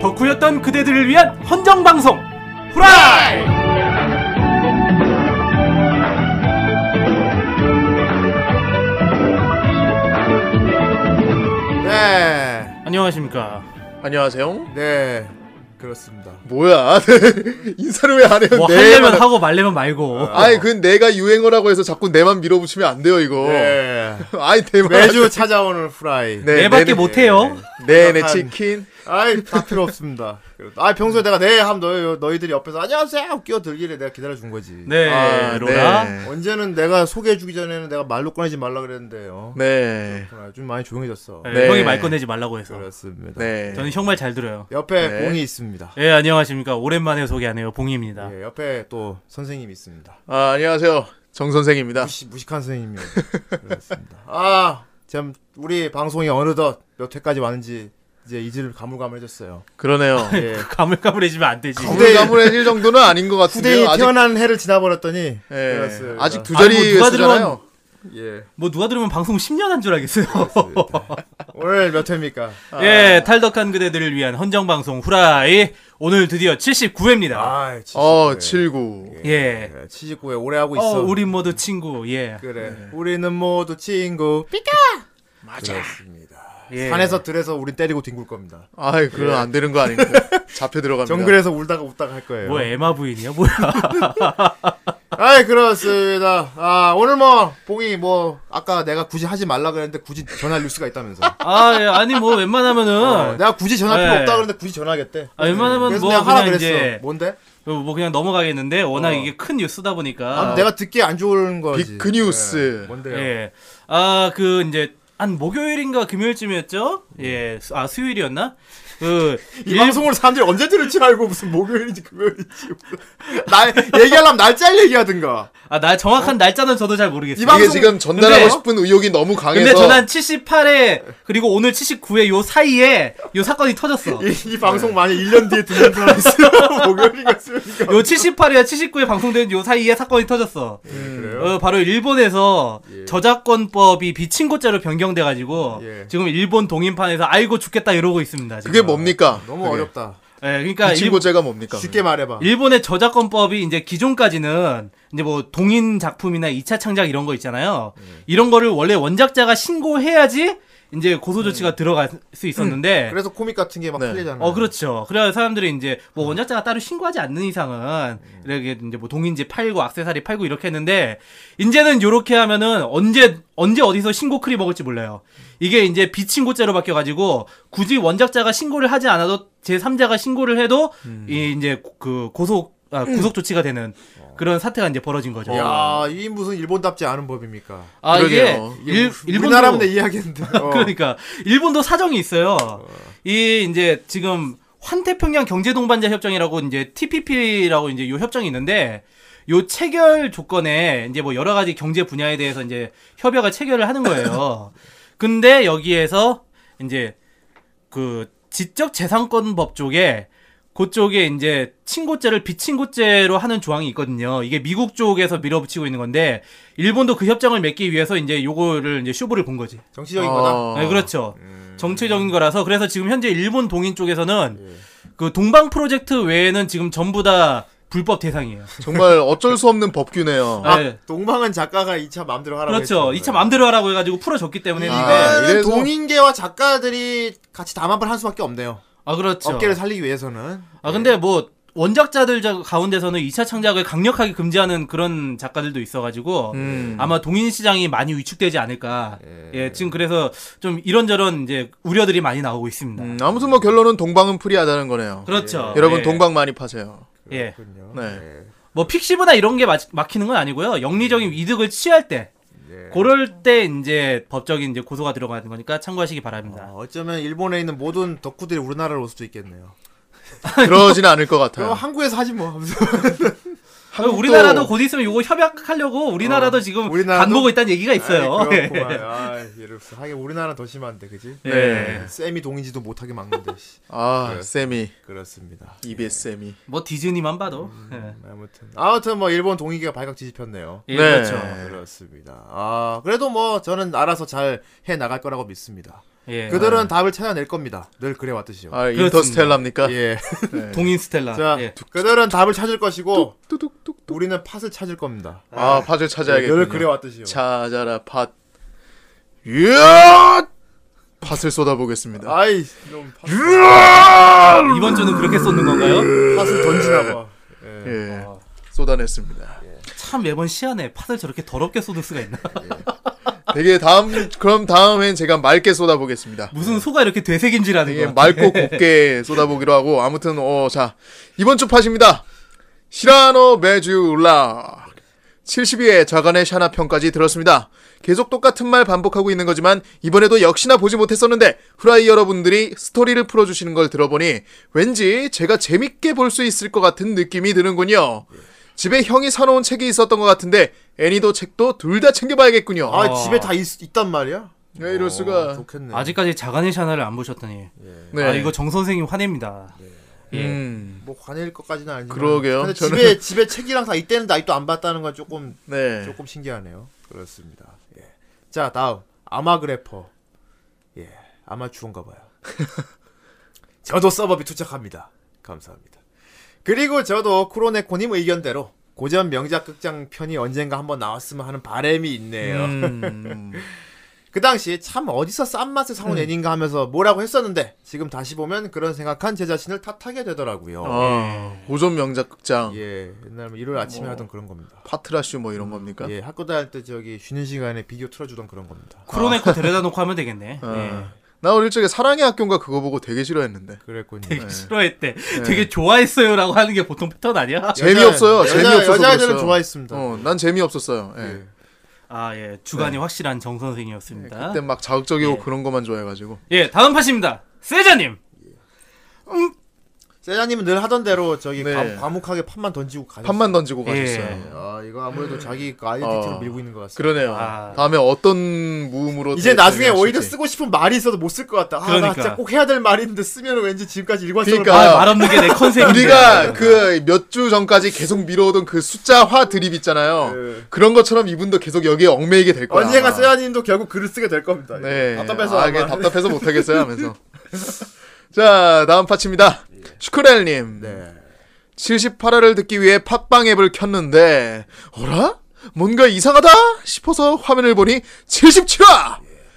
덕후였던 그대들을 위한 헌정 방송 후라이. 네. 안녕하십니까. 안녕하세요. 네 그렇습니다. 뭐야? 인사를 왜 안 해요? 네, 뭐 하려면 하고 말려면 말고. 아니, 그 내가 유행어라고 해서 자꾸 내만 밀어붙이면 안 돼요, 이거. 네 아이, 대만. 매주 찾아오는 후라이. 네, 내밖에 내내- 못해요. 네, 네, 약간- 치킨. 아이 다 필요 없습니다. 아 평소에 내가 네 하면 너 너희들이 옆에서 안녕하세요 하고 끼어들기를 내가 기다려준 거지. 네, 아, 로라. 네. 언제는 내가 소개해주기 전에는 내가 말로 꺼내지 말라 그랬는데요. 네. 그렇구나. 좀 많이 조용해졌어. 네, 네. 형이 말 꺼내지 말라고 해서. 그렇습니다. 네. 저는 형 말 잘 들어요. 옆에 네. 봉이 있습니다. 예, 안녕하십니까. 오랜만에 소개하네요. 봉입니다. 예, 옆에 또 선생님 있습니다. 아, 안녕하세요. 정선생입니다. 무시, 무식한 선생님이요. 그렇습니다. 아, 참 우리 방송이 어느덧 몇 회까지 왔는지 이제 이질 가물가물해졌어요. 그러네요. 예. 아, 가물가물해지면 안 되지. 후대 가물해질 정도는 아닌 것 후대인이 같은데요. 아직, 태어난 해를 지나버렸더니 예. 그랬어요. 아직 두 아니, 뭐 자리 누가 수잖아요. 예. 뭐 누가 들으면 방송 10년 한 줄 알겠어요. 오늘 몇 회입니까? 예, 탈덕한 그대들을 위한 헌정 방송 후라이 오늘 드디어 79회입니다. 아, 어, 79회. 79. 예. 79회 오래 하고 어, 있어. 우리 모두 친구. 예. 그래. 우리는 모두 친구. 삐까. 맞아. 그렇습니다. 예. 산에서 들에서 우린 때리고 뒹굴 겁니다. 아이, 그럼 안 되는 거 아닙니까? 잡혀 들어갑니다. 예. 정글에서 울다가 웃다가 할 거예요. 뭐 에마 부인이야? 뭐야? 아이 그렇습니다. 아 오늘 뭐 봉이 뭐 아까 내가 굳이 하지 말라 그랬는데 굳이 전할 뉴스가 있다면서. 아, 예, 아니 뭐 어, 웬만하면은 내가 굳이 전할 네. 필요 없다 그랬는데 굳이 전하겠대. 아, 웬만하면 그래서 뭐 내가 하라 그냥 그랬어. 이제 뭔데? 뭐 그냥 넘어가겠는데 워낙 어. 이게 큰 뉴스다 아, 보니까 내가 듣기 안 좋은 거지. 빅 뉴스. 네, 뭔데요? 예. 아, 그 이제 한 목요일인가 금요일쯤이었죠? 예. 수- 아, 수요일이었나? 그 이 방송을 사람들이 언제 들을지 알고 무슨 목요일인지 금요일인지 몰라. 나 얘기하려면 날짜를 얘기하든가. 아, 나 정확한 날짜는 저도 잘 모르겠어요. 어? 이 방송- 이게 지금 전달하고 근데- 싶은 의욕이 너무 강해서. 근데 저는 78회 그리고 오늘 79회 요 사이에 요 사건이 터졌어. 이, 이 예. 방송 만약 1년 뒤에 듣는 사람 있으면 목요일인가 수요일인가. 요 78회와 79회 방송된 요 사이에 사건이 터졌어. 음. 그래요? 어, 바로 일본에서 예. 저작권법이 비친고죄로 변경돼가지고 예. 지금 일본 동인판에서 아이고 죽겠다 이러고 있습니다. 지금. 그게 뭐 뭡니까? 너무 그게. 어렵다. 예, 그러니까 이 친고제가 뭡니까? 쉽게 말해봐. 일, 본의 저작권법이 이제 기존까지는 이제 뭐 동인 작품이나 2차 창작 이런 거 있잖아요. 예. 이런 거를 원래 원작자가 신고해야지 이제 고소 조치가 예. 들어갈 수 있었는데 음. 그래서 코믹 같은 게 막 네. 풀리잖아. 어 그렇죠. 그래야 사람들이 이제 뭐 원작자가 따로 신고하지 않는 이상은 이렇게 이제 뭐 동인지 팔고 악세사리 팔고 이렇게 했는데 이제는 요렇게 하면은 언제 언제 어디서 신고 클이 먹을지 몰라요. 이게 이제 비친고죄로 바뀌어 가지고 굳이 원작자가 신고를 하지 않아도 제 3자가 신고를 해도 이 이제 고- 그 고속 아, 구속 조치가 되는 그런 사태가 이제 벌어진 거죠. 야, 이 무슨 일본답지 않은 법입니까? 아 이게 그러게요. 일, 일본도 우리나라면 내가 이해하겠는데. 어. 그러니까 일본도 사정이 있어요. 이 이제 지금 환태평양 경제동반자 협정이라고 이제 TPP라고 이제 요 협정이 있는데 요 체결 조건에 이제 뭐 여러 가지 경제 분야에 대해서 이제 협약을 체결을 하는 거예요. 근데 여기에서 이제 그 지적 재산권법 쪽에 그쪽에 이제 친고죄를 비친고죄로 하는 조항이 있거든요. 이게 미국 쪽에서 밀어붙이고 있는 건데 일본도 그 협정을 맺기 위해서 이제 요거를 이제 쇼부를 본 거지. 정치적인 거다. 어. 네, 그렇죠. 정치적인 거라서 그래서 지금 현재 일본 동인 쪽에서는 그 동방 프로젝트 외에는 지금 전부 다 불법 대상이에요. 정말 어쩔 수 없는 법규네요. 아, 네. 동방은 작가가 2차 맘대로 하라고 그렇죠. 했잖아요. 이차 맘대로 하라고 해가지고 풀어줬기 때문에 아, 근데- 이거는 이래서- 동인계와 작가들이 같이 담합을 할 수밖에 없네요. 아 그렇죠. 업계를 살리기 위해서는. 아 근데 뭐 원작자들 자- 가운데서는 2차 창작을 강력하게 금지하는 그런 작가들도 있어가지고 음. 아마 동인 시장이 많이 위축되지 않을까. 예, 지금 그래서 좀 이런저런 이제 우려들이 많이 나오고 있습니다. 음, 아무튼 뭐 결론은 동방은 프리하다는 거네요. 그렇죠. 여러분 예. 동방 많이 파세요. 예. 그렇군요. 네. 뭐 픽시브나 이런 게 막, 막히는 건 아니고요. 영리적인 이득을 취할 때 음. 예. 그럴 때 이제 법적인 이제 고소가 들어가는 거니까 참고하시기 바랍니다. 어, 어쩌면 일본에 있는 모든 덕후들이 우리나라로 올 수도 있겠네요. 예. 그러진 않을 것 그럼 같아요. 한국에서 하지 뭐 하면서. 한국도- 우리나라도 곧 있으면 이거 협약하려고 우리나라도 지금 어, 우리나라도? 간 보고 있다는 얘기가 있어요. 아이, 예. 그렇구만. 아이, 예를 들어서 하긴 우리나라 더 심한데 그지? 예. 네. 쌤이 동인지도 못하게 막는데. 씨. 아 네. 쌤이 그렇습니다. 네, EBS 쌤이 뭐 디즈니만 봐도. 예. 아무튼 아무튼 뭐 일본 동의기가 발각 음. 뒤집혔네요. 예, 네. 그렇죠. 네, 그렇습니다. 아 그래도 뭐 저는 알아서 잘 해 나갈 거라고 믿습니다. 예. 그들은 답을 찾아낼 겁니다. 늘 그래 왔듯이요. 아 그렇습니다. 인터스텔라입니까? 예. 아, 동인 스텔라. 자 예. 그들은 답을 찾을 것이고 아, 뚝뚝뚝. 우리는 팟을 찾을 겁니다. 아 팟을 예, 찾아야겠군요. 늘 그래 왔듯이요. 찾아라 팟. 이야! 팟을 쏟아보겠습니다. 아이 예. 좀 팟, 이번 주는 그렇게 쏟는 건가요? 팟을 던지나 봐. 예. 예. 쏟아냈습니다. 참 매번 시안에 팥을 저렇게 더럽게 쏟을 수가 있나? 되게 다음 그럼 다음엔 제가 맑게 쏟아보겠습니다. 무슨 소가 이렇게 되새김질하는 되게 거야? 맑고 곱게 쏟아보기로 하고 아무튼 어 자 이번 주 팟입니다. 시라노 메주라 72회 자간의 샤나 평까지 들었습니다. 계속 똑같은 말 반복하고 있는 거지만 이번에도 역시나 보지 못했었는데 후라이 여러분들이 스토리를 풀어주시는 걸 들어보니 왠지 제가 재밌게 볼 수 있을 것 같은 느낌이 드는군요. 집에 형이 사놓은 책이 있었던 것 같은데 애니도 책도 둘 다 챙겨봐야겠군요. 아 어. 집에 다 있, 있단 말이야? 왜 네, 이럴 어, 수가? 좋겠네. 아직까지 자간의 샤나를 안 보셨다니. 네. 아 이거 정 선생님 화냅니다. 음, 뭐 관일 것까지는 아니지만 그러게요. 근데 저는- 집에 집에 책이랑 다 있대는데 아직도 안 봤다는 건 조금 예. 네. 조금 신기하네요. 그렇습니다. 예. 자 다음 아마그래퍼 예 아마추어인가 봐요. 저도 서버비 투척합니다. 감사합니다. 그리고 저도 쿠로네코님 의견대로 고전 명작 극장 편이 언젠가 한번 나왔으면 하는 바람이 있네요. 음, 그 당시 참 어디서 싼 맛에 사온 애인가 하면서 뭐라고 했었는데 지금 다시 보면 그런 생각한 제 자신을 탓하게 되더라고요. 아, 고전 명작 극장 어. 예, 옛날 뭐 일요일 아침에 하던 그런 겁니다. 파트라슈 뭐 이런 겁니까? 예, 학교 다닐 때 저기 쉬는 시간에 비디오 틀어주던 그런 겁니다. 크로네코 데려다 놓고 하면 되겠네. 예. 아, 나 어릴 적에 사랑의 학교인가 그거 보고 되게 싫어했는데 그랬군요. 네. 네. 되게 싫어했대. 되게 좋아했어요라고 하는 게 보통 패턴 아니야? 재미없어요. 여자- 재미없어서 여자애들은 그랬어요. 좋아했습니다. 어, 난 재미없었어요. 예. 예. 아 예, 주관이 확실한 정 선생이었습니다. 네. 그때 막 자극적이고 예. 그런 것만 좋아해가지고 예, 다음 팟입니다. 세자님. 세자님은 늘 하던 대로 저기 네. 과- 과묵하게 판만 던지고 가셨어요. 판만 던지고 예. 가셨어요. 아, 이거 아무래도 자기 그 아이덴티티로 어. 밀고 있는 것 같습니다. 그러네요. 아. 다음에 어떤 무음으로 이제 나중에 오히려 쓰 쓰고 싶은 말이 있어도 못 쓸 것 같다. 아, 나 그러니까. 진짜 꼭 해야 될 말이 있는데 쓰면 왠지 지금까지 일관성으로 그러니까. 아, 말 없는 게 내 컨셉인데. 네. 우리가 그 몇 주 전까지 계속 밀어오던 그 숫자화 드립 있잖아요. 예. 그런 것처럼 이분도 계속 여기에 얽매이게 될 거야. 언젠가 세자님도 결국 글을 쓰게 될 겁니다. 그러니까. 네. 답답해서 아, 아마. 이게 답답해서 못하겠어요 하면서. 자, 다음 파츠입니다. 예. 슈크렐님. 네. 78화를 듣기 위해 팟빵 앱을 켰는데, 어라? 뭔가 이상하다? 싶어서 화면을 보니 77화!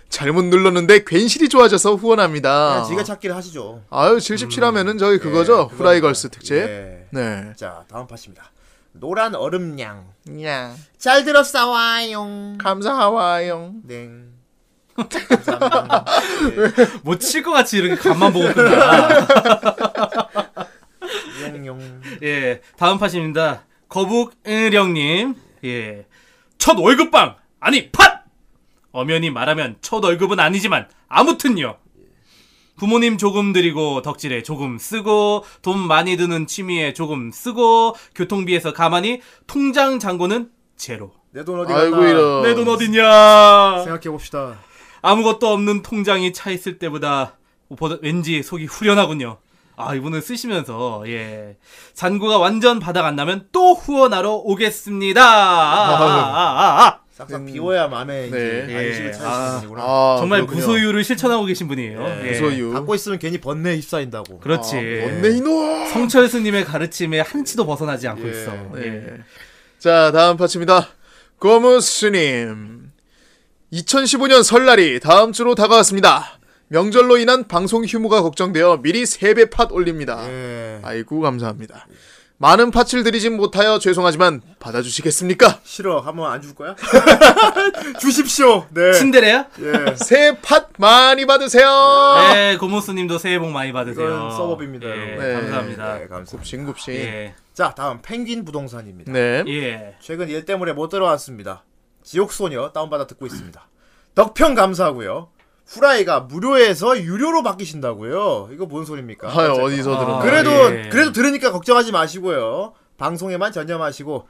잘못 눌렀는데 괜시리 좋아져서 후원합니다. 그냥 지가 찾기를 하시죠. 아유, 77화면은 저기 그거죠? 예, 후라이걸스 특집. 예. 네. 자 다음 파입니다 노란 얼음냥 야, 잘 들었어 와용 감사하와요. 네. 감사합니다. 뭐 칠 것 같이 이렇게 간만 보고 끝나. 용용. 예, 다음 팟입니다. 거북 으령님. 예, 첫 월급방 아니 팟. 엄연히 말하면 첫 월급은 아니지만 아무튼요. 부모님 조금 드리고 덕질에 조금 쓰고 돈 많이 드는 취미에 조금 쓰고 교통비에서 가만히 통장 잔고는 제로. 내돈 어디 아이고, 갔나? 이런. 내 돈 어디냐? 생각해 봅시다. 아무것도 없는 통장이 차 있을 때보다 보다 왠지 속이 후련하군요. 아 이분은 쓰시면서 예 잔고가 완전 바닥 안 나면 또 후원하러 오겠습니다. 아, 아, 아, 싹싹 비워야 마음에 이제 네. 안식을 예. 찾을 아. 수 있는구나. 아. 아, 정말 그렇군요. 무소유를 실천하고 계신 분이에요. 예. 무소유. 갖고 있으면 괜히 번뇌에 휩싸인다고. 그렇지. 아, 뭔데 이놈! 성철 스님의 가르침에 한치도 벗어나지 않고 예. 있어. 예. 네. 자, 다음 파츠입니다. 고무스님. 2015년 설날이 다음 주로 다가왔습니다. 명절로 인한 방송 휴무가 걱정되어 미리 3배 팟 올립니다. 예. 아이고, 감사합니다. 많은 팟을 드리진 못하여 죄송하지만 받아주시겠습니까? 싫어. 한번 안 줄 거야? 주십시오. 네. 친데레야? 예. 새해 팟 많이 받으세요! 네, 고모스님도 새해 복 많이 받으세요. 이건 서버비입니다, 예, 여러분. 네. 감사합니다. 네, 감사합니다. 곱신곱신. 예, 자, 다음 펭귄 부동산입니다. 네. 예. 최근 일 때문에 못 들어왔습니다. 지옥소녀 다운받아 듣고 있습니다. 덕평 감사하고요. 후라이가 무료에서 유료로 바뀌신다고요. 이거 뭔 소리입니까? 아유, 어디서 아, 들었나. 그래도 예. 그래도 들으니까 걱정하지 마시고요. 방송에만 전념하시고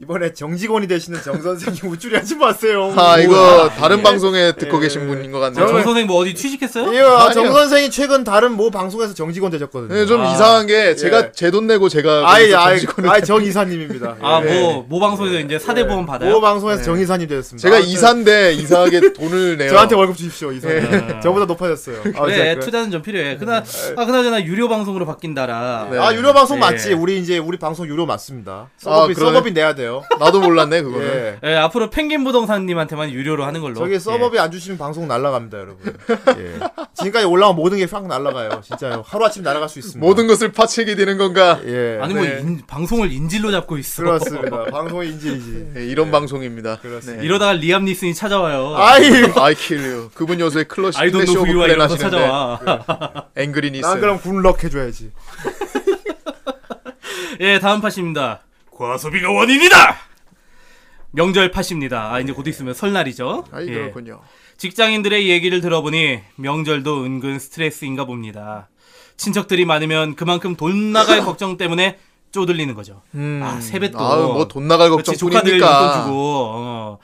이번에 정직원이 되시는 정 선생님 우쭐이 하지 마세요. 아 이거 뭐야. 다른 예. 방송에 듣고 예. 계신 분인 것 같네요. 정 선생 뭐 어디 취직했어요? 이거 아니요. 정 선생이 최근 다른 모 방송에서 정직원 되셨거든요. 네, 좀 아. 이상한 게 제가 예. 제 돈 내고 제가 아이 거기서 아이 정직원을 아이 정 이사님입니다. 아, 예. 뭐, 모방송에서 네. 이제 사대 보험 받아요? 모 방송에서 정 이사님 되셨습니다. 제가 아무튼 이사인데 이상하게 돈을 내요. 저한테 월급 주십시오 이사님. 네. 저보다 높아졌어요. 아, 그래, 진짜 그래. 예, 투자는 좀 필요해. 그나, 아, 그나저나 유료 방송으로 바뀐다라. 음, 네. 아 유료 방송 예. 맞지? 우리 이제 우리 방송 유료 맞습니다. 서버비 아, 그러네. 서버비 내야 돼요. 나도 몰랐네 그거는. 예. 뭐- 예, 앞으로 펭귄 부동산님한테만 유료로 하는 걸로. 예. 저기 서버비 안 주시면 방송 날라갑니다, 여러분. 예. 지금까지 올라온 모든 게 팍 날라가요. 진짜요. 하루 아침 날아갈 수 있습니다. 모든 것을 파치게 되는 건가? 예. 예. 아니, 뭐, 네. 인- 방송을 인질로 잡고 있어. 그렇습니다. 방송의 인질이지. 네, 예. 이런 방송입니다. 그렇습니다. 이러다가 리암 니슨이 찾아와요. 아이. 아이 킬류. 그분 요새 클러시 아이 돈 클래시 노후 오브 유아 클랜 이런 거 하시는데 찾아와. 앵그리 니스. 난 그럼 굿럭 해줘야지. 예, 다음 팟입니다. 과소비가 원인이다! 명절 팟입니다. 아, 이제 곧 있으면 설날이죠. 네. 아이 예. 그렇군요. 직장인들의 얘기를 들어보니 명절도 은근 스트레스인가 봅니다. 친척들이 많으면 그만큼 돈 나갈 걱정 때문에 쪼들리는 거죠. 아, 세뱃돈. 음. 아유 뭐돈 나갈 그렇지, 조카들 걱정뿐이니까. 용돈 주고. 어.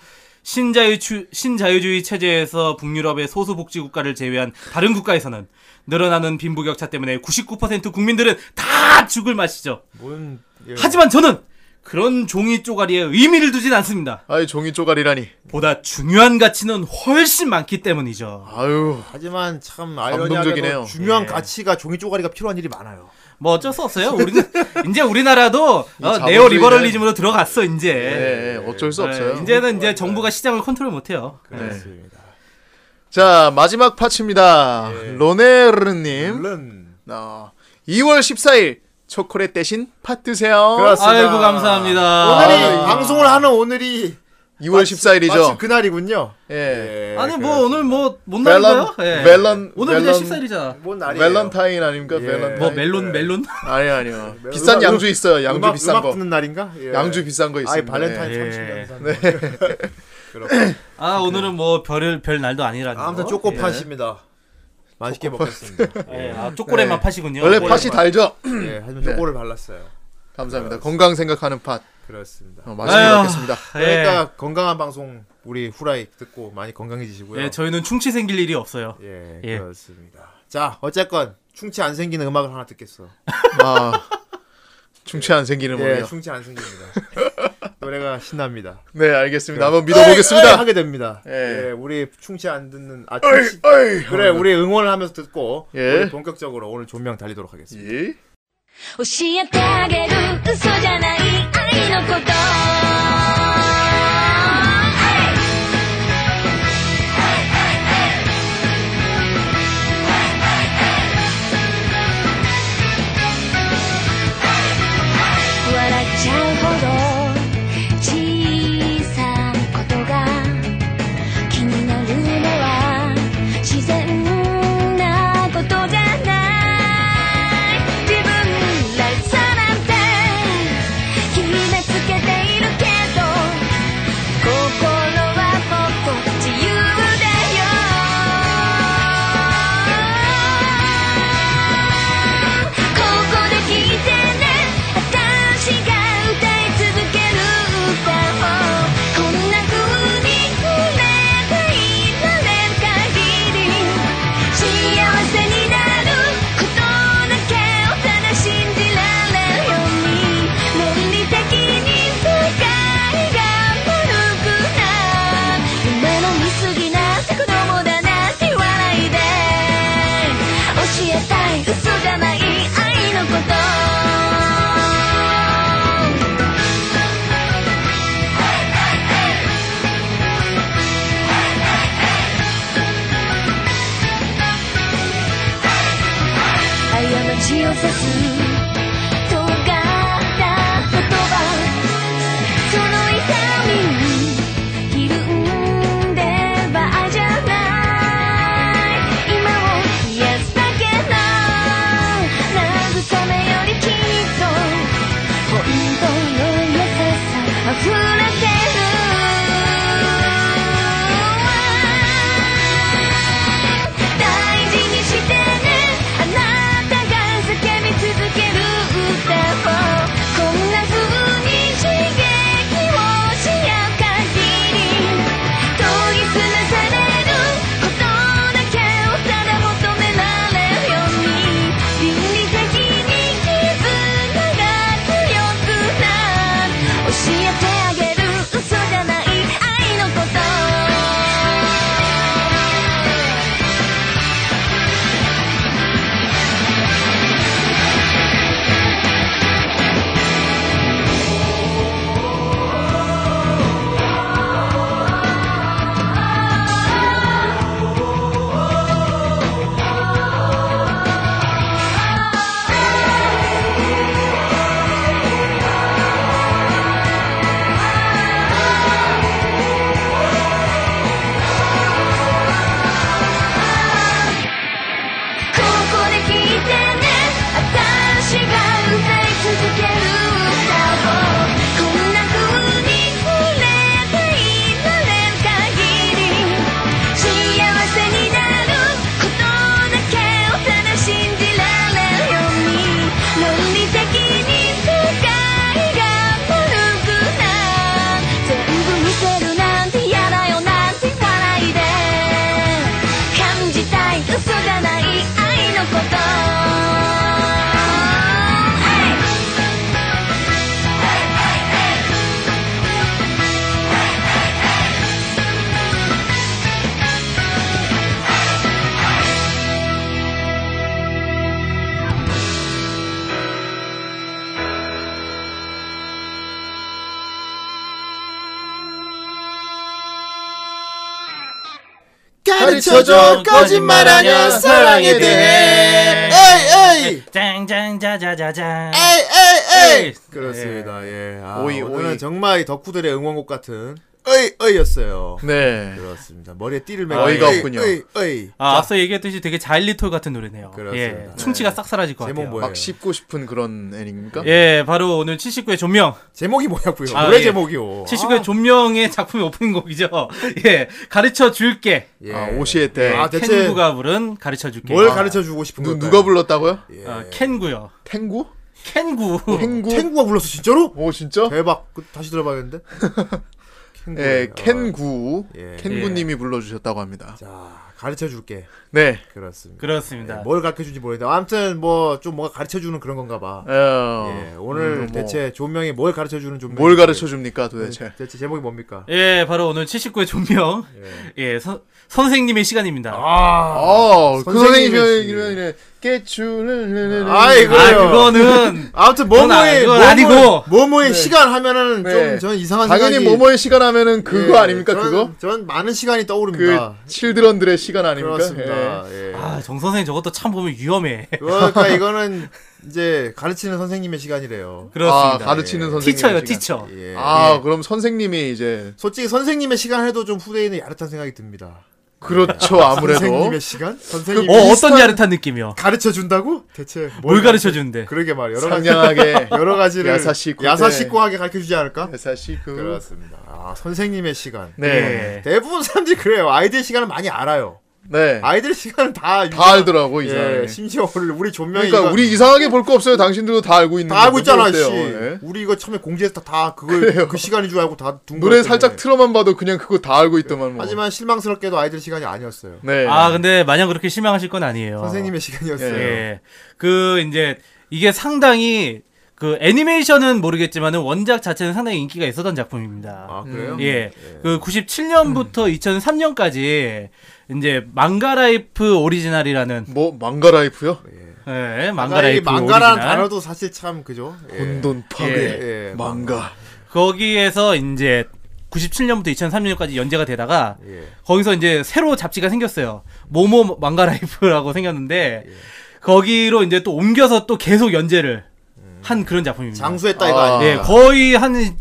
신자유주, 신자유주의 체제에서 북유럽의 소수복지 국가를 제외한 다른 국가에서는 늘어나는 빈부격차 때문에 99% 국민들은 다 죽을 맛이죠. 뭔 예. 하지만 저는 그런 종이 쪼가리에 의미를 두진 않습니다. 아이 종이 쪼가리라니. 보다 중요한 가치는 훨씬 많기 때문이죠. 아유 하지만 참 감동적이네요. 아이러니하게도 중요한 예. 가치가 종이 쪼가리가 필요한 일이 많아요. 뭐 어쩔 수 없어요. 우리는 이제 우리나라도 이 어, 자본주의는- 네오 리버럴리즘으로 들어갔어 이제. 예, 예, 어쩔 수 없어요. 예, 이제는 이제 정부가 시장을 컨트롤 못해요. 네. 네. 그렇습니다. 자 마지막 파츠입니다. 예. 음? 로네르님. 물론 어, 2월 14일 초콜릿 대신 팥 드세요. 그렇습니다. 아이고 감사합니다. 오늘이 어, 아. 방송을 하는 오늘이 2월 14일이죠. 마침 그날이군요. 예. 네, 아니 뭐 오늘 뭐뭔 멜론 날인가요? 예. 멜론 오늘 멜론- 그냥 14일이잖아. 뭔 날이에요? 멜런타인 아닙니까? 예. 멜런타인. 뭐 멜론 멜론? 아니 아니요. 비싼 양주 있어요. 양주 음악, 비싼 음악 거. 듣는 날인가? 예. 양주 비싼 거 있습니다. 네. 아이 네. 발렌타인 예. 30년 산. 그렇군. 아 오늘은 뭐 별을 별 날도 아니라는 거. 아무튼 초코 팥입니다. 예. 맛있게 먹겠습니다. 예. 아, 초콜릿만 네. 파시군요. 원래 네. 팥이 달죠. 예, 하지만 네. 초코를 발랐어요. 예. 감사합니다. 건강 생각하는 팥. 그렇습니다. 어, 맛있게 아유. 먹겠습니다. 예. 그러니까 건강한 방송 우리 후라이 듣고 많이 건강해지시고요. 예, 저희는 충치 생길 일이 없어요. 예, 예. 그렇습니다. 자, 어쨌건 충치 안 생기는 음악을 하나 듣겠어. 아. 충치 안 생기는 예, 거예요. 충치 안 생깁니다. 노래가 신납니다. 네, 예. 알겠습니다. 한번 믿어 보겠습니다. 하게 됩니다. 예. 예. 우리 충치 안 듣는 아 어이, 충치 어이. 그래 우리 응원을 하면서 듣고 예. 우리 본격적으로 오늘 조명 달리도록 하겠습니다. 예. 教えてあげる嘘じゃない愛のこと笑っちゃうほど小さなことが気になるのは自然なことじゃない自分らしさなんて決めつけているけど 어, 가르쳐줘 어, 거짓말하냐 사랑에 예. 대해 에이 에이 짱짱자자자자. 예. 에이 에이 에이. 에이 그렇습니다 예 아, 오이, 오늘은 오이. 정말 이 덕후들의 응원곡 같은 에이 에이였어요 네. 그렇습니다 머리에 띠를 매고 어이가 에이, 없군요. 에이 에이 아, 앞서 얘기했듯이 되게 자일리톨 같은 노래네요. 그렇습니다. 예, 충치가 네. 싹 사라질 것 제목 같아요. 뭐예요? 막 씹고 싶은 그런 애니입니까? 예, 바로 오늘 79의 존명. 제목이 뭐냐고요 아, 노래 예. 제목이요 아, 79의 존명의 작품의 오프닝곡이죠. 예, 가르쳐 줄게. 예. 아, 오시에 때. 아. 아, 대체 켄구가 부른 가르쳐 줄게. 뭘 가르쳐 주고 싶은 누, 건가요? 누가 불렀다고요? 예. 어, 켄구요. 탱구? 켄구. 뭐 탱구? 탱구가 불렀어 진짜로? 오, 진짜? 대박 그, 다시 들어봐야겠는데 탱구 예, 켄구. 예. 켄구님이 불러주셨다고 합니다. 자 가르쳐 줄게 네. 그렇습니다 아. 그렇습니다. 뭘 가르쳐 주는지 모르겠다 아무튼 뭐 좀 뭔가 가르쳐 주는 그런 건가 봐 어, 예, 오늘 음, 뭐, 대체 존명이 뭘 가르쳐 주는 존명 뭘 가르쳐 줍니까 도대체? 대체 제목이 뭡니까 예, 바로 오늘 79의 존명. 예, 선, 선생님의 시간입니다. 아 어, 그 선생님이지. 선생님이면 이래 깨출을 아이 아, 그래요 예. 그거는 아무튼 그건 아- 모모의 그건 모모의- 아니고. 모모의 시간 하면은 네. 좀전 이상한 당연히 생각이 모모의 시간 하면은 그거 예, 아닙니까 전- 그거? 전 많은 시간이 그 떠오릅니다 칠드런들의 시간 아닙니까? 그렇습니다 예. 아, 정 선생님 저것도 참 보면 위험해. 그러니까 이거는 이제 가르치는 선생님의 시간이래요. 예. 아, 그렇습니다. 가르치는 선생님. 티처요, 티처. 예. 아, 예. 그럼 선생님이 이제 솔직히 선생님의 시간 해도 좀 후대인은 야릇한 생각이 듭니다. 그렇죠 아무래도 그 선생님의 시간? 선생님 어, 이 어떤 야릇한 느낌이요? 가르쳐 준다고? 대체 뭘 가르쳐 주는데? 그러게 말 여러 가지 상냥하게 여러 가지를 야사시고 야사시고하게 가르쳐 주지 않을까? 야사시고 그렇습니다. 아, 선생님의 시간. 네, 예. 대부분 사람들이 그래요. 아이들 시간을 많이 알아요. 네. 아이들 시간은 다 다 알더라고 이제. 예, 심지어 우리 우리 존명이 그러니까 이거- 우리 이상하게 볼 거 없어요. 당신들도 다 알고 있는. 다 알고 건데 있잖아, 씨. 어때요? 예. 우리 이거 처음에 공지해서 다 그걸 그 시간인 줄 알고 다둔 노래 살짝 틀어만 봐도 그냥 그거 다 알고 있더만. 뭐. 하지만 실망스럽게도 아이들 시간이 아니었어요. 네. 아, 근데 마냥 그렇게 실망하실 건 아니에요. 선생님의 시간이었어요. 예. 그 이제 이게 상당히 그 애니메이션은 모르겠지만은 원작 자체는 상당히 인기가 있었던 작품입니다. 아 음, 그래요? 음. 예. 그 97년부터 2003년까지 이제 망가라이프 오리지널이라는 뭐 망가라이프요? 예, 망가 아, 이 망가라이프 망가라는 오리지널 단어도 사실 참 그죠. 예. 혼돈 파괴 예, 예. 망가. 거기에서 이제 97년부터 2003년까지 연재가 되다가 예. 거기서 이제 새로 잡지가 생겼어요. 모모 망가라이프라고 생겼는데 거기로 이제 또 옮겨서 또 계속 연재를 한 그런 작품입니다. 장수했다 이거 아. 아니야? 예, 거의 한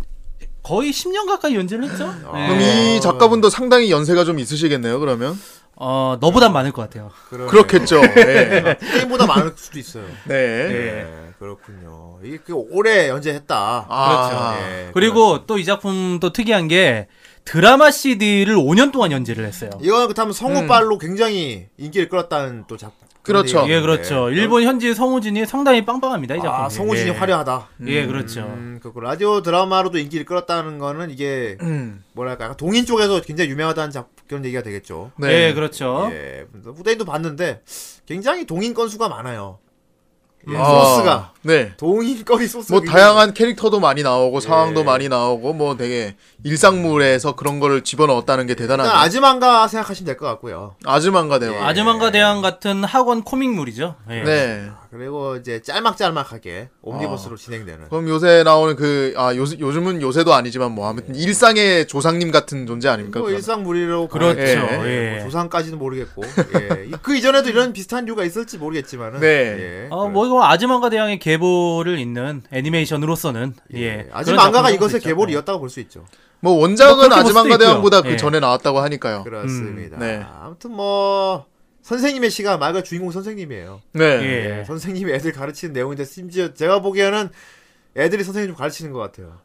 거의 10년 가까이 연재를 했죠. 아. 예. 그럼 이 작가분도 상당히 연세가 좀 있으시겠네요. 그러면 어, 너보단 많을 것 같아요. 그러네. 그렇겠죠. 예. 게임보다 많을 수도 있어요. 네. 예. 예, 그렇군요. 이게 그 오래 연재했다. 아, 예, 그리고 또 이 작품 또 특이한 게 드라마 CD를 5년 동안 연재를 했어요. 이거는 그렇다면 성우빨로 굉장히 인기를 끌었다는 또 작품. 음. 그렇죠. 예, 그렇죠. 일본 현지 성우진이 상당히 빵빵합니다, 이 작품. 네. 아, 성우진이 예. 화려하다. 예, 그렇죠. 음, 그렇고 라디오 드라마로도 인기를 끌었다는 거는 이게 음. 뭐랄까 약간 동인 쪽에서 굉장히 유명하다는 작, 그런 얘기가 되겠죠. 네. 예, 그렇죠. 예, 후대인도 봤는데 굉장히 동인 건수가 많아요. 예, 아, 소스가 네. 동인 거리 소스가 예. 뭐 굉장히- 다양한 캐릭터도 많이 나오고 상황도 많이 나오고 뭐 되게 일상물에서 그런 거를 집어넣었다는 게 일단 대단하죠. 아즈만가 생각하시면 될 것 같고요. 아즈만가 대왕. 아즈만가 대왕 같은 학원 코믹물이죠. 예. 네. 아, 그리고 이제 짤막짤막하게 아. 옴니버스로 진행되는 그럼 요새 나오는 그, 아, 요, 요즘은 요새도 아니지만 뭐, 아무튼 일상의 조상님 같은 존재 예. 아닙니까? 뭐 그러니까 그거는? 일상무리로 그렇죠. 봐야- 예. 뭐 조상까지는 모르겠고 예. 이- 그 이전에도 이런 비슷한 류가 있을지 모르겠지만은 네. 예. 어, 뭐 이거 아즈만가 대왕의 계보를 잇는 애니메이션으로서는 예. 예. 아직 그런 만가가 작품도 이것의 있죠. 계보리였다고 볼 수 있죠. 뭐, 뭐 원작은 그렇게 볼 수도 아즈만가 대왕보다 있고요. 그 예. 전에 나왔다고 하니까요. 그렇습니다. 음, 네. 아무튼 뭐 선생님의 시간 말과 주인공 선생님이에요. 네. 예. 예, 선생님이 애들 가르치는 내용인데 심지어 제가 보기에는 애들이 선생님 좀 가르치는 것 같아요.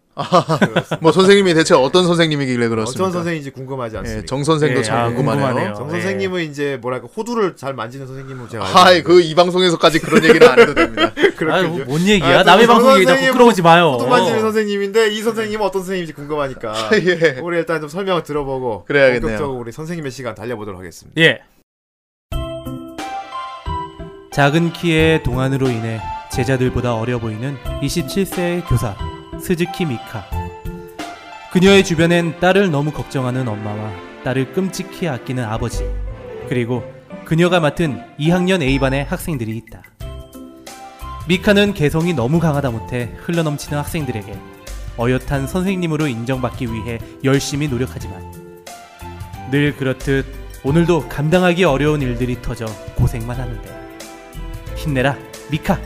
뭐, 선생님이 대체 어떤 선생님이길래 그렇습니까? 어떤 선생인지 궁금하지 않습니까? 예, 정 선생도 예, 참 아, 궁금하네요. 궁금하네요. 정 예. 선생님은 이제 뭐랄까 호두를 잘 만지는 선생님으로 제가 알고 하이, 그, 이 방송에서까지 그런 얘기는 안 해도 됩니다. 예. 아유, 그렇군요. 뭔 얘기야? 아, 남의 정 방송 얘기 자꾸 선생님, 끌어오지 마요. 호두 만지는 선생님인데 이 선생님은 어떤 선생님인지 궁금하니까 예. 우리 일단 좀 설명을 들어보고 그래야겠네요. 본격적으로 우리 선생님의 시간 달려보도록 하겠습니다. 예. 작은 키에 동안으로 인해 제자들보다 어려 보이는 27세의 교사 스즈키 미카. 그녀의 주변엔 딸을 너무 걱정하는 엄마와 딸을 끔찍히 아끼는 아버지 그리고 그녀가 맡은 2학년 A반의 학생들이 있다. 미카는 개성이 너무 강하다 못해 흘러넘치는 학생들에게 어엿한 선생님으로 인정받기 위해 열심히 노력하지만 늘 그렇듯 오늘도 감당하기 어려운 일들이 터져 고생만 하는데 힘내라 미카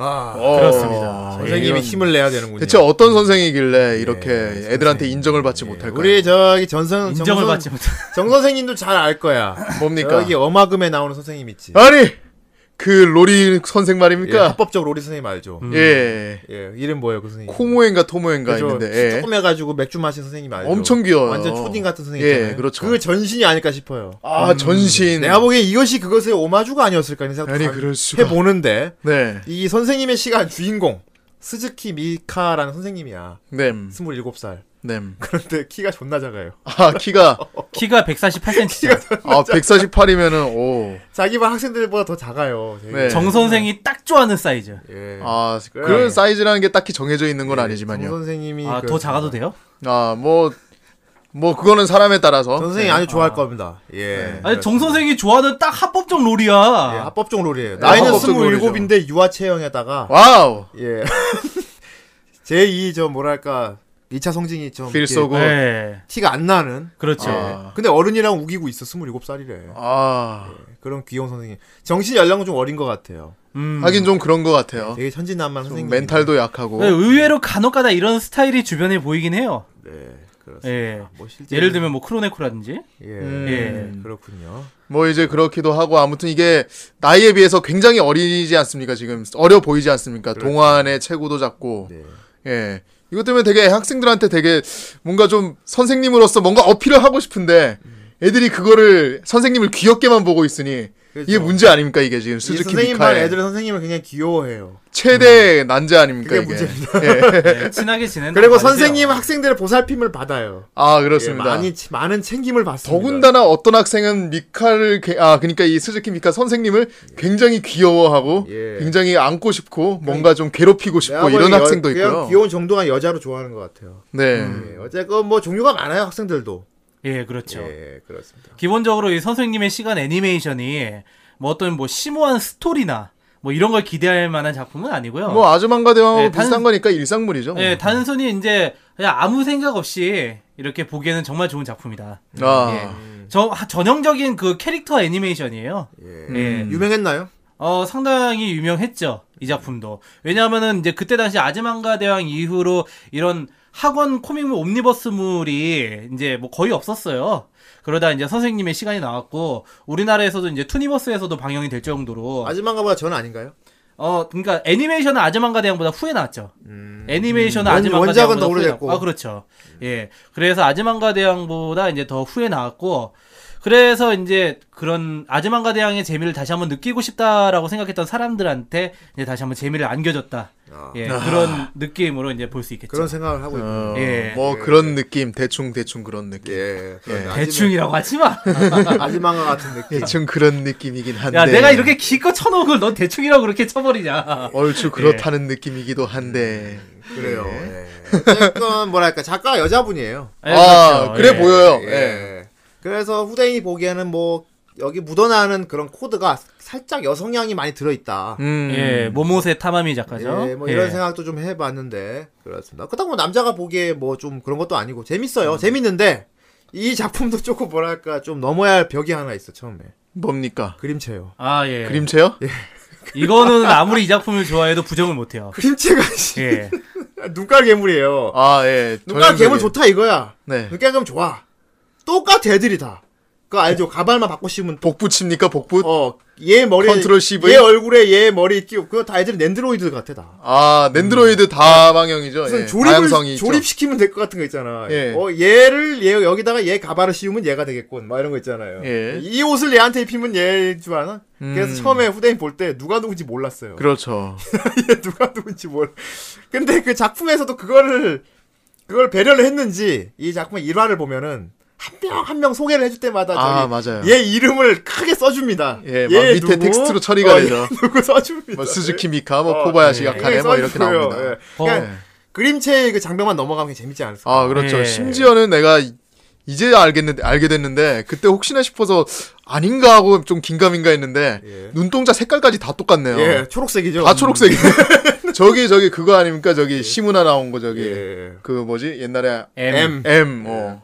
아, 어, 그렇습니다. 예. 선생님이 이런- 힘을 내야 되는군요. 대체 어떤 선생이길래 이렇게 예, 선생님. 애들한테 인정을 받지 예, 못할까요? 우리 저기 전선 인정을 정선, 받지 못해 정 선생님도 잘 알 거야. 뭡니까? 여기 어마금에 나오는 선생님 있지. 그러니까. 아니 그러니까. 그 로리 선생 예, 말입니까? 합법적 로리 선생님 알죠? 음. 예, 예, 이름 뭐예요, 그 선생님? 코모엔가 토모엔가 그죠? 있는데 예. 조금 해가지고 맥주 마신 선생님 알죠? 엄청 귀여워요. 완전 초딩 같은 선생님이잖아요. 예, 그렇죠. 그 전신이 아닐까 싶어요. 아 전신 음. 내가 보기엔 이것이 그것의 오마주가 아니었을까 하는 생각도 아니, 가- 그럴 수가. 해보는데 네, 이 선생님의 시간 주인공 스즈키 미카라는 선생님이야. 냄, 27살. 냄. 그런데 키가 존나 작아요. 아 키가 어, 키가 148cm 아 148이면은 오, 자기 반 학생들보다 더 작아요. 되게. 네. 정 선생이 딱 좋아하는 사이즈 예. 아 그래. 그런 사이즈라는 게 딱히 정해져 있는 네, 건 정 아니지만요. 선생님이 아 더 그- 작아도 돼요? 아 뭐 뭐 그거는 사람에 따라서 정 선생이 아주 좋아할 겁니다. 예. 아니 네. 그렇습니다. 정 선생이 좋아하는 딱 합법적 예, 롤이야 합법적 롤이에요. 예, 나이는 합법적 롤이죠. 27인데 유아 체형에다가 와우 예. 제2 저 뭐랄까 2차 성징이 좀 필 이렇게 쏘고 네 티가 안 나는 예. 그렇죠 아. 근데 어른이랑 우기고 있어 27살이래 아 그런 귀여운 선생님 정신 연령은 좀 어린 것 같아요 음. 하긴 좀 그런 것 같아요. 되게 천진난만 어? 좀 네, 선생님 멘탈도 약하고 뭐. 네, 의외로 간혹가다 이런 스타일이 주변에 보이긴 해요 네 그렇습니다 예. 뭐 실제 예를 들면 뭐 크로네코라든지 예, 예. 그렇군요 뭐 이제 그렇기도 하고 아무튼 이게 나이에 비해서 굉장히 어리지 않습니까 지금 어려 보이지 않습니까 그렇죠. 동안의 체구도 작고 네. 예 이것 때문에 되게 학생들한테 되게 뭔가 좀 선생님으로서 뭔가 어필을 하고 싶은데 애들이 그거를 선생님을 귀엽게만 보고 있으니 이게 그렇죠. 문제 아닙니까 이게 지금 이 수즈키 선생님 반 미카의 애들은 선생님을 굉장히 귀여워해요 최대 난제 아닙니까 그게 그러니까 이게 문제입니다. 예. 네, 친하게 지낸다 그리고 선생님 학생들의 보살핌을 받아요 아 예, 그렇습니다 많이 치- 많은 챙김을 받습니다 더군다나 어떤 학생은 미카를 게- 아 그러니까 이 스즈키 미카 선생님을 굉장히 귀여워하고 예. 네. 굉장히 안고 싶고 뭔가 좀 내가 괴롭히고 싶고 보기엔 이런 여- 학생도 그냥 있고요. 귀여운 정도가 여자로 좋아하는 것 같아요 네. 예, 어쨌건 뭐 종류가 많아요 학생들도 예 그렇죠 예 그렇습니다 기본적으로 이 선생님의 시간 애니메이션이 뭐 어떤 뭐 심오한 스토리나 뭐 이런 걸 기대할 만한 작품은 아니고요. 뭐 아주만과 대왕하고 예, 단- 비슷한 거니까 일상물이죠. 뭐. 예, 단순히 이제 그냥 아무 생각 없이 이렇게 보기에는 정말 좋은 작품이다. 아. 저 하- 전형적인 그 캐릭터 애니메이션이에요. 예. 예. 음. 유명했나요? 어, 상당히 유명했죠. 이 작품도. 왜냐하면은 이제 그때 당시 아즈만가 대왕 이후로 이런 학원 코믹물 옴니버스물이 이제 뭐 거의 없었어요. 그러다 이제 선생님의 시간이 나왔고 우리나라에서도 이제 투니버스에서도 방영이 될 정도로 아즈만가보다 전 아닌가요? 어, 그러니까 애니메이션은 아즈만가 대왕보다 후에 나왔죠. 애니메이션은 음. 원- 아즈만가 원작은 대왕보다 더 후에 오래됐고. 나왔고. 아, 그렇죠. 예. 그래서 아즈만가 대왕보다 이제 더 후에 나왔고, 그래서 이제 그런 아즈만가 대왕의 재미를 다시 한번 느끼고 싶다라고 생각했던 사람들한테 이제 다시 한번 재미를 안겨줬다. 예. 그런 느낌으로 이제 볼 수 있겠죠. 아. 그런 생각을 하고 있군요. 아. 어, 예. 뭐 그런 느낌 대충 대충 그런 느낌. 예. 그런데 대충이라고 하지 마. 아즈만- 네. 아즈만가 같은 느낌. 대충 그런 느낌이긴 한데. 야, 내가 이렇게 예. 기껏 쳐놓은 걸 넌 대충이라고 그렇게 아, 쳐버리냐. 얼추 그렇다는 느낌이기도 한데. 음. 그래요. 네. 예. 어쨌건 뭐랄까 작가 여자분이에요. 예, 아, 그렇죠. 그래 예. 보여요. 예. 그래서 후대인이 보기에는 뭐 여기 묻어나는 그런 코드가 살짝 여성향이 많이 들어있다. 음. 예, 모모세 타마미 작가죠. 예, 뭐 이런 예. 생각도 좀 해봤는데 그렇습니다. 그렇다고 남자가 보기에 뭐 좀 그런 것도 아니고 재밌어요. 음. 재밌는데 이 작품도 조금 뭐랄까 좀 넘어야 할 벽이 하나 있어 처음에 뭡니까? 그림체요. 아, 예. 그림체요? 이거는 아무리 이 작품을 좋아해도 부정을 못해요. 그림체가 예. 눈깔 괴물이에요. 아, 예. 눈깔 괴물 전형적인- 좋다 이거야. 네. 눈깔 괴물 좋아. 똑같아 애들이 다. 그거 네. 알죠? 가발만 바꿔 씌우면 복붙입니까? 복붙? 어얘 머리에 컨트롤 CV? 얘 얼굴에 얘 머리 끼고 그거 다 애들은 랜드로이드 같아 다. 아, 낸드로이드 다방향이죠. 어. 무슨 예. 다양성이 조립을 있죠. 조립시키면 될 것 같은 거 있잖아. 예. 어 얘를 얘 여기다가 얘 가발을 씌우면 얘가 되겠군. 막 이런 거 있잖아요. 예. 이 옷을 얘한테 입히면 얘일 줄 아나? 음. 그래서 처음에 후대인 볼 때 누가 누군지 몰랐어요. 그렇죠. 얘 누가 누군지 몰라. 근데 그 작품에서도 그거를, 그걸 배려를 했는지, 이 작품의 일화를 보면은, 한 명, 한 명 소개를 해줄 때마다, 아, 저기 예. 맞아요. 얘 이름을 크게 써줍니다. 예, 얘 어, 막 밑에 텍스트로 처리가 얘 되죠. 누구 써줍니다. 뭐 스즈키 미카, 뭐 어, 코바야시 예. 가카네 뭐 이렇게 써주고요. 나옵니다. 예. 그냥 어. 그림체의 그 장면만 넘어가면 재밌지 않을까. 아 그렇죠. 예. 심지어는 내가 이- 이제 알겠는데 알게 됐는데 그때 혹시나 싶어서 아닌가 하고 좀 긴가민가 했는데 예. 눈동자 색깔까지 다 똑같네요. 예, 음. 초록색이죠. 다 초록색이네. 저기 저기 그거 아닙니까 저기 시문화 나온 거 저기 예. 그 뭐지 옛날에 M. M. 예. M 어.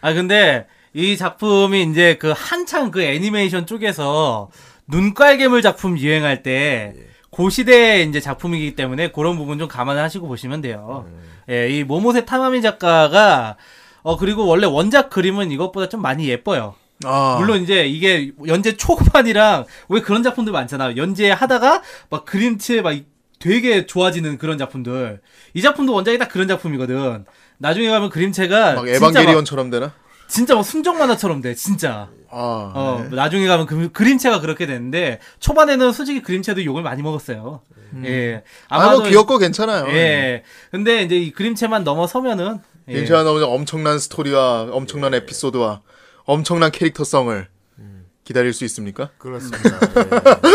아 근데 이 작품이 이제 그 한창 그 애니메이션 쪽에서 눈깔괴물 작품 유행할 때 고시대의 이제 작품이기 때문에 그런 부분 좀 감안을 하시고 보시면 돼요. 예, 이 모모세 타마미 작가가 어 그리고 원래 원작 그림은 이것보다 좀 많이 예뻐요. 아, 물론 이제 이게 연재 초반이랑 왜 그런 작품들 많잖아. 연재하다가 막 그림체 막 되게 좋아지는 그런 작품들. 이 작품도 원작이 딱 그런 작품이거든. 나중에 가면 그림체가 막 진짜 막, 에반게리온처럼 되나? 진짜 막 순정 만화처럼 돼. 진짜. 아, 어, 나중에 가면 그, 그림체가 그렇게 되는데 초반에는 솔직히 그림체도 욕을 많이 먹었어요. 예. 아, 뭐 아마도- 귀엽고 괜찮아요. 예. 근데 이제 이 그림체만 넘어서면은 예. 임시한 나오는 엄청난 스토리와 엄청난 예. 에피소드와 엄청난 캐릭터성을 음. 기다릴 수 있습니까? 그렇습니다. 예.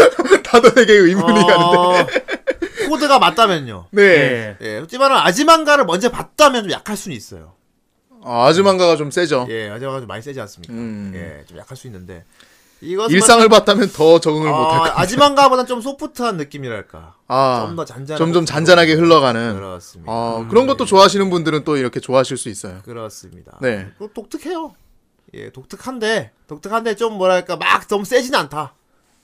다들에게 의문이 가는데. 어, 코드가 맞다면요. 네. 예. 예, 하지만은 아지만가를 먼저 봤다면 좀 약할 수는 있어요. 아, 아즈만가가 좀 세죠. 예, 아지만가 좀 많이 세지 않습니까? 음. 예, 좀 약할 수 있는데 이것 일상을 봤다면 더 적응을 못할 것 아, 같아요. 아지만가보다 좀 소프트한 느낌이랄까. 아, 좀더 잔잔. 점점 잔잔하게 흘러가는. 그렇습니다. 음. 아, 그런 것도 좋아하시는 분들은 또 이렇게 좋아하실 수 있어요. 그렇습니다. 네. 또 독특해요. 예, 독특한데 독특한데 좀 뭐랄까 막 너무 세진 않다.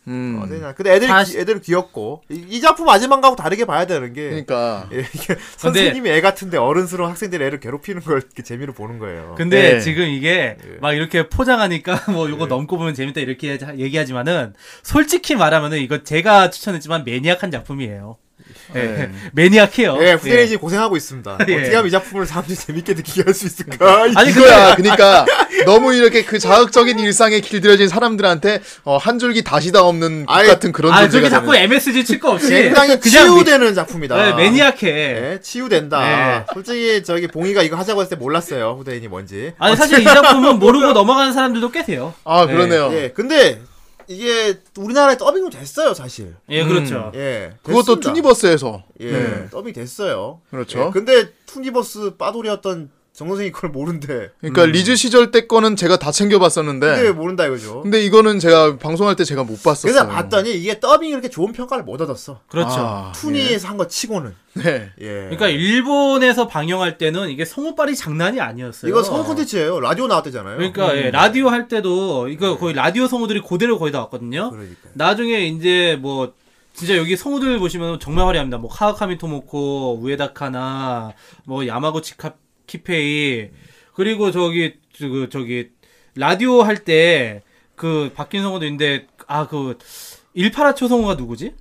음. 어, 세진 않. 근데 애들이 다시- 귀- 애들이 귀엽고 이, 이 작품 마지막하고 다르게 봐야 되는 게. 네. 그러니까 예, 이게 선생님이 애 같은데 어른스러운 학생들이 애를 괴롭히는 걸 이렇게 재미로 보는 거예요. 근데 예. 지금 이게 네. 막 이렇게 포장하니까 뭐 이거 넘고 보면 재밌다 이렇게 하- 얘기하지만은 솔직히 말하면은 이거 제가 추천했지만 매니악한 작품이에요. 예. 예. 매니악해요. 예, 네. 후대리지 고생하고 있습니다. 예. 어떻게 하면 이 작품을 사람들이 재밌게 느끼게 할 수 있을까? 이- 아니 근데 이거야. 그러니까 너무 이렇게 그 자극적인 일상에 길들여진 사람들한테 어, 한 줄기 다시다 없는 국 아이, 같은 그런 아 저기 존재가 자꾸 되는. MSG 칠 거 없이 굉장히 미- 치유되는 작품이다. 예, 매니악해. 예, 치유된다. 예. 솔직히 저기 봉이가 이거 하자고 했을 때 몰랐어요. 후대인이 뭔지. 아니 사실 이 작품은 모르고 넘어가는 사람들도 꽤 돼요. 아 그러네요. 예, 근데 이게 우리나라에 더빙도 됐어요, 사실. 예, 그렇죠. 예. 그것도 됐습니다. 투니버스에서 네. 예, 더빙 됐어요. 그렇죠. 예, 근데 투니버스 빠돌이었던 정선생이 그걸 모른대. 그러니까 리즈 시절 때 거는 제가 다 챙겨봤었는데 음. 근데 근데, 왜 모른다 이거죠. 이거는 제가 방송할 때 제가 못 봤었어요. 그래서 봤더니 이게 더빙이 이렇게 좋은 평가를 못 얻었어. 그렇죠. 아, 투니에서 한 거 치고는. 네. 예. 그러니까 일본에서 방영할 때는 이게 성우빨이 장난이 아니었어요. 이거 성우 콘텐츠예요. 음. 라디오 나왔대잖아요. 그러니까 예, 라디오 할 때도 이거 거의 라디오 성우들이 그대로 거의 다 왔거든요. 그러니까요. 나중에 이제 뭐 진짜 여기 성우들 보시면 정말 화려합니다. 뭐 카와카미 토모코, 우에다카나, 뭐 야마구치 카, 키페이 그리고 저기 저- 그 저기 라디오 할 때 그 바뀐 성우도 있는데 아 그 일파라초 성우가 누구지?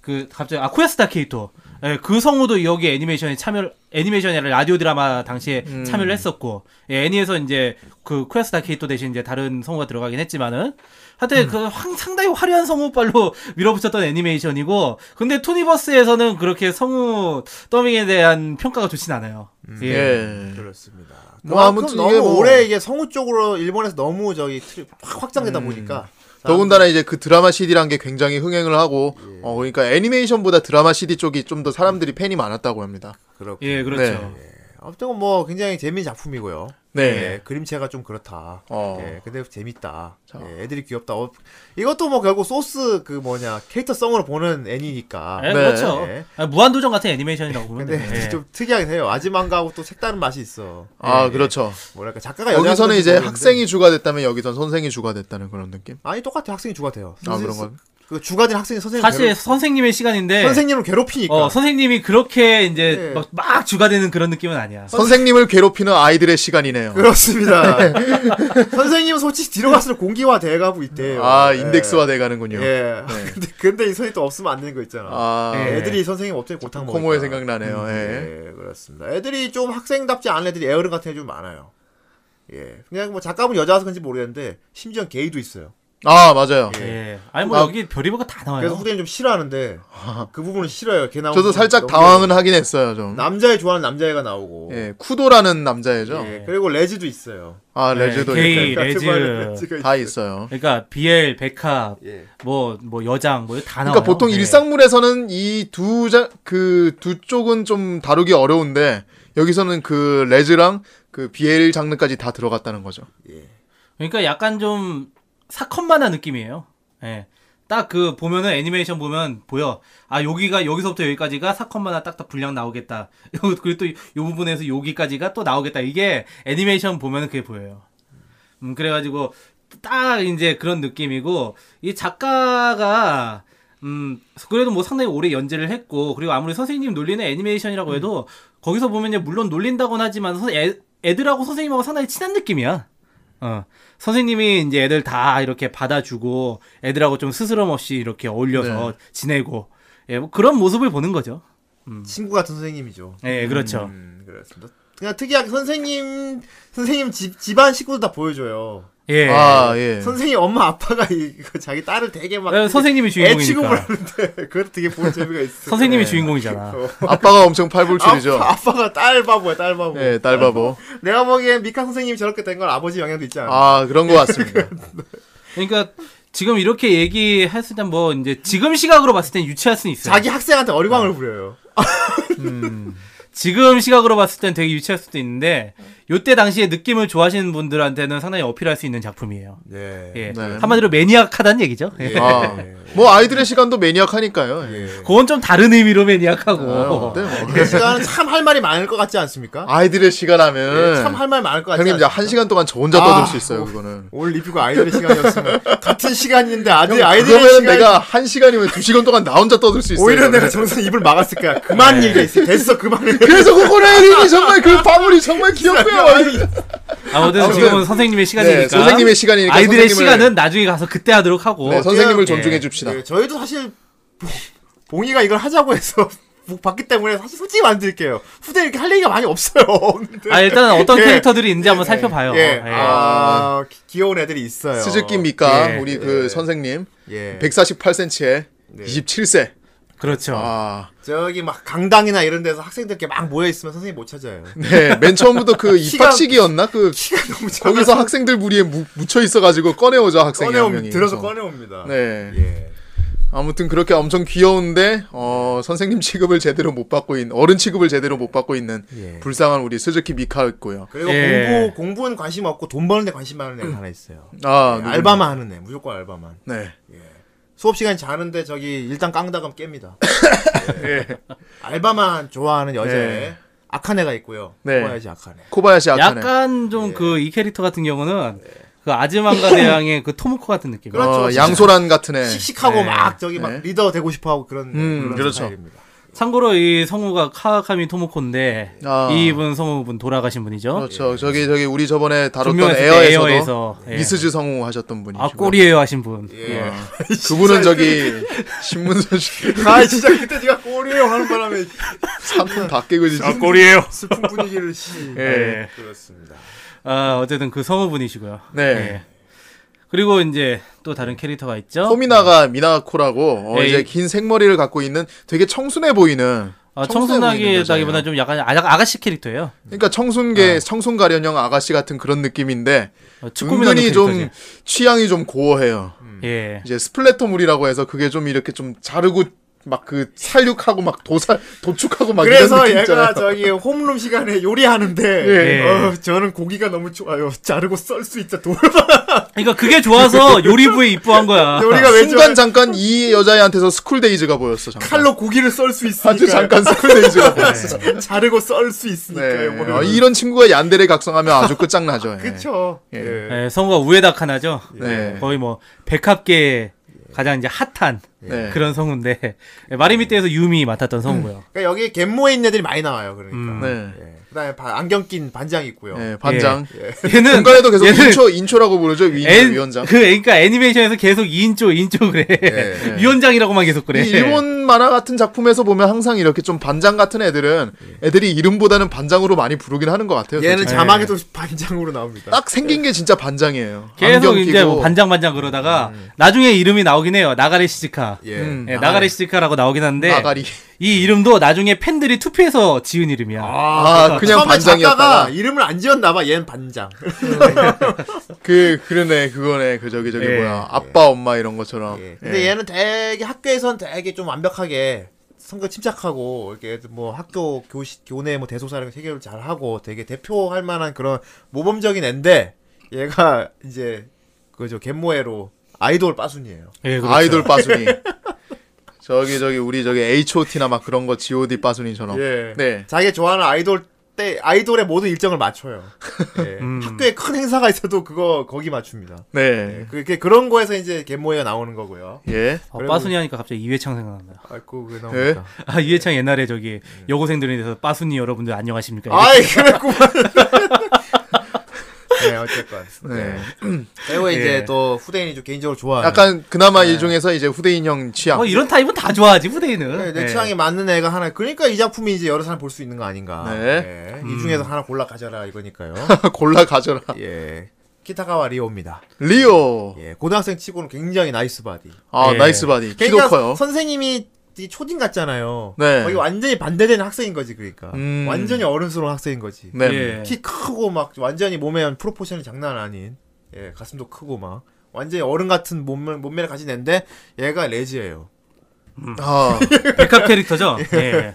그 갑자기 아 쿠야스타 케이토 예, 그 성우도 여기 애니메이션에 참여 애니메이션이 아니라 라디오 드라마 당시에 참여를 했었고 예, 애니에서 이제 그 쿠야스타 케이토 대신 이제 다른 성우가 들어가긴 했지만은 하여튼 그 황- 상당히 화려한 성우빨로 밀어붙였던 애니메이션이고 근데 투니버스에서는 그렇게 성우 더빙에 대한 평가가 좋진 않아요. 예. 예. 그렇습니다. 뭐 아무튼 그만큼 이게 너무 뭐- 올해 이게 성우 쪽으로 일본에서 너무 저기 틀이 확 확장되다 보니까 음. 더군다나 이제 그 드라마 CD란 게 굉장히 흥행을 하고 예. 어 그러니까 애니메이션보다 드라마 CD 쪽이 좀 더 사람들이 팬이 많았다고 합니다. 그렇고 예, 그렇죠. 아무튼 뭐 굉장히 재미있는 작품이고요. 네. 예, 그림체가 좀 그렇다. 어. 예, 근데 재밌다. 예, 애들이 귀엽다. 어, 이것도 뭐 결국 소스 그 뭐냐 캐릭터성으로 보는 애니니까. 예, 네. 그렇죠. 예. 아, 무한도전 같은 애니메이션이라고 보면 근데 돼요. 예. 좀 특이하긴 해요. 아지만가하고 또 색다른 맛이 있어. 아 예, 아, 그렇죠. 뭐랄까 작가가 여기서는 여자였는지 이제 모르겠는데. 학생이 주가 됐다면 여기선 선생이 주가 됐다는 그런 느낌. 아니 똑같아 학생이 주가 돼요. 아 그런 거. 그 주가 된 학생이 선생님 네. 사실 선생님의 시간인데 선생님을 괴롭히니까. 어, 선생님이 그렇게 이제 예. 막, 막 주가 되는 그런 느낌은 아니야. 선생님을 괴롭히는 아이들의 시간이네요. 그렇죠. 그렇습니다. 선생님은 솔직히 뒤로 갈수록 공기화 돼가고 있대요. 네. 아 예. 인덱스화 돼가는군요. 네. 예. 근데 근데 이 선생님 또 없으면 안 되는 거 있잖아. 아 예. 애들이 선생님 없더니 골탕 먹. 코모에 생각나네요. 예. 예, 그렇습니다. 애들이 좀 학생답지 않은 애들이 에어른 같은 애좀 많아요. 예. 그냥 뭐 작가분 여자라서 그런지 모르겠는데 심지어 게이도 있어요. 아 맞아요. 예. 아니 뭐 아, 여기 별의별거 다 나와요. 그래서 후대님 좀 싫어하는데 그 부분은 싫어요. 걔 나오는 저도 부분 살짝 음, 너무 당황은 하긴 했어요 좀. 남자애 좋아하는 남자애가 나오고. 예 쿠도라는 남자애죠. 예, 그리고 레지도 있어요. 그러니까 아 예, 레즈도 게이, 있고. 레즈. 레즈가 다 있어요. 그러니까 BL, 백합, 있- 예. 뭐, 뭐, 여장, 뭐, 다 나와요. 그러니까 보통 예. 일상물에서는 이 두 자, 그, 두 쪽은 좀 다루기 어려운데, 여기서는 그 레즈랑 그 BL 장르까지 다 들어갔다는 거죠. 그러니까 약간 좀 사컷만한 느낌이에요. 예. 딱 그 보면은 애니메이션 보면 보여. 아 여기가 여기서부터 여기까지가 사건마다 딱딱 분량 나오겠다. 그리고 또 이 부분에서 여기까지가 또 나오겠다. 이게 애니메이션 보면은 그게 보여요. 음, 그래가지고 딱 이제 그런 느낌이고 이 작가가 음 그래도 뭐 상당히 오래 연재를 했고 그리고 아무리 선생님 놀리는 애니메이션이라고 음. 해도 거기서 보면 이제 물론 놀린다곤 하지만 선- 애, 애들하고 선생님하고 상당히 친한 느낌이야. 어 선생님이 이제 애들 다 이렇게 받아주고 애들하고 좀 스스럼 없이 이렇게 어울려서 네. 지내고 예, 뭐 그런 모습을 보는 거죠. 친구 같은 선생님이죠. 예, 그렇죠. 음, 그렇습니다. 그냥 특이하게 선생님 선생님 집 집안 식구도 다 보여줘요. 예. 아, 예. 선생님 엄마 아빠가 이거 그 자기 딸을 되게 막 예, 선생님이 애취급을 네. 주인공이니까. 그렇죠. 하는데 그걸 되게 볼 재미가 있어. 선생님이 주인공이잖아. 아빠가 엄청 팔불출이죠. 아빠, 아빠가 딸 바보야 딸 바보. 예, 딸바보. 내가 보기엔 미카 선생님이 저렇게 된 건 아버지 영향도 있지 않아. 아, 그런 것 같습니다. 그러니까 지금 이렇게 얘기했을 땐 뭐 이제 지금 시각으로 봤을 땐 유치할 수는 네. 있어요. 자기 학생한테 아. 어리광을 부려요. 지금 시각으로 봤을 땐 되게 유치할 수도 있는데 요때 당시의 느낌을 좋아하시는 분들한테는 상당히 어필할 수 있는 작품이에요. 네. 예. 네. 한마디로 매니악하다는 얘기죠. 예. 아, 뭐 아이들의 시간도 매니악하니까요. 예. 그건 좀 다른 의미로 매니악하고. 아, 네, 뭐. 그 시간은 참 할 말이 많을 것 같지 않습니까? 예, 아이들의 시간 하면 네, 참 할 말 많을 것 같지 형님 이제 않습니까? 한 시간 동안 저 혼자 아, 떠들 수 있어요 그거는. 오늘 리뷰가 아이들의 시간이었으면 같은 시간인데 네, 아들 아이들의 그러면 시간 내가 한 시간이면 두 시간 동안 나 혼자 떠들 수 있어요. 네. 오히려 그거는. 내가 정선 입을 막았을 거야. 그만 얘기했어. 됐어 그만해. 그래서 그거는 애들이 정말 그 바물이 정말 귀엽고요. 아무튼 지금은 선생님의 시간이니까. 네, 선생님의 시간이니까 아이들의 선생님을- 시간은 나중에 가서 그때 하도록 하고. 네, 선생님을 예. 존중해 줍시다. 네, 저희도 사실 봉- 봉이가 이걸 하자고 해서 복 받기 때문에 사실 솔직히 만들게요. 후대 이렇게 할 얘기가 많이 없어요. 없는데. 아 일단 어떤 예. 캐릭터들이 있는지 한번 살펴봐요. 예. 예. 아, 기- 귀여운 애들이 있어요. 스즈키 미카 예, 우리 그 선생님 예. 네. 148cm에 27세. 그렇죠. 아, 저기 막 강당이나 이런 데서 학생들 이렇게 막 모여 있으면 선생님 못 찾아요. 네, 맨 처음부터 그 키가- 입학식이었나 그 키가 너무 작아서 거기서 학생들 무리에 무, 묻혀 있어가지고 꺼내오자 학생이 한 꺼내옵 명이. 들어서 그래서. 꺼내옵니다. 네. 예. 아무튼 그렇게 엄청 귀여운데 어, 선생님 취급을 제대로 못 받고 있는 어른 취급을 제대로 못 받고 있는 예. 불쌍한 우리 스즈키 미카 있고요. 그리고 예. 공부 공부는 관심 없고 돈 버는 데 관심 많은 애가 하나 있어요. 아, 누구- 그 알바만 하는 애, 무조건 알바만. 네. 수업 시간 자는데 저기 일단 깡다감 깹니다. 예. 알바만 좋아하는 여자 네. 애 악한 애가 있고요. 네. 좋아야지 악한 애. 코바야시 아카네. 예. 네. 약간 좀 그 이 캐릭터 같은 경우는 그 아즈만가 대왕의 그 토모코 같은 느낌. 그렇죠. 어, 진짜. 양소란 같은 애. 씩씩하고 막 저기 막 네. 리더 되고 싶어하고 그런 음, 그런 그렇죠. 스타일입니다. 참고로 이 성우가 카와카미 토모코인데 아. 이분 성우분 돌아가신 분이죠. 그렇죠. 저기 저기 우리 저번에 다뤘던 어? 분명했을 때 에어에서도 에어에서, 예. 미스즈 성우 하셨던 분이시고. 아 꼬리에요 하신 분. 예. 그분은 저기 신문 소식 아 진짜 그때 네가 꼬리에요 하는 바람에 상품 다 깨고 진짜. 아, 꼬리에요. 슬픈 분위기를 시. 예. 그렇습니다. 아 어쨌든 그 성우분이시고요. 네. 예. 그리고 이제 또 다른 캐릭터가 있죠. 음, 코미나가 미나코라고 어, 어? 예, 에이. 이제 긴 생머리를 갖고 있는 되게 청순해 보이는 아, 청순해 보이는 여자예요. 청순하기보다 좀 약간 아, 아가씨 캐릭터예요. 그러니까 청순계 네. 청순 가련형 아가씨 같은 그런 느낌인데 어, 축구미나 은근히 캐릭터지. 좀 취향이 좀 고어해요. 예. 이제 스플래터물이라고 해서 그게 좀 이렇게 좀 자르고 막 그 살육하고 막 도살 도축하고 막 이런 그래서 느낌 있잖아요. 얘가 저기 홈룸 시간에 요리하는데 예. 어, 저는 고기가 너무 좋아요. 자르고 썰 수 있다 돌 그러니까 그게 좋아서 요리부에 입부한 거야. 요리가 왜 순간 좋아요? 잠깐 이 여자애한테서 스쿨데이즈가 보였어. 잠깐. 칼로 고기를 썰 수 있으니까 아주 잠깐 스쿨데이즈가 보였어. 자르고 썰 수 있으니까 네. 뭐 요거는. 어, 이런 친구가 얀데레 각성하면 아주 끝장나죠. 예. 그쵸 예. 네. 예. 예, 성우가 우에다카나죠. 네. 거의 뭐 백합계 가장 이제 핫한 네. 그런 성우인데 예, 마리미떼에서 유미 맡았던 성우고요. 그러니까 여기 갯모에 있는 애들이 많이 나와요 그러니까 네. 예. 그다음에 바- 안경 낀 반장 있고요 예, 반장. 얘는 중간에도 계속 얘는 인초 인초라고 부르죠. 위인 엔- 위원장. 그 그러니까 애니메이션에서 계속 2인조 2인조 그래. 예. 위원장이라고만 계속 그래. 이 일본 만화 같은 작품에서 보면 항상 이렇게 좀 반장 같은 애들은 애들이 이름보다는 반장으로 많이 부르긴 하는 것 같아요. 얘는 솔직히. 자막에도 반장으로 나옵니다 딱 생긴 게 진짜 반장이에요. 계속 안경 이제 끼고. 뭐 반장반장 그러다가 나중에 이름이 나오긴 해요. 나가레 시즈카. 예. 음. 예, 나가레 시즈카라고 나오긴 한데 나가리. 이 이름도 나중에 팬들이 투표해서 지은 이름이야. 아, 그냥 그러니까 처음에 반장이었다가 작가가 이름을 안 지었나봐 얘는 반장 그 그러네 그거네 그 저기 저기 예. 뭐야 아빠 엄마 이런 것처럼. 예. 근데 예. 얘는 되게 학교에선 되게 좀 완벽하게 성격 침착하고 이렇게 뭐 학교 교시 교내 뭐 대소사랑 해결을 잘 하고 되게 대표할 만한 그런 모범적인 애인데 얘가 이제 그저 갯모애로 아이돌 빠순이에요. 예, 그렇죠. 아이돌 빠순이. 저기 저기 우리 저기 H.O.T나 막 그런 거 G.O.D 빠순이처럼. 예. 네. 자기 좋아하는 아이돌 때 아이돌의 모든 일정을 맞춰요. 예. 학교에 큰 행사가 있어도 그거 거기 맞춥니다. 네. 그게 그런 거에서 이제 갯모이가 나오는 거고요. 예. 아, 그래도- 빠순이 하니까 갑자기 이회창 생각난다. 아이고 그놈. 예. 아, 이회창 옛날에 저기 음. 여고생들에 대해서 빠순이 여러분들 안녕하십니까? 아이 그랬구만. 네 어쨌건. 네. 그리고 이제 예. 또 후대인이 좀 개인적으로 좋아하는. 약간 그나마 네. 이 중에서 이제 후대인 형 취향. 뭐 이런 타입은 다 좋아하지 후대인은. 네, 내 예. 취향에 맞는 애가 하나. 그러니까 이 작품이 이제 여러 사람 볼 수 있는 거 아닌가. 네. 예. 이 중에서 하나 골라 가져라 이거니까요. 골라 가져라. 예. 키타가와 리오입니다. 리오. 예. 고등학생 치고는 굉장히 나이스 바디. 아 예. 나이스 바디. 키도 그러니까 커요. 선생님이 이 초딩 같잖아요. 네. 거기 완전히 반대되는 학생인 거지 그러니까. 음. 완전히 어른스러운 학생인 거지. 네. 예. 키 크고 막 완전히 몸에 프로포션이 장난 아닌. 예. 가슴도 크고 막 완전히 어른 같은 몸매, 몸매를 가진 애인데 얘가 레즈예요. 아 백합 캐릭터죠. 예.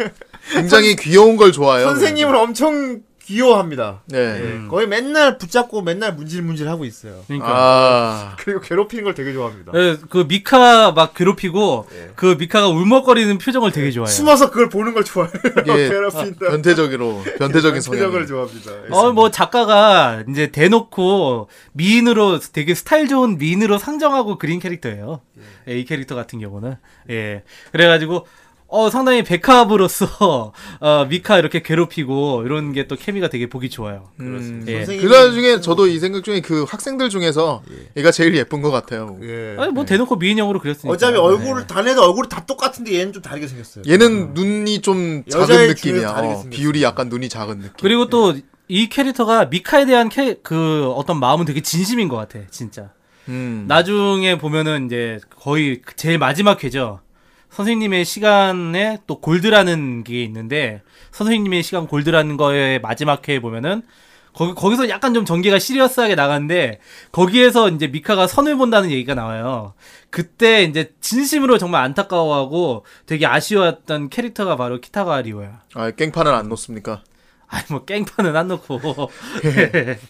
굉장히 귀여운 걸 좋아해요. 선생님을 엄청 귀여워합니다. 네. 예, 네. 거의 맨날 붙잡고 맨날 문질문질 하고 있어요. 그러니까 아 그리고 괴롭히는 걸 되게 좋아합니다. 네. 예, 그 미카 막 괴롭히고 그 미카가 울먹거리는 표정을 되게 좋아해요. 예. 숨어서 그걸 보는 걸 좋아해요. 이게 괴롭힌다. 변태적으로 예. 아, 변태적인 성격을 성향. 좋아합니다. 예. 어, 뭐, 작가가 이제 대놓고 미인으로, 되게 스타일 좋은 미인으로 상정하고 그린 캐릭터예요. 예, 이 캐릭터 같은 경우는. 예. 그래가지고, 어, 상당히 백합으로서, 어, 미카 이렇게 괴롭히고, 이런 게 또 케미가 되게 보기 좋아요. 음. 예. 선생님이- 그 나중에 저도 이 생각 중에 그 학생들 중에서 얘가 제일 예쁜 것 같아요. 예. 아니, 뭐, 대놓고 미인형으로 그렸으니까. 예. 어차피 네. 얼굴을 다 내도 얼굴이 다 똑같은데 얘는 좀 다르게 생겼어요. 얘는 눈이 좀 작은 여자의 느낌이야. 기운이 다르게 어, 생겼어. 비율이 약간 눈이 작은 느낌. 예. 그리고 또, 이 캐릭터가 미카에 대한 캐, 그 어떤 마음은 되게 진심인 것 같아, 진짜. 음. 나중에 보면은 이제 거의 제일 마지막 회죠. 선생님의 시간에 또 골드라는 게 있는데 선생님의 시간 골드라는 거의 마지막 회에 보면은 거기 거기서 약간 좀 전개가 시리어스하게 나가는데 거기에서 이제 미카가 선을 본다는 얘기가 나와요. 그때 이제 진심으로 정말 안타까워하고 되게 아쉬워했던 캐릭터가 바로 키타가 리오야. 아, 깽판을 안 놓습니까? 아니 뭐 깽판은 안 넣고 예.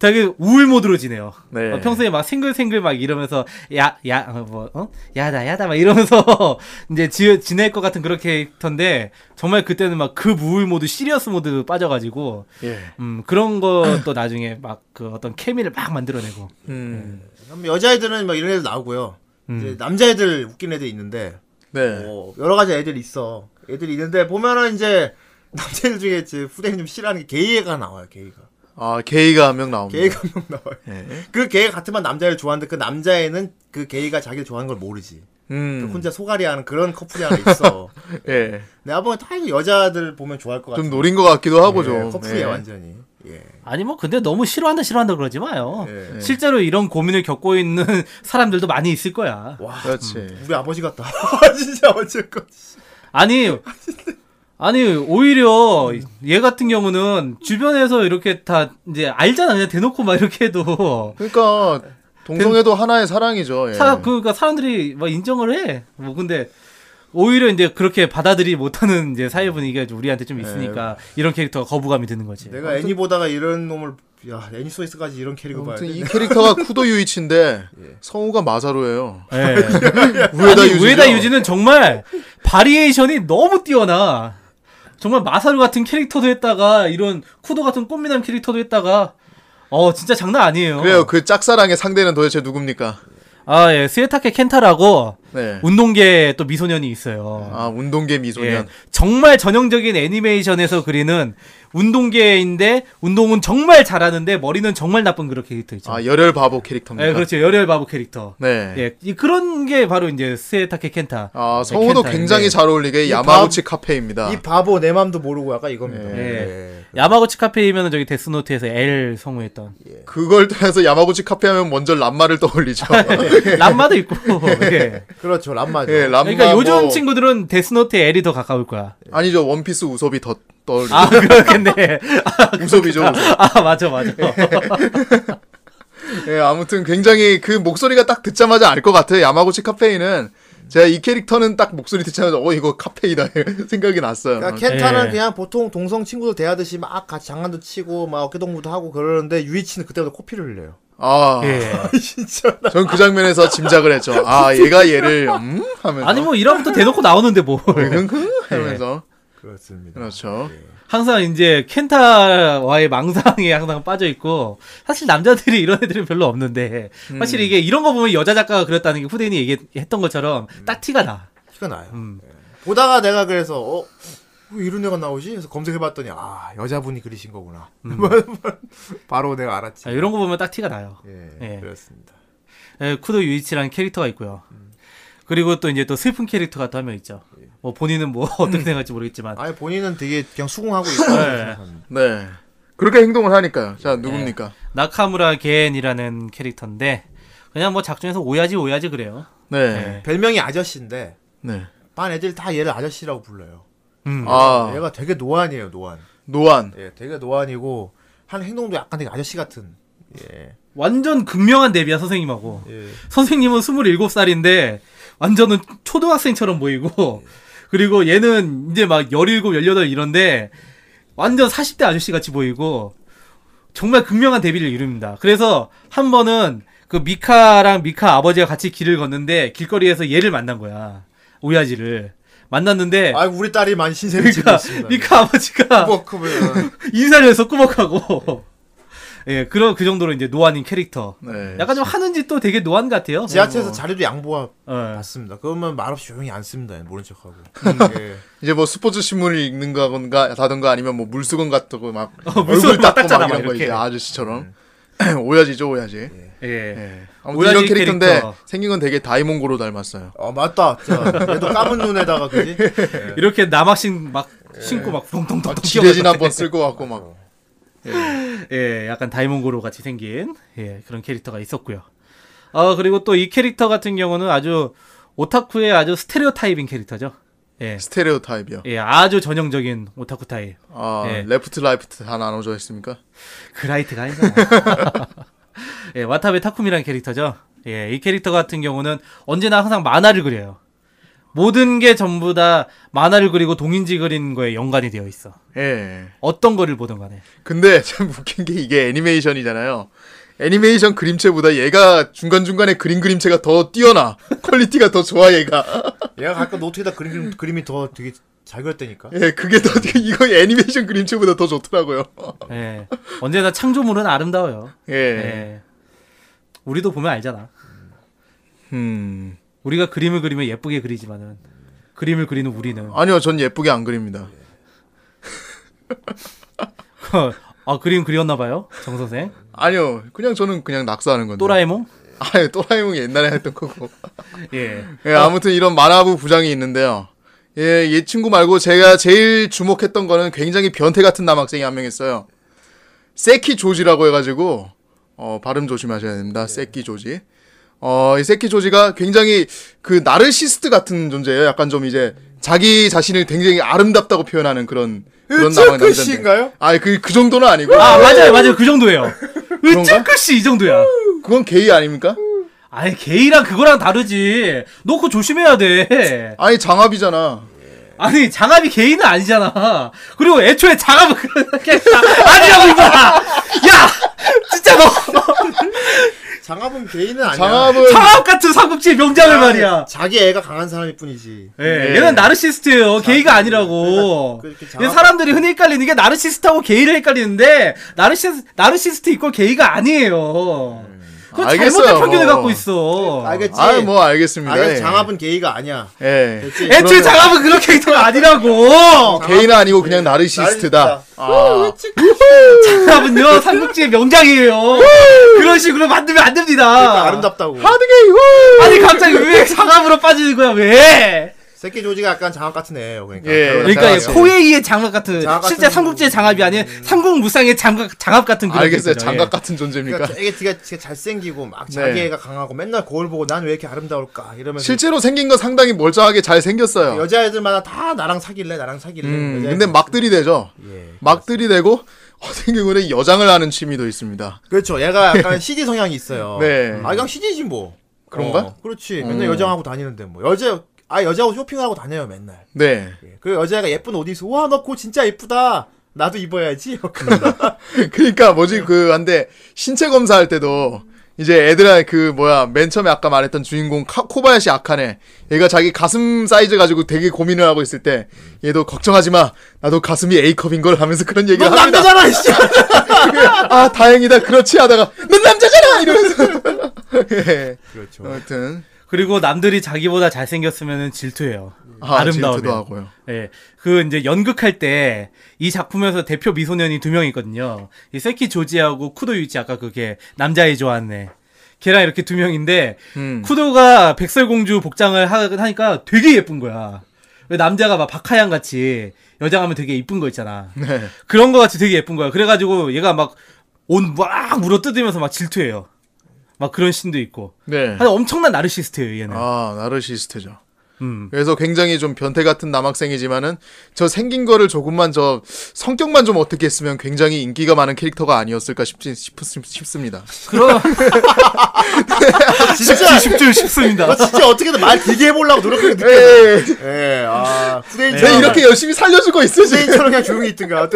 되게 우울 모드로 지내요. 네. 어, 평소에 막 생글생글 막 이러면서 야야뭐 어? 야다 야다 막 이러면서 이제 지, 지낼 것 같은 그런 캐릭터인데 정말 그때는 막 그 우울 모드 시리어스 모드 빠져가지고 예. 음 그런 것도 나중에 막 그 어떤 케미를 막 만들어내고 음. 그럼 여자애들은 막 이런 애들 나오고요. 이제 남자애들 웃긴 애들 있는데 네. 뭐 여러 가지 애들 있어. 애들 있는데 보면은 이제 남자애들 중에 이제 후대인 좀 싫어하는 게 게이가 나와요. 게이가. 아, 게이가 한 명 나옵니다. 게이가 명 나와요. 예. 그 게이가 같은 반 남자애를 좋아하는데 그 남자애는 그 게이가 자기를 좋아하는 걸 모르지. 음. 혼자 소가리하는 그런 커플이 하나 있어. 예. 내가 보면 다 이거 여자들 보면 좋아할 것 같아. 좀 노린 것 같기도 하고 좀. 커플이야 예. 완전히. 예. 아니 뭐 근데 너무 싫어한다 싫어한다 그러지 마요. 예. 실제로 이런 고민을 겪고 있는 사람들도 많이 있을 거야. 와. 그렇지. 우리 아버지 같다. 진짜 어쨌건. 아니 아니 오히려 얘 같은 경우는 주변에서 이렇게 다 이제 알잖아 그냥 대놓고 막 이렇게 해도 그러니까 동성애도 하나의 사랑이죠. 예. 사, 그러니까 사람들이 막 인정을 해 뭐 근데 오히려 이제 그렇게 받아들이 못하는 이제 사회 분위기가 좀 우리한테 네. 좀 있으니까 이런 캐릭터가 거부감이 드는 거지 내가 애니 보다가 이런 놈을 야 애니 소이스까지 이런 캐릭터 봐야 아무튼 돼. 이 캐릭터가 쿠도 유이치인데 예. 성우가 마사루예요. 예. 우에다 아니, 유지. 우에다 유지는 정말 바리에이션이 너무 뛰어나 정말 마사루 같은 캐릭터도 했다가 이런 쿠도 같은 꽃미남 캐릭터도 했다가 어 진짜 장난 아니에요 어. 그래요. 그 짝사랑의 상대는 도대체 누굽니까? 아, 예. 스에타케 켄타라고 네. 운동계 또 미소년이 있어요. 아, 운동계 미소년. 예. 정말 전형적인 애니메이션에서 그리는 운동계인데 운동은 정말 잘하는데 머리는 정말 나쁜 그런 캐릭터 있죠. 아, 열혈 바보 캐릭터입니다. 예, 그렇죠. 열혈 바보 캐릭터. 네. 예. 네, 이 그런 게 바로 이제 스에타케 켄타. 아, 성우도 켄타인데. 굉장히 잘 어울리게 이 야마우치 아. 카페입니다. 이 바보 내 맘도 모르고 약간 이겁니다. 예. 예. 야마고치 카페이면은 저기 데스노트에서 L 성우했던 그걸 따라서 야마구치 카페 하면 먼저 람마를 떠올리죠. 네, 람마도 있고. 예. 그렇죠 람마죠. 예, 람마. 그렇죠. 그러니까 요즘 뭐- 친구들은 데스노트에 L이 더 가까울 거야. 아니죠. 원피스 우섭이 더 떠올리죠. 아, 그렇겠네. 우섭이죠. 우섭. 아, 맞아, 맞아. 예, 아무튼 굉장히 그 목소리가 딱 듣자마자 알 것 같아요. 야마구치 카페인은 제가 이 캐릭터는 딱 목소리 듣자마자 어 이거 카페이다 생각이 났어요. 그러니까 켄타는 예. 그냥 보통 동성 친구들 대하듯이 막 같이 장난도 치고 막 어깨동무도 하고 그러는데 유이치는 그때부터 코피를 흘려요. 아, 예. 진짜 나 전 그 장면에서 짐작을 했죠. 아, 얘가 얘를 음 하면서 아니 뭐 이러면 또 대놓고 나오는데 뭐. 흥흥 하면서 그렇습니다. 그렇죠. 예. 항상 이제 켄타와의 망상에 항상 빠져 있고 사실 남자들이 이런 애들은 별로 없는데 사실 이게 이런 거 보면 여자 작가가 그렸다는 게 후대인이 얘기했던 것처럼 딱 티가 나. 티가 나요. 음. 예. 보다가 내가 그래서 어. 왜 이런 애가 나오지? 그래서 검색해봤더니 아 여자분이 그리신 거구나. 바로 내가 음. 알았지. 아, 이런 거 보면 딱 티가 나요. 예, 예. 그렇습니다. 예, 쿠도 유이치라는 캐릭터가 있고요. 그리고 또 이제 또 슬픈 캐릭터가 또 한 명 있죠. 뭐 본인은 뭐 어떻게 생각할지 모르겠지만 아니 본인은 되게 그냥 수긍하고 예. 있어요. 네. 그렇게 행동을 하니까요. 자, 누굽니까? 나카무라 겐이라는 캐릭터인데 그냥 뭐 작중에서 오야지 오야지 그래요. 예. 네. 별명이 아저씨인데 네. 반 애들 다 얘를 아저씨라고 불러요. 음. 아, 얘가 되게 노안이에요, 노안. 노안. 예, 되게 노안이고 한 행동도 약간 되게 아저씨 같은. 예, 완전 극명한 데뷔야 선생님하고. 예. 선생님은 27살인데 완전은 초등학생처럼 보이고 그리고 얘는 이제 막 17, 18 이런데 완전 40대 아저씨 같이 보이고 정말 극명한 대비를 이룹니다. 그래서 한 번은 그 미카랑 미카 아버지가 같이 길을 걷는데 길거리에서 얘를 만난 거야. 오야지를. 만났는데 아, 네. 뭐. 우리 딸이 많이 신세를 지고 미카, 있습니다. 미카 아버지가 워크업을 인사를 해서 꾸벅하고 예, 그런 그 정도로 이제 노안인 캐릭터. 네. 약간 좀 하는 짓도 되게 노안 같아요. 지하철에서 자리도 양보하 예. 맞습니다. 그러면 말없이 조용히 앉습니다. 모른 척하고. 예. 이제 뭐 스포츠 신문을 읽는 거건가 다던가 아니면 뭐 물수건 같다고 막 어, 물수건 얼굴 닦고 닦잖아, 막 이런 막 거 이렇게. 음. 이제 아저씨처럼 오야지죠 오야지. 예. 예. 아무튼 오야지 이런 캐릭터인데 캐릭터. 생긴 건 되게 다이몽고로 닮았어요. 어 맞다. 자, 얘도 까만 눈에다가 그지? 예. 네. 이렇게 남학생 막 신고 막 동동동동 예. 아, 지뢰진 뛰어가서 한번 쓸 것 아, 같고 막. 예, 약간 다이몬고로 같이 생긴 예, 그런 캐릭터가 있었고요. 아, 그리고 또 이 캐릭터 같은 경우는 아주 오타쿠의 아주 스테레오 타입인 캐릭터죠. 예. 스테레오 타입이요. 예, 아주 전형적인 오타쿠 타입. 아 예. 레프트 라이프트 다 나눠져 있습니까? 그라이트가 아니잖아. 예, 와타베 타쿠미라는 캐릭터죠. 예, 이 캐릭터 같은 경우는 언제나 항상 만화를 그려요. 모든 게 전부 다 만화를 그리고 동인지 그린 거에 연관이 되어 있어. 예. 어떤 거를 보든 간에. 근데 참 웃긴 게 이게 애니메이션이잖아요. 애니메이션 그림체보다 얘가 중간 중간에 그림 그림체가 더 뛰어나 퀄리티가 더 좋아 얘가. 얘가 가끔 노트에다 그림 그림이 더 되게 잘 그렸다니까. 예, 그게 더 이거 애니메이션 그림체보다 더 좋더라고요. 예. 언제나 창조물은 아름다워요. 예. 예. 우리도 보면 알잖아. 음. 우리가 그림을 그리면 예쁘게 그리지만은 그림을 그리는 우리는 아니요, 전 예쁘게 안 그립니다. 네. 아 그림 그렸나 봐요, 정 선생. 아니요, 그냥 저는 그냥 낙서하는 건데. 또라에몽? 아유, 또라이몽이 옛날에 했던 거고. 예. 예, 아무튼 이런 만화부 부장이 있는데요. 예, 이 친구 말고 제가 제일 주목했던 거는 굉장히 변태 같은 남학생이 한 명 있어요. 세키 조지라고 해가지고, 어, 발음 조심하셔야 됩니다. 세키 조지. 어, 이 세키 조지가 굉장히 그 나르시스트 같은 존재예요. 약간 좀 이제 자기 자신을 굉장히 아름답다고 표현하는 그런, 그런 남학- 그 남자인데. 씨인가요? 아니, 그, 그 정도는 아니고. 아 맞아요, 맞아요, 그 정도예요. 으쩍글씨 이 정도야. 그건 게이 아닙니까? 아니 게이랑 그거랑 다르지. 놓고 조심해야 돼. 아니, 장합이잖아. 아니 장갑이 게이는 아니잖아. 그리고 애초에 장갑은 그렇게 아니라고 이봐. 야, 진짜 너 장합은 개인은 아니야. 장합은 장갑 같은 상급지 아, 명장을 말이야. 자기 애가 강한 사람일 뿐이지. 예, 예. 얘는 나르시스트예요. 게이가 아니라고. 네. 그, 그렇게 장악- 근데 사람들이 흔히 헷갈리는 게 나르시스트하고 게이를 헷갈리는데 나르시스 나르시스트 이꼴 게이가 아니에요. 그건 알겠어요. 잘못된 편견을 뭐. 갖고 있어. 음. 알겠지? 아, 뭐 알겠습니다. 알겠지? 예. 장합은 게이가 아니야. 예. 됐지? 애초에 장합은 그런 캐릭터가 아니라고. 개인은 아니고 그냥 나르시스트다. 나르시스트다. 아, 장합은요 삼국지의 명장이에요. 그런 식으로 만들면 안 됩니다. 그러니까 아름답다고. 하드게이 후! 아니 갑자기 왜 장합으로 빠지는 거야 왜? 새끼 조지가 약간 장합 같은 애예요. 그러니까. 예, 결혼한 그러니까 장합이요. 코에이의 장갑 같은 장갑 같은 실제 삼국지의 장갑이 아닌 삼국무쌍의 장갑 장갑 같은 그런 음. 아, 알겠어요. 캐릭터죠. 장갑 예. 같은 존재입니까? 그러니까 되게 되게 되게 잘생기고 막 네. 자기 애가 강하고 맨날 거울 보고 난 왜 이렇게 아름다울까 이러면서 실제로 생긴 건 상당히 멀쩡하게 잘 생겼어요. 여자애들마다 다 나랑 사귈래 나랑 사귈래 음, 여자애들. 근데 막들이 되죠. 예. 막들이 되고 어떤 경우는 여장을 하는 취미도 있습니다. 그렇죠 얘가 약간 CD 성향이 있어요 네. 아 이건 CD지 뭐 그런가? 음. 어, 그렇지 맨날 여장하고 다니는데 뭐 여자 아 여자하고 쇼핑하고 다녀요 맨날 네. 예. 그리고 여자애가 예쁜 옷 입고 와너 그거 진짜 예쁘다 나도 입어야지. 음. 그러니까 뭐지 그 한데 신체 검사할 때도 이제 애들아 그 뭐야 맨 처음에 아까 말했던 주인공 카- 코바야시 아카네 얘가 자기 가슴 사이즈 가지고 되게 고민을 하고 있을 때 얘도 걱정하지 마 나도 가슴이 A컵인 걸 하면서 그런 얘기를 넌 합니다. 남자잖아, 이씨. 아 다행이다 그렇지 하다가 넌 남자잖아 이러면서 예. 그렇죠. 아무튼 그리고 남들이 자기보다 잘생겼으면 질투해요. 아, 아름다우면. 질투도 하고요. 예. 그 이제 연극할 때 이 작품에서 대표 미소년이 두 명 있거든요. 이 세키 조지하고 쿠도 유치 아까 그게 남자애 좋아하네. 걔랑 이렇게 두 명인데 음. 쿠도가 백설공주 복장을 하, 하니까 되게 예쁜 거야. 왜 남자가 막 박하양 같이 여장 하면 되게 이쁜 거 있잖아. 네. 그런 거 같이 되게 예쁜 거야. 그래가지고 얘가 막 온 막 물어 뜯으면서 막 질투해요. 막 그런 씬도 있고. 네. 하여튼 엄청난 나르시스트예요, 얘는. 아 나르시스트죠. 음. 그래서 굉장히 좀 변태 같은 남학생이지만은 저 생긴 거를 조금만 저 성격만 좀 어떻게 했으면 굉장히 인기가 많은 캐릭터가 아니었을까 싶, 습니다 그럼 진짜, 쉽줄 쉽습니다. 아, 나 진짜 어떻게든 말 길게 해보려고 노력했는데. 예. 예, 아, 네, 후대인처럼. 이렇게 열심히 살려주고 있으지. 후대인처럼 그냥 조용히 있든가.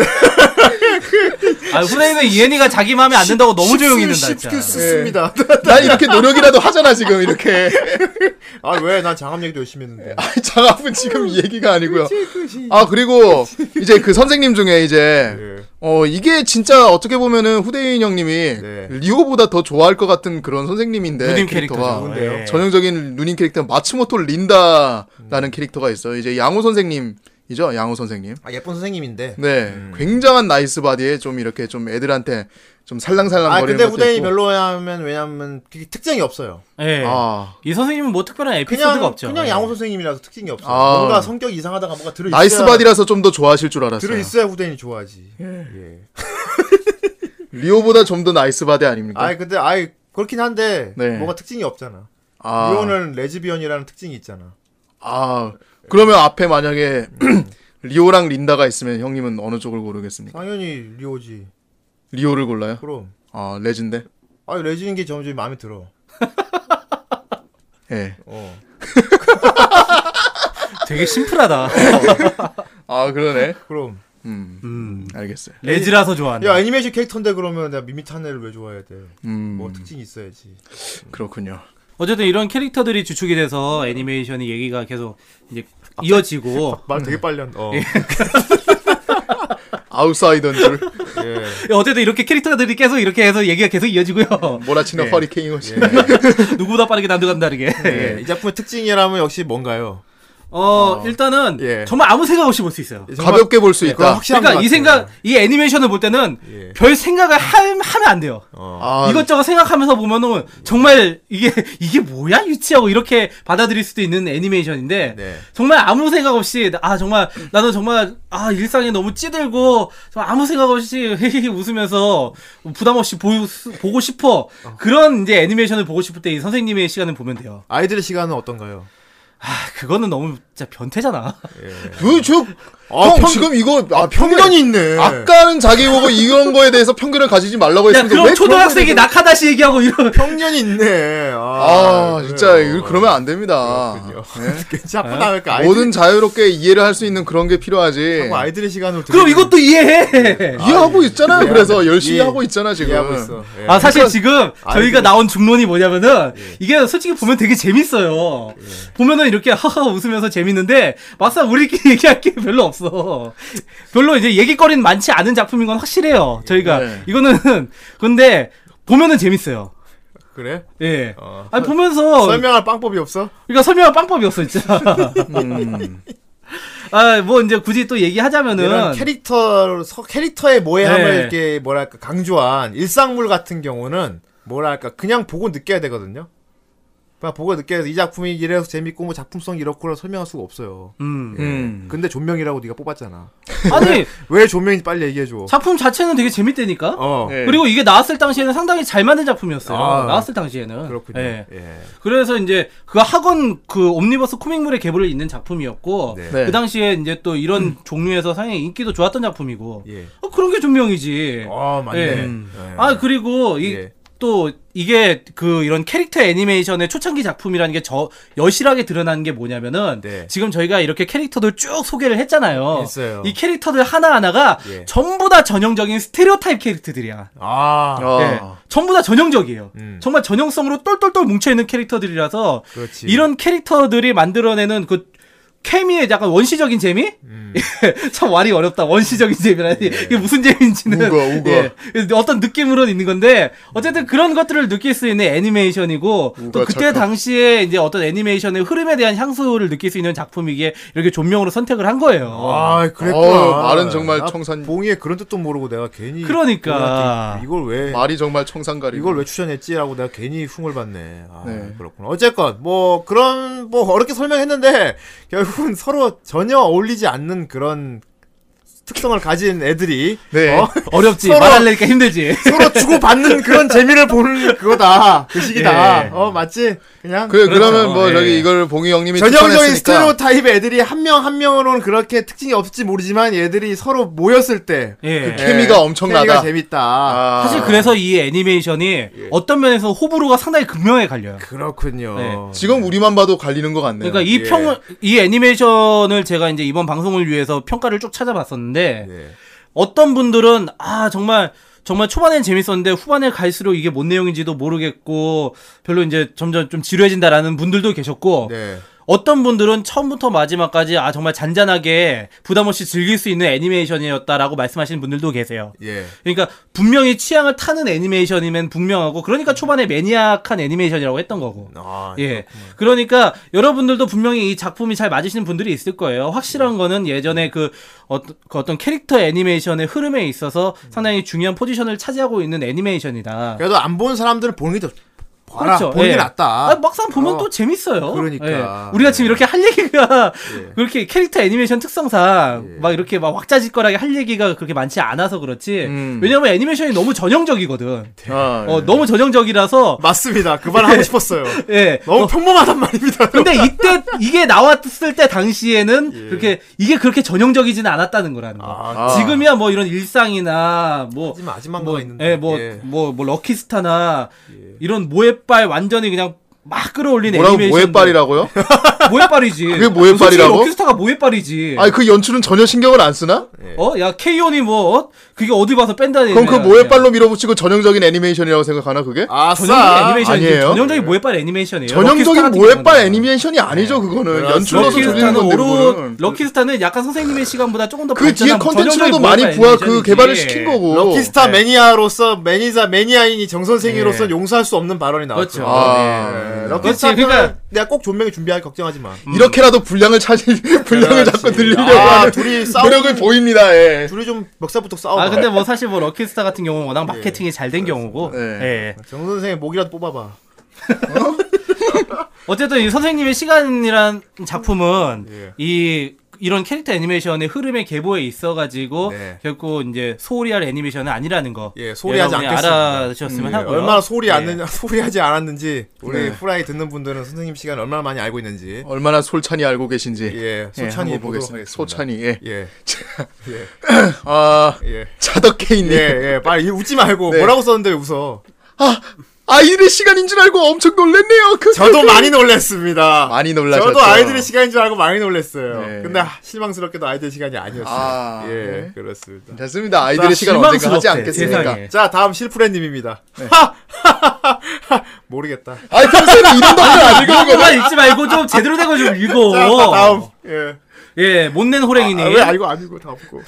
아, 후대인은 이엔이가 자기 마음에 안 든다고 너무 조용히 있는다 진짜. 쉽습니다. 난 이렇게 노력이라도 하잖아 지금 이렇게. 아, 왜? 난 장암 얘기도 열심히 했는데. 아니, 장학은 지금 이 얘기가 아니고요. 아 그리고 이제 그 선생님 중에 이제 예. 어 이게 진짜 어떻게 보면은 후대인 형님이 네. 리오보다 더 좋아할 것 같은 그런 선생님인데 누님 캐릭터가. 캐릭터죠. 좋은데요. 예. 전형적인 누님 캐릭터 마츠모토 린다라는 캐릭터가 있어요. 이제 양호 선생님이죠. 양호 선생님. 아, 예쁜 선생님인데. 네, 굉장한 나이스 바디에 좀 이렇게 좀 애들한테 좀 살랑살랑 아, 거리는 근데 것도 후대인이 있고. 별로냐면, 왜냐면, 그게 특징이 없어요. 예. 아 이 선생님은 뭐 특별한 에피소드가 그냥, 없죠. 네. 그냥 양호 선생님이라서 특징이 없어요. 예. 아. 뭔가 성격이 이상하다가 뭔가 들어있어야. 나이스 바디라서 좀 더 좋아하실 줄 알았어요. 들어있어야 후대인이 좋아하지. 예. 리오보다 좀 더 나이스 바디 아닙니까? 아이 근데 아이 그렇긴 한데 네. 뭔가 특징이 없잖아. 아, 리오는 레즈비언이라는 특징이 있잖아. 아 그러면 앞에 만약에 리오랑 린다가 있으면 형님은 어느 쪽을 고르겠습니까? 당연히 리오지. 리오를 골라요? 그럼 아 레진데? 아이 레즈인 게 점점 마음에 들어. 예. 어. 되게 심플하다. 네. 아 그러네. 그럼 음, 음. 알겠어요. 레지라서 좋아한다. 야 애니메이션 캐릭터인데 그러면 내가 미미탄 애를 왜 좋아해야 돼? 음, 뭐 특징이 있어야지. 그렇군요. 어쨌든 이런 캐릭터들이 주축이 돼서 애니메이션의 얘기가 계속 이제 이어지고 말 되게 빨리 한다. 어. 아웃사이더인 줄 예. 야, 어쨌든 이렇게 캐릭터들이 계속 이렇게 해서 얘기가 계속 이어지고요. 몰아치는 예. 허리케인 거지. 누구보다 빠르게 남들과 다르게. 예. 이 작품의 특징이라면 역시 뭔가요? 어, 일단은 예. 정말 아무 생각 없이 볼 수 있어요. 정말- 가볍게 볼 수 예, 그건 있다. 확실한 그러니까 것 이 같아요. 생각, 이 애니메이션을 볼 때는 예. 별 생각을 하, 하면 안 돼요. 어. 아, 이것저것 생각하면서 보면은 정말 이게 이게 뭐야 유치하고 이렇게 받아들일 수도 있는 애니메이션인데 네. 정말 아무 생각 없이 아 정말 나는 정말 아 일상이 너무 찌들고 정말 아무 생각 없이 웃으면서 부담 없이 보, 보고 싶어 그런 이제 애니메이션을 보고 싶을 때 이 선생님의 시간을 보면 돼요. 아이들의 시간은 어떤가요? 아 그거는 너무 진짜 변태잖아. 그, 저, 아, 형, 평- 지금 이거, 아, 편견이. 편견이 예. 있네. 아까는 자기 보고 이런 거에 대해서 편견을 가지지 말라고 야 했는데, 왜 그럼 그런 초등학생이 거에 대해서- 낙하다시 얘기하고 이런 편견이 있네. 아, 아, 진짜, 그래요. 이거 그러면 안 됩니다. 그렇군요. 자꾸 나니까 아이들 뭐든 자유롭게 이해를 할 수 있는 그런 게 필요하지. 자꾸 아이들의 시간으로 그럼 들으면- 이것도 네. 이해해. 이해하고 있잖아. 이해하고 그래서 있- 열심히 예. 이해- 하고 있잖아, 지금. 이해하고 있어. 예. 아 사실 지금 아이들이- 뭐 예. 저희가 나온 중론이 뭐냐면은 이게 솔직히 보면 되게 재밌어요. 보면은 이렇게 하하 웃으면서 재밌는데 막상 우리끼리 얘기할 게 별로 없어. 별로 이제 얘기거리는 많지 않은 작품인 건 예. 확실해요. 저희가 네. 이거는 근데 보면은 재밌어요. 그래? 예. 어. 아니 보면서 설명할 빵법이 없어? 그러니까 설명할 빵법이었어 진짜. 음. 아뭐 이제 굳이 또 얘기하자면은 이런 캐릭터 서, 캐릭터의 모해함을 네. 이렇게 뭐랄까 강조한 일상물 같은 경우는 뭐랄까 그냥 보고 느껴야 되거든요. 그냥 보고 느껴야 이 작품이 이래서 재밌고 뭐 작품성 이렇고라 설명할 수가 없어요. 음. 음. 근데 존명이라고 네가 뽑았잖아. 아니 왜 존명인지 빨리 얘기해 줘. 작품 자체는 되게 재밌다니까. 어. 네. 그리고 이게 나왔을 당시에는 상당히 잘 만든 작품이었어요. 아, 나왔을 당시에는. 그렇군요. 예. 예. 그래서 이제 그 학원 그 옴니버스 코믹물의 계보를 잇는 작품이었고 네. 음. 네. 그 당시에 이제 또 이런 종류에서 상당히 인기도 좋았던 작품이고 예. 어, 그런 게 존명이지. 아, 맞네. 예. 음. 예. 아 그리고 이 예. 또 이게 그 이런 캐릭터 애니메이션의 초창기 작품이라는 게 저 여실하게 드러나는 게 뭐냐면은 네. 지금 저희가 이렇게 캐릭터들 쭉 소개를 했잖아요. 했어요. 이 캐릭터들 하나하나가 예. 전부 다 전형적인 스테레오타입 캐릭터들이야. 아, 어. 예, 전부 다 전형적이에요. 음. 정말 전형성으로 똘똘똘 뭉쳐있는 캐릭터들이라서 그렇지. 이런 캐릭터들이 만들어내는 그 케미의 약간 원시적인 재미? 예, 음. 예. 참 말이 어렵다. 원시적인 재미라니. 이게 무슨 재미인지는. 예. 우거, 우거. 어떤 느낌으로는 있는 건데, 음. 어쨌든 그런 것들을 느낄 수 있는 애니메이션이고, 또 우거, 그때 착각. 당시에 이제 어떤 애니메이션의 흐름에 대한 향수를 느낄 수 있는 작품이기에 이렇게 존명으로 선택을 한 거예요. 아, 그랬구나. 어우, 말은 정말 나 청산- 봉이의 그런 뜻도 모르고 내가 괜히 그러니까. 이걸 왜 말이 정말 청산가리. 이걸 왜 추천했지라고 내가 괜히 흉을 봤네. 아, 네. 그렇구나. 어쨌건 뭐 그런 뭐 어렵게 설명했는데 결국은 서로 전혀 어울리지 않는 그런 특성을 가진 애들이 네. 어? 어렵지. 서로- 말하려니까 힘들지. 서로 주고받는 그런 재미를 보는 그거다. 그 시기다. 예. 어, 맞지? 그냥 네. 그래 그렇죠. 그러면뭐 예. 저기 이걸 봉이 형님이 전형적인 추천했으니까 스테레오타입의 애들이 한 명 한 명으로는 그렇게 특징이 없을지 모르지만 얘들이 서로 모였을 때 네. 예. 그 케미가 엄청나다. 케미가 재밌다. 아. 사실 그래서 이 애니메이션이 어떤 면에서 호불호가 상당히 극명하게 갈려요. 그렇군요. 네. 음. 지금 우리만 봐도 갈리는 것 같네요. 그러니까 이 예. 평, 이 애니메이션을 제가 이제 이번 방송을 위해서 평가를 쭉 찾아봤었는데, 예. 어떤 분들은 아 정말 정말 초반엔 재밌었는데 후반에 갈수록 이게 뭔 내용인지도 모르겠고 별로 이제 점점 좀 지루해진다라는 분들도 계셨고 네. 어떤 분들은 처음부터 마지막까지 아 정말 잔잔하게 부담 없이 즐길 수 있는 애니메이션이었다라고 말씀하시는 분들도 계세요. 예. 그러니까 분명히 취향을 타는 애니메이션이면 분명하고 그러니까 초반에 매니악한 애니메이션이라고 했던 거고. 아, 예. 그러니까 여러분들도 분명히 이 작품이 잘 맞으시는 분들이 있을 거예요. 확실한 거는 예전에 그, 어, 떤 캐릭터 애니메이션의 흐름에 있어서 상당히 중요한 포지션을 차지하고 있는 애니메이션이다. 그래도 안 본 사람들은 보는 게 더, 봐라. 그렇죠. 보는 예. 게 낫다. 아, 막상 보면 어. 또 재밌어요. 그러니까. 예. 예. 우리가 지금 이렇게 할 얘기가 그렇게 캐릭터 애니메이션 특성상 막 이렇게 막 왁자지껄하게 할 얘기가 그렇게 많지 않아서 그렇지. 음. 왜냐면 애니메이션이 너무 전형적이거든. 아, 네. 어, 너무 전형적이라서 맞습니다. 그 말 하고 싶었어요. 예. 너무 평범하단 말입니다. 근데 이때 이게 나왔을 때 당시에는 그렇게 이게 그렇게 전형적이진 않았다는 거라는 거. 예. 아, 지금이야 뭐 이런 일상이나 뭐 하지만 아직만 뭐, 뭐가 있는데. 예, 뭐, 예. 뭐, 뭐, 럭키스타나, 이런 모에빨 완전히 그냥 막 네. 끌어올린 뭐라고 애니메이션. 모해빨이라고요? 모에빨이지. 그게 모에빨이라고? 솔직히 럭키스타가 모에빨이지. 아니 그 연출은 전혀 신경을 안 쓰나? 어? 야, 케이온이 뭐, 어? 그게 어디 봐서 뺀다니. 그럼 그 모해빨로 밀어붙이고 전형적인 애니메이션이라고 생각하나 그게? 전형적인 아싸. 애니메이션이 아니에요? 전형적인 모에빨 애니메이션이에요. 전형적인 럭키스타 같은 모해빨 경우는. 애니메이션이 아니죠 그거는 그렇습니다. 연출로서 조리는 럭키스타는 건데 오로 그거는 럭키스타는 약간 선생님의 시간보다 조금 더 그 뒤에 발전한 컨텐츠로도 전형적인 많이 모에빨 부하 그 애니메이션이지. 예. 개발을 시킨 거고 럭키스타 매니아로서 매니자 매니아인이 정 선생으로서 예. 용서할 수 없는 발언이 나왔죠. 그렇죠. 아. 예, 그렇지, 럭키스타 그러니까 그러니까- 내가 꼭 존명이 준비할 걱정하지 마. 이렇게라도 분량을 찾을 분량을 그렇지. 자꾸 늘리려고 아, 하는 둘이 싸우는- 노력을 보입니다. 예. 둘이 좀 멱살부터 싸워. 아 근데 뭐 사실 뭐 럭키스타 같은 경우는 워낙 마케팅이 잘 된 경우고 예. 예. 정 선생의 목이라도 뽑아봐. 어쨌든 이 선생님의 시간이란 작품은 예. 이 이런 캐릭터 애니메이션의 흐름의 계보에 있어가지고 네. 결국 이제 소홀히 할 애니메이션은 아니라는 거 예, 소홀히하지 여러분이 않겠습니다. 알아주셨으면 음, 하고요. 얼마나 소홀히 예. 않느냐, 소홀히하지 않았는지 우리 네. 어. 후라이 듣는 분들은 선생님 시간 얼마나 많이 알고 있는지 얼마나 솔찬히 알고 계신지 예, 소찬이 한번 보도록 하겠습니다. 소찬이 예. 예, 아 예, 자덕케이님 예, 예, 빨리 웃지 말고 네. 뭐라고 썼는데 왜 웃어? 아 아이들의 시간인 줄 알고 엄청 놀랬네요. 그, 저도 많이 놀랐습니다. 많이 놀라셨죠. 저도 아이들의 시간인 줄 알고 많이 놀랐어요. 네. 근데 하- 실망스럽게도 아이들의 시간이 아니었어요. 아, 예, 네. 그렇습니다. 됐습니다. 아이들의 시간 언젠가 하지 않겠습니까? 세상에. 자, 다음 실프레님입니다. 네. 하! 모르겠다. 아이 평소에는 이런 답변 아, 안 읽는 거 만 든 읽지 말고 좀 제대로 된 거 좀 자, 다- 읽어. 다음. 예. 예, 못낸 호랭이님. 네. 아, 왜 알고 안 읽고 다 없고.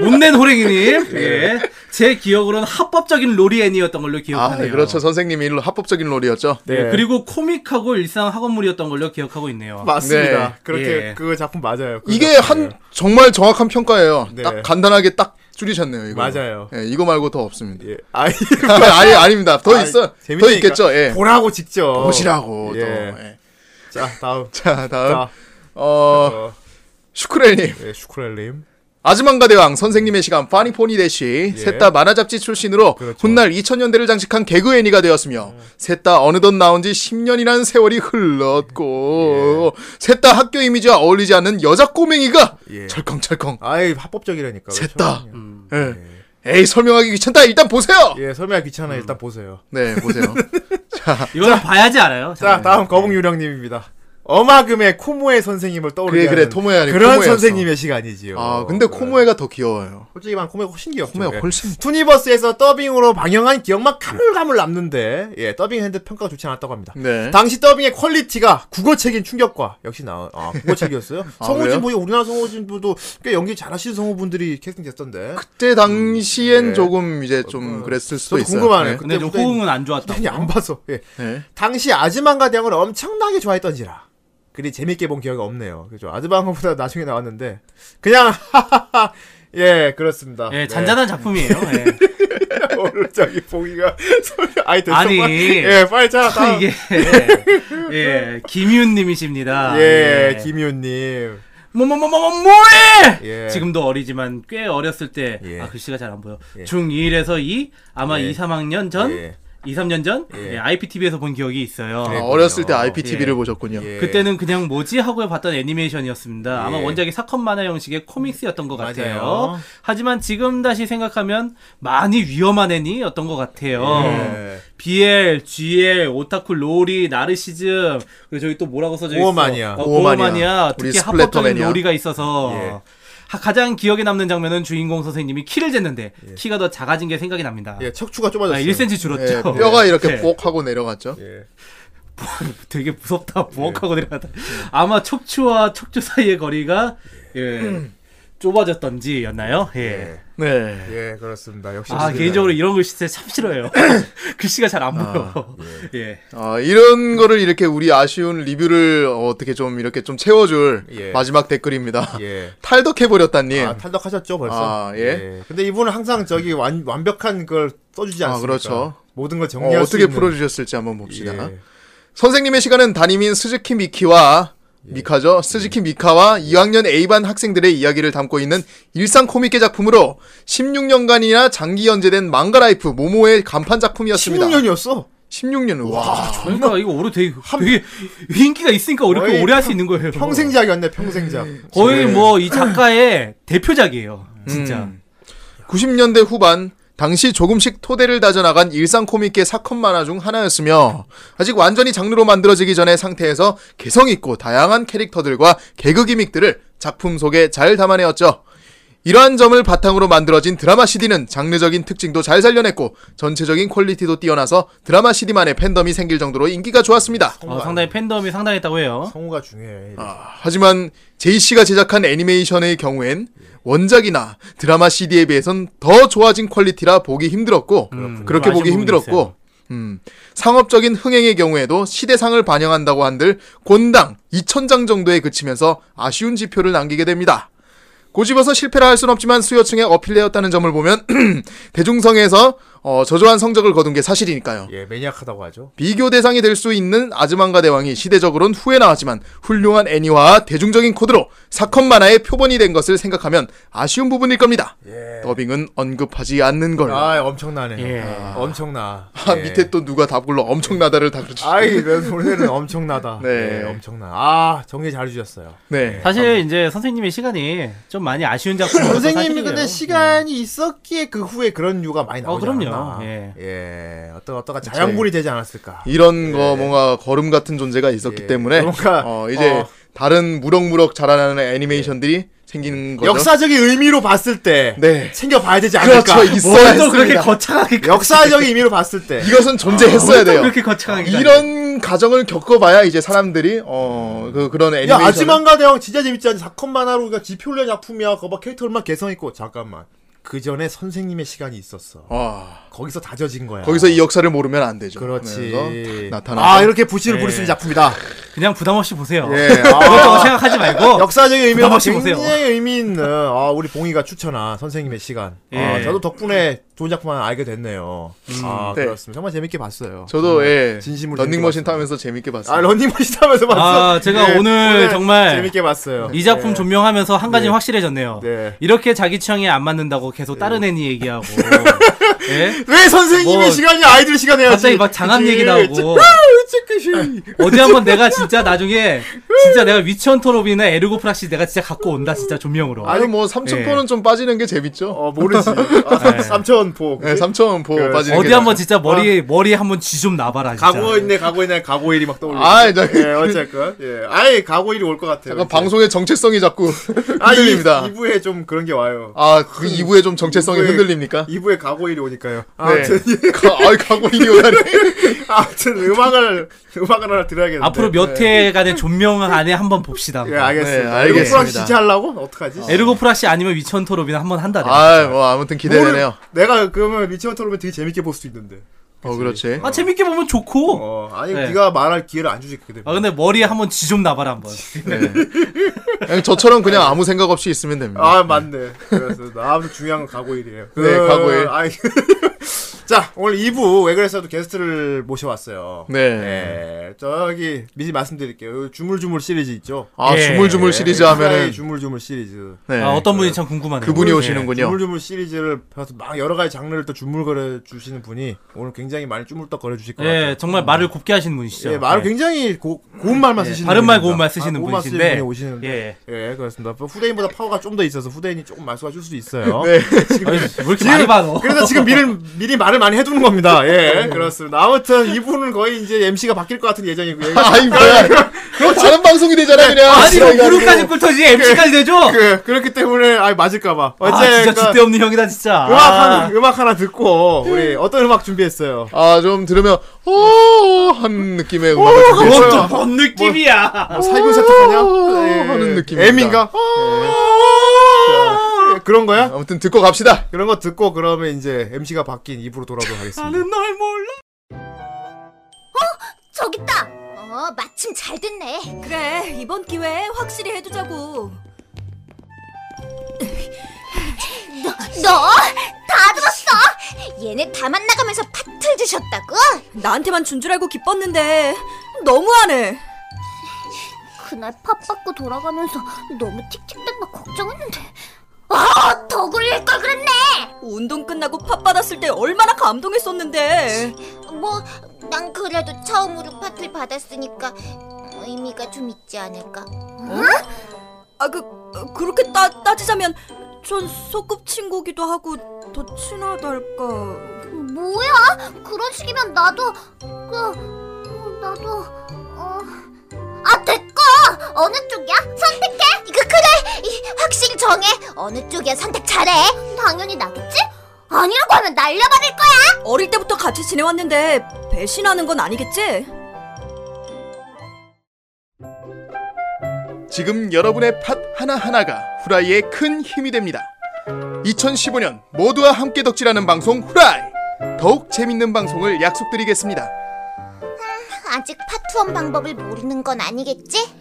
못낸 호랭이님. 예. 제 기억으로는 합법적인 로리 애니였던 걸로 아, 기억하네요. 네, 그렇죠. 선생님이 일로 합법적인 롤이었죠. 네, 예, 그리고 코믹하고 일상 학원물이었던 걸로 기억하고 있네요. 맞습니다. 네. 그렇게 예. 그 작품 맞아요. 그 이게 작품. 한 정말 정확한 평가예요. 네. 딱 간단하게 딱 줄이셨네요. 이거. 맞아요. 예, 이거 말고 더 없습니다. 예. 아이 아니 아닙니다. 더 아이, 있어. 더 재밌으니까 있겠죠. 예. 보라고 직접 보시라고 예. 또. 예. 자, 다음. 자 다음 자, 어 어, 슈크렐님 예, 슈크렐님. 아즈만가 대왕 선생님의 시간 파니포니 대시 셋 다 만화 잡지 출신으로 예. 그렇죠. 예. 훗날 2000년대를 장식한 개그 애니가 되었으며 셋 다 어느덧 나온 지 10년이라는 세월이 흘렀고 셋 다 학교 이미지와 어울리지 않는 여자 꼬맹이가 예. 철컹철컹 아이 합법적이라니까. 셋다 그렇죠? 예. 에이 설명하기 귀찮다. 일단 보세요. 예, 설명 귀찮아. 일단 보세요. 네 보세요. 이거는 봐야지 알아요. 자, 네. 다음 거북 유령님입니다. 어마금의 코모의 선생님을 떠오르게 그래, 그래, 하는 토모야, 아니, 그런 코모였어. 선생님의 시간이지요. 어, 아 근데 코모에가 더 귀여워요. 솔직히 말 코모가 훨씬 귀엽죠. 코모가 예. 훨씬 투니버스에서 더빙으로 방영한 기억만 가물가물 남는데 예, 더빙 핸드 평가가 좋지 않았다고 합니다. 네. 당시 더빙의 퀄리티가 국어책인 충격과 역시 나 아, 국어책이었어요. 아, 성우진 뭐, 그래요? 보이 우리나라 성우진분도 꽤 연기 잘하시는 성우분들이 캐스팅됐던데. 그때 당시엔 네. 조금 조금 이제 좀 그랬을 수도 저도 있어요. 궁금하네요. 네. 근데 좀 그때부터는- 호응은 안 좋았다. 아니 안 봐서. 예. 네. 당시 아즈만가 대왕을 엄청나게 좋아했던지라 그리 재밌게 본 기억이 없네요. 그죠? 아즈만가보다 나중에 나왔는데 그냥 하하하 예 그렇습니다. 예, 잔잔한 작품이에요. 예. 네. 오늘 저기 보기가 소리- 아이 됐어. 아니. 빨리. 예 빨리 자 아, 다음. 이게 예, 김윤님이십니다. 예 김희훈님 뭐뭐뭐뭐 뭐해? 예. 지금도 어리지만 꽤 어렸을 때 예. 아, 글씨가 잘 안 보여. 예. 중2에서 2 아마 예. 2, 3학년 전, 예. 2, 3년 전 예. 예, IPTV에서 본 기억이 있어요. 아, 네. 어렸을 때 예. IPTV를 보셨군요. 예. 그때는 그냥 뭐지 하고 봤던 애니메이션이었습니다. 아마 예. 원작이 사컷 만화 형식의 코믹스였던 것 맞아요. 같아요. 하지만 지금 다시 생각하면 많이 위험한 애니였던 것 같아요. 예. BL, GL, 오타쿠, 로리, 나르시즘 그리고 저기 또 뭐라고 써져 있어? 오마니아. 어, 오마니아. 오마니아. 우리 특히 스플래터맨이야. 합법적인 로리가 있어서 예. 하- 가장 기억에 남는 장면은 주인공 선생님이 키를 쟀는데 키가 더 작아진 게 생각이 납니다. 예 척추가 아, 좁아졌어요. 1cm 예, 그렇죠. 줄었죠. 뼈가 네. 이렇게 예. 꼭 하고 내려갔죠. 예. 되게 무섭다. 예. 부엌하고 내려가다. 아마 척추와 척추 사이의 거리가 예, 좁아졌던지였나요? 예. 예. 네. 예, 그렇습니다. 역시 아 개인적으로 이런 글씨 진짜 참 싫어요. 글씨가 잘 안 보여. 예. 아, 이런 거를 이렇게 우리 아쉬운 리뷰를 어떻게 좀 이렇게 좀 채워줄 예. 마지막 댓글입니다. 예. 탈덕해버렸다님. 어, 아, 탈덕하셨죠 벌써. 예. 아, 예. 근데 이분은 항상 저기 완, 완벽한 걸 써주지 아, 않습니까? 그렇죠. 모든 걸 정리할 어, 수 어떻게 있는. 풀어주셨을지 한번 봅시다. 예. 선생님의 시간은 담임인 스즈키 미키와 예. 미카죠. 스즈키 미카와 2학년 A반 학생들의 이야기를 담고 있는 일상 코믹계 작품으로 16년간이나 장기 연재된 망가라이프 모모의 간판 작품이었습니다. 16년이었어. 16년. 와. 그러니까 이거 올해 되게 되게 인기가 있으니까 이렇게 거의 오래 할 수 있는 거예요. 평생작이었네, 평생작. 음. 거의 뭐 이 작가의 대표작이에요. 음. 진짜. 90년대 후반 당시 조금씩 토대를 다져나간 일상 코믹계 사건 만화 중 하나였으며 아직 완전히 장르로 만들어지기 전의 상태에서 개성 있고 다양한 캐릭터들과 개그 기믹들을 작품 속에 잘 담아내었죠. 이러한 점을 바탕으로 만들어진 드라마 CD는 장르적인 특징도 잘 살려냈고 전체적인 퀄리티도 뛰어나서 드라마 CD만의 팬덤이 생길 정도로 인기가 좋았습니다. 어, 상당히 팬덤이 상당했다고 해요. 성우가 중요해. 아, 하지만 제이씨가 제작한 애니메이션의 경우엔 원작이나 드라마 CD에 비해선 더 좋아진 퀄리티라 보기 힘들었고 그렇게 음, 아쉬운 보기 부분이 힘들었고 있어요. 음, 상업적인 흥행의 경우에도 시대상을 반영한다고 한들 곤당 2,000장 정도에 그치면서 아쉬운 지표를 남기게 됩니다. 고집어서 실패라 할 순 없지만 수요층에 어필되었다는 점을 보면 대중성에서 어, 저조한 성적을 거둔 게 사실이니까요. 예, 매니악하다고 하죠. 비교 대상이 될 수 있는 아즈만가 대왕이 시대적으로는 후에 나왔지만 훌륭한 애니와 대중적인 코드로 사건 만화의 표본이 된 것을 생각하면 아쉬운 부분일 겁니다. 더빙은 언급하지 않는 걸로. 아, 네. 아, 엄청나네. 예. 아, 엄청나. 예. 밑에 또 누가 답글로 엄청나다를 다 그러죠. 아이, 내 노래는 엄청나다. 네. 예, 엄청나. 아, 정리 잘해주셨어요. 네. 사실 이제 선생님의 시간이 좀 많이 아쉬운 작품. 선생님이 근데 네. 시간이 있었기에 그 후에 그런 이유가 많이 어, 나오지 그럼요. 않았나. 예. 예, 어떤 어떤 자양분이 되지 않았을까. 이런 거 뭔가 걸음 같은 존재가 있었기 예. 때문에 뭔가, 어, 이제 어. 다른 무럭무럭 자라나는 애니메이션들이 생기는 거죠. 역사적인 의미로 봤을 때 네. 챙겨봐야 되지 않을까. 그렇죠. 있어야 또 그렇게 했습니다. 거창하게 역사적인 의미로 봤을 때. 이것은 존재했어야 돼요. 그렇게 거창하게 이런 가정을 겪어봐야 이제 사람들이 어그 그런 야 애니메이션 아즈만가 대왕 진짜 재밌지 않니? 사건 만화로 우리가 지표련 작품이야. 거봐 캐릭터 얼마 나 개성 있고 잠깐만. 그 전에 선생님의 시간이 있었어. 아, 거기서 다져진 거야. 거기서 이 역사를 모르면 안 되죠. 그렇지. 그래서 네. 나타나. 아 이렇게 부시를 부릴 수 있는 작품이다. 그냥 부담 없이 보세요. 예. 네. 그것저것 아, 생각하지 말고 역사적인 의미로 부담 없이 보세요. 굉장히 의미 있는 아, 우리 봉이가 추천한 선생님의 시간. 아, 예. 음. 저도 덕분에 좋은 작품 하나 알게 됐네요. 아 네. 그렇습니다. 정말 재밌게 봤어요. 저도 예 진심으로 런닝머신 재밌게 타면서 재밌게 봤어요. 아 런닝머신 타면서 봤어. 네, 아, 제가 오늘 정말 재밌게 봤어요. 이 작품 예. 존명하면서 한 가지 네. 는 확실해졌네요. 네. 이렇게 자기 취향에 안 맞는다고 계속 다른 애니 얘기하고 예? 왜 선생님의 뭐, 시간이 아이들 시간 해야지? 갑자기 막 장암 그치? 얘기 나오고 그치, 그치. 어제 한번 내가 진짜 나중에 진짜 내가 위치헌터로빈이나 에르고프락시 내가 진짜 갖고 온다 진짜 조명으로. 아니 뭐 3천 예. 포는 좀 빠지는 게 재밌죠. 어 모르지. 아, 네. 삼천 포. 네, 3천 포 그 빠지는 어디 게 한번 진짜 머리 머리 한번 쥐 좀 나봐라 진짜. 가고 있네, 가고 있네, 가고 일이 막 떠올려. 아이, 저- 예, 어쨌건 예, 아예 가고 일이 올 것 같아요. 약간 이제. 방송의 정체성이 자꾸 아, 이- 흔들립니다. 이부에 좀 그런 게 와요. 아, 그 이부에 좀 정체성이 이부에- 아. 흔들립니까? 이부에 가고 일이 오니까요. 네. 아무튼 예, 가, 아이, 가고 이겨다니. 아무튼 음악을 음악을 하나 들어야겠는데. 앞으로 몇 회간의 조명 안에 한번 봅시다. 네, 예, 알겠습니다. 네, 알겠습니다. 에르고프랑 진짜 하려고? 어떡하지? 에르고프라시 아니면 위치헌터로빈 한번 한다. 내가. 아, 뭐 아무튼 기대되네요. 모르- 내가 그러면 미치원 토론을 되게 재밌게 볼 수도 있는데. 어, 그렇지. 아 재밌게 보면 좋고. 어, 아니 네. 네가 말할 기회를 안 주지 그게 되면. 아 근데 머리에 한번 쥐 좀 나봐라 한번. 네. 그냥 저처럼 그냥 아무 생각 없이 있으면 됩니다. 아 맞네. 그래서 나무 중요한 건 과거일이에요. 그, 네, 과거일. 아이, 자 오늘 2부 왜 그래서도 게스트를 모셔왔어요. 네. 네, 저기 미리 말씀드릴게요. 요 주물주물 시리즈 있죠. 아, 예. 주물주물 예. 시리즈 후라이 하면은 주물주물 시리즈. 네. 아 어떤 분이 참 궁금하네요. 그분이 네. 오시는군요. 주물주물 시리즈를 펴서 막 여러 가지 장르를 또 주물거려 주시는 분이 오늘 굉장히 많이 주물떡거려 주실 것 같아요. 예, 정말 말을 곱게 하시는 분이시죠. 예, 말을 예. 굉장히 고, 고운 말만 예, 쓰시는 바른 말 분입니다. 고운 말 쓰시는 아, 고운 말 쓰시는 분이신데 분이 오시는데 예. 예, 그렇습니다. 뭐 후대인보다 파워가 좀 더 있어서 후대인이 조금 말수가 줄 수도 있어요. 예, 네. 아니, 왜 이렇게 많이 봐 너? 그래서 지금 미리, 미리 말을 많이 해두는 겁니다. 예, 그렇습니다. 아무튼 이분은 거의 이제 MC가 바뀔 것 같은 예정이고요. 아이 뭐야. 그럼 다른 방송이 되잖아 그냥. 아니 이거 그러니까 무릎까지 꿇터지 MC까지 되죠? 그, 그렇기 때문에, 아 맞을까봐. 아 진짜 어쨌건 줏대없는 형이다 진짜. 음악, 아. 하나, 음악 하나 듣고, 우리 어떤 음악 준비했어요? 아, 좀 들으면 어한 느낌의 음악을 준비했어요. 그건 또뭔 느낌이야? 뭐 살균 세탁하냐? 예. 어, 하는 느낌입니다. M인가? 아! 예, 그런 거야? 아무튼 듣고 갑시다. 그런 거 듣고 그러면 이제 MC가 바뀐 입으로 돌아오도록 하겠습니다. 나는 널 몰라. 저기 있다. 어, 마침 잘 됐네. 그래 이번 기회에 확실히 해두자고 너 다 들었어. 얘네 다 만나가면서 파트를 주셨다고? 나한테만 준 줄 알고 기뻤는데 너무하네 그날 팝 받고 돌아가면서 너무 틱틱댄다 걱정했는데. 아, 더 굴릴 걸 그랬네. 운동 끝나고 팝 받았을 때 얼마나 감동했었는데 뭐 난 그래도 처음으로 파트를 받았으니까 의미가 좀 있지 않을까. 아 그 그렇게 따, 따지자면 전 소꿉친구기도 하고 더 친하달까 뭐야? 그런 식이면 나도 그 나도 어. 아 됐고 어느 쪽이야? 선택해. 이거 그래 이, 확실히 정해. 어느 쪽이야 선택 잘해. 당연히 나겠지? 아니라고 하면 날려버릴 거야. 어릴 때부터 같이 지내왔는데 배신하는 건 아니겠지? 지금 여러분의 팟 하나하나가 후라이의 큰 힘이 됩니다. 2015년 모두와 함께 덕질하는 방송 후라이. 더욱 재밌는 방송을 약속드리겠습니다. 아직 파투원 방법을 모르는 건 아니겠지?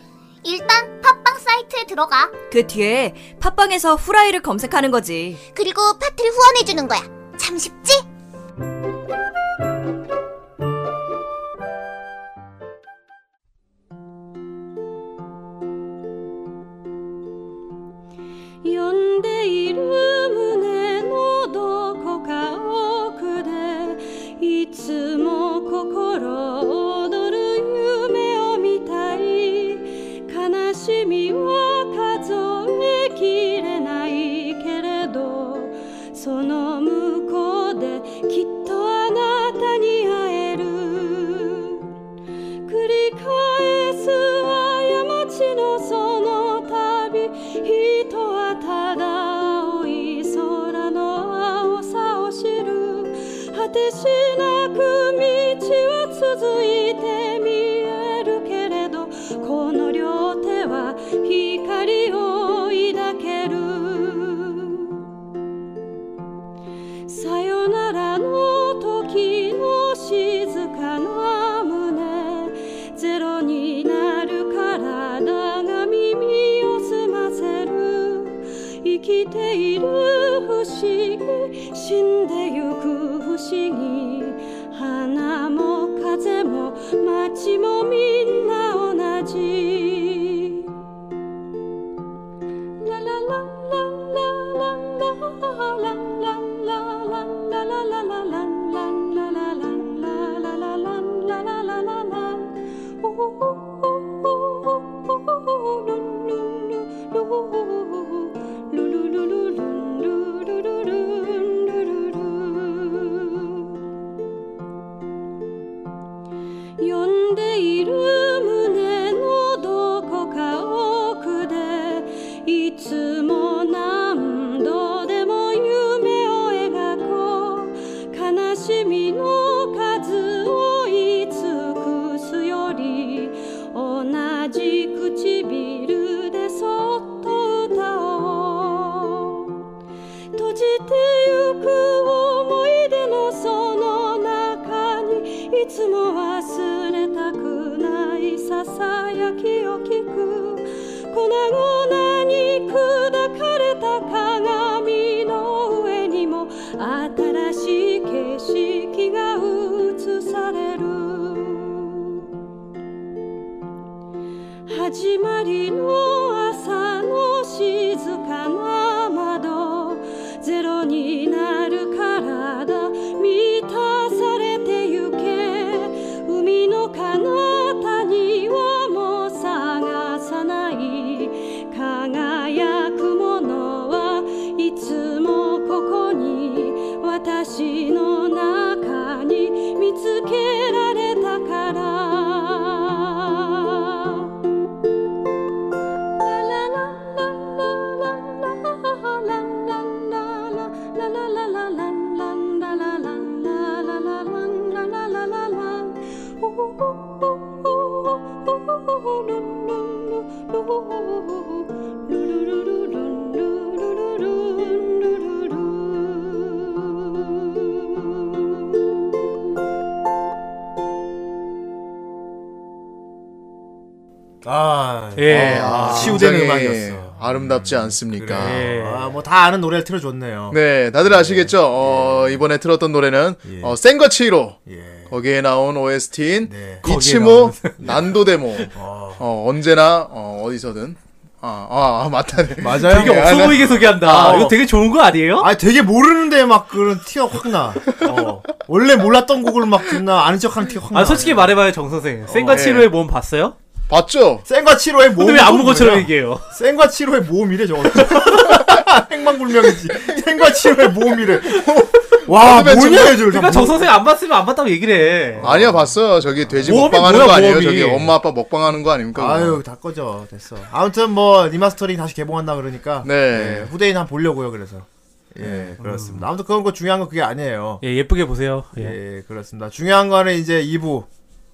일단 팟빵 사이트에 들어가. 그 뒤에 팟빵에서 후라이를 검색하는 거지 그리고 파트를 후원해 주는 거야. 참 쉽지? 呼んでいる胸のどこか奥でいつも心躍る夢を見たい悲しみは数えきれないけれどその向こうできっとあなたに会える繰り返す過ちのその旅人はただ青い空の青さを知る果てしなく道は続いて見えるけれどこの両手は光を抱けるさよならの時の静かな胸ゼロになる体が耳を澄ませる生きている不思議死んでゆく不思議花も風も街もみんな同じ粉々に砕かれた鏡の上にも新しい景色が映される始まりの朝の静かな窓ゼロになる体満たされてゆけ海の彼方にはもう探さない輝くものはいつもここに私の中に見つけられたから 아, 예, 아, 아, 치우된 굉장히 음악이었어. 아름답지 않습니까? 그래. 아, 뭐 다 아는 노래를 틀어줬네요. 네, 다들 아시겠죠? 어, 이번에 틀었던 노래는 예. 어, 생거치로 예. 거기에 나온 OST인 네. 이치모 난도 데모. 어. 어, 언제나 어, 어디서든. 아, 아, 아 맞다. 맞아요. 되게 없어 보이게 소개한다. 아, 이거 어. 되게 좋은 거 아니에요? 아, 되게 모르는데 막 그런 티가 확 나. 어. 원래 몰랐던 곡을 막 듣나 아는 척하는 티가 확 나. 아, 솔직히 말해봐요, 정 선생. 생과 예. 치료의 몸 봤어요? 봤죠? 생과 치료의 모험. 근데 왜 아무 것처럼 얘기해요? 생과 치료의 모험이래 저거. 행방불명이지. 생과 치료의 모험이래. 와 어둠의 뭐냐 저. 어. 그러니까 정 선생 안 봤으면 안 봤다고 얘기를 해. 아니야, 봤어요. 저기 돼지 모험이 먹방하는 뭐야, 거 아니에요? 모험이. 저기 엄마 아빠 먹방하는 거 아닙니까? 아유 다 꺼져 됐어. 아무튼 뭐 리마스터링 다시 개봉한다 그러니까. 네. 예, 후대인 한 번 보려고요 그래서. 예 그렇습니다. 아무튼 그런 거 중요한 건 그게 아니에요. 예, 예쁘게 보세요. 예. 예, 그렇습니다. 중요한 거는 이제 2부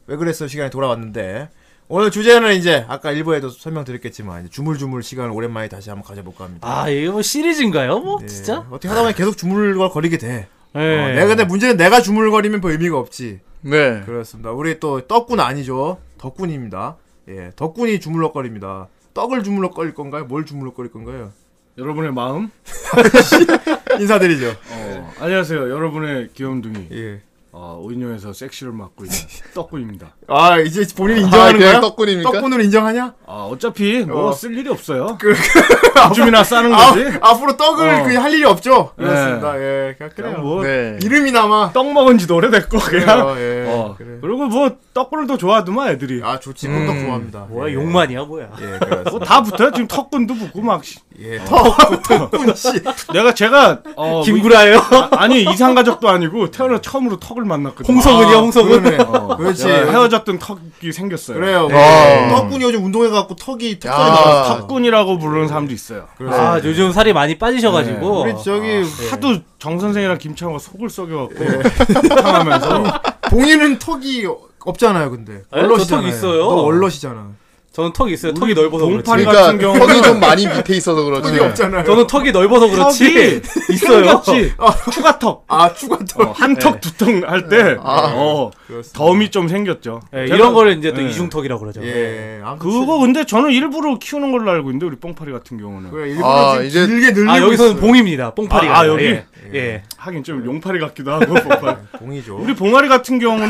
왜 그랬어 시간이 돌아왔는데 오늘 주제는 이제 아까 1부에도 설명드렸겠지만 이제 주물주물 시간을 오랜만에 다시 한번 가져볼까 합니다. 아, 이거 뭐 시리즈인가요? 뭐, 예, 진짜? 어떻게 하다 보니 계속 주물거리게 돼. 예. 어, 내가 근데 문제는 내가 주물거리면 별 의미가 없지. 네. 그렇습니다. 우리 또 떡군 아니죠? 덕군입니다. 예, 덕군이 주물럭거립니다. 떡을 주물럭거릴 건가요? 뭘 주물럭거릴 건가요? 여러분의 마음? 인사드리죠. 어, 안녕하세요. 여러분의 귀염둥이. 예. 어, 오인용에서 섹시를 맡고 있는 떡구입니다. 아 이제 본인이 아, 인정하는 그냥 거야? 떡군입니까? 떡군을 인정하냐? 아, 어차피 뭐 어. 쓸 일이 없어요. 요즘이나 싸는 아, 거지. 앞으로 떡을 어. 그냥 할 일이 없죠? 예. 그렇습니다. 예, 그냥 그래요. 그냥 뭐 네. 이름이나마. 떡 먹은 지도 오래됐고 그래요, 그냥. 예. 어. 그래. 그리고뭐 떡구를 더 좋아하더만 애들이. 아 좋지. 음. 떡 좋아합니다. 뭐야, 예. 욕만이야, 뭐야. 예, 그래서 뭐 다 붙어요. 지금 턱군도 붙고 막. 씨. 예, 떡, 떡군 씨. 내가 제가 어, 김구라예요? 뭐, 아, 아니 이상 가족도 아니고 태어나 처음으로 턱을 만났거든. 홍성은이야, 아, 홍성은. 그러네. 어, 그렇지. 내가 헤어졌던 턱이 생겼어요. 어, 그래요. 예. 떡군이 요즘 운동해갖고 턱이 턱살이 야. 나와서 턱. 턱군이라고 부르는 사람도 있어요. 아, 요즘 살이 많이 빠지셔가지고. 예. 우리 저기 하도 정 선생이랑 김창호가 속을 썩여갖고 하면서 봉이는 턱이 없잖아요, 근데. 에? 저 얼럿이잖아요. 턱 있어요. 너 얼럿이잖아. 저는 턱이 있어요. 턱이 넓어서 그렇지. 봉팔이 그러니까 같은 경우는- 턱이 좀 많이 밑에 있어서 그렇지. 턱이 없잖아요. 저는 턱이 넓어서 그렇지. 있어요. 같이 추가턱 아 추가 턱. 한 턱 두 턱 할 때 어, 덤이 좀 생겼죠. 예, 제가- 이런 거를 이제 또 예. 이중턱이라고 그러죠. 예. 아무튼 그거 근데 저는 일부러 키우는 걸로 알고 있는데 우리 뽕파리 같은 경우는 그래 일부러 아, 지금 이제- 길게 늘리고 아, 여기서는 있어요. 봉입니다. 뽕파리가. 아, 아, 여기? 예. 예. 하긴 좀 용파리 같기도 하고 뽕파리. 네, 봉이죠. 우리 봉아리 같은 경우는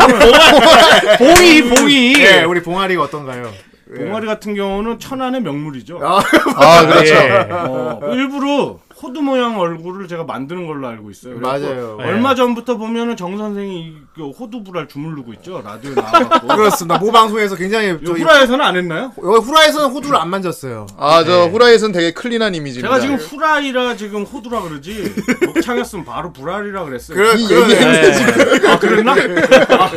봉이, 봉이. 예, 우리 봉아리가 어떤가요? 예. 봉아리 같은 경우는 천안의 명물이죠. 아, 그렇죠. 예. 어, 일부러 호두 모양 얼굴을 제가 만드는 걸로 알고 있어요. 그래갖고 뭐, 네. 맞아요. 얼마 전부터 보면은 정 선생이 그 호두 불알 주물르고 있죠. 라디오 나와갖고. 어, 그렇습니다. 모 방송에서 굉장히 요 저희 후라이에서는 안 했나요? 여기 후라이에서는 호두를 안 만졌어요. 아, 저 후라이에서는 되게 클린한 이미지입니다. 제가 지금 후라이라 지금 호두라 그러지 목창했으면 바로 불알이라 그랬어요. 그래, 이 그러네. 얘기는 아 그랬나? 아,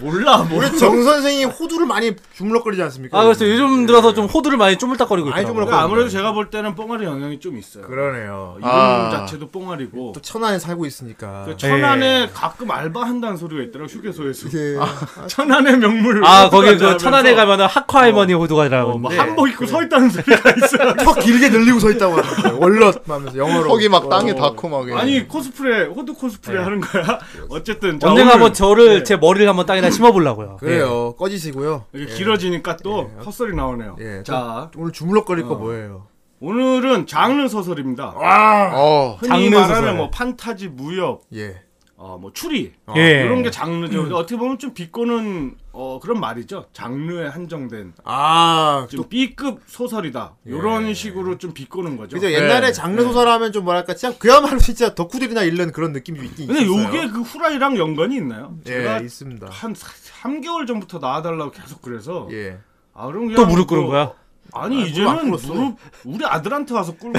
몰라 몰라. 우리 정 선생이 호두를 많이 주물럭거리지 않습니까? 아, 그래서 요즘 들어서 좀 호두를 많이 쪼물딱거리고 많이 있더라고요. 쪼물딱- 그러니까 아무래도 제가 볼 때는 뽕아리 영향이 좀 있어요. 그러네요. 이름 아. 자체도 뽕아리고 또 천안에 살고 있으니까. 그 천안에 가끔 알바 한다는 소리가 있더라고 휴게소에서. 예. 천안의 명물. 아, 호두 거기 그 한다면서. 천안에 가면은 하커할머니 호두가라고. 어, 뭐 있는데. 한복 입고 서 있다는 소리가 있어요. 턱 길게 늘리고 서 있다고 하는데 얼럿 하면서 영어로. 턱이 막 어. 땅에 닿고 예. 막. 아니 코스프레 호두 코스프레 하는 거야. 어쨌든 자, 언젠가 오늘- 예. 한번 저를 제 머리를 한번 땅에 땅에다 심어보려고요. 예. 그래요. 꺼지시고요. 이게 길어지니까 또 헛소리 나오네요. 예. 자, 오늘 주물럭거릴 어. 거 뭐예요? 오늘은 장르 소설입니다. 어. 흔히 장르 말하는 소설. 뭐 판타지, 무협, 예. 어, 뭐 추리 예. 음. 이런 게 장르죠. 근데 어떻게 보면 좀 비꼬는 어, 그런 말이죠. 장르에 한정된 아, 좀 B급 소설이다. 예. 이런 식으로 좀 비꼬는 거죠. 그죠 옛날에 네. 장르 소설 하면 좀 뭐랄까 진짜 그야말로 진짜 덕후들이나 읽는 그런 느낌이 있긴 근데 있어요. 요게 그 후라이랑 연관이 있나요? 제가 예, 있습니다. 한 3개월 전부터 나와달라고 계속 그래서 예. 아, 그럼 그냥 또 무릎 뭐- 꿇은 거야? 아니 아, 무릎 안 이제는 꿇었어. 무릎 우리 아들한테 와서 꿇고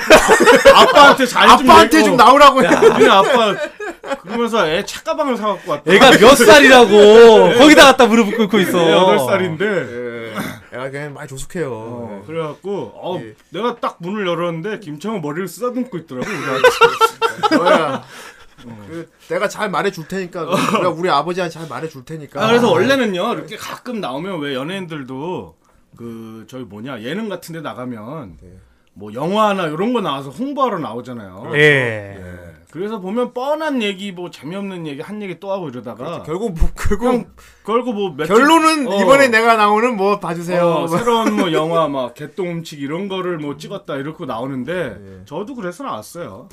아빠한테 잘 좀 아빠한테 얘기- 좀 어. 나오라고 해. 우리 아빠 그러면서 애 책가방을 사갖고 왔다. 애가 몇 살이라고 거기다 갖다 무릎 꿇고 있어. 네, 예. 여덟 살인데. 애가 예. 그냥 많이 조숙해요. 어, 그래갖고 어, 예. 내가 딱 문을 열었는데 김창호 머리를 쓰다듬고 있더라고. 우리 너야. 어. 그, 내가 잘 말해줄 테니까 우리가 우리 아버지한테 잘 말해줄 테니까 아, 그래서 원래는요 이렇게 가끔 나오면 왜 연예인들도 그 저희 뭐냐 예능 같은데 나가면 뭐 영화나 이런 거 나와서 홍보하러 나오잖아요. 예. 예. 그래서 보면 뻔한 얘기 뭐 재미없는 얘기 한 얘기 또 하고 이러다가 결국 뭐, 결국 그냥 걸고 뭐 며칠- 결론은 어. 이번에 내가 나오는 뭐 봐주세요. 어, 뭐. 새로운 뭐 영화 막 개똥 음식 이런 거를 뭐 찍었다 이렇게 나오는데 저도 그래서 나왔어요.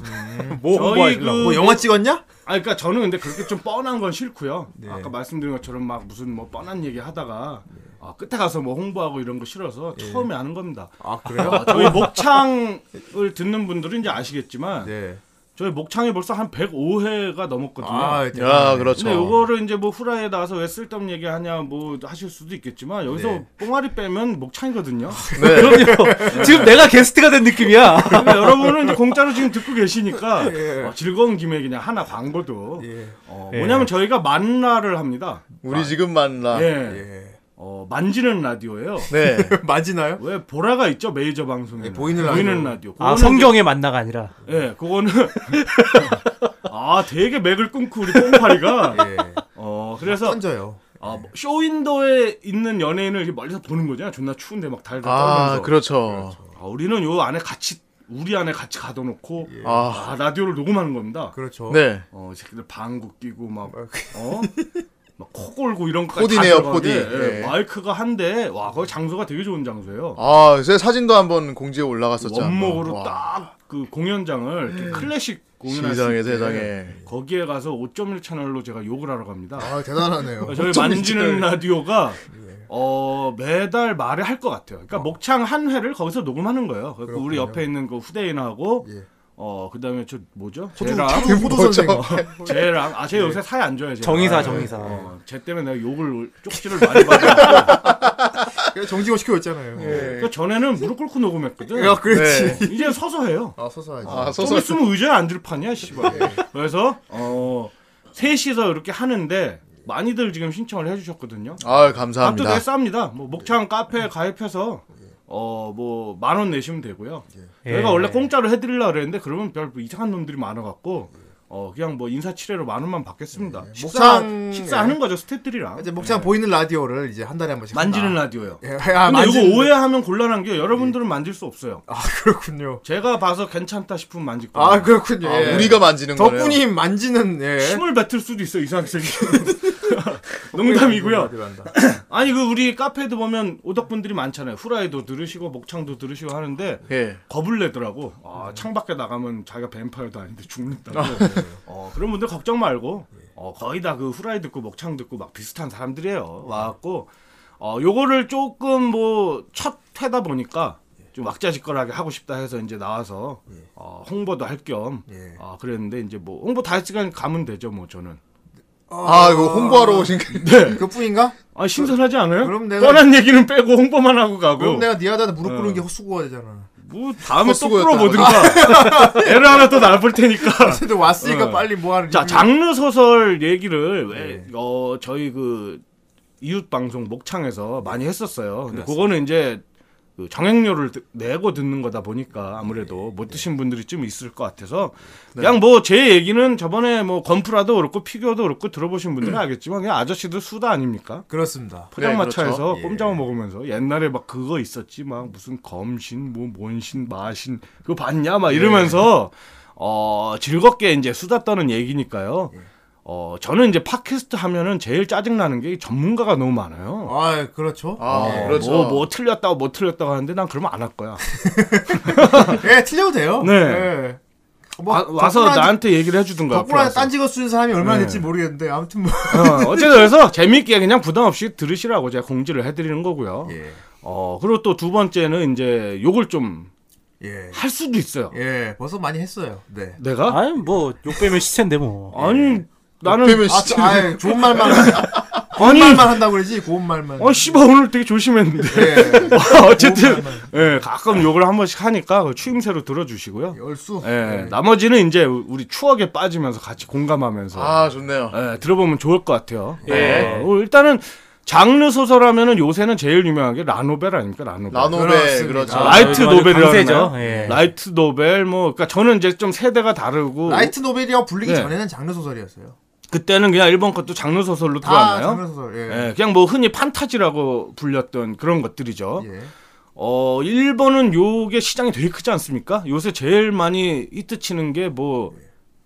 뭐 저희 홍보하실라? 그- 뭐 영화 찍었냐? 아, 그러니까 저는 근데 그렇게 좀 뻔한 건 싫고요. 네. 아까 말씀드린 것처럼 막 무슨 뭐 뻔한 얘기 하다가 아, 끝에 가서 뭐 홍보하고 이런 거 싫어서 네. 처음에 하는 겁니다. 아 그래요? 아, 저희 목창을 듣는 분들은 이제 아시겠지만 네. 저희 목창이 벌써 한 105회가 넘었거든요. 아, 야, 대단하네. 그렇죠. 근데 요거를 이제 뭐 후라이에 나와서 왜 쓸데없는 얘기 하냐 뭐 하실 수도 있겠지만 여기서 네. 아, 뽕알이 빼면 목창이거든요. 네. 그럼요. 지금 내가 게스트가 된 느낌이야. 아, 근데 여러분은 이제 공짜로 지금 듣고 계시니까 예. 어, 즐거운 김에 그냥 하나 광고도 예. 어, 예. 뭐냐면 저희가 만나를 합니다. 우리 지금 만나. 예. 예. 어, 만지는 라디오예요. 네. 맞이나요? 왜 보라가 있죠 메이저 방송에 예, 보이는 라디오. 아 그거는 성경의 만나가 아니라. 이제- 예, 그거는 아 되게 맥을 끊고 우리 뽕파리가 예. 어 그래서 던져요. 아, 뭐 쇼윈도에 있는 연예인을 이렇게 멀리서 보는 거잖아. 존나 추운데 막 달달 아, 떨면서. 그렇죠. 아, 우리는 요 안에 같이 우리 안에 같이 가둬놓고 아, 아, 라디오를 녹음하는 겁니다. 그렇죠. 네. 어, 이 새끼들 방구 끼고 막 어? 막 코골고 이런 것까지 코디네요, 다 들어가게. 코디. 예, 예. 마이크가 한데 와, 거기 장소가 되게 좋은 장소예요. 아, 요새 사진도 한번 공지에 올라갔었죠. 원목으로 한번. 딱 그 공연장을 이렇게 클래식 공연할 수 세상에, 있게 세상에. 거기에 가서 5.1 채널로 제가 욕을 하러 갑니다. 그러니까 아 대단하네요. 저희 만지는 라디오가 어 매달 말에 할 것 같아요. 그러니까 목창 한 회를 거기서 녹음하는 거예요. 그래갖고 우리 옆에 있는 그 후대인하고 예. 어 그다음에 저 뭐죠? 호두, 쟤랑 호두, 호두 뭐죠? 선생. 쟤랑 아쟤 요새 사이 안 줘요. 쟤. 정의사, 아, 정의사. 어, 쟤 때문에 내가 욕을 쪽지를 많이 받아. 예, 정지호 시켜줬잖아요. 예. 그 전에는 무릎 꿇고 녹음했거든. 네. 야, 네. 아, 그렇지. 이제 아, 서서 해요. 아, 서서하지. 아, 좀 소설. 있으면 의자에 앉을 판이야, 씨발. 그래서 어 셋이서 이렇게 하는데 많이들 지금 신청을 해주셨거든요. 아, 값도 되게 감사합니다. 쌉니다. 뭐 목창 카페에 가입해서 어 뭐 만 원 내시면 되고요. 예. 저희가 원래 공짜로 해드리려 그랬는데 그러면 별뭐 이상한 놈들이 많아갖고 어 그냥 뭐 인사치레로 만 원만 받겠습니다. 식사 목창- 식사하는 거죠 스태프들이랑 이제 목장 보이는 라디오를 이제 한 달에 한 번씩 만지는 한다. 라디오요. 예, 아, 근데 만지는 이거 오해하면 곤란한 게 여러분들은 만질 수 없어요. 아, 그렇군요. 제가 봐서 괜찮다 싶으면 만질 거예요. 아, 그렇군요. 아, 예. 우리가 만지는 거예요. 덕분이 만지는 예. 힘을 뱉을 수도 있어 이상하게 농담이고요. 라디오를 한다. 아니 그 우리 카페도 보면 오덕분들이 많잖아요. 후라이도 들으시고 목창도 들으시고 하는데 예. 겁을 내더라고. 네. 아, 창밖에 나가면 자기가 뱀파이어도 아닌데 죽는다고. 어, 그런 분들 걱정 말고 네. 어, 거의 다 그 후라이 듣고 먹창 듣고 막 비슷한 사람들이에요. 와갖고 어, 요거를 조금 뭐 첫 회다 보니까 네. 좀 왁자지껄하게 하고 싶다 해서 이제 나와서 어, 홍보도 할 겸 예. 어, 그랬는데 이제 뭐 홍보 다 했으니까 가면 되죠 뭐 저는. 아, 이거 홍보하러 오신 게. 네. 그뿐인가? 아 신선하지 않아요? 그럼 내가- 뻔한 얘기는 빼고 홍보만 하고 가고 그럼 내가 네 하다한테 무릎 꿇은 어. 게 헛수고가 되잖아. 뭐 다음에 또 헛수고였다. 풀어보든가 애를 하나 또 날볼 테니까 근데 왔으니까 어. 빨리 뭐 하는 자 장르 소설 얘기를 왜 어, 저희 그 이웃 방송 목창에서 많이 했었어요. 근데 그거는 이제 그 정액료를 드- 내고 듣는 거다 보니까 아무래도 못 드신 분들이 좀 있을 것 같아서 그냥 뭐 제 얘기는 저번에 뭐 건프라도 그렇고 피규어도 그렇고 들어보신 분들은 알겠지만 그냥 아저씨들 수다 아닙니까? 그렇습니다. 포장마차에서 네, 예. 꼼장어 먹으면서 옛날에 막 그거 있었지 막 무슨 검신 뭐 뭔신 마신 예. 예. 그거 봤냐 막 이러면서 어 즐겁게 이제 수다 떠는 얘기니까요. 어 저는 이제 팟캐스트 하면은 제일 짜증 나는 게 전문가가 너무 많아요. 아, 그렇죠. 아, 어, 그렇죠. 뭐, 뭐 틀렸다고 뭐 틀렸다고 하는데 난 그러면 안 할 거야. 예, 틀려도 돼요. 네. 아, 예. 뭐, 와- 와서 덕분에 나한테 얘기를 해주든가. 덕분에 앞으로 와서. 딴지거 쓰는 사람이 얼마나 네. 될지 모르겠는데 아무튼 뭐. 어, 어쨌든 그래서 재미있게 그냥 부담 없이 들으시라고 제가 공지를 해드리는 거고요. 예. 어 그리고 또 두 번째는 이제 욕을 좀 할 예. 수도 있어요. 예. 벌써 많이 했어요. 네. 내가 아니 뭐 욕빼면 시체인데 뭐. 아니 나는 빼면 아, 시체. 저- 아이, 좋은 말만 좋은 아니 말만 한다고 그러지. 고운 말만. 어 씨발 오늘 되게 조심했는데. 예. 와, 어쨌든 예, 가끔 욕을 한 번씩 하니까 그 추임새로 들어주시고요. 열수. 예, 나머지는 이제 우리 추억에 빠지면서 같이 공감하면서 아, 좋네요. 예, 들어보면 좋을 것 같아요. 예. 어, 일단은 장르 소설하면은 요새는 제일 유명한 게 라노벨 아닙니까? 라노벨. 라노베, 그렇습니다. 그렇죠. 아, 라이트 요즘 아주 노벨이라죠. 강세죠. 예. 라이트 노벨 뭐 그러니까 저는 이제 좀 세대가 다르고 라이트 노벨이라고 불리기 예. 전에는 장르 소설이었어요. 그때는 그냥 일본 것도 장르 소설로 다 들어왔나요? 장르 소설. 예. 예, 그냥 뭐 흔히 판타지라고 불렸던 그런 것들이죠. 예. 어, 일본은 요게 시장이 되게 크지 않습니까? 요새 제일 많이 히트 치는 게 뭐,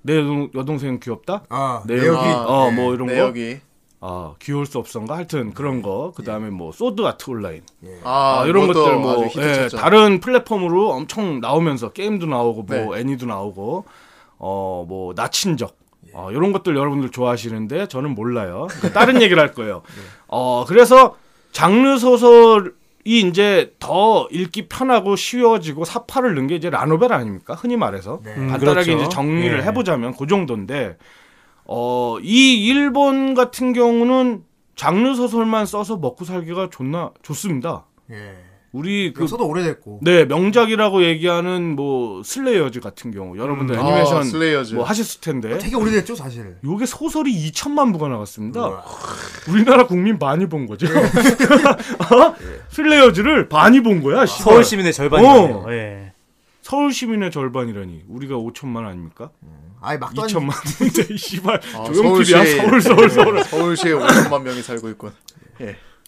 내 여동, 여동생 귀엽다? 아, 네, 내역이 아, 어, 뭐 이런 거? 내역이. 아, 귀여울 수 없었던가? 하여튼 그런 거. 그 다음에 뭐, 소드 아트 온라인. 아, 아, 이런 이것도 것들 아주 뭐, 예, 히트쳤죠. 다른 플랫폼으로 엄청 나오면서 게임도 나오고, 뭐, 네. 애니도 나오고, 어, 뭐, 나친적. 어, 이런 것들 여러분들 좋아하시는데 저는 몰라요. 그러니까 다른 얘기를 할 거예요. 네. 어, 그래서 장르 소설이 이제 더 읽기 편하고 쉬워지고 사파를 넣은 게 이제 라노벨 아닙니까? 흔히 말해서. 네. 음, 간단하게 그렇죠. 이제 정리를 예. 해보자면 그 정도인데, 어, 이 일본 같은 경우는 장르 소설만 써서 먹고 살기가 존나 좋습니다. 예. 우리 그 역사도 오래됐고. 네 명작이라고 얘기하는 뭐 슬레이어즈 같은 경우 여러분들 애니메이션 아, 슬레이어즈. 뭐 하셨을 텐데 되게 오래됐죠, 사실. 요게 소설이 2천만 부가 나갔습니다. 우리나라 국민 많이 본 거죠. 어? 슬레이어즈를 많이 본 거야. 씨발. 서울 시민의 절반이네요. 어. 예. 서울 시민의 절반이라니 우리가 5천만 아닙니까? 아예 막도 안 2천만인데 이 씨발 아, 조용필이야 서울시에- 서울 서울 서울 예, 서울시에 5천만 명이 살고 있군.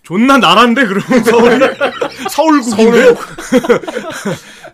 존나 나란데 그러면 서울이 서울국인데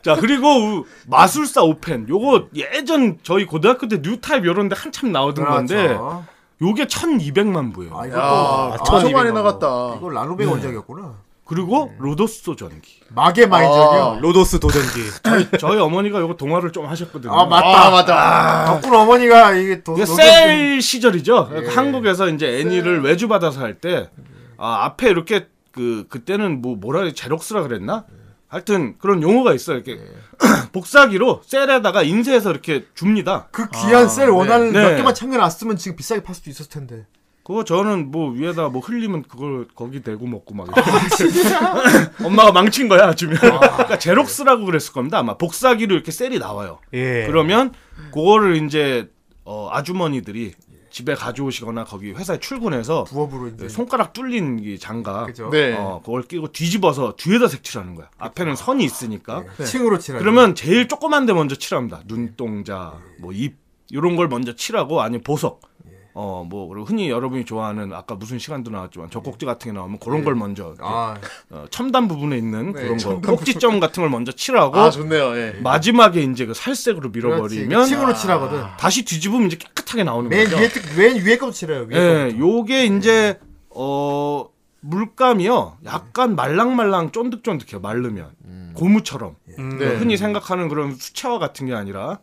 자 그리고 우- 마술사 오펜 요거 예전 저희 고등학교 때 뉴타입 요런 데 한참 나오던 건데 그렇죠. 요게 1200만 부예요 아, 이것도 야, 아, 엄청 많이 이백만 나갔다. 이거 라노베 네. 원작이었구나. 그리고 로도스 전기 마계 마인적이요. 아. 로도스 도전기. 저희, 저희 어머니가 요거 동화를 좀 하셨거든요 아, 맞다. 아, 맞다. 덕분 어머니가 이게 예. 더 이게 더- 셀 시절이죠 한국에서 이제 애니를 외주 받아서 할 예. 때 아, 앞에 이렇게 그 그때는 뭐 뭐라 그래 제록스라 그랬나 하여튼 그런 용어가 있어요 이렇게 예. 복사기로 셀에다가 인쇄해서 이렇게 줍니다 그 귀한 셀 원하는 몇 네. 개만 챙겨놨으면 지금 비싸게 팔 수도 있었을 텐데. 그거 저는 뭐 위에다 뭐 흘리면 그걸 거기 대고 먹고 막 아, 이렇게. 엄마가 망친 거야 아주면 예. 그러니까 제록스라고 그랬을 겁니다 아마 복사기로 이렇게 셀이 나와요 예. 그러면 그거를 이제 어, 아주머니들이 집에 가져오시거나 거기 회사에 출근해서 부업으로 네, 이제. 그 손가락 뚫린 이 장갑 그죠? 아, 네. 어, 그걸 끼고 뒤집어서 뒤에다 색칠하는 거야 앞에는 선이 네. 있으니까 층으로 칠하. 네. 그러면 제일 조그만 데 먼저 예. 칠합니다. 눈동자, 뭐 입 이런 걸 먼저 칠하고 아니면 보석. 예. 어, 뭐 그리고 흔히 여러분이 좋아하는 아까 무슨 시간도 나왔지만 젖꼭지 같은 게 나오면 그런 걸 먼저 이렇게, 예. 아, 네, 어, 첨단 부분에 있는 그런 거 첨단 꼭지점 같은 걸 먼저 칠하고 아, 좋네요. 예. 마지막에 이제 그 살색으로 그렇지. 밀어버리면 아. 그렇죠. 층으로 칠하거든. 다시 뒤집으면 이제 깨끗하게 나오는 맨 거죠. 위에 뜨- 맨 위에 것도 칠해요. 위에 예, 것부터. 요게 이제 어 물감이요. 약간 말랑말랑 쫀득쫀득해요. 마르면 음. 고무처럼. 예. 네. 흔히 생각하는 그런 수채화 같은 게 아니라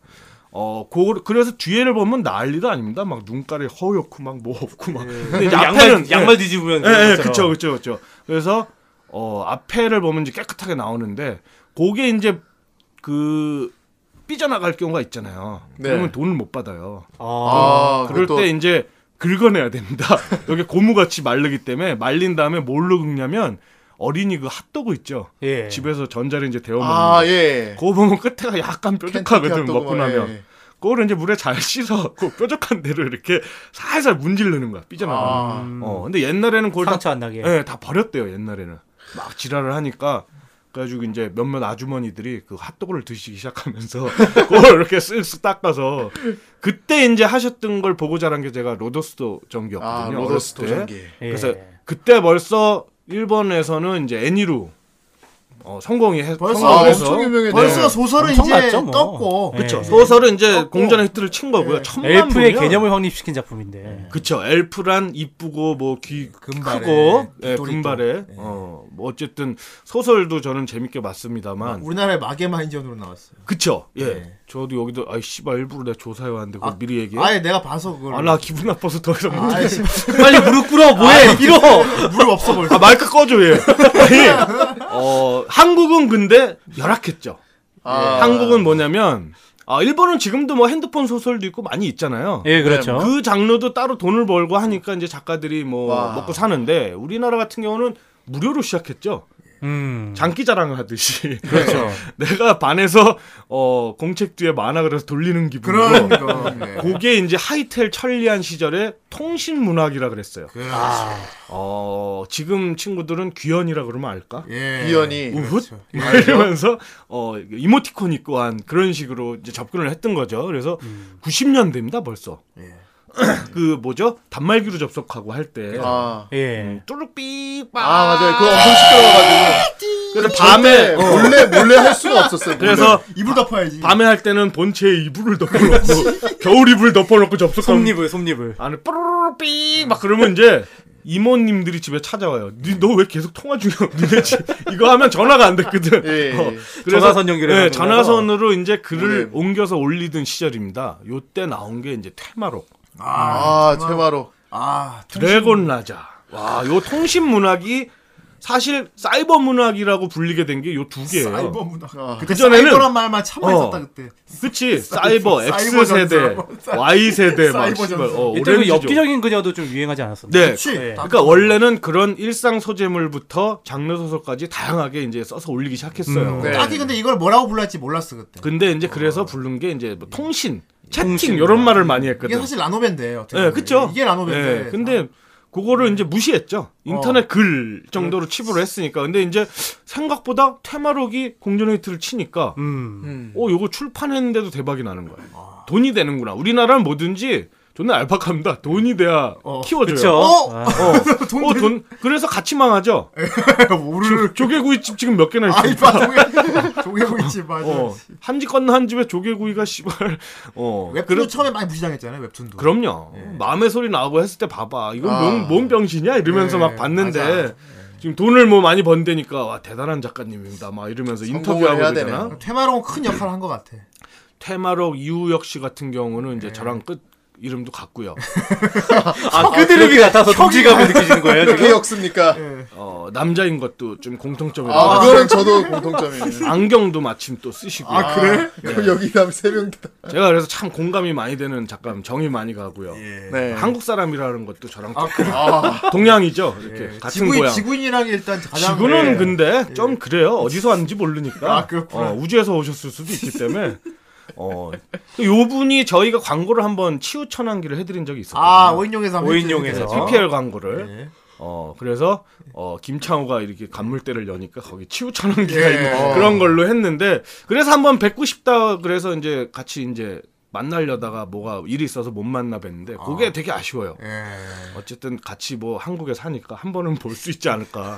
어 고, 그래서 뒤에를 보면 난리도 아닙니다. 막 눈깔이 허옇고 막 뭐 없고 막. 근데 이제 앞에는 예. 양말 양말 뒤집으면 예, 예, 그런 그쵸, 것처럼. 그쵸, 그쵸. 그래서 어 앞에를 보면 이제 깨끗하게 나오는데 그게 이제 그 삐져나갈 경우가 있잖아요. 네. 그러면 돈을 못 받아요. 아, 그럴 그것도- 때 이제 긁어내야 됩니다. 여기 고무같이 마르기 때문에 말린 다음에 뭘로 긁냐면 어린이 그 핫도그 있죠. 예. 집에서 전자레인지 데워 먹는 아, 거. 예. 그거 보면 끝에가 약간 뾰족하거든 캔터키 먹고 핫도그 나면. 예. 그거를 이제 물에 잘 씻어 그 뾰족한 데로 이렇게 살살 문질르는 거야 삐져나가. 아. 어 근데 옛날에는 그걸 상처 다, 안 나게. 예, 다 버렸대요 옛날에는 막 지랄을 하니까. 그래가지고 이제 몇몇 아주머니들이 그 핫도그를 드시기 시작하면서 그걸 이렇게 쓱쓱 닦아서 그때 이제 하셨던 걸 보고 자란 게 제가 로더스도 전기였거든요. 아, 어렸을 로더스 때. 도전기. 예. 그래서 그때 벌써 일본에서는 이제 애니로 어, 성공이 해, 벌써 성공을 해서 엄청 유명해요. 벌써 네. 소설은 엄청 이제 났죠, 뭐. 떴고. 네. 그쵸. 소설은 어, 이제 공전의 히트를 친 거고요. 예. 예. 천만 엘프의 부면- 개념을 확립시킨 작품인데. 그쵸. 엘프란 이쁘고 뭐 네. 귀 금발에, 크고 예, 빅토리도. 금발에 어, 뭐 어쨌든 소설도 저는 재밌게 봤습니다만 아, 우리나라에 마개마 인전으로 나왔어요. 그쵸. 예. 네. 저도 여기도 아이 씨발 일부러 내가 조사해 왔는데 그걸 미리 얘기해. 아예 내가 봐서 그걸. 아 나 기분 나빠서 더 이상 못. 아예 씨, 빨리 무릎 꿇어 뭐해 밀어. 무릎 없어 벌써. 아 마이크 꺼줘 얘. 아니, 어 한국은 근데 열악했죠. 아, 예, 한국은 뭐냐면 아 일본은 지금도 뭐 핸드폰 소설도 있고 많이 있잖아요. 예 그렇죠. 그 장르도 따로 돈을 벌고 하니까 이제 작가들이 뭐 와. 먹고 사는데 우리나라 같은 경우는 무료로 시작했죠. 음. 장기 자랑을 하듯이. 그렇죠. 내가 반에서 어 공책 뒤에 만화 그래서 돌리는 그런 기분으로. 거. 네. 그게 이제 하이텔 천리안 시절에 통신 문학이라 그랬어요. 그렇지. 어 지금 친구들은 귀연이라 그러면 알까? 예. 비연이 뭐, 우훗 이러면서 어 이모티콘 있고 한 그런 식으로 이제 접근을 했던 거죠. 그래서 음. 90년대입니다 벌써. 예. 그 뭐죠 단말기로 접속하고 할 때 아, 음. 예. 뚜룩삐 아 빠. 맞아요. 그거 엄청 시끄러워가지고 그래서 밤에 밤에 어, 몰래 몰래 할 수가 없었어요. 몰래. 그래서 이불 덮어야지. 밤에 할 때는 본체에 이불을 덮어놓고 겨울 이불 덮어놓고 접속하면 솜잎을 솜잎을. 안에 뽀로로삐 막 그러면 이제 이모님들이 집에 찾아와요. 너 왜 계속 통화 중이야? 니네 집 이거 하면 전화가 안 됐거든. 예, 예. 전화선 연결해 네, 놨는 전화선으로 이제 글을 네. 옮겨서 올리던 시절입니다. 요때 나온 게 이제 퇴마록, 아 제마로 아, 드래곤 라자. 와, 요 통신 문학이 사실 사이버 문학이라고 불리게 된 게 요 두 개예요. 사이버 문학. 아. 그때 그전에는- 사이버란 말만 참아 어. 있었다 그때. 그치 사이버, 사이버 X 세대, 전사. Y 세대 막 사이버 씨발, 전사. 어, 일단 그 오렌지족. 엽기적인 그녀도 좀 유행하지 않았었나요? 네, 그치. 예. 다- 그러니까 원래는 그런 일상 소재물부터 장르 소설까지 다양하게 이제 써서 올리기 시작했어요. 네. 딱히 근데 이걸 뭐라고 불렀지 몰랐어 그때. 근데 이제 그래서 부르는 게 이제 뭐 통신, 채팅 통신. 이런 말을 많이 음, 이게 했거든. 사실 라노벤데 어떻게. 예, 보면. 그쵸. 이게 라노벤데. 아. 어. 예, 근데 그거를 이제 무시했죠. 인터넷 음. 글 정도로 칩으로 했으니까. 근데 이제 생각보다 테마록이 공전 히트를 치니까 음. 어, 요거 출판했는데도 대박이 나는 거야. 아. 돈이 되는구나. 우리나라는 뭐든지 존나 알박합니다. 돈이 돼야 어, 키워줘요. 그쵸. 어? 아. 어, 돈 어, 되- 돈, 그래서 같이 망하죠. 모르는. 조개구이집 지금 몇 개나 아, 있어요. 이봐 조개 조개구이집 맞아. 어, 한 집 건너 한 집에 조개구이가 씨발 어 웹툰 그런- 처음에 많이 무시당했잖아요 웹툰도. 그럼요. 마음의 소리 나오고 했을 때 봐봐. 이건 아. 몸, 몸 병신이야? 이러면서 예, 막 봤는데. 맞아. 예. 지금 돈을 뭐 많이 번대니까 와 대단한 작가님입니다 막 이러면서 인터뷰하고 해야 그러잖아 되네. 퇴마롱 큰 역할을 한 것 같아. 테마록 이우혁 씨 같은 경우는 이제 저랑 끝 이름도 같고요 아 끄드름이 같아서 동질감을 느끼시는 거예요 그게 지금? 역습니까? 어, 남자인 것도 좀 공통점이 아 아, 그거는 저도 공통점이에요. 안경도 마침 또 쓰시고요 아 그래? 그럼 여기 남세 명 다. 제가 그래서 참 공감이 많이 되는 작가님 정이 많이 가고요 예. 네. 한국 사람이라는 것도 저랑 똑같아요. 동양이죠 이렇게 같은 예. 지구인 고향 지구인이랑 일단 가장. 지구는 예. 근데 좀 그래요. 어디서 왔는지 모르니까. 아, 그렇구나. 어, 우주에서 오셨을 수도 있기 때문에. 어, 요 분이 저희가 광고를 한번 치우천왕기를 해드린 적이 있었거든요. 아 오인용에서 한번 오인용에서. 했죠. PPL 광고를. 예. 어, 그래서, 어, 김창호가 이렇게 간물대를 여니까 거기 치우천왕기가 예. 있는 그런 걸로 했는데, 그래서 한번 뵙고 싶다 그래서 이제 같이 이제 만나려다가 뭐가 일이 있어서 못 만나 뵀는데, 그게 되게 아쉬워요. 예. 어쨌든 같이 뭐 한국에 사니까 한 번은 볼 수 있지 않을까.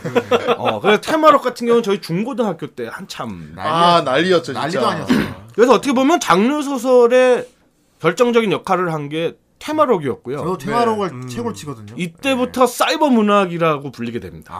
어, 그래서 테마록 같은 경우는 저희 중고등학교 때 한참. 아 난리였죠 진짜. 난리도 아니었어요. 그래서 어떻게 보면 장르 소설의 결정적인 역할을 한 게 저도 그렇죠. 테마록이었고요. 네. 퇴마롱을 음. 최고로 치거든요. 이때부터 사이버 문학이라고 불리게 됩니다.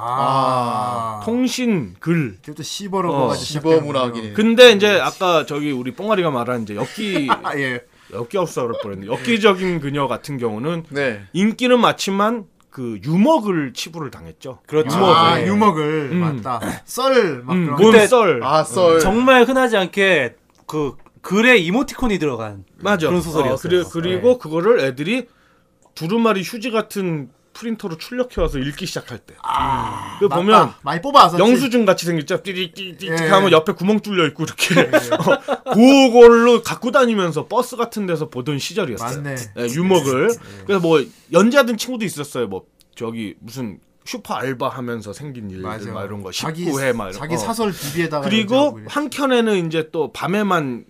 아. 통신 글. 이때부터 시버로가 어, 시버 문학이. 근데 이제 아까 저기 우리 뽕아리가 말한 이제 엽기 아 예. 엽기 없어 그럴 뻔했는데 엽기적인 그녀 같은 경우는 네. 인기는 많지만 그 유머글 치부를 당했죠. 그렇죠. 아, 예. 유먹을 음. 맞다. 썰막 그런. 음, 거. 몸썰. 아 썰. 정말 흔하지 않게 그 글에 이모티콘이 들어간 맞아. 그런 소설이었어요. 네. 어, 그리, 고 그거를 애들이 두루마리 휴지 같은 프린터로 출력해 와서 읽기 시작할 때. 그 아, 맞다. 보면 많이 뽑아서 영수증 같이 생겼죠. 띠릭띠릭 예. 하면 옆에 구멍 뚫려 있고 이렇게 어, 그걸로 갖고 다니면서 버스 같은 데서 보던 시절이었어요. 맞네. 예, 유목을. 그래서 뭐 연재하던 친구도 있었어요. 뭐 저기 무슨 슈퍼 알바 하면서 생긴 일들 맞아. 막 이런 거 자기 19회 막 이런 자기 거. 어. 사설 비비에다가 그리고 이렇게 하고 한 켠에는 이제 또 밤에만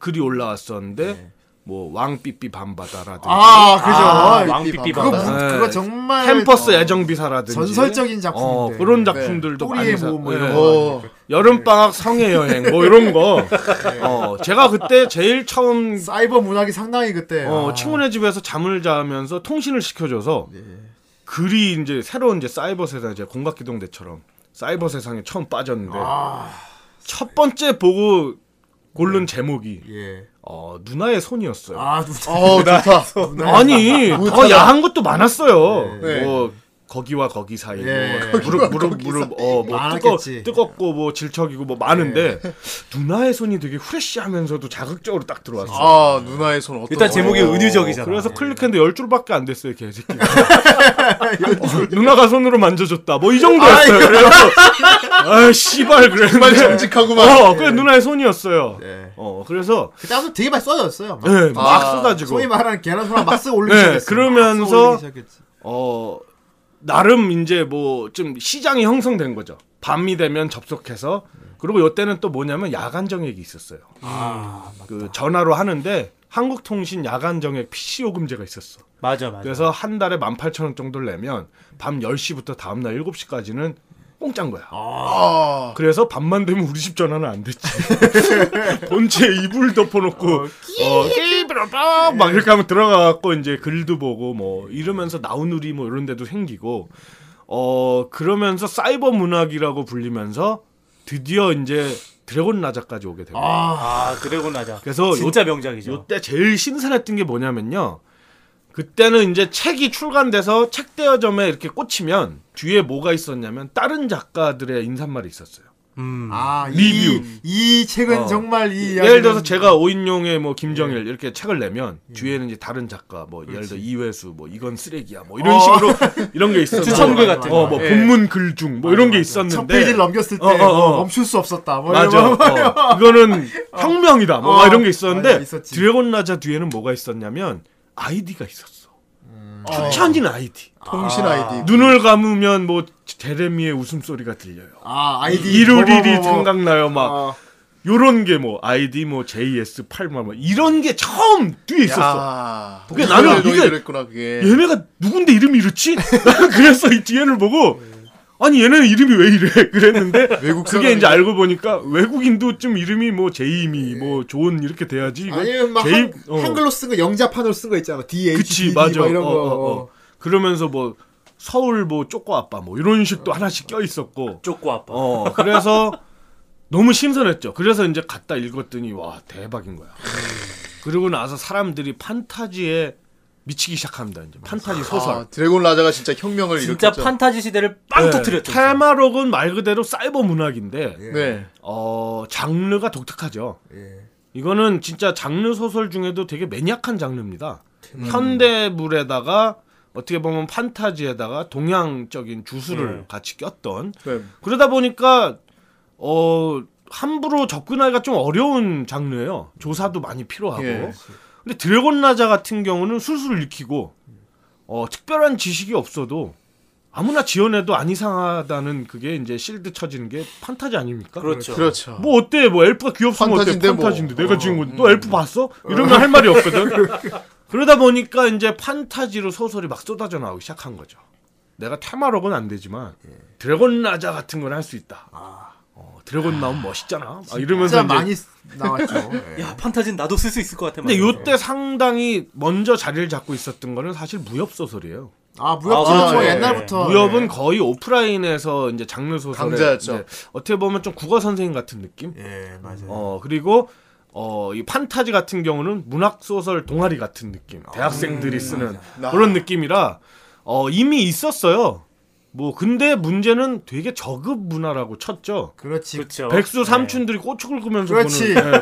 글이 올라왔었는데 뭐 왕삐삐 밤바다라든지 네. 아, 그죠. 왕삐삐 그거, 무- 밤바다. 네. 그거 정말 뭐 캠퍼스 애정비사라든지 전설적인 작품인데. 어, 그런 작품들도 네. 많이 꼬리에 사- 모음을. 예. 어, 여름 방학 네. 성해 여행 뭐 이런 거 어, 제가 그때 제일 처음 사이버 문학이 상당히 그때 어, 네. 아, 네. 친구네 집에서 잠을 자면서 통신을 시켜줘서 글이 이제 새로운 이제 사이버 세상 이제 공각기동대처럼 사이버 세상에 처음 빠졌는데 아. 첫 번째 보고 고른 제목이 예. 어, 누나의 손이었어요. 아, 누나. 어 좋다. 아니 더 야한 것도 많았어요. 네. 뭐 거기와 거기 사이, 예. 뭐 무릎 무릎 무릎 어뭐 뜨거 많았겠지. 뜨겁고 뭐 질척이고 뭐 많은데 누나의 손이 되게 후레쉬하면서도 자극적으로 딱 들어왔어. 요 아 누나의 손 어떤? 일단 제목이 은유적이잖아. 그래서 클릭했는데 열 줄밖에 안 됐어요, 개새끼. 누나가 손으로 만져줬다. 뭐 이 정도였어요. 그래서 아 씨발 그래. 정말 정직하구만. 어, 그래 누나의 손이었어요. 네. 어, 그래서 그다음부터 되게 많이 써졌어요. 막. 예, 막 아, 써가지고 소위 말하는 계란 소라 막스 올리기 네, 시작했어요. 그러면서- 막 쓰고 올리기 시작했지. 어 나름 이제 뭐 좀 시장이 형성된 거죠. 밤이 되면 접속해서 그리고 요때는 또 뭐냐면 야간 정액이 있었어요. 아, 그 전화로 하는데 한국통신 야간 정액 PC 요금제가 있었어. 맞아 맞아. 그래서 한 달에 18,000원 정도를 내면 밤 10시부터 다음 날 7시까지는 공짜인 거야. 아, 그래서 밤만 되면 우리 집 전화는 안 됐지. 본체 이불 덮어놓고 네. 어, 끼브라빠 막 이렇게 하면 들어가갖고 이제 글도 보고 뭐 이러면서 나우누리 뭐 이런 데도 생기고 어 그러면서 사이버 문학이라고 불리면서 드디어 이제 드래곤 라자까지 오게 되고 아 드래곤 라자. 그래서 진짜 명작이죠. 요때 제일 신선했던 게 뭐냐면요. 그때는 이제 책이 출간돼서 책 대여점에 이렇게 꽂히면 뒤에 뭐가 있었냐면 다른 작가들의 인사말이 있었어요. 음. 아, 리뷰. 이, 이 책은 어. 정말 이 예를 이야기는- 네. 들어서 제가 오인용의 뭐 김정일 이렇게 책을 내면 음. 뒤에는 이제 다른 작가 뭐 예를 들어 이회수 뭐 이건 쓰레기야 뭐 이런 어. 식으로 이런 게 있었는데 추천글 같은 거. 어뭐 예. 본문 글 중 뭐 이런 게 있었는데 첫 페이지를 넘겼을 때 어, 어, 어. 뭐 멈출 수 없었다. 뭐 맞아. 이런 거. 어, 이거는 혁명이다. 뭐 어. 이런 게 있었는데 맞아, 있었지. 드래곤 라자 뒤에는 뭐가 있었냐면 아이디가 있었어. 음. 추천인 어. 어, 아이디. 통신 아이디. 눈을 감으면 뭐 제레미의 웃음소리가 들려요. 아, 아이디 이루리리 뭐뭐뭐뭐. 생각나요. 막 어. 요런 게 뭐 아이디 뭐 JS 8만 뭐 이런 게 처음 뒤에 있었어. 야, 그게 나는 이게 이게- 그랬구나 그게. 예. 얘네가 누군데 이름이 이렇지? 나는 그래서 이 뒤에를 보고 아니 얘네는 이름이 왜 이래? 그랬는데 외국 그게 이제 사람이- 알고 보니까 외국인도 좀 이름이 뭐 제이미 뭐 존 이렇게 돼야지. 이거 예. 아니면 막 제이- 한, 어. 한글로 쓴 거 영자판으로 쓴 거 있잖아. D H 그치 D 맞아. 막 이런 어, 거. 어, 어. 그러면서 뭐 서울 뭐 쪼꼬 아빠 뭐 이런 식도 하나씩 껴 있었고. 쪼꼬 아빠. 어 그래서 너무 신선했죠. 그래서 이제 갖다 읽었더니 와 대박인 거야. 그리고 나서 사람들이 판타지에 미치기 시작합니다. 이제 판타지 소설. 아, 드래곤 라자가 진짜 혁명을 진짜 일으켰죠. 판타지 시대를 빵 네, 터트렸죠. 테마록은 말 그대로 사이버 문학인데 네. 어 장르가 독특하죠. 예. 이거는 진짜 장르 소설 중에도 되게 매니악한 장르입니다. 현대물에다가 어떻게 보면 판타지에다가 동양적인 주술을 예. 같이 꼈던 네. 그러다 보니까 어 함부로 접근하기가 좀 어려운 장르예요. 조사도 많이 필요하고. 예. 근데 드래곤 라자 같은 경우는 술술 익히고 어 특별한 지식이 없어도 아무나 지어내도 안 이상하다는 그게 이제 실드 쳐지는 게 판타지 아닙니까? 그렇죠. 그렇죠. 뭐 어때? 뭐 엘프가 귀엽으면 판타지인데 어때? 뭐. 음. 판타지인데 내가 지은 건데 너 엘프 봤어? 이러면 할 말이 없거든. 그러다 보니까 이제 판타지로 소설이 막 쏟아져 나오기 시작한 거죠. 내가 테마록은 안 되지만 예. 드래곤 라자 같은 건 할 수 있다. 아. 어, 드래곤 나오면 멋있잖아. 막 이러면서 진짜 이제 많이 쓰- 나왔죠. 예. 야 판타지는 나도 쓸 수 있을 것 같아. 근데 맞아. 요때 상당히 먼저 자리를 잡고 있었던 거는 사실 무협 소설이에요. 아 무협 아, 아, 그 그렇죠. 옛날부터 예. 무협은 거의 오프라인에서 이제 장르 소설의 어, 예. 강자였죠. 이제 어떻게 보면 좀 국어 선생님 같은 느낌. 예, 예 맞아요. 어 그리고 어 이 판타지 같은 경우는 문학 소설 동아리 같은 느낌. 대학생들이 쓰는 맞아. 그런 느낌이라 어 이미 있었어요. 뭐 근데 문제는 되게 저급 문화라고 쳤죠. 그렇지. 그렇죠. 백수 삼촌들이 꼬추 긁으면서 그렇지. 보는 예,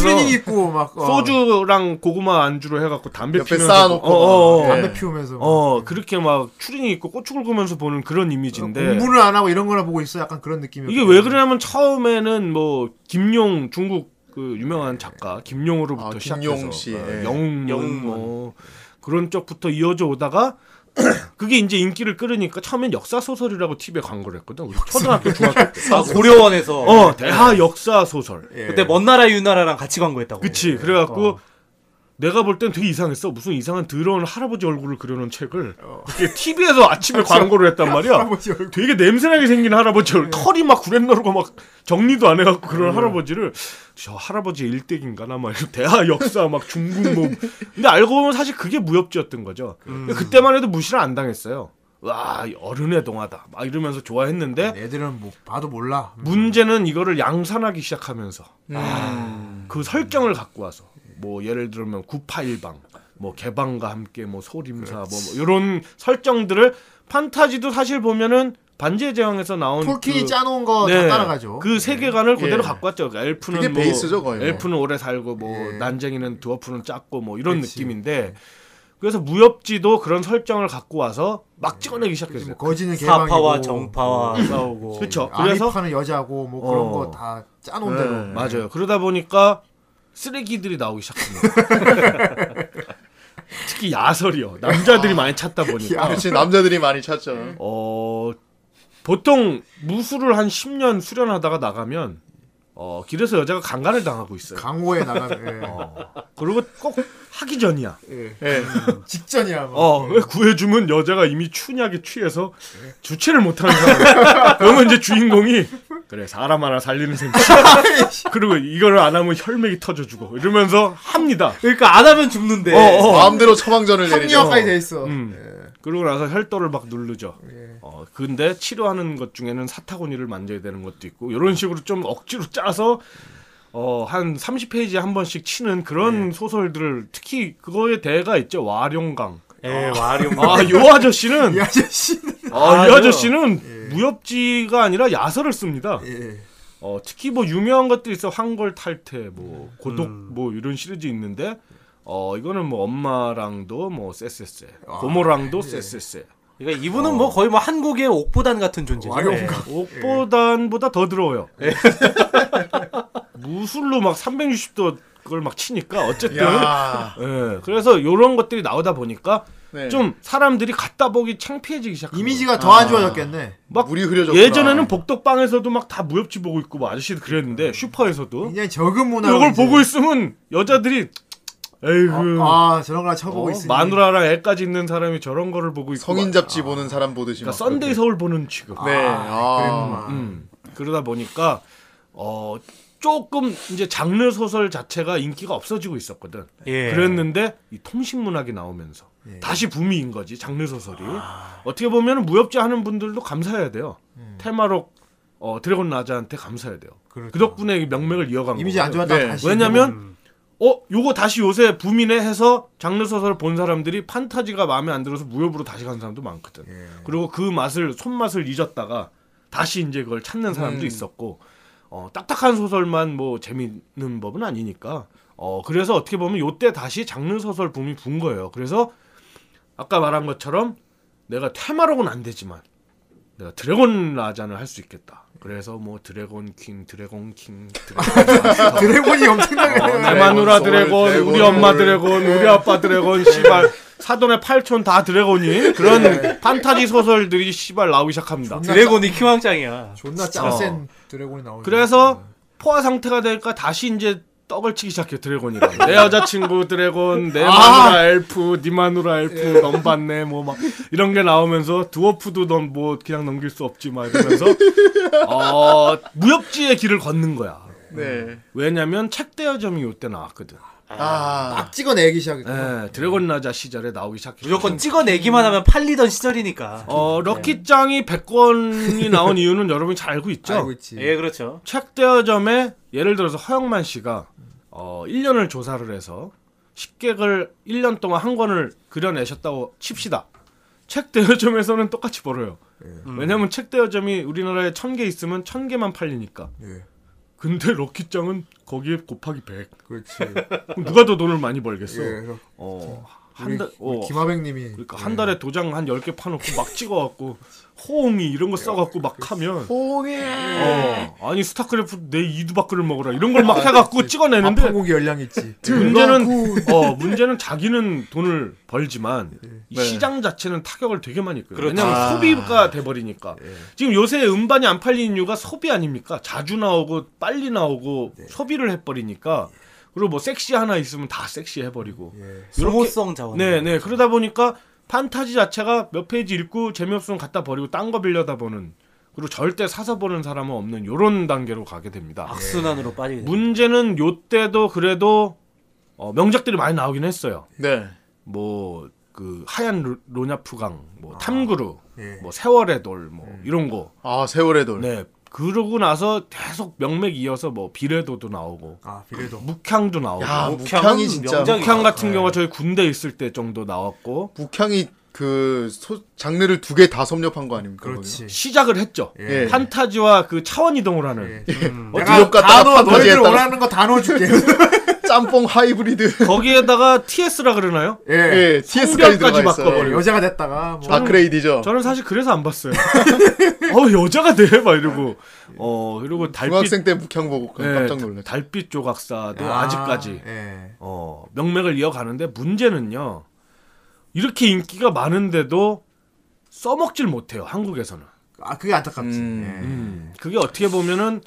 트레이닝 입고 막 어, 소주랑 고구마 안주로 해갖고 담배 옆에 피면서 쌓아놓고 어, 어, 어, 막. 담배 예. 피우면서 막. 어, 그렇게 막 추리닝 입고 꼬추 긁으면서 보는 그런 이미지인데 어, 공부를 안 하고 이런 거나 보고 있어. 약간 그런 느낌이. 네. 이게 왜 그러냐면 처음에는 뭐 김용 중국 그 유명한 작가 김용으로부터 아, 시작해서 김용 씨. 어, 예. 영웅 영웅문. 뭐 그런 쪽부터 이어져 오다가 그게 이제 인기를 끌으니까 처음엔 역사 소설이라고 TV에 광고를 했거든. 우리 초등학교 중학교 때. 아, 고려원에서 어. 어, 대하 역사 소설. 예. 그때 먼 나라 유나라랑 같이 광고했다고. 어. 그치. 그래갖고 내가 볼 땐 되게 이상했어. 무슨 이상한 더러운 할아버지 얼굴을 그려놓은 책을 이게 TV에서 아침에 광고를 했단 말이야. 어. 그렇죠. 할아버지 얼굴. 예. 되게 냄새나게 생긴 할아버지 얼굴, 털이 막 구렛나루고 막 정리도 안 해갖고 그런 할아버지를 저 할아버지 일대기인가 나막 대하 역사 막 중국 뭐 근데 알고 보면 사실 그게 무협지였던 거죠. 음. 근데 그때만 해도 무시를 안 당했어요. 와 어른의 동화다 막 이러면서 좋아했는데 애들은 뭐 봐도 몰라. 음, 문제는 이거를 양산하기 시작하면서 네. 아, 그 설경을 갖고 와서 뭐 예를 들면 981방 뭐 개방과 함께 뭐 소림사 뭐, 뭐 이런 설정들을 판타지도 사실 보면은 반지의 제왕에서 나온 톨킨이 그- 짜놓은 거 다 네, 따라가죠. 그 세계관을 그대로 예. 갖고 왔죠. 그러니까 엘프는 그게 뭐 베이스죠, 거의 뭐. 엘프는 오래 살고 뭐 예. 난쟁이는 드워프는 작고 뭐 이런 그치. 느낌인데 그래서 무협지도 그런 설정을 갖고 와서 막 찍어내기 뭐 시작했어요. 거지는 개방이고 음. 사파와 정파와 싸우고. 그렇죠. 그래서 아미파는 여자고 뭐 어. 그런 거 다 짜놓은 대로. 네. 맞아요. 그러다 보니까 쓰레기들이 나오기 시작합니다. 특히 야설이요. 남자들이 많이 찾다 보니까. 아, 그렇지 남자들이 많이 찾죠. 어, 보통 무술을 한 10년 수련하다가 나가면 어, 길에서 여자가 강간을 당하고 있어요. 강호에 나가면 예. 어. 그리고 꼭 하기 전이야. 예. 네. 직전이야. 뭐. 막. 어, 왜 구해주면 여자가 이미 춘약에 취해서 주체를 못하는 상황. 그러면 이제 주인공이 그래 사람 하나 살리는 셈. 그리고 이걸 안 하면 혈맥이 터져주고 이러면서 합니다. 그러니까 안 하면 죽는데. 어, 어. 마음대로 처방전을 내리죠. 합리화까지 돼 있어. 예. 음. 그러고 나서 혈도를 막 누르죠. 어, 근데 치료하는 것 중에는 사타구니를 만져야 되는 것도 있고 이런 식으로 좀 억지로 짜서 어, 한 30페이지에 한 번씩 치는 예. 그런 소설들을 특히 그거에 대가 있죠. 와룡강. 예, 와룡. 아, 요 아저씨는 이 아저씨는 아, 이 아저씨는 무협지가 아니라 야설을 씁니다. 예. 어, 특히 뭐 유명한 것들이 있어. 황골 탈퇴, 뭐 음. 고독, 뭐 이런 시리즈 있는데 어, 이거는 뭐 엄마랑도 뭐 쎄쎄쎄, 아, 고모랑도 예. 쎄쎄쎄. 그러니까 이분은 뭐 거의 뭐 한국의 옥보단 같은 존재죠. 와룡강. 예. 옥보단보다 더 더러워요. 무술로 막 360도 그걸 막 치니까 어쨌든 야. 예, 그래서 요런 것들이 나오다 보니까 네. 좀 사람들이 갖다 보기 창피해지기 시작한 예. 거예요. 이미지가 더 안 좋아졌겠네. 막 물이 흐려졌구나. 예전에는 복덕방에서도 막 다 무협지 보고 있고 뭐 아저씨도 음. 그랬는데 슈퍼에서도 그냥 적은 문화. 어? 이걸 보고 있으면 여자들이 에이그 아 저런 거 쳐보고 어, 있으니. 마누라랑 애까지 있는 사람이 저런 거를 보고 있고 성인 막- 잡지 보는 사람 보듯이 막 그러니까 썬데이 서울 보는 취급 아. 네. 아. 그랬구만. 음. 그러다 보니까 어 조금 이제 장르 소설 자체가 인기가 없어지고 있었거든. 예. 그랬는데 이 통신문학이 나오면서 다시 붐이인 거지 장르 소설이. 어떻게 보면 무협지 하는 분들도 감사해야 돼요. 테마록 어 드래곤 라자한테 감사해야 돼요. 그 음. 그렇죠. 덕분에 이 명맥을 이어간 이미지 거거든요. 안 좋아졌다. 네. 다시 왜냐면 어 요거 다시 요새 붐이네 해서 장르 소설을 본 사람들이 판타지가 마음에 안 들어서 무협으로 다시 간 사람도 많거든. 예. 그리고 그 맛을 손맛을 잊었다가 다시 이제 그걸 찾는 사람도 음. 있었고 어 딱딱한 소설만 뭐 재밌는 법은 아니니까 어 그래서 어떻게 보면 요때 다시 장르 소설 붐이 분 거예요. 그래서 아까 말한 것처럼 내가 테마록은 안 되지만 내가 드래곤 라잔을 할 수 있겠다. 그래서 뭐 드래곤 킹, 드래곤 킹, 드래곤 마스터, 드래곤이 엄청나게 어, 내 드래곤 마누라 소울, 드래곤, 드래곤 우리 엄마 소울. 드래곤, 우리 아빠 드래곤, 씨발 사돈의 팔촌 다 드래곤이 네. 그런 판타지 소설들이 씨발 나오기 시작합니다. 드래곤이 킹왕짱이야. 존나 짱센 드래곤이 나오죠. 그래서 포화 상태가 되니까 다시 이제 떡을 치기 시작해 드래곤이랑 내 여자친구 드래곤 내 마누라 엘프 니 마누라 엘프 넘 봤네 뭐 막 이런 게 나오면서 드워프도 넌 뭐 그냥 넘길 수 없지 막 이러면서 어 무협지의 길을 걷는 거야 네. 왜냐면 책 대여점이 요때 나왔거든 아. 막 찍어내기 시작했고. 예, 드래곤 라자 시절에 나오기 시작했어. 무조건 찍어내기만 하면 팔리던 시절이니까. 어, 럭키짱이 100권이 나온 이유는 여러분이 잘 알고 있죠? 아, 알고 있지. 예, 그렇죠. 책 대여점에 예를 들어서 허영만 씨가 어, 1년을 조사를 해서 10객을 1년 동안 한 권을 그려내셨다고 칩시다. 책 대여점에서는 똑같이 벌어요. 예. 왜냐면 책 대여점이 우리나라에 1000개 있으면 1000개만 팔리니까. 예. 근데 럭키짱은 거기에 곱하기 100. 그렇지. 그럼 누가 더 돈을 많이 벌겠어? 예. 그래서 어. 우리, 한 달, 우리 어, 김하백님이 그러니까 네. 한 달에 도장 한 10개 파놓고 막 찍어갖고 호응이 이런 거 써갖고 막 하면 어, 아니 스타크래프트 내 이두박근을 먹어라 이런 걸 아, 막 해갖고 찍어내는데 아파고기 네. 열량 있지. 문제는 어 문제는 자기는 돈을 벌지만 이 시장 자체는 타격을 되게 많이 입고요. 네. 그렇죠. 왜냐하면 아. 예. 소비가 돼버리니까 지금 요새 음반이 안 네. 팔리는 이유가 소비 아닙니까? 자주 나오고 빨리 나오고 소비를 해버리니까 그리고 뭐 섹시 하나 있으면 다 섹시해 버리고. 예. 소모성 자원. 네, 네. 그러다 보니까 판타지 자체가 몇 페이지 읽고 재미없으면 갖다 버리고 딴 거 빌려다 보는 그리고 절대 사서 보는 사람은 없는 요런 단계로 가게 됩니다. 아, 악순환으로 빠지게 됩니다. 문제는 요때도 그래도 어, 명작들이 많이 나오긴 했어요. 네. 뭐 그 하얀 로, 로냐프강, 뭐 탐구루, 뭐 세월의 돌, 뭐 이런 거. 아 세월의 돌. 네. 그러고 나서 계속 명맥 이어서 뭐 비례도도 나오고 아 비례도. 묵향도 나오고 야 어, 묵향, 묵향이 진짜 명작이- 같은 경우가 저희 군대 있을 때 정도 나왔고 묵향이 그 소, 장르를 두 개 다 섭렵한 거 아닙니까? 그렇지. 시작을 했죠. 예. 판타지와 그 차원 이동을 하는 거기는? 무력 갖다가 음. 단어 판타지에 너희들 따라 원하는 거 다 넣어줄게. 짬뽕 하이브리드. 거기에다가 TS라 그러나요? 예. 예, TS까지 들어가 네. 성별까지 있어요. 바꿔버려. 여자가 됐다가 아, 뭐. 다크레이디죠. 저는 사실 그래서 안 봤어요. 어 여자가 돼 막 이러고 어 그리고 달빛 중학생 때 묵향 보고 예, 깜짝 놀랐죠. 달빛 조각사도 아, 아직까지 예. 어, 명맥을 이어가는데 문제는요. 이렇게 인기가 많은데도 써먹질 못해요. 한국에서는. 아 그게 안타깝지. 음. 예. 음, 그게 어떻게 보면은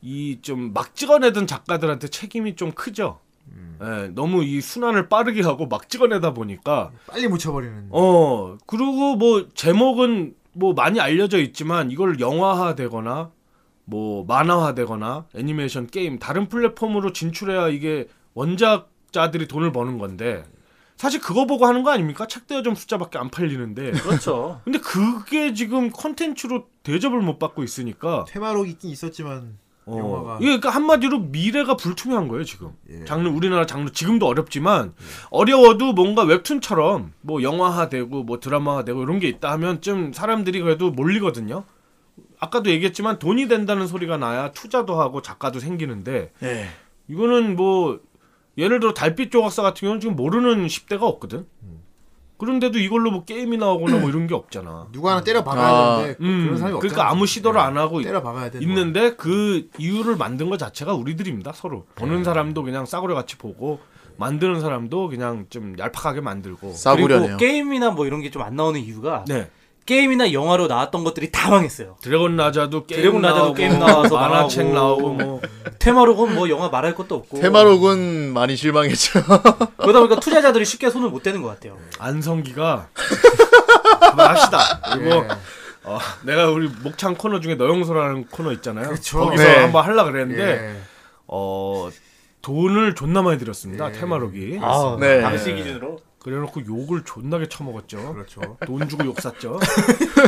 이 좀 막 찍어내던 작가들한테 책임이 좀 크죠. 음. 예, 너무 이 순환을 빠르게 하고 막 찍어내다 보니까 빨리 묻혀버리는. 어 그리고 뭐 제목은 뭐 많이 알려져 있지만 이걸 영화화되거나 뭐 만화화되거나 애니메이션 게임 다른 플랫폼으로 진출해야 이게 원작자들이 돈을 버는 건데 사실 그거 보고 하는 거 아닙니까? 책 대여점 숫자밖에 안 팔리는데 그렇죠. 근데 그게 지금 컨텐츠로 대접을 못 받고 있으니까 테마로 있긴 있었지만 어, 영화가 이게 그러니까 한마디로 미래가 불투명한 거예요 지금 예. 장르 우리나라 장르 지금도 어렵지만 어려워도 뭔가 웹툰처럼 뭐 영화화되고 뭐 드라마화되고 이런 게 있다 하면 좀 사람들이 그래도 몰리거든요 아까도 얘기했지만 돈이 된다는 소리가 나야 투자도 하고 작가도 생기는데 예. 이거는 뭐 예를 들어 달빛 조각사 같은 경우는 지금 모르는 10대가 없거든 그런데도 이걸로 뭐 게임이 나오거나 뭐 이런 게 없잖아 누가 하나 때려 박아야 아, 되는데 음, 그런 사람이 없잖아. 예. 그러니까 아무 시도를 안 하고 때려 박아야 돼. 있는데 그 이유를 만든 것 자체가 우리들입니다 서로 보는 네. 사람도 그냥 싸구려 같이 보고 만드는 사람도 그냥 좀 얄팍하게 만들고 그리고 싸구려네요. 게임이나 뭐 이런 게 좀 안 나오는 이유가 네 게임이나 영화로 나왔던 것들이 다 망했어요. 드래곤 라자도 게임 드래곤 라자도 나오고 게임 나와서 만화책 나오고 망하고. 뭐 테마로건 뭐 영화 말할 것도 없고. 테마록은 많이 실망했죠. 그러다 보니까 투자자들이 쉽게 손을 못 대는 것 같아요. 안성기가 합시다 네. 그리고 어, 내가 우리 목창 코너 중에 너영소라는 코너 있잖아요 그쵸. 거기서 네. 한번 하려 예. 그랬는데 어 돈을 존나 많이 들였습니다 예. 테마록이 아, 네. 당시 기준으로. 그래놓고 욕을 존나게 처먹었죠 그렇죠. 돈 주고 욕 샀죠.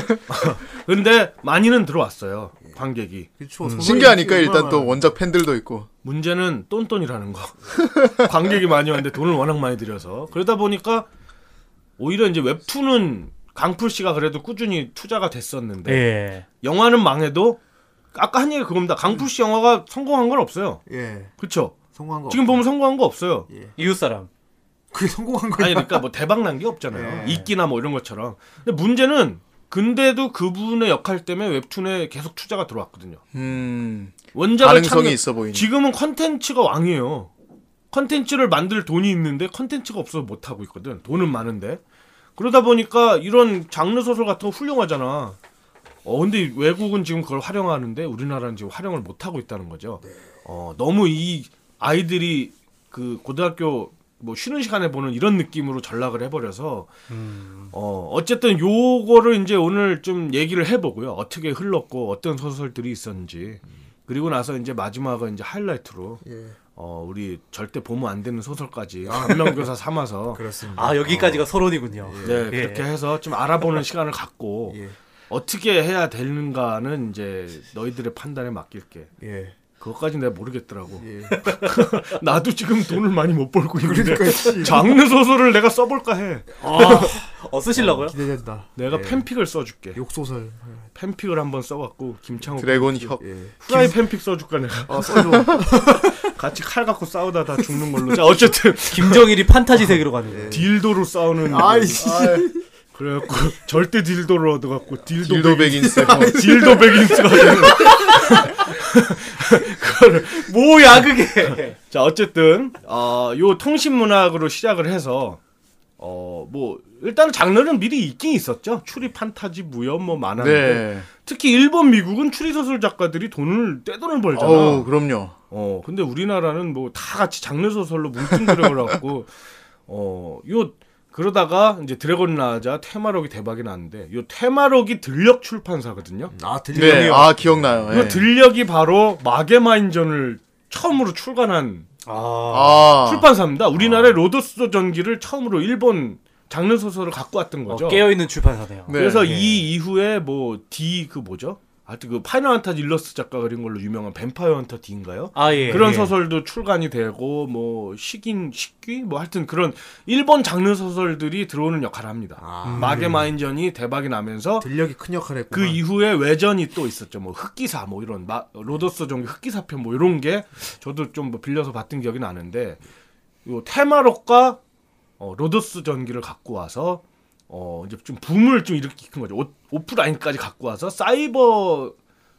근데 많이는 들어왔어요. 관객이. 그렇죠. 소설이 신기하니까 얼마나 일단 또 원작 팬들도 있고. 문제는 똔똔이라는 거. 관객이 많이 왔는데 돈을 워낙 많이 들여서 그러다 보니까 오히려 이제 웹툰은 강풀 씨가 그래도 꾸준히 투자가 됐었는데 예. 영화는 망해도 아까 한 얘기 그겁니다. 강풀 씨 영화가 성공한 건 없어요. 예. 그렇죠? 성공한 거. 지금 없- 보면 성공한 거 없어요. 이웃 사람. 그게 성공한 거야. 아니 그러니까 뭐 대박 난 게 없잖아요. 네. 이끼나 뭐 이런 것처럼. 근데 문제는 근데도 그분의 역할 때문에 웹툰에 계속 투자가 들어왔거든요. 음. 원작을 가능성이 찾는 있어 보이니. 지금은 컨텐츠가 왕이에요. 컨텐츠를 만들 돈이 있는데 컨텐츠가 없어서 못 하고 있거든. 돈은 많은데 그러다 보니까 이런 장르 소설 같은 거 훌륭하잖아. 어 근데 외국은 지금 그걸 활용하는데 우리나라는 지금 활용을 못 하고 있다는 거죠. 어 너무 이 아이들이 그 고등학교 뭐 쉬는 시간에 보는 이런 느낌으로 전락을 해버려서 음. 어 어쨌든 요거를 이제 오늘 좀 얘기를 해보고요. 어떻게 흘렀고 어떤 소설들이 있었는지 그리고 나서 이제 마지막은 이제 하이라이트로 예. 어 우리 절대 보면 안 되는 소설까지 아, 전명교사 삼아서 그렇습니다. 아, 여기까지가 서론이군요. 예. 네 그렇게 해서 좀 알아보는 시간을 갖고 예. 어떻게 해야 되는가는 이제 너희들의 판단에 맡길게. 예. 그것까지 내가 모르겠더라고. 예. 나도 지금 돈을 많이 못 벌고 있는데 그러니까 씨. 장르 소설을 내가 써볼까 해. 어, 쓰시려고요? 기대된다. 내가 팬픽을 써줄게. 욕소설. 팬픽을 한번 써갖고 김창호 드래곤 혁. 예. 프라이 팬픽 써줄까 내가 어 써줘. 같이 칼 갖고 싸우다 다 죽는 걸로. 자 어쨌든 김정일이 판타지 세계로 가는 거. 딜도로 싸우는. 아이씨. 그래갖고 절대 딜도를 얻어갖고 딜도 딜도 백인스. 어, 딜도 백인스가 되는 거야. 그거를 뭐야, 그게! 자 어쨌든 어, 요 통신문학으로 시작을 해서 어, 뭐 일단은 장르는 미리 있긴 있었죠. 추리 판타지 무협 뭐 많았는데 네. 특히 일본 미국은 추리 소설 작가들이 돈을 떼돈을 벌잖아. 어우, 그럼요. 어, 근데 우리나라는 뭐 다 같이 장르 소설로 뭉뚱그려 갖고 어, 요 그러다가 이제 드래곤 라자 테마록이 대박이 났는데 요 테마록이 들력 출판사거든요. 아 들리네요. 네, 아, 기억나요. 예. 그 들력이 바로 마게마인전을 처음으로 출간한 어, 아, 출판사입니다. 우리나라의 로더스 전기를 처음으로 일본 장르 소설을 갖고 왔던 거죠. 어, 깨어있는 출판사네요. 네. 그래서 이 이후에 뭐 D 그 뭐죠? 하여튼 그 파이널 한타 일러스트 작가 그린 걸로 유명한 뱀파이어 헌터 D인가요? 아 예. 그런 예. 소설도 출간이 되고 뭐 식인 식귀 뭐 하여튼 그런 일본 장르 소설들이 들어오는 역할을 합니다. 아. 마게마인전이 대박이 나면서 들력이 큰 역할을 했고. 그 이후에 외전이 또 있었죠. 뭐 흑기사 뭐 이런 마, 로더스 종교 흑기사편 뭐 이런 게 저도 좀뭐 빌려서 봤던 기억이 나는데 요 테마록과 어, 로더스 전기를 갖고 와서 어 이제 좀 붐을 좀 일으킨 거죠. 오, 오프라인까지 갖고 와서 사이버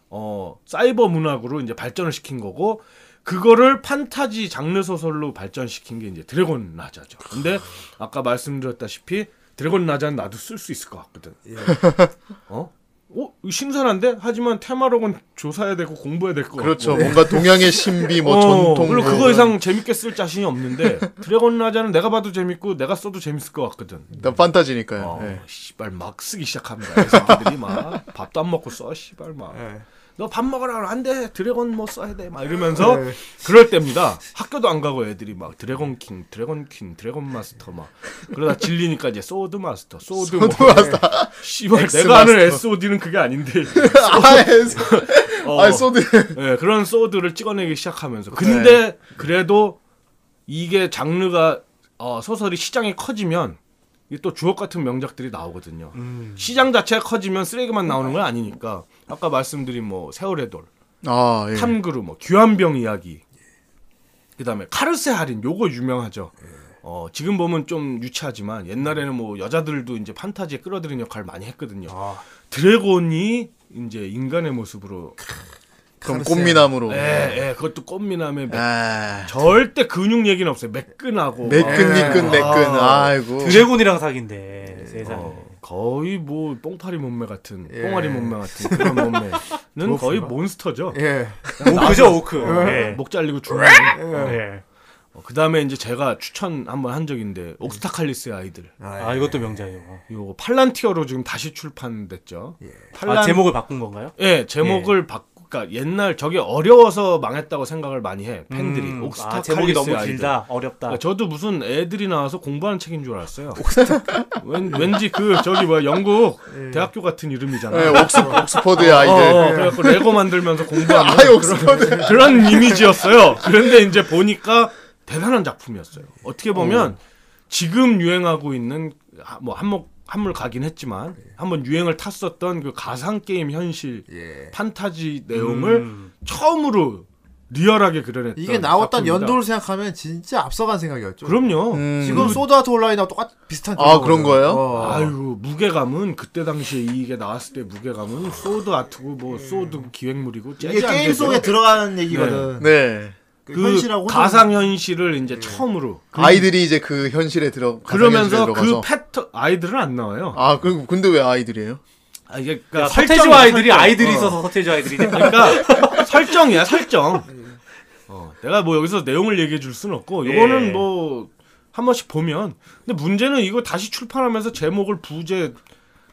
어 사이버 문학으로 이제 발전을 시킨 거고 그거를 판타지 장르 소설로 발전시킨 게 이제 드래곤 라자죠. 근데 아까 말씀드렸다시피 드래곤 라자는 나도 쓸 수 있을 것 같거든. 예. 어? 어? 이거 신선한데? 하지만 테마록은 조사해야 되고 공부해야 될 거. 그렇죠. 뭔가 동양의 신비, 뭐 전통. 어, 물론 뭐 그거 이런. 이상 재밌게 쓸 자신이 없는데 드래곤 라자는 내가 봐도 재밌고 내가 써도 재밌을 것 같거든. 일단 판타지니까요. 어, 예. 씨발 막 쓰기 시작합니다. 이 새끼들이 막 밥도 안 먹고 써, 씨발 막. 예. 너 밥 먹으라 안 돼. 드래곤 뭐 써야 돼. 막 이러면서 그럴 때입니다. 학교도 안 가고 애들이 막 드래곤 킹, 드래곤 퀸, 드래곤 마스터 막 그러다 질리니까 이제 소드 마스터, 소드 뭐. 씨발 엑스 내가 아는 마스터. SOD는 그게 아닌데. 아, 예. 어. 아, 소드. 예, 그런 소드를 찍어내기 시작하면서. 근데 그래도 이게 장르가 어, 소설이 시장이 커지면 이게 또 주옥 같은 명작들이 나오거든요. 시장 자체가 커지면 쓰레기만 나오는 건 아니니까. 아까 말씀드린 뭐 세월의 돌, 아, 예. 탐그루, 뭐 귀환병 이야기. 그다음에 카르세 할인 요거 유명하죠. 어, 지금 보면 좀 유치하지만 옛날에는 뭐 여자들도 이제 판타지에 끌어들이는 역할을 많이 했거든요. 드래곤이 이제 인간의 모습으로 그럼 꽃미남으로. 예, 예, 그것도 꽃미남의 매... 아, 절대 근육 얘기는 없어요. 매끈하고 매끈, 막, 미끈, 매끈. 아이고. 드래곤이랑 사귄대 세상에. 어, 거의 뭐 뽕파리 몸매 같은 예. 뽕아리 몸매 같은 그런 몸매는 거의 몬스터죠. 예. 오크죠 오크. 예. 목 잘리고 죽는. 예. 어, 그다음에 이제 제가 추천 한번 한 적인데 옥스타칼리스의 아이들. 아 이것도 명작이에요. 요 팔란티어로 지금 다시 출판됐죠. 팔란- 아 제목을 바꾼 건가요? 예, 제목을 바꾸. 그러니까 옛날 저게 어려워서 망했다고 생각을 많이 해 팬들이 음, 옥스타칼리스 아, 제목이 너무 아이들. 길다 어렵다. 그러니까 저도 무슨 애들이 나와서 공부하는 책인 줄 알았어요. 왠, 왠지 그 저기 뭐야 영국 대학교 같은 이름이잖아. 네, 예, 옥스, 옥스퍼드의 어, 어, 아이들. 그래갖고 레고 만들면서 공부하는 아, 옥스퍼드. 그런 이미지였어요. 그런데 이제 보니까 대단한 작품이었어요. 어떻게 보면 지금 유행하고 있는 하- 뭐 한몫 한물 가긴 했지만 한번 유행을 탔었던 그 가상 게임 현실 예. 판타지 내용을 처음으로 리얼하게 그려냈던 이게 나왔던 작품이다. 연도를 음. 생각하면 진짜 앞서간 생각이었죠. 그럼요. 지금 소드아트 온라인하고 똑같 비슷한. 아, 그런 거예요? 어. 아유 무게감은 그때 당시에 이게 나왔을 때 무게감은 소드 아트고 뭐 소드 기획물이고 이게 재즈 안 게임 되죠. 속에 들어가는 얘기거든. 네. 그 그 현실하고 가상 현실을 이제 처음으로 아이들이 이제 그 현실에 들어 가상 그러면서 현실에 들어가서. 그 패턴 아이들은 안 나와요. 아, 그 근데 왜 아이들이에요? 아, 이게 그러니까 야, 설정이야, 서태지와 아이들이 설정. 아이들이 어. 있어서 서태지 아이들이네. 그러니까 설정이야 설정. 어, 내가 뭐 여기서 내용을 얘기해 줄 수는 없고 이거는 예. 뭐 한 번씩 보면 근데 문제는 이거 다시 출판하면서 제목을 부재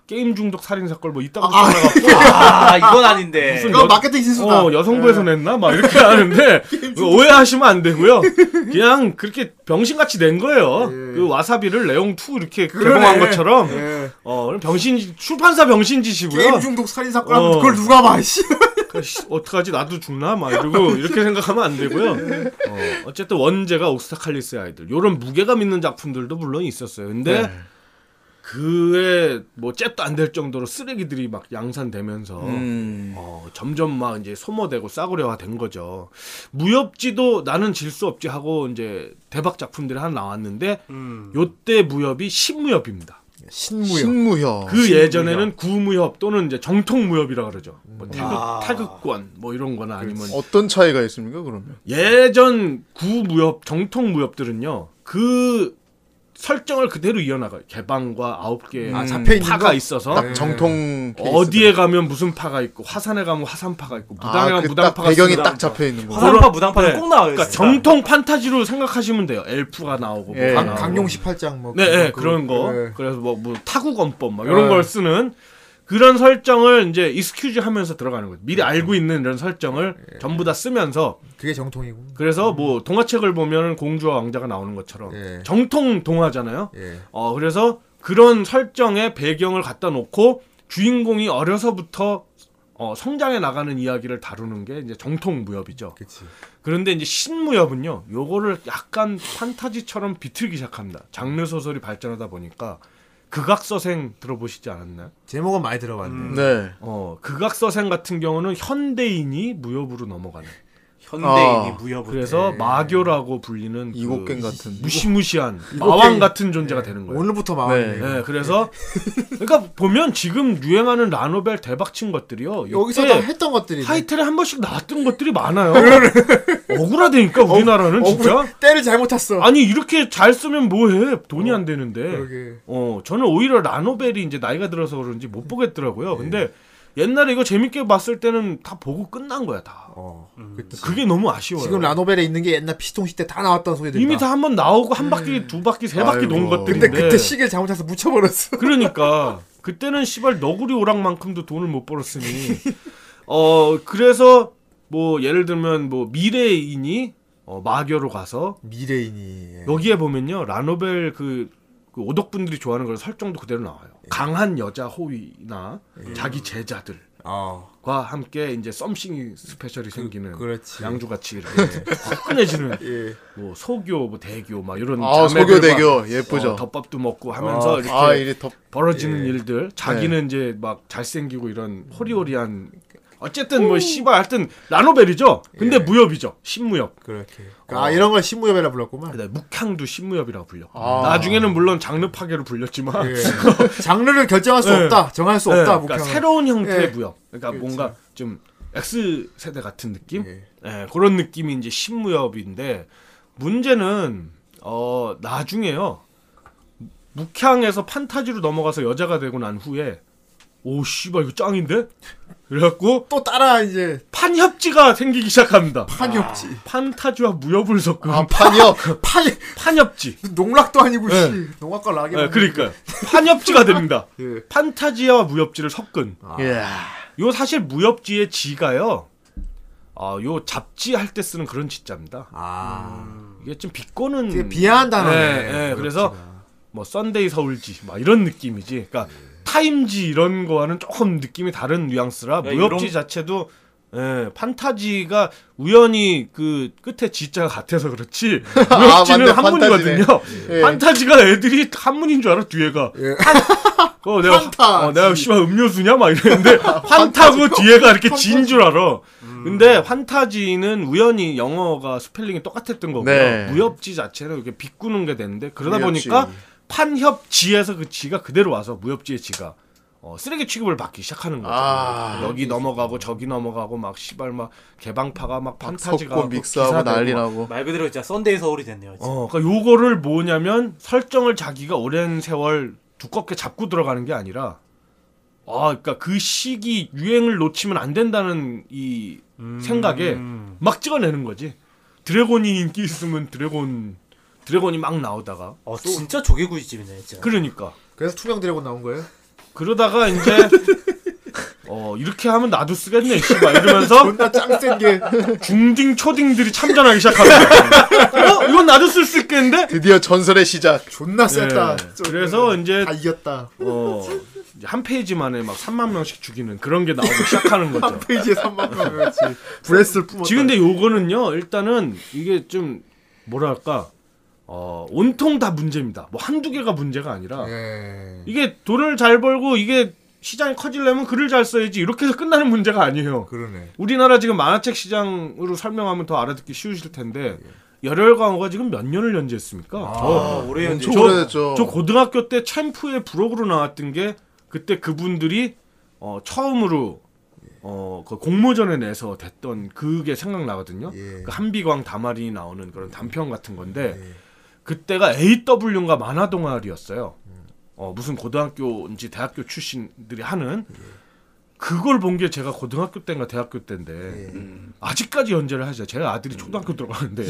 게임 중독 살인 사건 뭐 이따가 출판해갖고 아 이건 아닌데. 무슨 그거 여- 마케팅 실수다. 어, 여성부에서 냈나? 막 이렇게 하는데 오해하시면 안 되고요. 그냥 그렇게 병신같이 낸 거예요. 그 와사비를 레옹 2 이렇게 개봉한 것처럼. 예. 어, 그럼 병신 출판사 예. 게임 병신짓이고요. 중독 살인 사건 하면 어. 그걸 누가 봐, 씨. 그 씨, 어떡하지? 나도 죽나? 막 이러고 이렇게 생각하면 안 되고요. 어, 어쨌든 원제가 옥스타칼리스 의 아이들. 요런 무게감 있는 작품들도 물론 있었어요. 근데 그에 뭐 잽도 안 될 정도로 쓰레기들이 막 양산되면서 음. 어, 점점 막 이제 소모되고 싸구려화 된 거죠. 무협지도 나는 질 수 없지 하고 이제 대박 작품들이 하나 나왔는데 음. 요때 무협이 신무협입니다. 신무협. 어, 신무협. 그 예전에는 구무협 또는 이제 정통 무협이라 그러죠. 뭐 음. 태극, 아. 태극권 뭐 이런 거나 아니면 어떤 차이가 있습니까, 그러면? 예전 구무협 정통 무협들은요. 그 설정을 그대로 이어나가요. 개방과 아홉 개의 아, 잡혀있는 파가 거? 있어서 딱 정통 케이스들. 음. 어디에 가면 무슨 파가 있고 화산에 가면 화산파가 있고 무당에 아, 가면 그 딱 무당파가 배경이 있습니다. 딱 잡혀 있는 거. 화산파 무당파는 꼭 나와요. 그러니까 진짜. 정통 판타지로 생각하시면 돼요. 엘프가 나오고 예. 뭐가 강- 나오고. 강용 18장 뭐 예. 네, 네, 그런 거. 예. 그래서 뭐, 뭐 타구건법 막 이런 걸 쓰는 그런 설정을 이제 익스큐즈 하면서 들어가는 거죠. 미리 알고 있는 이런 설정을 전부 다 쓰면서 그게 정통이고. 그래서 뭐 동화책을 보면 공주와 왕자가 나오는 것처럼 예. 정통 동화잖아요. 예. 어 그래서 그런 설정의 배경을 갖다 놓고 주인공이 어려서부터 어, 성장해 나가는 이야기를 다루는 게 이제 정통 무협이죠. 그치. 그런데 이제 신무협은요, 요거를 약간 판타지처럼 비틀기 시작합니다. 장르 소설이 발전하다 보니까 극악서생 들어보시지 않았나요? 제목은 많이 들어봤는데. 네. 어, 극악서생 같은 경우는 현대인이 무협으로 넘어가는. 현대인이 아, 무협을. 어. 그래서 마교라고 불리는 이곡갱 그 같은. 무시무시한 마왕 같은 존재가 되는 거예요. 오늘부터 마음이. 네. 네, 그래서 그러니까 보면 지금 유행하는 라노벨 대박친 것들이요. 여기서 다 이때 했던 것들이. 타이틀에 한 번씩 나왔던 것들이 많아요. 억울하다니까 우리나라는 진짜. 때를 잘못 탔어. 아니 이렇게 잘 쓰면 뭐해 돈이 안 되는데 어, 그러게. 어 저는 오히려 라노벨이 이제 나이가 들어서 그런지 음. 못 예. 보겠더라고요 근데 옛날에 이거 재밌게 봤을 때는 다 보고 끝난 거야 다 어. 음. 그치. 그게 너무 아쉬워요 지금 라노벨에 있는 게 옛날 피통 시대 다 나왔던 소리들. 이미 다 한 번 나오고 한 바퀴 두 바퀴 세 바퀴 아이고. 논 것들인데 근데 그때 시계를 잘못 타서 묻혀버렸어. 그러니까 그때는 시발 너구리 오락만큼도 돈을 못 벌었으니 어 그래서 뭐 예를 들면 뭐 미래인이 어, 마교로 가서 미래인이. 네. 예. 여기에 보면요 라노벨 그, 그 오덕분들이 좋아하는 걸 설정도 그대로 나와요. 예. 강한 여자 호위나 자기 제자들과 어. 함께 이제 썸씽이 스페셜이 생기는 그렇지. 양주같이 예. 이렇게 화끈해지는 뭐 소교, 뭐 대교 막 이런 아, 자매들과 소교대교. 예쁘죠. 어, 덮밥도 먹고 하면서 이렇게 아, 이게 예. 네. 더 벌어지는 일들 자기는 이제 막 잘생기고 이런 음. 호리호리한 어쨌든 뭐 씨발 하여튼 라노벨이죠. 예. 근데 무협이죠. 신무협. 그렇게. 아 이런 걸 신무협이라 불렀구만. 그다음에 묵향도 신무협이라고 불렸고 아. 나중에는 물론 장르 파괴로 불렸지만 예. 장르를 결정할 수 네. 없다, 정할 수 네, 없다. 그러니까 목표는. 새로운 형태의 예. 무협 그러니까 뭔가 좀 X 세대 같은 느낌 예. 예, 그런 느낌이 이제 신무협인데 문제는 어 나중에요 묵향에서 판타지로 넘어가서 여자가 되고 난 후에 오 씨발 이거 짱인데 그래갖고 또 따라 이제 판협지가 생기기 시작합니다 판이 없지. 판타지와 그 무협을 섞은 아, 판이요. 아. 판이 판협지 농락도 아니고 예. 씨. 농악과 락이. 예, 그러니까 판협지가 됩니다 예. 판타지와 무협지를 섞은 예. 요 사실 무협지의 지가요. 아, 요 잡지 할 때 쓰는 그런 지자입니다. 아. 이게 좀 비꼬는 되게 비하한 단어네. 예, 예, 그래서 뭐 썬데이 서울지 막 이런 느낌이지. 그러니까 타임지 이런 거와는 조금 느낌이 다른 뉘앙스라 야, 무협지 이런- 자체도 예, 판타지가 우연히 그 끝에 지자가 같아서 그렇지 무협지는 맞네, 한문이거든요. 예. 판타지가 애들이 한문인 줄 알아 뒤에가. 어, 내가, 판타지. 어, 내가 씨발 음료수냐? 막 이랬는데, 환타고 뒤에가 이렇게 진 줄 알아. 근데 환타지는 우연히 영어가 스펠링이 똑같았던 거고요. 네. 무협지 자체를 이렇게 비꾸는 게 되는데, 그러다 무협지. 보니까 판협지에서 그 지가 그대로 와서 무협지의 지가 어, 쓰레기 취급을 받기 시작하는 거죠. 아. 여기 넘어가고 저기 넘어가고 막 씨발 막 개방파가 막 판타지가 섞고 믹스하고 난리 나고. 말 그대로 진짜 썬데이 서울이 됐네요. 진짜. 어, 그러니까 요거를 뭐냐면 설정을 자기가 오랜 세월 두껍게 잡고 들어가는 게 아니라 아, 그러니까 그 시기 유행을 놓치면 안 된다는 이 생각에 막 찍어내는 거지. 드래곤이 인기 있으면 드래곤 드래곤이 막 나오다가 어, 진짜 조개구이 집이네 진짜. 그러니까 그래서 투명 드래곤 나온 거예요? 그러다가 이제 어 이렇게 하면 나도 쓰겠네 씨발 이러면서 존나 짱센 게. 중딩 초딩들이 참전하기 시작합니다. 어 이건 나도 쓸 수 있겠는데? 드디어 전설의 시작. 존나 셌다. 예. 그래서 이제 다 이겼다. 어, 이제 한 페이지 만에 막 3만 명씩 죽이는 그런 게 나오기 시작하는 거죠. 페이지에 3만 명. 그렇지. 브레스를 뿜었다. 지금 근데 요거는요, 일단은 이게 좀, 뭐랄까, 어, 온통 다 문제입니다. 뭐 한두 개가 문제가 아니라, 예. 이게 돈을 잘 벌고, 이게 시장이 커지려면 글을 잘 써야지, 이렇게 해서 끝나는 문제가 아니에요. 그러네. 우리나라 지금 만화책 시장으로 설명하면 더 알아듣기 쉬우실 텐데, 예. 열혈광호가 지금 몇 년을 연재했습니까? 아, 저- 오래 그렇죠. 연재. 그렇죠. 저, 오래됐죠. 저 고등학교 때 챔프의 부록으로 나왔던 게 그때 그분들이 어, 처음으로 어, 그 공모전에 내서 됐던 그게 생각나거든요. 예. 예. 그 한비광 다마리 나오는 그런 단편 같은 건데 그때가 AW인가 만화 동아리였어요. 어, 무슨 고등학교인지 대학교 출신들이 하는 그걸 본 게 제가 고등학교 때인가 대학교 때인데 음, 아직까지 연재를 하죠. 제 아들이 초등학교 들어가는데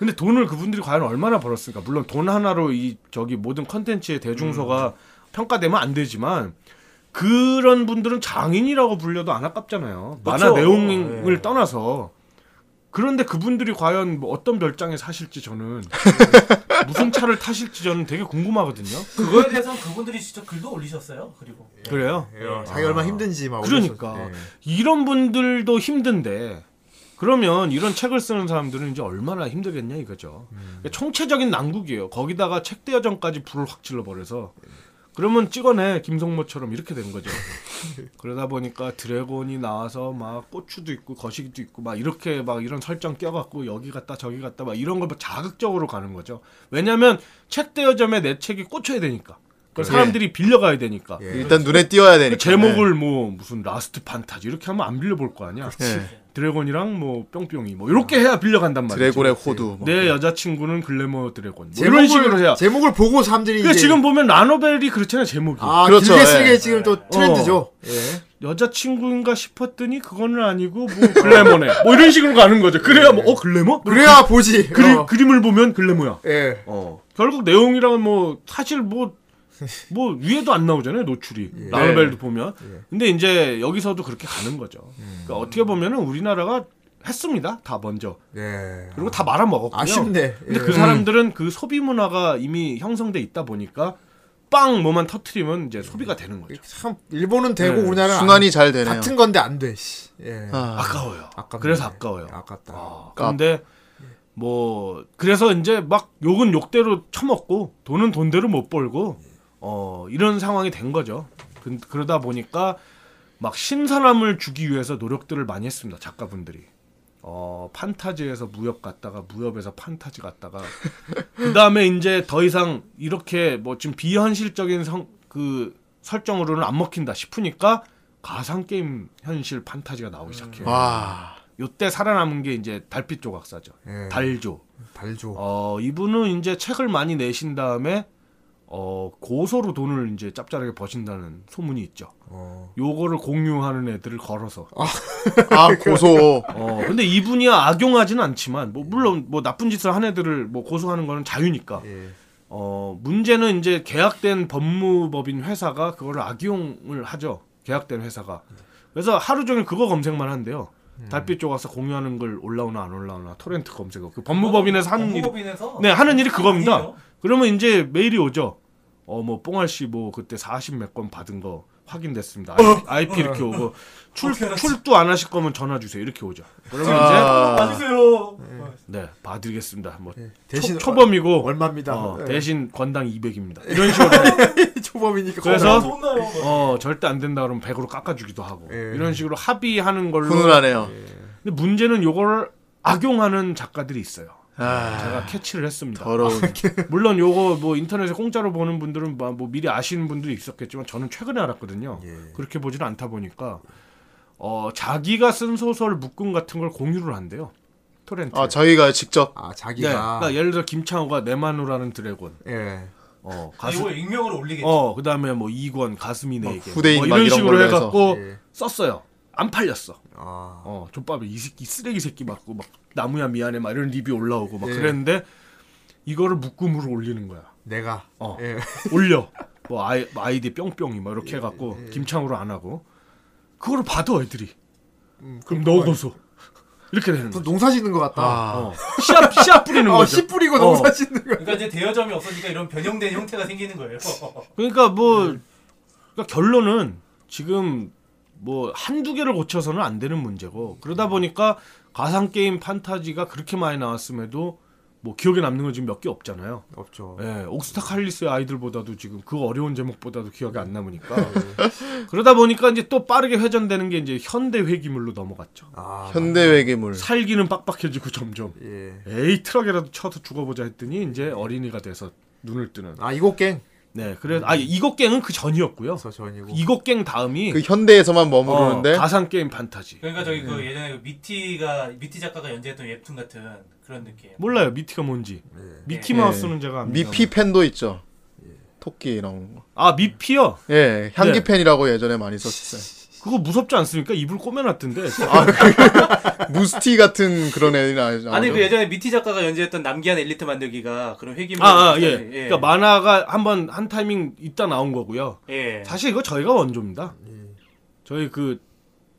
근데 돈을 그분들이 과연 얼마나 벌었을까? 물론 돈 하나로 이 저기 모든 컨텐츠의 대중소가 평가되면 안 되지만 그런 분들은 장인이라고 불려도 안 아깝잖아요. 만화 그쵸. 내용을 떠나서 그런데 그분들이 과연 뭐 어떤 별장에 사실지 저는 무슨 차를 타실지 저는 되게 궁금하거든요. 그거에 대해서 그분들이 직접 글도 올리셨어요. 그리고 예. 그래요? 자기 얼마나 힘든지 막 아. 그러니까 올렸었- 예. 이런 분들도 힘든데 그러면 이런 책을 쓰는 사람들은 이제 얼마나 힘들겠냐 이거죠. 그러니까 총체적인 난국이에요. 거기다가 책 대여점까지 불을 확 질러버려서 그러면 찍어내 김성모처럼 이렇게 된 거죠. 그러다 보니까 드래곤이 나와서 막 고추도 있고 거시기도 있고 막 이렇게 막 이런 설정 껴갖고 여기 갔다 저기 갔다 막 이런 걸막 자극적으로 가는 거죠. 왜냐하면 책 대여점에 내 책이 꽂혀야 되니까. 네. 그걸 사람들이 빌려가야 되니까. 예. 예. 일단 눈에 띄어야 그러니까 되니까. 그 제목을 네. 뭐 무슨 라스트 판타지 이렇게 하면 안 빌려볼 거 아니야. 네. 예. 드래곤이랑 뭐 뿅뿅이 뭐 이렇게 해야 빌려간단 말이야. 네. 드래곤의 호두. 뭐. 내 여자친구는 글래머 드래곤. 뭐 네. 제목을 이런 식으로 해야. 제목을 보고 사람들이 그러니까 이제 지금 네. 보면 라노벨이 그렇잖아 요 제목이. 아 그렇죠, 길게 예. 쓰게 지금 어. 또 트렌드죠. 예. 여자친구인가 싶었더니 그거는 아니고 뭐 글래머네. 뭐 이런 식으로 가는 거죠. 그래야 뭐 어 글래머? 그래야 보지. 그리, 어. 그림을 보면 글래머야. 예. 어. 결국 내용이랑은 뭐 사실 뭐 뭐 위에도 안 나오잖아요 노출이 라벨도 보면 근데 이제 여기서도 그렇게 가는 거죠 그러니까 어떻게 보면은 우리나라가 했습니다 다 먼저 예. 그리고 다 말아먹었고요 아쉽네. 근데 예. 그 사람들은 그 소비 문화가 이미 형성돼 있다 보니까 빵 뭐만 터트리면 이제 소비가 되는 거죠 네. 참 일본은 되고 예. 우리나라는 순환이 잘 안- 되네요. 같은 건데 안 돼. 씨. 예. 아, 아까워요 아깝네. 그래서 아까워요 아깝다. 아, 깝. 근데 뭐 그래서 이제 막 욕은 욕대로 처먹고 돈은 돈대로 못 벌고 어 이런 상황이 된 거죠. 그, 그러다 보니까 막 신선함을 주기 위해서 노력들을 많이 했습니다. 작가분들이. 어 판타지에서 무협 갔다가 무협에서 판타지 갔다가 그다음에 이제 더 이상 이렇게 뭐 지금 비현실적인 성, 그 설정으로는 안 먹힌다 싶으니까 가상 게임 현실 판타지가 나오기 아, 시작해요. 와. 요때 살아남은 게 이제 달빛 조각사죠. 예. 달조. 달죠. 어, 이분은 이제 책을 많이 내신 다음에 어, 고소로 돈을 이제 짭짤하게 버신다는 소문이 있죠. 어. 요거를 공유하는 애들을 걸어서. 아 고소. 어, 근데 이분이 악용하진 않지만 뭐 물론 뭐 나쁜 짓을 한 애들을 뭐 고소하는 거는 자유니까. 예. 어, 문제는 이제 계약된 법무법인 회사가 그걸 악용을 하죠. 계약된 회사가. 그래서 하루 종일 그거 검색만 한대요. 음. 달빛 조각사 공유하는 글 올라오나 안 올라오나 토렌트 검색어. 그 법무법인에서 하는 일. 법무법인에서 네, 하는 일이 그겁니다. 아니에요. 그러면 이제 메일이 오죠. 어, 뭐 뽕알 씨 뭐 그때 40 몇 건 받은 거 확인됐습니다. IP, IP 이렇게 오고 어. 출, 어떻게 알았지? 출두 안 하실 거면 전화 주세요. 이렇게 오죠. 그러면 아, 봐주세요. 이제 네, 봐드리겠습니다. 뭐 대신 어, 초, 범이고 얼마입니다. 네. 어, 예. 대신 건당 200입니다. 이런 식으로 초범이니까. 그래서 겁나- 혼나요. 어 절대 안 된다 그러면 100으로 깎아주기도 하고 예. 이런 식으로 합의하는 걸로 훈훈하네요. 근데 문제는 요걸 악용하는 작가들이 있어요 아, 제가 캐치를 했습니다 더러운. 물론 요거 뭐 인터넷에 공짜로 보는 분들은 마- 뭐 미리 아시는 분들이 있었겠지만 저는 최근에 알았거든요 예. 그렇게 보지는 않다 보니까 어 자기가 쓴 소설 묶음 같은 걸 공유를 한대요 토렌트 아 저희가 직접. 아 네. 자기가 그러니까 예를 들어 김창호가 내마누라는 드래곤 예. 어 가수 이거 익명으로 올리겠죠. 어, 그다음에 뭐 이권 가슴이 내게 후대인 뭐 막 이런 이런 식으로 걸로 해 갖고 해서. 예. 썼어요. 안 팔렸어. 아. 어, 족밥이 이 새끼 쓰레기 새끼 맞고 막 나무야 미안해 막 이런 리뷰 올라오고 예. 막 그랬는데 이거를 묶음으로 올리는 거야. 내가 어. 예. 올려. 뭐 아이, 아이디 뿅뿅이 막 이렇게 해 갖고 예. 김창으로 안 하고 그거를 받아 애들이. 음, 그럼 넣어서 이렇게 되는 또 거야. 농사 짓는 것 같다. 어. 씨앗 씨앗 뿌리는 어, 거죠. 씨 뿌리고 어. 농사 짓는 거. 그러니까 이제 대여점이 없으니까 이런 변형된 형태가 생기는 거예요. 그러니까 뭐 네. 그러니까 결론은 지금 뭐 한두 개를 고쳐서는 안 되는 문제고 그러다 보니까 가상 게임 판타지가 그렇게 많이 나왔음에도 뭐 기억에 남는 건 지금 몇 개 없잖아요. 없죠. 예, 옥스타칼리스의 아이들보다도 지금 그 어려운 제목보다도 기억이 안 남으니까 네. 그러다 보니까 이제 또 빠르게 회전되는 게 이제 현대 회기물로 넘어갔죠. 아. 현대 외계물. 살기는 빡빡해지고 점점 예. 에이 트럭이라도 쳐서 죽어보자 했더니 이제 어린이가 돼서 눈을 뜨는 아 이곡갱. 네, 그래서 아 이곡갱은 그 전이었고요. 저 전이고. 이곡갱 다음이 그 현대에서만 어, 머무르는데 가상 게임 판타지. 그러니까 저기 그 예전에 그 미티가 미티 작가가 연재했던 웹툰 같은 그런 느낌. 몰라요 미티가 뭔지. 미키 네. 마우스는 제가 압니다. 예. 미피 팬도 있죠. 토끼 이런 거. 아 미피요. 예, 향기 팬이라고 예전에 많이 썼어요. 그거 무섭지 않습니까? 이불 꼬매놨던데. 아, 무스티 같은 그런 애들 나오죠. 아니 그 예전에 미티 작가가 연재했던 남기한 엘리트 만들기가 그런 회기물. 아, 아 예. 예. 그러니까 만화가 한번 한 타이밍 있다 나온 거고요. 예. 사실 이거 저희가 원조입니다. 예. 저희 그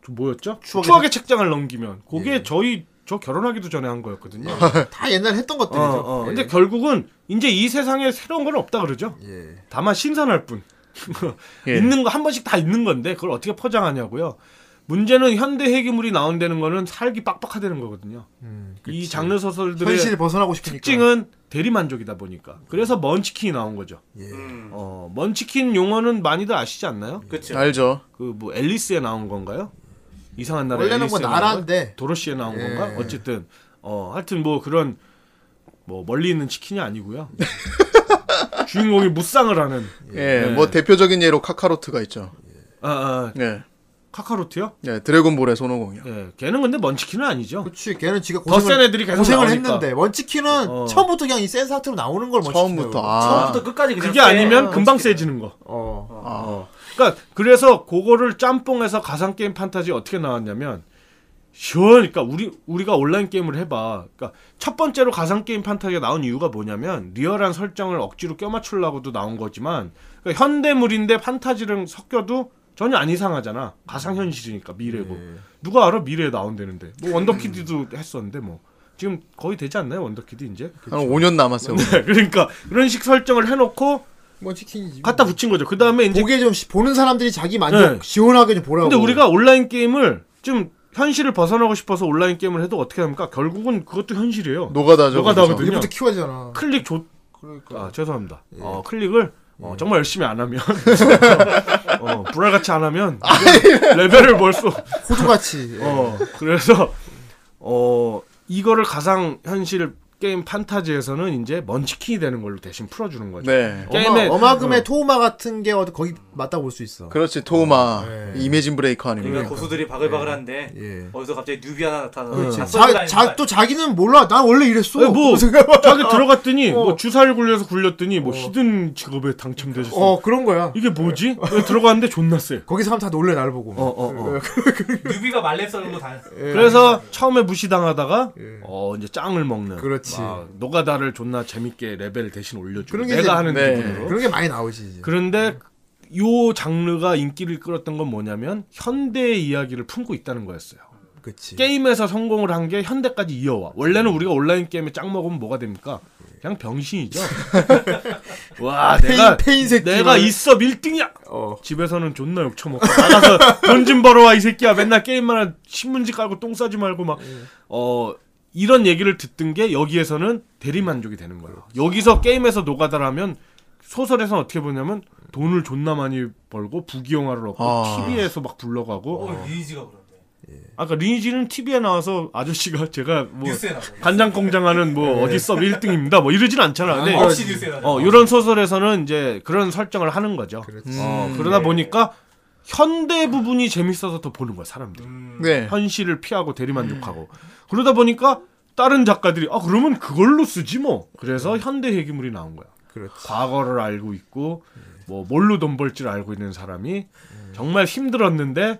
저 뭐였죠? 추억의, 추억의 책장을 넘기면 그게 예. 저희 저 결혼하기도 전에 한 거였거든요. 아, 다 옛날 했던 어, 것들이죠. 어. 근데 예. 결국은 이제 이 세상에 새로운 건 없다 그러죠. 예. 다만 신선할 뿐. 예. 있는 거 한 번씩 다 있는 건데 그걸 어떻게 포장하냐고요. 문제는 현대 해기물이 나온다는 거는 살기 빡빡하다는 거거든요. 이 장르 음, 소설들의 현실 벗어나고 싶으니까. 특징은 대리 만족이다 보니까 그래서 먼치킨이 나온 거죠. 예. 음. 어, 먼치킨 용어는 많이들 아시지 않나요? 예. 그렇죠. 알죠. 그 뭐 앨리스에 나온 건가요? 이상한 나라 원래는 뭐 앨리스에 나온 건가요? 나라인데. 도로시에 예. 나온 건가? 어쨌든 어 하여튼 뭐 그런 뭐 멀리 있는 치킨이 아니고요. 주인공이 무쌍을 하는 예, 뭐 대표적인 예로 카카로트가 있죠. 아, 아 예, 카카로트요? 예, 드래곤볼의 손오공이요. 예, 걔는 근데 먼치킨은 아니죠. 그렇지. 걔는 지가 더센 고생을, 애들이 계속 고생을 나오니까. 했는데 원치킨은 어. 처음부터 그냥 이 센 상태로 나오는 걸 원치킨이라고. 처음부터 아, 처음부터 끝까지 그냥 그게 쎄. 아니면 금방 세지는 거. 어. 어. 그러니까 그래서 그거를 짬뽕해서 가상 게임 판타지 어떻게 나왔냐면 시원. 그러니까 우리 우리가 온라인 게임을 해봐. 그러니까 첫 번째로 가상 게임 판타지가 나온 이유가 뭐냐면 리얼한 설정을 억지로 껴맞추려고도 나온 거지만 그러니까 현대물인데 판타지를 섞여도 전혀 안 이상하잖아. 가상 현실이니까 미래고 누가 알아 미래에 나온다는데 뭐 원더키드도 했었는데 뭐 지금 거의 되지 않나요 원더키드 이제? 한 5년 남았어요. 그러니까 그런 식 설정을 해놓고 원치킨이지. 갖다 붙인 거죠. 그 다음에 이제 보게 좀 시- 보는 사람들이 자기 만족 네. 시원하게 좀 보라고. 근데 우리가 온라인 게임을 좀 현실을 벗어나고 싶어서 온라인 게임을 해도 어떻게 합니까? 결국은 그것도 현실이에요. 노가다죠. 노가다거든요. 그죠? 일부터 키워야 되잖아. 클릭 조... 그러니까. 예. 아 죄송합니다. 어, 클릭을 어, 정말 열심히 안 하면 어, 불알같이 안 하면 아, 예. 레벨을 벌써 호두같이. 예. 어, 그래서 어 이거를 가상 현실 게임 판타지에서는 이제 먼치킨이 되는 걸로 대신 풀어주는 거죠. 네, 게임에- 어마, 어마금의 어. 토우마 같은 게 어디 거기 맞다 볼 수 있어. 그렇지 토마 네. 이미진 브레이커 아닙니까? 예. 그러니까 고수들이 바글바글한데 예. 어디서 갑자기 뉴비 하나 나타나서 그렇지. 다 자, 쏘아다니는 자, 거야. 또 자기는 몰라. 난 원래 이랬어. 네, 뭐. 생각해. 자기 들어갔더니 뭐 어. 주사를 굴려서 굴렸더니 뭐 히든 직업에 당첨되셨어. 어, 그런 거야. 이게 뭐지? 왜 들어갔는데 존나 쎄. 거기 사람 다 놀래 나를 보고. 어, 어, 어. 뉴비가 말렙 썰고 다 예. 그래서 처음에 무시당하다가 예. 어 이제 짱을 먹는. 그렇지. 아, 노가다를 존나 재밌게 레벨 대신 올려주고 그런 게 내가 이제- 하는 네. 기분으로. 그런 게 많이 나오지. 이제. 그런데 요 장르가 인기를 끌었던 건 뭐냐면 현대의 이야기를 품고 있다는 거였어요. 그렇지. 게임에서 성공을 한 게 현대까지 이어와. 예. 원래는 우리가 온라인 게임에 짱 먹으면 뭐가 됩니까? 그냥 병신이죠. 와, 페인- 내가 페인 새끼. 내가 있어 1등이야. 어. 집에서는 존나 욕처먹고 나가서 돈 좀 벌어와 이 새끼야 맨날 게임만 하- 신문지 깔고 똥 싸지 말고 막 어 이런 얘기를 듣던 게 여기에서는 대리만족이 되는 거예요 여기서 게임에서 노가다라면 소설에서는 어떻게 보냐면 돈을 존나 많이 벌고 부귀영화를 얻고 아. TV에서 막 불러가고 어, 리니지가 그런데 아까 그러니까 리니지는 TV에 나와서 아저씨가 제가 뭐 뉴스에 예. 나오고 간장 공장하는 뭐 어디 서업 1등입니다 뭐 이러진 않잖아 근데 없이 뉴스에 나오고 어, 이런 소설에서는 이제 그런 설정을 하는 거죠. 음, 어, 그러다 보니까 현대 부분이 재밌어서 더 보는 거야, 사람들이. 네, 현실을 피하고 대리만족하고. 그러다 보니까 다른 작가들이 아, 그러면 그걸로 쓰지 뭐. 그래서 현대 해기물이 나온 거야. 그렇지. 과거를 알고 있고 뭐 뭘로 돈 벌지를 알고 있는 사람이 정말 힘들었는데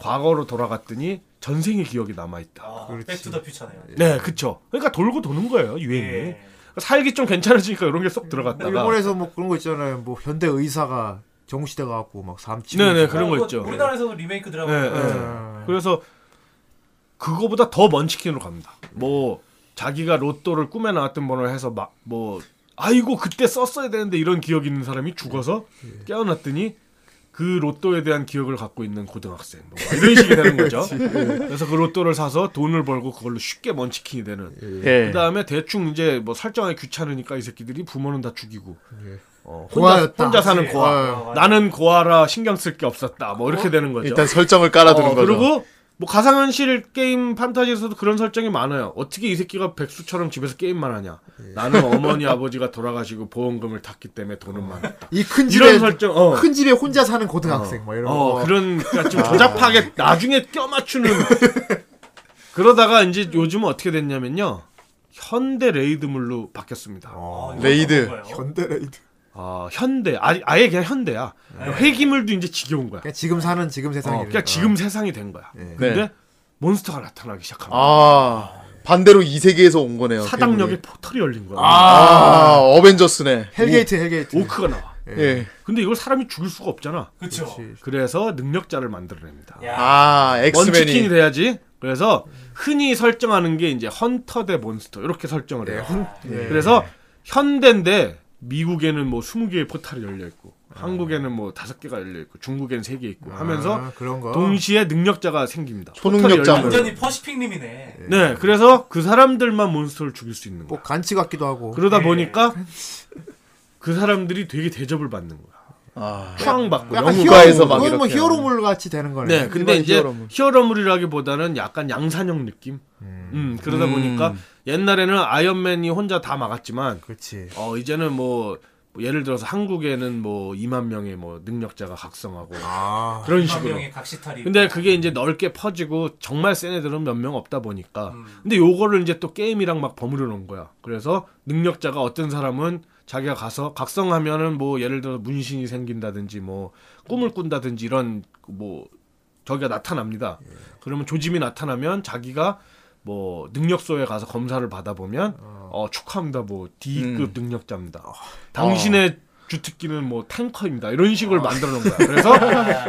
과거로 돌아갔더니 전생의 기억이 남아 있다. 아, 백투더 퓨처네요. 네, 그쵸 그러니까 돌고 도는 거예요, 유행이. 예. 살기 좀 괜찮아지니까 이런 게 쏙 들어갔다가 일본에서 뭐 그런 거 있잖아요. 뭐 현대 의사가 정시대 가갖고 막 뭐. 사람 치고. 네네 그렇죠. 있고. 그런 거 그거 있죠. 아, 우리나라에서도 리메이크 드라마. 네, 네. 그래서 그거보다 더 먼 치킨으로 갑니다. 뭐 자기가 로또를 꿈에 나왔던 번호를 해서 막 뭐 아이고 그때 썼어야 되는데 이런 기억이 있는 사람이 죽어서 예. 깨어났더니 그 로또에 대한 기억을 갖고 있는 고등학생 뭐 이런 식이 되는 거죠. 예. 그래서 그 로또를 사서 돈을 벌고 그걸로 쉽게 먼 치킨이 되는. 예. 그다음에 대충 이제 뭐 설정하기 귀찮으니까 이 새끼들이 부모는 다 죽이고 어, 혼자, 고아였다. 혼자 사는 고아 어, 맞아. 나는 고아라 신경 쓸 게 없었다 뭐 이렇게 되는 거죠. 일단 설정을 깔아두는 어, 거죠. 그리고 뭐 가상현실 게임 판타지에서도 그런 설정이 많아요. 어떻게 이 새끼가 백수처럼 집에서 게임만 하냐? 나는 어머니 아버지가 돌아가시고 보험금을 탔기 때문에 돈은 많았다. 이 큰 집에 그 이런 설정, 어, 큰 집에 혼자 사는 고등학생 뭐 이런 어, 거. 그런 그러니까 좀 조잡하게 나중에 껴맞추는 그러다가 이제 요즘은 어떻게 됐냐면요 현대 레이드물로 바뀌었습니다. 어, 레이드. 현대 레이드. 아 현대 아, 아예 그냥 현대야. 회기물도 이제 지겨운 거야. 그냥 지금 사는 지금 세상이. 어, 그냥 지금 세상이 된 거야. 근데 네. 몬스터가 나타나기 시작합니다. 아 반대로 이 세계에서 온 거네요. 괴물이. 사당역에 포털이 열린 거야. 아 어벤져스네. 헬게이트 헬게이트. 오크가 나와. 예. 근데 이걸 사람이 죽일 수가 없잖아. 그렇죠. 네. 그래서 능력자를 만들어냅니다. 아 원치킨이 엑스맨이. 돼야지. 그래서 흔히 설정하는 게 이제 헌터 대 몬스터 이렇게 설정을 네, 해요. 네, 네. 그래서 현대인데 미국에는 뭐 20개의 포탈이 열려 있고 한국에는 뭐 5개가 열려 있고 중국에는 3개 있고 하면서 아, 그런 거. 동시에 능력자가 생깁니다. 초능력자. 포탈이 열려 있는. 완전히 퍼시픽님이네. 네, 그래서 그 사람들만 몬스터를 죽일 수 있는 거야. 뭐 간치 같기도 하고. 어, 그러다 네. 보니까 그 사람들이 되게 대접을 받는 거야. 아 추앙받고 약간 영웅. 영웅가에서 막 그건 뭐 이렇게 히어로물 같이 되는 거네. 네, 근데 일반 이제 히어로물. 히어로물. 이라기보다는 약간 양산형 느낌. 음, 그러다 음. 보니까 옛날에는 아이언맨이 혼자 다 막았지만 그렇지. 어 이제는 뭐, 뭐 예를 들어서 한국에는 뭐 2만 명의 뭐 능력자가 각성하고 아, 그런 식으로. 명의 각시탈이. 근데 그게 이제 넓게 퍼지고 정말 센 애들은 몇 명 없다 보니까 근데 요거를 이제 또 게임이랑 막 버무려 놓은 거야 그래서 능력자가 어떤 사람은 자기가 가서 각성하면은 뭐 예를 들어 문신이 생긴다든지 뭐 꿈을 꾼다든지 이런 뭐 저기가 나타납니다 그러면 조짐이 나타나면 자기가 뭐 능력소에 가서 검사를 받아보면 어, 축하합니다 뭐 음. D급 능력자입니다 어. 당신의 주특기는 뭐 탱커입니다. 이런 식으로 만들어 놓은 거야. 그래서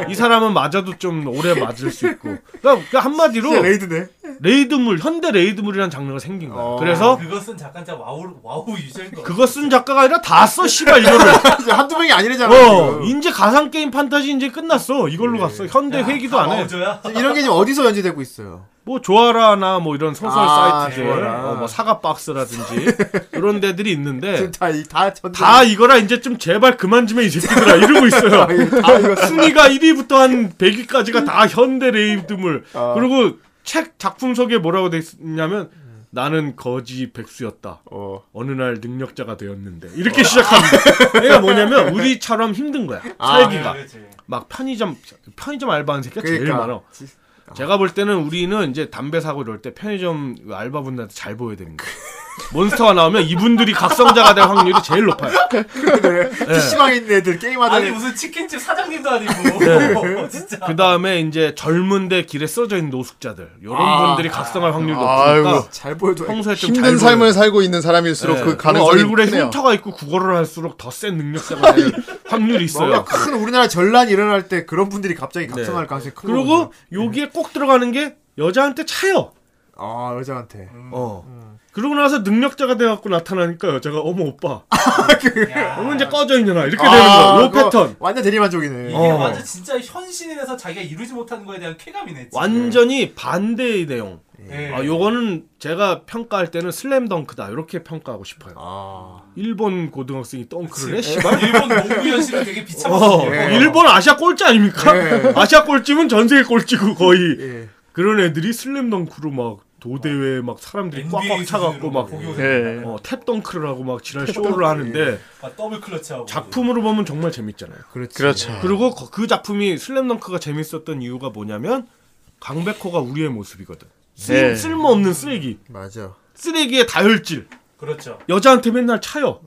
이 사람은 맞아도 좀 오래 맞을 수 있고. 그러니까 그 한마디로 진짜 레이드네. 레이드물, 현대 레이드물이라는 장르가 생긴 거야. 어. 그래서 어? 그거 쓴 작가자 와우 와우 유저인 거. 그거 쓴 작가가 아니라 다 써, 씨발, 이거를. 이제 한두 명이 아니래잖아. 어, 지금. 이제 가상게임 판타지 이제 끝났어. 예. 이걸로 갔어. 현대 회기도 안 해. 와우저야. 이런 게 지금 어디서 연재되고 있어요? 뭐, 조아라나 뭐 이런 소설 아, 사이트들, 조아라. 어, 뭐 사과박스라든지, 이런 데들이 있는데, 지금 다, 이- 다, 전, 네. 다 이거라 이제 좀 제발 그만 좀 해 이 새끼들아 이러고 있어요. 아, 순위가 1위부터 한 100위까지가 다 현대 레이드물. 아. 그리고 책 작품 속에 뭐라고 돼 있냐면 나는 거지 백수였다. 어. 어느 날 능력자가 되었는데 이렇게 시작합니다. 얘가 뭐냐면 우리처럼 힘든 거야 아. 살기가. 아, 그렇지. 막 편의점 편의점 알바하는 새끼가 제일 그러니까. 많아. 제가 볼 때는 우리는 이제 담배 사고 이럴 때 편의점 알바분들한테 잘 보여야 됩니다. 몬스터가 나오면 이분들이 각성자가 될 확률이 제일 높아요. PC방에 있는 애들 게임하다. 아니 무슨 치킨집 사장님도 아니고. 진짜. 그 다음에 이제 젊은데 길에 쓰러져 있는 노숙자들 이런 분들이 각성할 확률이 아. 아이고. 높으니까 잘 보여줘. 평소에 좀 힘든 잘 삶을 보여요. 살고 있는 사람일수록 네. 그 그리고 가능성이 얼굴에 크네요. 흉터가 있고 구걸을 할수록 더 센 능력자가 될 확률이 있어요. 네. 뭔가 큰 우리나라 전란이 일어날 때 그런 분들이 갑자기 각성할 가능성이 큰 그리고 거거든요. 여기에 꼭 들어가는 게 여자한테 차요. 아 여자한테 어. 그러고 나서 능력자가 돼갖고 나타나니까 여자가 어머 오빠. 그러면 이제 꺼져 있는 아 이렇게 되는 거야. 요 그거 패턴. 완전 대리만족이네 이게 어. 완전 진짜 현신에서 자기가 이루지 못하는 거에 대한 쾌감이네. 진짜. 완전히 반대의 내용. 예. 아, 요거는 제가 평가할 때는 슬램덩크다 이렇게 평가하고 싶어요. 아. 일본 고등학생이 덩크를 해. 씨. 어, 일본 농구 현실은 되게 비참하지. 예. 어, 일본 아시아 꼴찌 아닙니까? 예. 아시아 꼴찌면 전 세계 꼴찌고 거의 예. 그런 애들이 슬램덩크로 막 도대회 막 사람들이 NBA 꽉꽉 차갖고 막 고교 예. 어, 탭덩크를 예. 하고 막 지랄 쇼를 하는데 막 더블 클러치하고. 작품으로 보면 정말 재밌잖아요. 그렇지 그렇죠. 네. 그리고 거- 그 작품이 슬램덩크가 재밌었던 이유가 뭐냐면 강백호가 우리의 모습이거든. 쓸, 예. 쓸모없는 쓰레기. 맞아 쓰레기의 다혈질. 그렇죠. 여자한테 맨날 차요.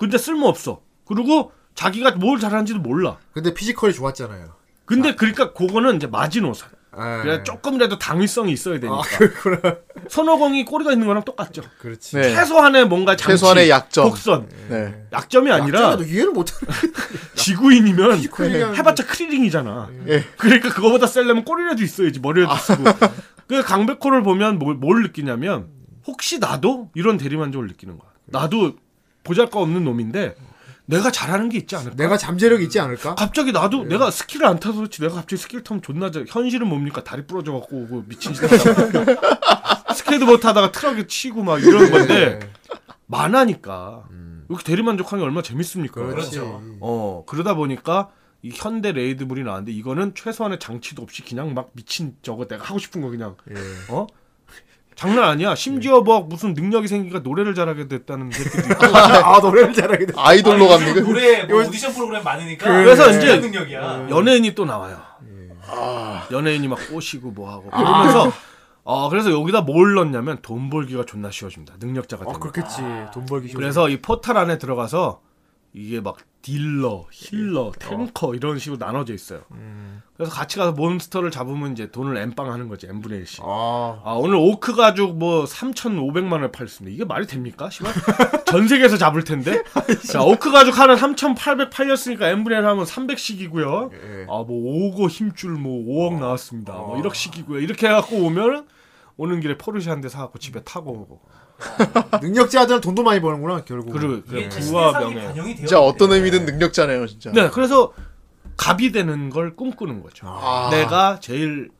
근데 쓸모없어. 그리고 자기가 뭘 잘하는지도 몰라. 근데 피지컬이 좋았잖아요 근데 그러니까 그거는 이제 마지노선. 아, 그래 조금이라도 당위성이 있어야 되니까. 손오공이 꼬리가 있는 거랑 똑같죠. 그렇지 네. 최소한의 뭔가 장치, 최소한의 약점. 복선. 네. 약점이 아니라 도 이해를 못하는 지구인이면 피지컬이라는 해봤자 크리링이잖아. 예. 그러니까 그거보다 셀려면 꼬리라도 있어야지 머리라도 쓰고. 그 강백호를 보면 뭘, 뭘 느끼냐면 혹시 나도 이런 대리만족을 느끼는 거야. 나도 보잘것없는 놈인데 내가 잘하는 게 있지 않을까? 내가 잠재력이 있지 않을까? 갑자기 나도 내가 스킬을 안 타서 그렇지 내가 갑자기 스킬 타면 존나 잘 현실은 뭡니까 다리 부러져 갖고 오고 미친 짓 하다가 스케이트보드 타다가 트럭에 치고 막 이런 건데 음. 만화니까 이렇게 대리만족하는 게 얼마나 재밌습니까 그렇지 어 그러다 보니까 이 현대 레이드물이 나왔는데 이거는 최소한의 장치도 없이 그냥 막 미친 저거 내가 하고 싶은 거 그냥 어 장난 아니야 심지어 뭐 무슨 능력이 생기니까 노래를 잘하게 됐다는 새끼도 있고 아 노래를 잘하게 돼. 아이돌로 갑니까? 노래 뭐 오디션 프로그램 많으니까 그래서 이제 어. 그런 능력이야. 연예인이 또 나와요. 아. 연예인이 막 꼬시고 뭐 하고 그러면서 어 그래서 여기다 뭘 넣냐면 돈 벌기가 존나 쉬워집니다. 아, 능력자가 되면. 아, 그렇겠지. 돈 벌기 쉬워. 아, 그래서 이 포탈 안에 들어가서 이게 막 딜러, 힐러, 예. 어. 탱커 이런 식으로 나눠져 있어요. 음. 그래서 같이 가서 몬스터를 잡으면 이제 돈을 엠빵 하는 거지 엠분의 1씩. 아 아 오늘 오크 가죽 뭐 3,500만 원에 팔습니다. 이게 말이 됩니까? 씨발 전 세계에서 잡을 텐데. 자 오크 가죽 하나 3,800 팔렸으니까 엠브레 하면 300씩이고요. 예. 아 뭐 5고 힘줄 뭐 아. 5억 나왔습니다. 뭐 1억씩이고요. 이렇게 해갖고 오면 오는 길에 포르쉐 한 대 사갖고 집에 타고 오고. 능력자들은 돈도 많이 버는구나 결국. 그리고 음. 이게 그 부와 시대상이 명예. 반영이 되어. 진짜 어떤 의미든 능력자네요, 진짜. 네, 그래서 갑이 되는 걸 꿈꾸는 거죠. 아. 내가 제일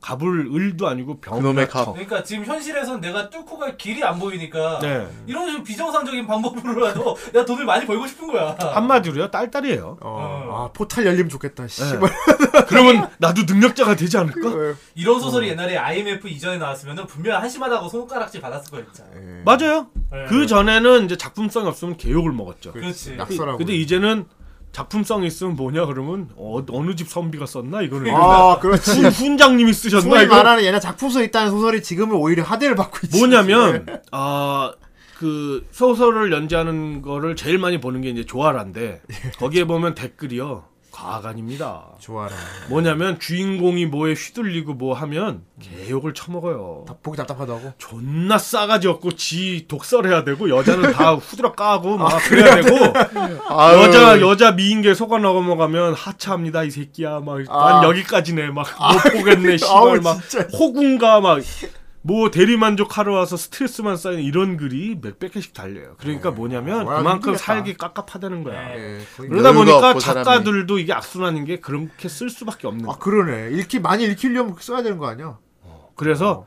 갑을 을도 아니고 병. 그놈의 갑. 그러니까 지금 현실에선 내가 뚫고 갈 길이 안 보이니까 네. 이런 좀 비정상적인 방법으로라도 내가 돈을 많이 벌고 싶은 거야. 한마디로요, 딸딸이에요. 네. 어. 아 포탈 열리면 좋겠다. 씨발. 그러면 나도 능력자가 되지 않을까? 이런 소설이 옛날에 IMF 이전에 나왔으면 분명 한심하다고 손가락질 받았을 거야 진짜. 맞아요. 네. 그 전에는 이제 작품성이 없으면 개욕을 먹었죠. 그렇지. 낙서라고. 네. 근데 이제는 작품성이 있으면 뭐냐 그러면 어, 어느 집 선비가 썼나 이거는 아 그렇지. 훈- 훈장님이 쓰셨나 소위 이거 말하는 옛날 작품서 있다는 소설이 지금은 오히려 하대를 받고 있지. 네. 뭐냐면 아 그 소설을 연재하는 거를 제일 많이 보는 게 이제 조아라인데 거기에 보면 댓글이요 과간입니다. 좋아라. 뭐냐면 주인공이 뭐에 휘둘리고 뭐 하면 개욕을 처먹어요. 답- 보기 답답하다고. 존나 싸가지 없고 지 독설해야 되고 여자는 다 후드락 까고 막 아, 그래야 되고 아유. 여자 여자 미인계 속아 넘어가면 하차합니다 이 새끼야 막 난 여기까지네 막 못 보겠네 아. 아우, 씨발 막 호군가 막 뭐 대리만족하러 와서 스트레스만 쌓이는 이런 글이 몇백 개씩 달려요. 어, 그러니까 뭐냐면 와, 그만큼 힘들겠다. 살기 깝깝하다는 거야. 예, 거의- 그러다 여유가 보니까 없고 사람이. 작가들도 이게 악순환인 게 그렇게 쓸 수밖에 없는 아 거야. 그러네. 읽기 많이 읽히려면 그렇게 써야 되는 거 아니야? 그래서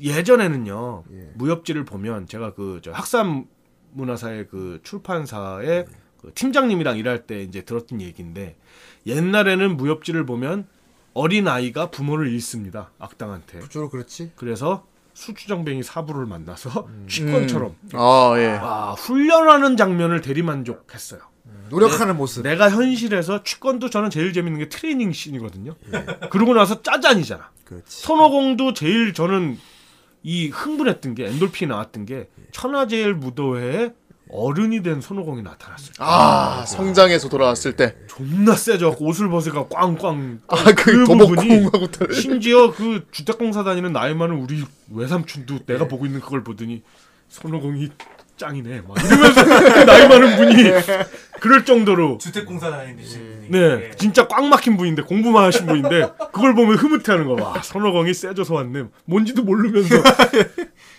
예전에는요 예. 무협지를 보면 제가 그저 학산 문화사의 그 출판사의 그 팀장님이랑 일할 때 이제 들었던 얘기인데 옛날에는 무협지를 보면 어린 아이가 부모를 잃습니다 악당한테 주로 그렇지. 그래서 수추정뱅이 사부를 만나서 취권처럼 아, 예. 아 훈련하는 장면을 대리만족했어요. 네, 노력하는 모습. 내가 현실에서 취권도 저는 제일 재밌는 게 트레이닝 씬이거든요. 그러고 나서 짜잔이잖아. 그렇지. 손오공도 제일 저는 이 흥분했던 게 엔돌핀이 나왔던 게 천하제일 무도회에 어른이 된 손오공이 나타났어요. 아, 성장해서 돌아왔을 때. 예. 존나 세져갖고 옷을 벗으니까 꽝꽝. 아, 그 도복공하고 달- 심지어 그 주택공사 다니는 나이 많은 우리 외삼촌도 내가 보고 있는 그걸 보더니 손오공이 짱이네. 막 이러면서 그 나이 많은 분이 그럴 정도로 주택공사 다니듯이. 네, 진짜 꽉 막힌 분인데 공부만 하신 분인데 그걸 보면 흐뭇해하는 거야. 와, 선호공이 세져서 왔네. 뭔지도 모르면서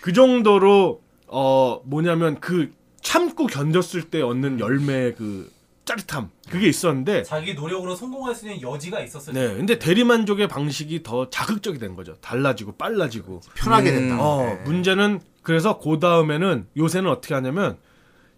그 정도로 어 뭐냐면 그 참고 견뎠을 때 얻는 열매의 그 짜릿함 그게 있었는데 자기 노력으로 성공할 수 있는 여지가 있었을 때. 네, 근데 대리만족의 방식이 더 자극적이 된 거죠. 달라지고 빨라지고. 편하게 된다. 네, 어, 문제는 그래서 그 다음에는 요새는 어떻게 하냐면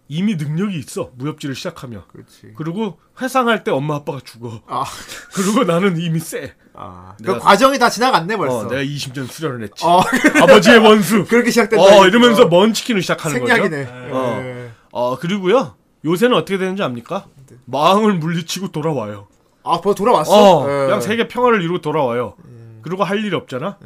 이미 능력이 있어 무협지를 시작하며 그렇지. 그리고 회상할 때 엄마 아빠가 죽어. 아. 그리고 나는 이미 쎄. 아, 그 내가- 과정이 다 지나갔네 벌써. 어, 내가 20년 수련을 했지. 어, 아버지의 원수. 그렇게 시작된다. 어, 이러면서 먼 치킨을 시작하는 생략이네. 거죠. 어. 어. 어, 그리고요. 요새는 어떻게 되는지 압니까? 마음을 물리치고 돌아와요. 아, 벌써 네. 돌아왔어. 어, 예. 그냥 세계 평화를 이루고 돌아와요. 그리고 할 일이 없잖아.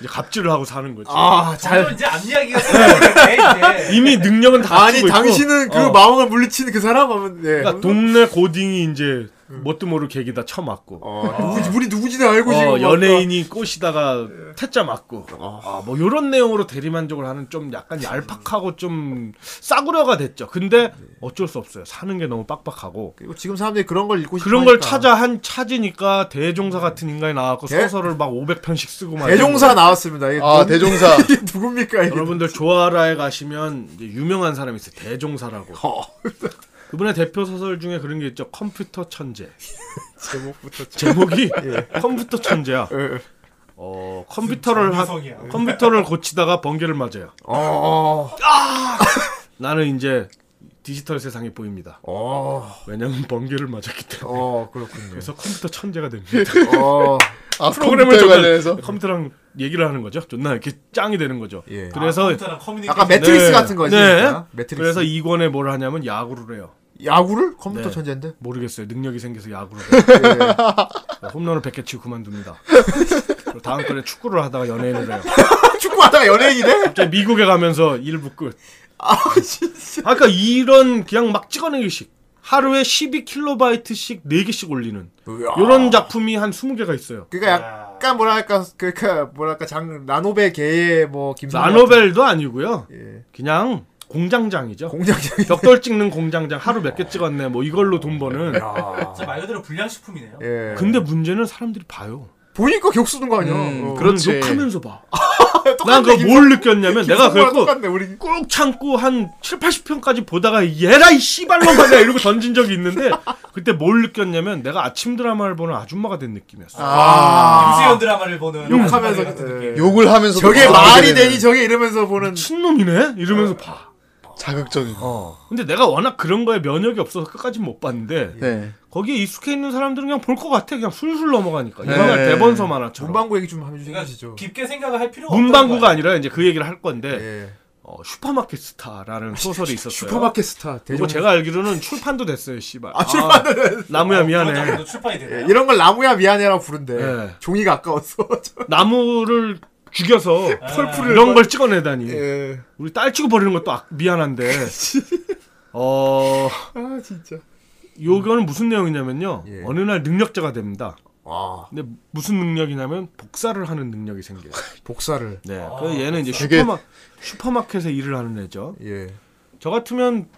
이제 갑질을 하고 사는 거지. 네. 아, 점점 잘. 이제 앞 이야기가 네. 이제. 이미 능력은 다 아니 갖추고 있고. 당신은 그 어. 마음을 물리치는 그 사람 하면 예. 그러니까 동네 고딩이 이제 뭣도 모를 계기다 쳐맞고. 음. 어, 누구지 우리 누구지도 어. 알고 지금 어, 막- 연예인이 꼬시다가 태자 맞고 아, 뭐 이런 내용으로 대리만족을 하는 좀 약간 얄팍하고 좀 싸구려가 됐죠. 근데 어쩔 수 없어요. 사는 게 너무 빡빡하고 그리고 지금 사람들이 그런 걸 읽고 싶어 그런 걸 하니까. 찾아 한 찾으니까 대종사 같은 인간이 나와서 대- 소설을 막 500편씩 쓰고 막 네. 대종사 나왔습니다. 이게 아, 누- 대종사. 이게 누굽니까 이게? 여러분들 조아라에 가시면 이제 유명한 사람이 있어요. 대종사라고. 그분의 대표 소설 중에 그런 게 있죠. 컴퓨터 천재. 제목부터 예. 제목이 컴퓨터 천재야. 어 컴퓨터를 하, 정유성이야. 컴퓨터를 고치다가 번개를 맞아요. 어. 나는 이제 디지털 세상이 보입니다. 어, 왜냐면 번개를 맞았기 때문에. 어 그렇군요. 그래서 컴퓨터 천재가 됩니다. 어, 아, 프로그램을 컴퓨터에 네. 정말 관련해서 컴퓨터랑 얘기를 하는 거죠. 존나 이렇게 짱이 되는 거죠. 예. 그래서 아까 매트릭스 같은 거지. 네. 그러니까. 매트릭스. 그래서 이권에뭘 하냐면 야구를 해요. 야구를 컴퓨터 네. 천재인데. 모르겠어요. 능력이 생겨서 야구를 해요. 네. 홈런을 100개 치고 그만둡니다. 그리고 다음 번에 축구를 하다가 연예인을 해요. 축구하다가 연예인이네. 갑자기 미국에 가면서 일부 끝. 아 진짜. 아까 이런 그냥 막 찍어내기식. 하루에 12킬로바이트씩 4개씩 올리는 이런 작품이 한 20개가 있어요. 그러니까 약간 뭐랄까 그러니까 뭐랄까 장 나노벨 개의 뭐 김선 나노벨도 아니고요. 예. 그냥 공장장이죠. 공장장이 벽돌 찍는 공장장 하루 몇 개 찍었네. 뭐 이걸로 돈 버는. 진짜 말 그대로 불량식품이네요. 예. 근데 문제는 사람들이 봐요. 보니까 격수는 거 아니야. 음, 어. 그렇지. 욕하면서 봐. 난 그거 뭘 느꼈냐면 내가 김성모랑 그랬고 똑같네 우리. 꾹 참고 한 7, 80편까지 보다가 얘라 이 씨발놈아 내가 이러고 던진 적이 있는데 그때 뭘 느꼈냐면 내가 아침 드라마를 보는 아줌마가 된 느낌이었어. 임수연 드라마를 보는 음. 욕하면서 같은 네. 예. 느낌. 욕을 아, 하면서 저게 말이 되니 저게 이러면서 보는 친놈이네 아. 이러면서 봐. 자극적인. 어. 근데 내가 워낙 그런 거에 면역이 없어서 끝까지 못 봤는데 예. 네. 거기에 익숙해 있는 사람들은 그냥 볼 것 같아. 그냥 술술 넘어가니까. 예. 네. 이날 대본서 만화처럼. 전방구 얘기 좀 그러니까 해주시죠. 깊게 생각을 할 필요가 없다는 문방구가 거야. 아니라 이제 그 얘기를 할 건데 예. 어, 슈퍼마켓 스타라는 소설이 있었어요. 슈퍼마켓 스타 이거 대전. 제가 알기로는 출판도 됐어요, 씨발. 그 아 출판 나무야 그런 미안해. 정도 출판이 되나요? 예, 이런 걸 나무야 미안해라고 부른데 예. 종이가 아까웠어. 나무를 죽여서 펄프를 이런 걸 찍어내다니. 아. 예. 우리 딸 치고 버리는 것도 아- 미안한데. 어, 아 진짜. 요거는 무슨 내용이냐면요. 예. 어느 날 능력자가 됩니다. 와 근데 무슨 능력이냐면 복사를 하는 능력이 생겨요. 아, 복사를. 네. 그래서 얘는 이제 되게- 슈퍼마, 슈퍼마켓에 일을 하는 애죠. 예. 저 같으면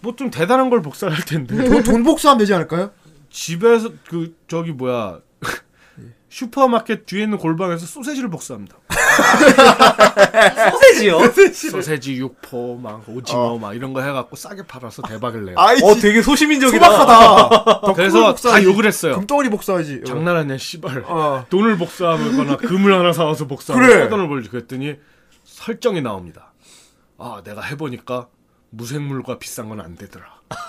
뭐 좀 대단한 걸 복사를 할 텐데. 돈, 돈 복수하면 되지 않을까요? 집에서 그 저기 뭐야 예. 슈퍼마켓 뒤에 있는 골방에서 소세지를 복수합니다. 어, 소세지요? 아, 네, 소세지 육포 막 오징어 막 이런 거 해갖고 싸게 팔아서 대박을 내요. 아이 어 되게 소시민적이다. 소박하다. 그래서 다 욕을 했어요. 금덩어리 그 복사하지. 아, 장난하냐 씨발. 어. 돈을 복사하거나 금을 하나 사와서 복사하고 그래. 사돈을 벌지 그랬더니 설정이 나옵니다. 아 내가 해보니까 무생물과 비싼 건 안 되더라.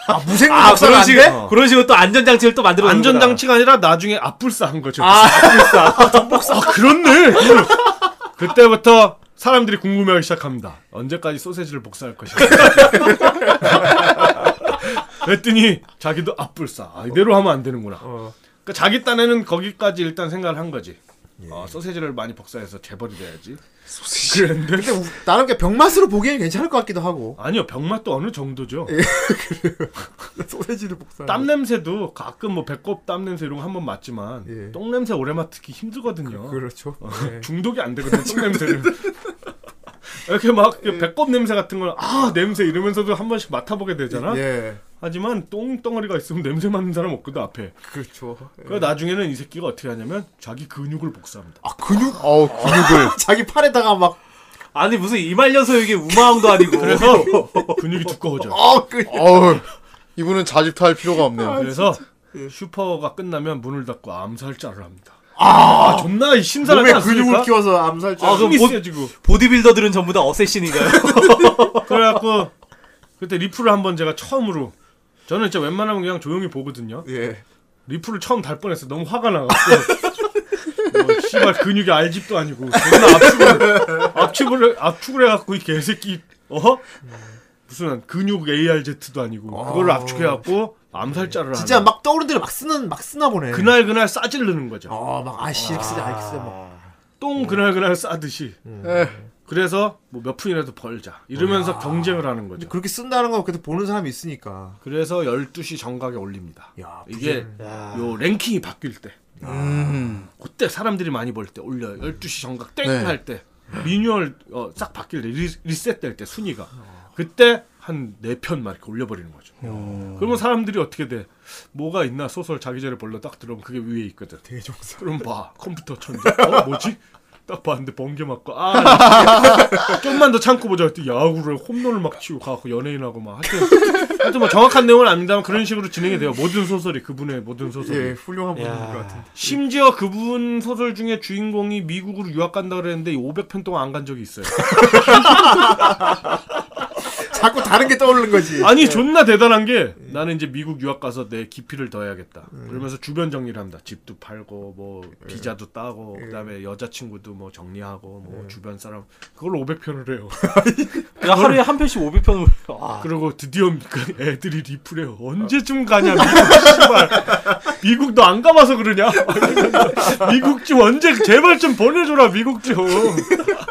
아 무생물 아 복사가 그런 안 식으로 돼? 어. 그런 식으로 또 안전장치를 또 만들어. 안전장치가 아니라 나중에 압불싸 한 거죠. 아, 아 그렇네. 그때부터 사람들이 궁금해하기 시작합니다. 언제까지 소세지를 복사할 것인가. 그랬더니 자기도 앞불사. 아, 이대로 하면 안 되는구나. 그러니까 자기 딴에는 거기까지 일단 생각을 한 거지. 아, 소세지를 많이 복사해서 재벌이 돼야지. 소세지. 그런데 뭐 근데 우- 나름 그냥 병맛으로 보기엔 괜찮을 것 같기도 하고. 아니요 병맛도 어느 정도죠. 소세지를 복사. 땀 냄새도 가끔 뭐 배꼽 땀 냄새 이런 거 한번 맡지만 예. 똥 냄새 오래 맡기 힘들거든요. 그렇죠. 네. 중독이 안 되거든 똥 냄새는 이렇게 막그 예. 배꼽 냄새 같은 걸 아 냄새 이러면서도 한 번씩 맡아보게 되잖아 예. 하지만 똥 덩어리가 있으면 냄새 맡는 사람 없거든 앞에 그렇죠. 예. 그래서 나중에는 이 새끼가 어떻게 하냐면 자기 근육을 복사합니다 아 근육 어우 근육을. 자기 팔에다가 막 아니 무슨 이말려서 이게 우마왕도 아니고. 그래서 근육이 두꺼워져 어, 그... 어우 이분은 자집할 필요가 없네요. 그래서 예. 슈퍼가 끝나면 문을 닫고 암살자를 합니다 아, 존나 이 신선하지 몸에 않습니까? 근육을 키워서 암살자. 아, 그럼 힘이 못... 지고 보디빌더들은 전부 다 어쌔신인가요? 그래갖고 그때 리프를 한번 제가 처음으로 저는 진짜 웬만하면 그냥 조용히 보거든요 예. 리프를 처음 달 뻔했어. 너무 화가 나갖고. 뭐, 씨발 근육이 알집도 아니고 존나 압축을 압축을 압축을 해갖고 이 개새끼 어 무슨 근육 ARZ도 아니고 그걸 압축해갖고 암살자를 진짜 하는. 막 떠오른 대로 막 쓰는 막 쓰나 보네. 아, 네. 그날 그날 싸질르는 거죠. 어막 아씨 이렇게 쓰자 이렇게 쓰자 막. 똥 그날 그날 싸듯이. 에. 그래서 뭐 몇 푼이라도 벌자 이러면서 경쟁을 하는 거죠. 그렇게 쓴다는 건 그래도 보는 사람이 있으니까. 그래서 12시 정각에 올립니다. 야, 이게 요 랭킹이 바뀔 때. 그때 사람들이 많이 볼 때 올려요. 12시 정각 땡 네. 할 때. 리뉴얼 어, 싹 바뀔 때 리, 셋될 때 순위가. 그때 한 네 편 막 이렇게 올려버리는 거죠. 그러면 사람들이 어떻게 돼? 뭐가 있나 소설 자기 전에 볼러 딱 들어오면 그게 위에 있거든. 대종사. 그럼 봐 컴퓨터 천재. 어 뭐지? 딱 봤는데 번개 맞고 아 좀만 더 참고 보자 했더니 야구를 홈런을 막 치고 가고 연예인하고 막 하여튼 하여튼 뭐 정확한 내용은 아닙니다만 그런 식으로 진행이 돼요 모든 소설이 그분의 모든 소설이 예, 훌륭한 분인 것 같은데. 심지어 그분 소설 중에 주인공이 미국으로 유학 간다 그랬는데 500편 동안 안 간 적이 있어요 자꾸 다른 게 떠오르는 거지. 네. 아니 존나 대단한 게 나는 이제 미국 유학 가서 내 기피를 더 해야겠다. 그러면서 주변 정리를 합니다. 집도 팔고 뭐 예. 비자도 따고 그다음에 여자친구도 뭐 정리하고 예. 뭐 주변 사람 그걸 500편을 해요. 아. 그러니까 하루에 한 편씩 500편을 아, 그리고 드디어 그 애들이 리플해요. 언제쯤 아. 가냐 미국 씨발. 미국 너 안 가봐서 그러냐? 미국 좀 언제 제발 좀 보내줘라 미국 좀.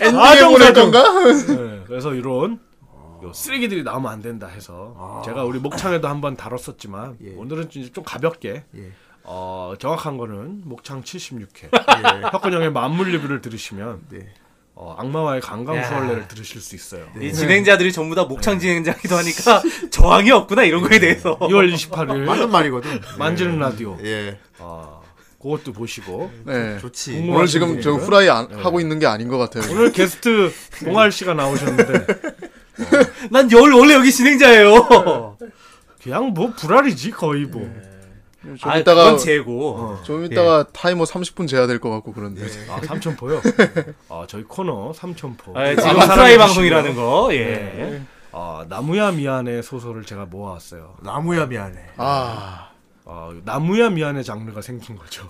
엔딩에 보낼 사정. 건가? 네, 그래서 이런 요 쓰레기들이 나오면 안 된다 해서 제가 우리 목창에도 한번 다뤘었지만 오늘은 좀, 좀 가볍게 어, 정확한 거는 목창 76회 혁근 형의 만물 리뷰를 들으시면 어, 악마와의 강강수월래를 들으실 수 있어요. 이 진행자들이 전부 다 목창 진행자기도 하니까 저항이 없구나 이런 거에 대해서. 2월 28일 네. 맞는 말이거든. 만지는 라디오 예. 어, 그것도 보시고 네. 좋지. 공무원 오늘 지금 저 선생님은? 후라이 안- 하고 있는 게 아닌 것 같아요. 오늘 게스트 봉알 씨가 나오셨는데 난 열 원래 여기 네. 진행자예요. 아, 그냥 뭐 불알이지 거의 뭐 좀 아, 이따가 그건 제고. 좀 이따가 타이머 30분 재야 될 것 같고 그런데. 아, 삼천포요. 아 저희 코너 삼천포. 아, 지금 프라이 방송이라는 거. 예. 아 나무야 미안해 소설을 제가 모아왔어요. 나무야 미안해. 아, 아 나무야 미안해 장르가 생긴 거죠.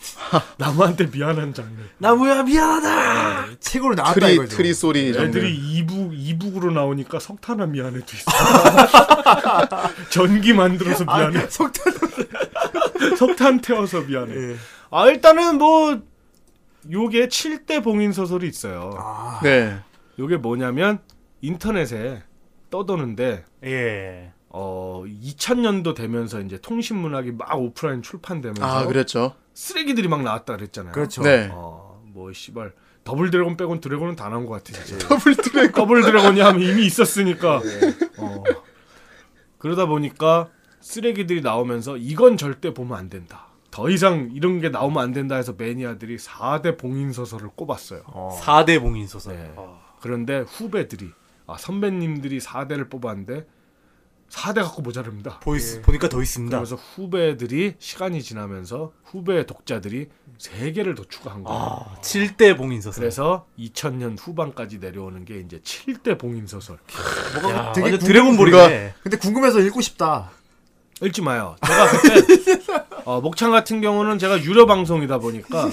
나무한테 미안한 장르. 나무야 미안하다. 책으로 아, 나왔다 트리 이거죠. 트리 소리 장르. 애들이 이북 이북으로 나오니까 석탄아 미안해도 있어. 전기 만들어서 아, 미안해. 석탄 석탄 태워서 미안해. 아 일단은 뭐 요게 7대 봉인 소설이 있어요. 네. 요게 뭐냐면 인터넷에 떠도는데 예. 어 2000년도 되면서 이제 통신 문학이 막 오프라인 출판되면서 아 그랬죠. 쓰레기들이 막 나왔다 그랬잖아요. 그렇죠. 네. 어뭐 씨발 더블 드래곤 빼곤 드래곤은 다 나온 것 같아 진짜. 더블 트랙. 더블 드래곤이 하면 이미 있었으니까. 어. 그러다 보니까 쓰레기들이 나오면서 이건 절대 보면 안 된다. 더 이상 이런 게 나오면 안 된다 해서 매니아들이 4대 봉인 소설을 꼽았어요. 사 4대 봉인 소설. 네. 그런데 후배들이 아 선배님들이 4대를 뽑았는데 4대 갖고 모자릅니다. 보이스 보니까 더 있습니다. 그래서 후배들이 시간이 지나면서 후배 독자들이 3개를 더 추가한 거예요. 아, 7대 봉인 소설. 그래서 네. 2000년 후반까지 내려오는 게 이제 7대 봉인 소설. 야, 되게 완전 궁금- 드래곤볼이네. 근데 궁금해서 읽고 싶다. 읽지 마요. 제가 그때 어, 목창 같은 경우는 제가 유료 방송이다 보니까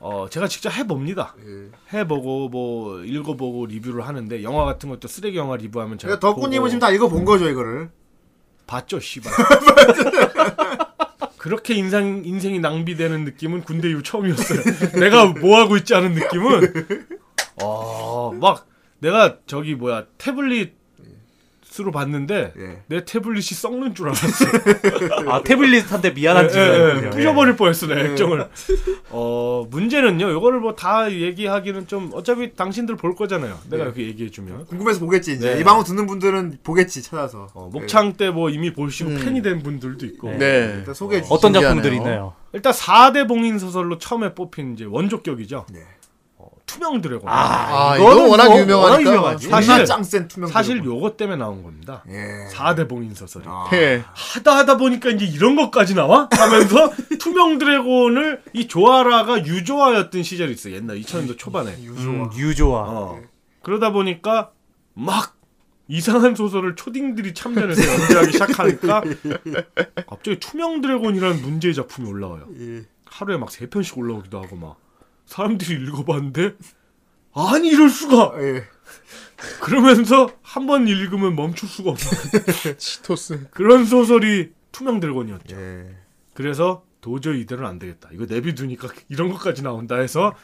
어, 제가 직접 해봅니다. 그, 해보고 뭐 읽어보고 리뷰를 하는데 영화 같은 것도 쓰레기 영화 리뷰하면 제가 제가 그러니까 덕구님은 보고 지금 다 읽어본 거죠 이거를. 봤죠, 씨발. 그렇게 인상, 인생이 낭비되는 느낌은 군대 이후 처음이었어요. 내가 뭐 하고 있지 않은 느낌은, 어, 막, 내가 저기 뭐야, 태블릿으로 봤는데, 예. 내 태블릿이 썩는 줄 알았어. 아, 태블릿한테 미안한 짓을 예, 예, 했군요. 부셔버릴 뻔했어, 내 액정을. 어, 문제는요, 요거를 뭐 다 얘기하기는 좀, 어차피 당신들 볼 거잖아요. 내가 이렇게 얘기해주면. 궁금해서 보겠지 이제 네. 이 방송 듣는 분들은 보겠지 찾아서. 네. 어, 목창 때 뭐 이미 보시고 팬이 된 분들도 있고. 네. 일단 소개해 주시. 어떤 신기하네요. 작품들이 있나요? 일단 4대 봉인 소설로 처음에 뽑힌 이제 원조격이죠. 네. 어, 투명 드래곤. 아, 이거는 이거 워낙 뭐, 유명하니까. 워낙 유명하지. 사실- 사실 짱센 투명. 사실 드래곤. 아. 요거 때문에 나온 겁니다. 예. 4대 봉인 소설이. 예. 하다 하다 보니까 이제 이런 것까지 나와? 하면서 투명 드래곤을 이 조아라가 유조아였던 시절이 있어. 옛날 2000년도 초반에. 음, 유조아. 어. 그러다 보니까 막 이상한 소설을 초딩들이 참전해서 연재하기 시작하니까 갑자기 투명 드래곤이라는 문제의 작품이 올라와요. 하루에 막 세 편씩 올라오기도 하고 막 사람들이 읽어봤는데 아니 이럴 수가 예. 그러면서 한 번 읽으면 멈출 수가 없어 치토스. 그런 소설이 투명 드래곤이었죠. 예. 그래서 도저히 이대로는 안 되겠다. 이거 내비두니까 이런 것까지 나온다 해서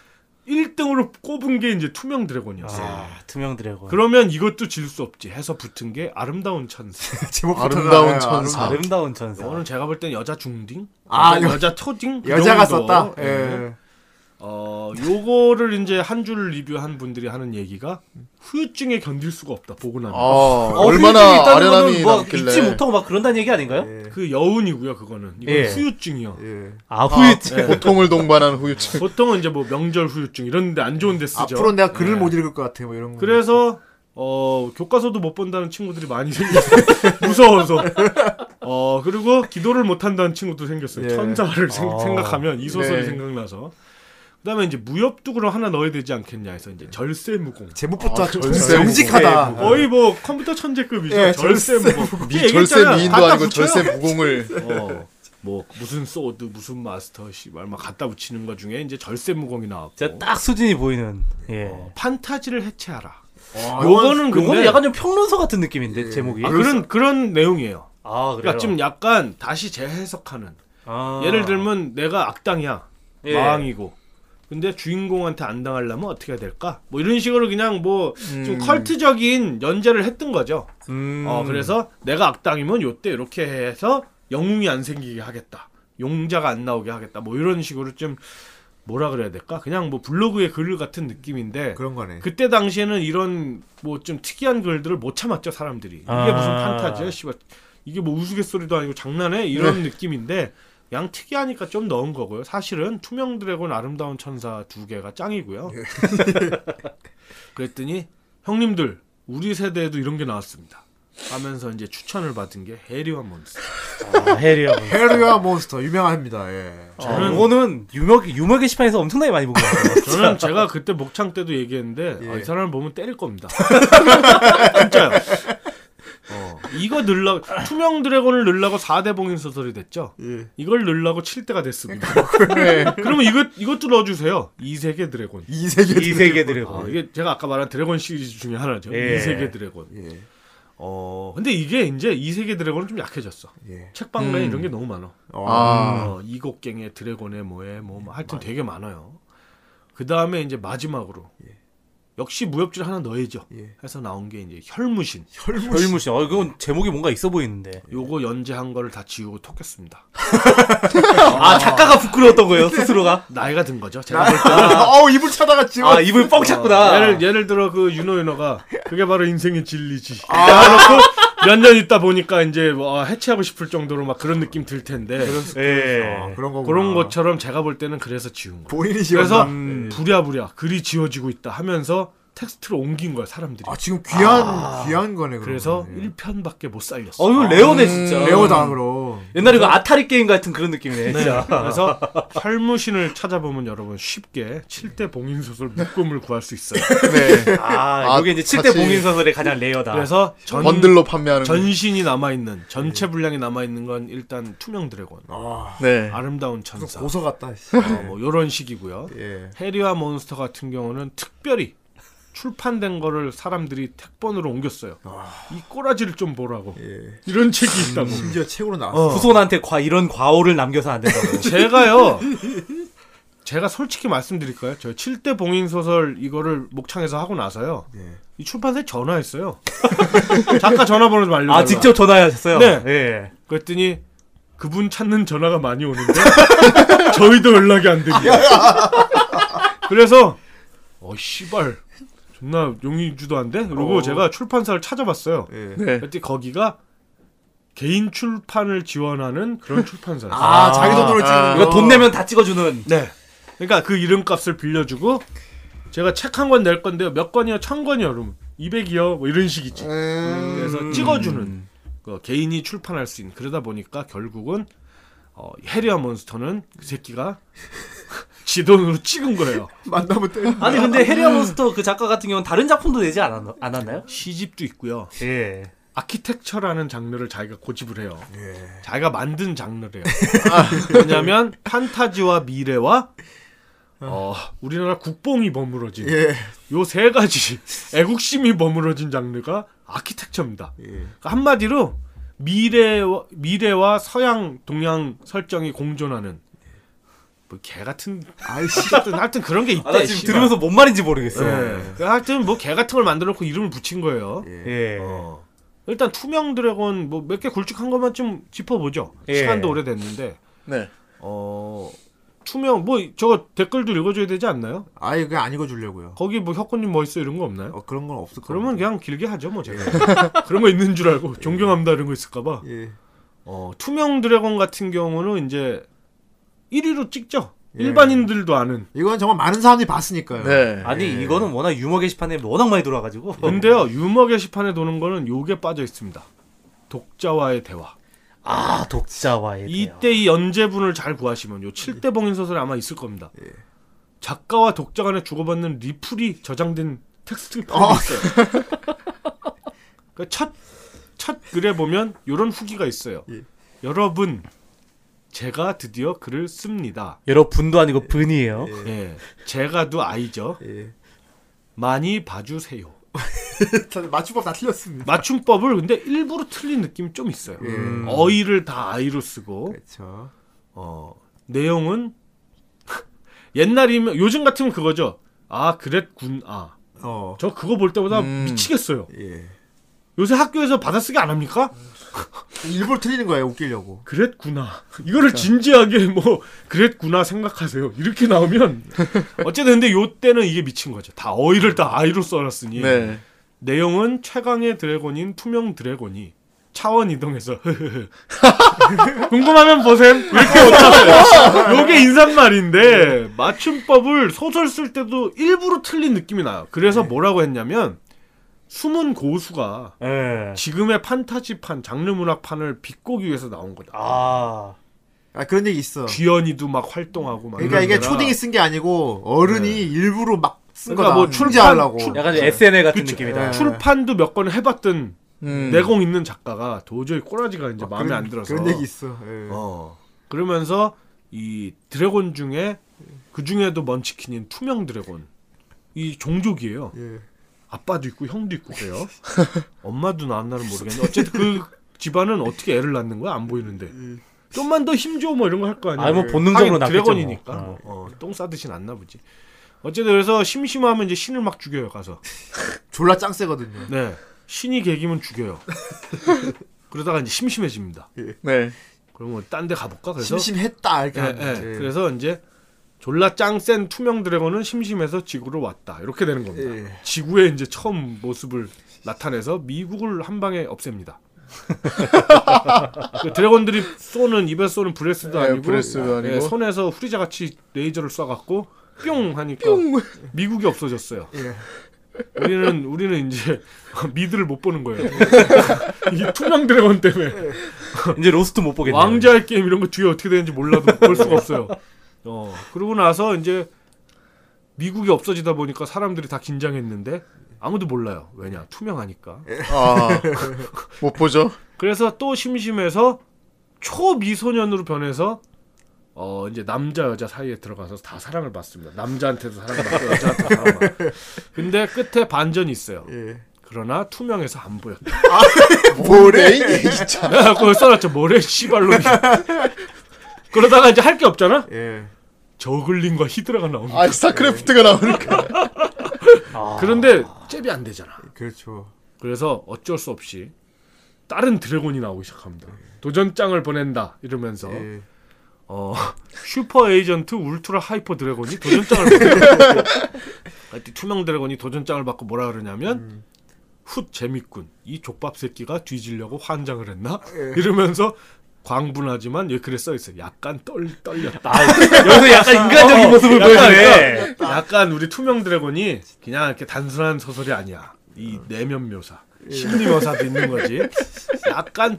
1등으로 꼽은 게 이제 투명 드래곤이었어요. 아, 투명 드래곤. 그러면 이것도 질 수 없지 해서 붙은 게 아름다운 천사. 제목부터가 아름다운 알아요. 천사. 아름다운- 아름다운 천사. 이거는 제가 볼 땐 여자 중딩, 아, 여자, 여- 여자 초딩, 그 여자가 정도. 썼다. 예. 예. 어, 요거를 이제 한 줄 리뷰한 분들이 하는 얘기가 후유증에 견딜 수가 없다. 보고 나면 아, 어, 얼마나 후유증이 있다는 아련함이 거는 뭐 남길래. 잊지 못하고 막 그런다는 얘기 아닌가요? 그 여운이고요. 그거는 이건 예. 후유증이요. 예. 아, 네. 후유증. 네. 고통을 동반한 후유증. 보통은 이제 뭐 명절 후유증 이런데 안 좋은데 쓰죠. 아, 네. 앞으로 내가 글을 못 읽을 것 같아 뭐 이런 거. 그래서 어 교과서도 못 본다는 친구들이 많이 생겼어요. 무서워서. 어 그리고 기도를 못 한다는 친구도 생겼어요. 예. 천사를 생- 아. 생각하면 이 소설이 네. 생각나서. 그다음에 이제 무협뚝으로 하나 넣어야 되지 않겠냐 해서 이제 절세무공. 제목부터 아, 좀 절세. 네, 정직하다. 거의 뭐 컴퓨터 천재급이죠. 예, 절세무공. 뭐. 미, 절세 미인도 아니고 절세 무공을 어, 뭐 무슨 소드 무슨 마스터 씨발 막 갖다 붙이는 것 중에 이제 절세무공이 나왔고. 진짜 딱 수준이 보이는. 예. 어, 판타지를 해체하라. 와, 요거는 그거는 근데 약간 좀 평론서 같은 느낌인데 제목이. 아, 그런 그런 내용이에요. 아 그러니까 좀 약간 다시 재해석하는. 아. 예를 들면 내가 악당이야. 예. 마왕이고. 근데 주인공한테 안 당하려면 어떻게 해야 될까? 뭐 이런 식으로 그냥 뭐 좀 컬트적인 연재를 했던 거죠. 음. 어, 그래서 내가 악당이면 요때 이렇게 해서 영웅이 안 생기게 하겠다. 용자가 안 나오게 하겠다. 뭐 이런 식으로 좀 뭐라 그래야 될까? 그냥 뭐 블로그의 글 같은 그렇죠. 느낌인데 그런 거네. 그때 당시에는 이런 뭐 좀 특이한 글들을 못 참았죠 사람들이 이게 아. 무슨 판타지야 씨발 이게 뭐 우스갯소리도 아니고 장난해 이런 느낌인데 양 특이하니까 좀 넣은 거고요 사실은 투명 드래곤 아름다운 천사 두 개가 짱이고요 그랬더니 형님들 우리 세대에도 이런 게 나왔습니다 하면서 이제 추천을 받은 게 해리와 몬스터 아, 해리야. 페루아 몬스터 유명합니다. 예. 저는 이거는 아, 유머 유머 게시판에서 엄청나게 많이 본 것 같아요. 저는 제가 그때 목창 때도 얘기했는데 아, 이 예. 사람을 보면 때릴 겁니다. 진짜요. 어, 이거 늘라 투명 드래곤을 늘라고 4대 봉인 소설이 됐죠. 이걸 늘라고 7대가 됐습니다. 그러면 이거 이것도 넣어 주세요. 이세계 드래곤. 이 세계 이 세계 아, 드래곤. 이게 제가 아까 말한 드래곤 시리즈 중에 하나죠. 예. 이세계 드래곤. 어, 근데 이게 이제 이세계 드래곤은 좀 약해졌어. 예. 책방에 음. 이런 게 너무 많아. 아 어, 이곡갱의 드래곤의 뭐에 뭐 하여튼 되게 많아요. 그 다음에 이제 마지막으로 역시 무협지를 하나 넣어야죠. 해서 나온 게 이제 혈무신. 별무시. 어, 이건 제목이 뭔가 있어 보이는데. 요거 연재한 거를 다 지우고 토꼈습니다. 아 작가가 부끄러웠던 거예요 스스로가. 나이가 든 거죠. 제가 볼 때. 아, 어우 이불 차다가 지금 아 입을 뻥 찼구나. 예를 예를 들어 그 윤호 윤호가 그게 바로 인생의 진리지. 그래놓고 몇 년 있다 보니까 이제 뭐, 아, 해체하고 싶을 정도로 막 그런 느낌 들 텐데 예. 아, 그런 거구나. 네. 그런 것처럼 제가 볼 때는 그래서 지운 거. 본인이 그래서 지원다. 예. 부랴부랴 글이 지워지고 있다 하면서 텍스트로 옮긴 거야 사람들이. 아 지금 귀한 귀한 거네. 음, 그러면. 그래서 음, 예. 1편밖에 못 살렸어. 어 이거 음. 레오네 진짜. 레오당으로 옛날에 그 아타리 게임 같은 그런 느낌이네. 진짜. 그래서 혈무신을 찾아보면 여러분 쉽게 7대 봉인소설 묶음을 구할 수 있어요. 네. 아, 아, 이게 이제 7대 같이- 봉인서설의 가장 레어다. 그래서 전, 아, 번들로 판매하는 거. 전신이 남아 있는 전체 분량이 남아 있는 건 일단 투명 드래곤, 네. 아름다운 천사, 아, 고서 같다. 씨. 어, 뭐 요런 식이고요. 예. 해리와 몬스터 같은 경우는 특별히 출판된 거를 사람들이 택본으로 옮겼어요. 아. 이 꼬라지를 좀 보라고. 예. 이런 책이 있다고. 심지어 책으로 나왔어. 어. 후손한테 과 이런 과오를 남겨서 안 된다고. 아, 제가요. 제가 솔직히 말씀드릴까요? 저 7대 봉인 소설 이거를 목창에서 하고 나서요. 예. 이 출판사에 전화했어요. 작가 전화번호 좀 알려 달라. 아 직접 전화하셨어요? 네. 예. 그랬더니 그분 찾는 전화가 많이 오는데 저희도 연락이 안 되게. 그래서 어 씨발 존나 용인주도 안 돼? 어. 그러고 제가 출판사를 찾아봤어요. 예. 네. 그랬더니 거기가 개인 출판을 지원하는 그런 출판사였어요. 아, 자기 돈으로 찍는 거. 이거 돈 내면 다 찍어주는. 네. 그러니까 그 이름값을 빌려주고 제가 책 한 권 낼 건데요. 몇 권이요? 천 권이요. 그럼 200이요. 뭐 이런 식이지. 그래서 찍어주는 그 개인이 출판할 수 있는 그러다 보니까 결국은 어, 해리와 몬스터는 그 새끼가 지 돈으로 찍은 거예요. 만나면 때. 아니 근데 해리아 몬스터 그 작가 같은 경우는 다른 작품도 내지 않았, 않았나요? 시집도 있고요. 예. 아키텍처라는 장르를 자기가 고집을 해요. 예. 자기가 만든 장르래요. 아, 왜냐하면 판타지와 미래와 어, 우리나라 국뽕이 버무러진 예. 요 세 가지 애국심이 버무러진 장르가 아키텍처입니다. 예. 그러니까 한마디로 미래와, 미래와 서양 동양 설정이 공존하는 뭐 개 같은 아이씨. 하여튼, 하여튼 그런 게 있다. 아, 네. 나 지금 씨발. 들으면서 뭔 말인지 모르겠어. 예. 요 그러니까 하여튼 뭐 개 같은 걸 만들어 놓고 이름을 붙인 거예요. 예. 어. 일단 투명 드래곤 뭐 몇 개 굵직한 것만 좀 짚어보죠. 예. 시간도 오래됐는데 네. 어 투명 뭐 저거 댓글도 읽어줘야 되지 않나요? 아예 그냥 안 읽어주려고요. 거기 뭐 혁군님 멋있어 이런 거 없나요? 어, 그런 건 없을 거예요. 그러면 그냥 길게 하죠 뭐 제가 그런 거 있는 줄 알고 존경합니다 이런 거 있을까봐 예. 어 투명 드래곤 같은 경우는 이제 1위로 찍죠 일반인들도 아는 이건 정말 많은 사람들이 봤으니까요. 네. 아니 이거는 워낙 유머 게시판에 워낙 많이 돌아가지고. 근데요 유머 게시판에 도는 거는 요게 빠져 있습니다 독자와의 대화 아 독자와의 대화. 예. 이때 이 연재분을 잘 구하시면 요 7대 봉인 소설에 아마 있을 겁니다. 작가와 독자 간에 주고받는 리플이 저장된 텍스트가 아. 어. 있어요. 그러니까 첫, 첫 글에 보면 이런 후기가 있어요. 예. 여러분, 제가 드디어 글을 씁니다. 여러 분도 아니고 분이에요. 예. 제가도 아이죠. 예. 많이 봐주세요. 다들 맞춤법 다 틀렸습니다. 맞춤법을 근데 일부러 틀린 느낌이 좀 있어요. 어이를 다 아이로 쓰고 예. 그렇죠. 어, 내용은 옛날이면 요즘 같으면 그거죠. 아 그랬군 아. 어. 저 그거 볼 때마다 음. 미치겠어요. 예. 요새 학교에서 받아쓰기 안 합니까? 음. 일부러 틀리는 거예요, 웃기려고. 그랬구나. 그러니까. 이거를 진지하게 뭐 그랬구나 생각하세요. 이렇게 나오면 어쨌든 근데 요때는 이게 미친 거죠. 다 어이를 다 아이로 써놨으니 네. 내용은 최강의 드래곤인 투명 드래곤이 차원 이동해서 궁금하면 보셈 왜 이렇게 어떠세요? 요게 인사말인데 맞춤법을 소설 쓸 때도 일부러 틀린 느낌이 나요. 그래서 네. 뭐라고 했냐면 숨은 고수가 예. 지금의 판타지판 장르 문학판을 비꼬기 위해서 나온 거다. 아. 아 그런 얘기 있어. 귀현이도 막 활동하고 막 그러니까 이런 이게 거라. 네. 초딩이 쓴 게 아니고 어른이 일부러 막 쓴 그러니까 거다. 뭐 뭐 출판- 출제하려고. 출- 약간 좀 SNL 같은 그렇죠. 그쵸. 느낌이다. 출판도 몇 권 해봤던 음. 내공 있는 작가가 도저히 꼬라지가 이제 아, 마음에 그런- 안 들어서 그런 얘기 있어. 예. 어. 그러면서 이 드래곤 중에 그 중에도 먼치킨인 투명 드래곤 이 종족이에요. 예. 아빠도 있고 형도 있고 그래요. 엄마도 낳았나는 모르겠는데 어쨌든 그 집안은 어떻게 애를 낳는 거야 안 보이는데 예. 좀만 더 힘줘 뭐 이런 거 할 거 아니야. 아니, 뭐 본능적으로 하긴 낳겠죠, 드래곤이니까 뭐. 어, 똥 싸듯이 낳나 보지. 어쨌든 그래서 심심하면 이제 신을 막 죽여요 가서. 졸라 짱세거든요. 네 신이 개기면 죽여요. 그러다가 이제 심심해집니다. 네. 그러면 딴 데 가볼까 그래서 심심했다 이렇게 예, 하는 예. 거지. 예. 그래서 이제 졸라 짱센 투명 드래곤은 심심해서 지구로 왔다 이렇게 되는 겁니다. 예. 지구에 이제 처음 모습을 나타내서 미국을 한 방에 없앱니다. 그 드래곤들이 쏘는 입에 쏘는 브레스도 예, 아니고, 브레스도 아니고. 손에서 후리자 같이 레이저를 쏴갖고 뿅 하니까 미국이 없어졌어요. 예. 우리는 우리는 이제 미드를 못 보는 거예요. 이 투명 드래곤 때문에. 이제 로스트 못 보겠네. 왕자의 게임 이런 거 뒤에 어떻게 되는지 몰라도 볼 수가 없어요. 어 그러고 나서 이제 미국이 없어지다 보니까 사람들이 다 긴장했는데 아무도 몰라요. 왜냐 투명하니까. 아. 못 보죠. 그래서 또 심심해서 초미소년으로 변해서 어 이제 남자 여자 사이에 들어가서 다 사랑을 받습니다. 남자한테도 사랑을 받고 여자한테도 사랑을 받고. 근데 끝에 반전이 있어요. 예. 예. 그러나 투명해서 안 보였다. 뭐래 이게 네, 진짜. 그걸 써놨죠. 뭐래 씨발로. 그러다가 이제 할 게 없잖아. 예. 저글링과 히드라가 나옵니다. 아 스타크래프트가 나오니까. 그런데 잽이 안 되잖아. 그렇죠. 그래서 어쩔 수 없이 다른 드래곤이 나오기 시작합니다. 도전장을 보낸다 이러면서 예. 어, 슈퍼 에이전트 울트라 하이퍼 드래곤이 도전장을 받고 투명 드래곤이 도전장을 받고 뭐라 그러냐면 훗 재밌군 이 족밥 새끼가 뒤지려고 환장을 했나 이러면서 광분하지만 예 그래 써 있어 요 약간 떨 떨렸다 여기서 약간 어. 인간적인 그러니까 모습을 예. 예. 보여주네. 약간 우리 투명 드래곤이 그냥 이렇게 단순한 소설이 아니야. 이 어. 내면 묘사, 예. 심리 묘사도 있는 거지. 약간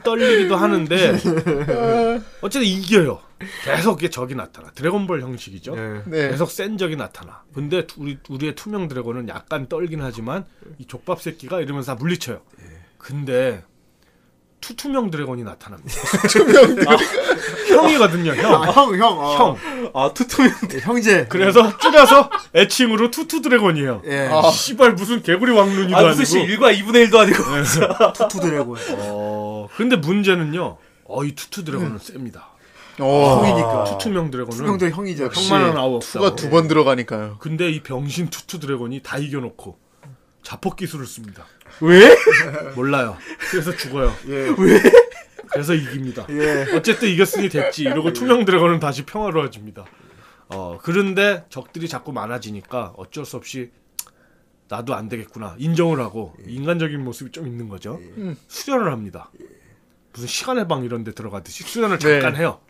떨리기도 하는데 어. 어쨌든 이겨요. 계속 이게 적이 나타나. 드래곤볼 형식이죠. 예. 네. 계속 센 적이 나타나. 근데 투- 우리 우리의 투명 드래곤은 약간 떨긴 하지만 이 족밥 새끼가 이러면서 다 물리쳐요. 예. 근데 투투명 드래곤이 나타납니다. 아, 형이거든요, 형. 아, 형, 형, 어. 형. 아, 투투. 예, 형제. 그래서 줄여서 애칭으로 투투 드래곤이에요. 예. 아. 씨발 무슨 개구리 왕눈이도 아, 아, 무슨 씨, 니고 예. 1과 2분의 1도 아니고. 투투 드래곤. 어, 근데 문제는요. 어, 이 투투 드래곤은 셉니다. 아, 어. 아, 형이니까. 투투명 드래곤은 형도 형이죠. 역시 형만은 아우 투가 없다고. 두 번 들어가니까요. 근데 이 병신 투투 드래곤이 다 이겨놓고 자폭 기술을 씁니다. 왜? 몰라요. 그래서 죽어요. 예. 그래서 이깁니다. 예. 어쨌든 이겼으니 됐지. 이러고 투명 드래곤은 다시 평화로워집니다. 어, 그런데 적들이 자꾸 많아지니까 어쩔 수 없이 나도 안 되겠구나 인정을 하고 예. 인간적인 모습이 좀 있는 거죠. 수련을 합니다. 무슨 시간의 방 이런 데 들어가듯이 수련을 네. 잠깐 해요.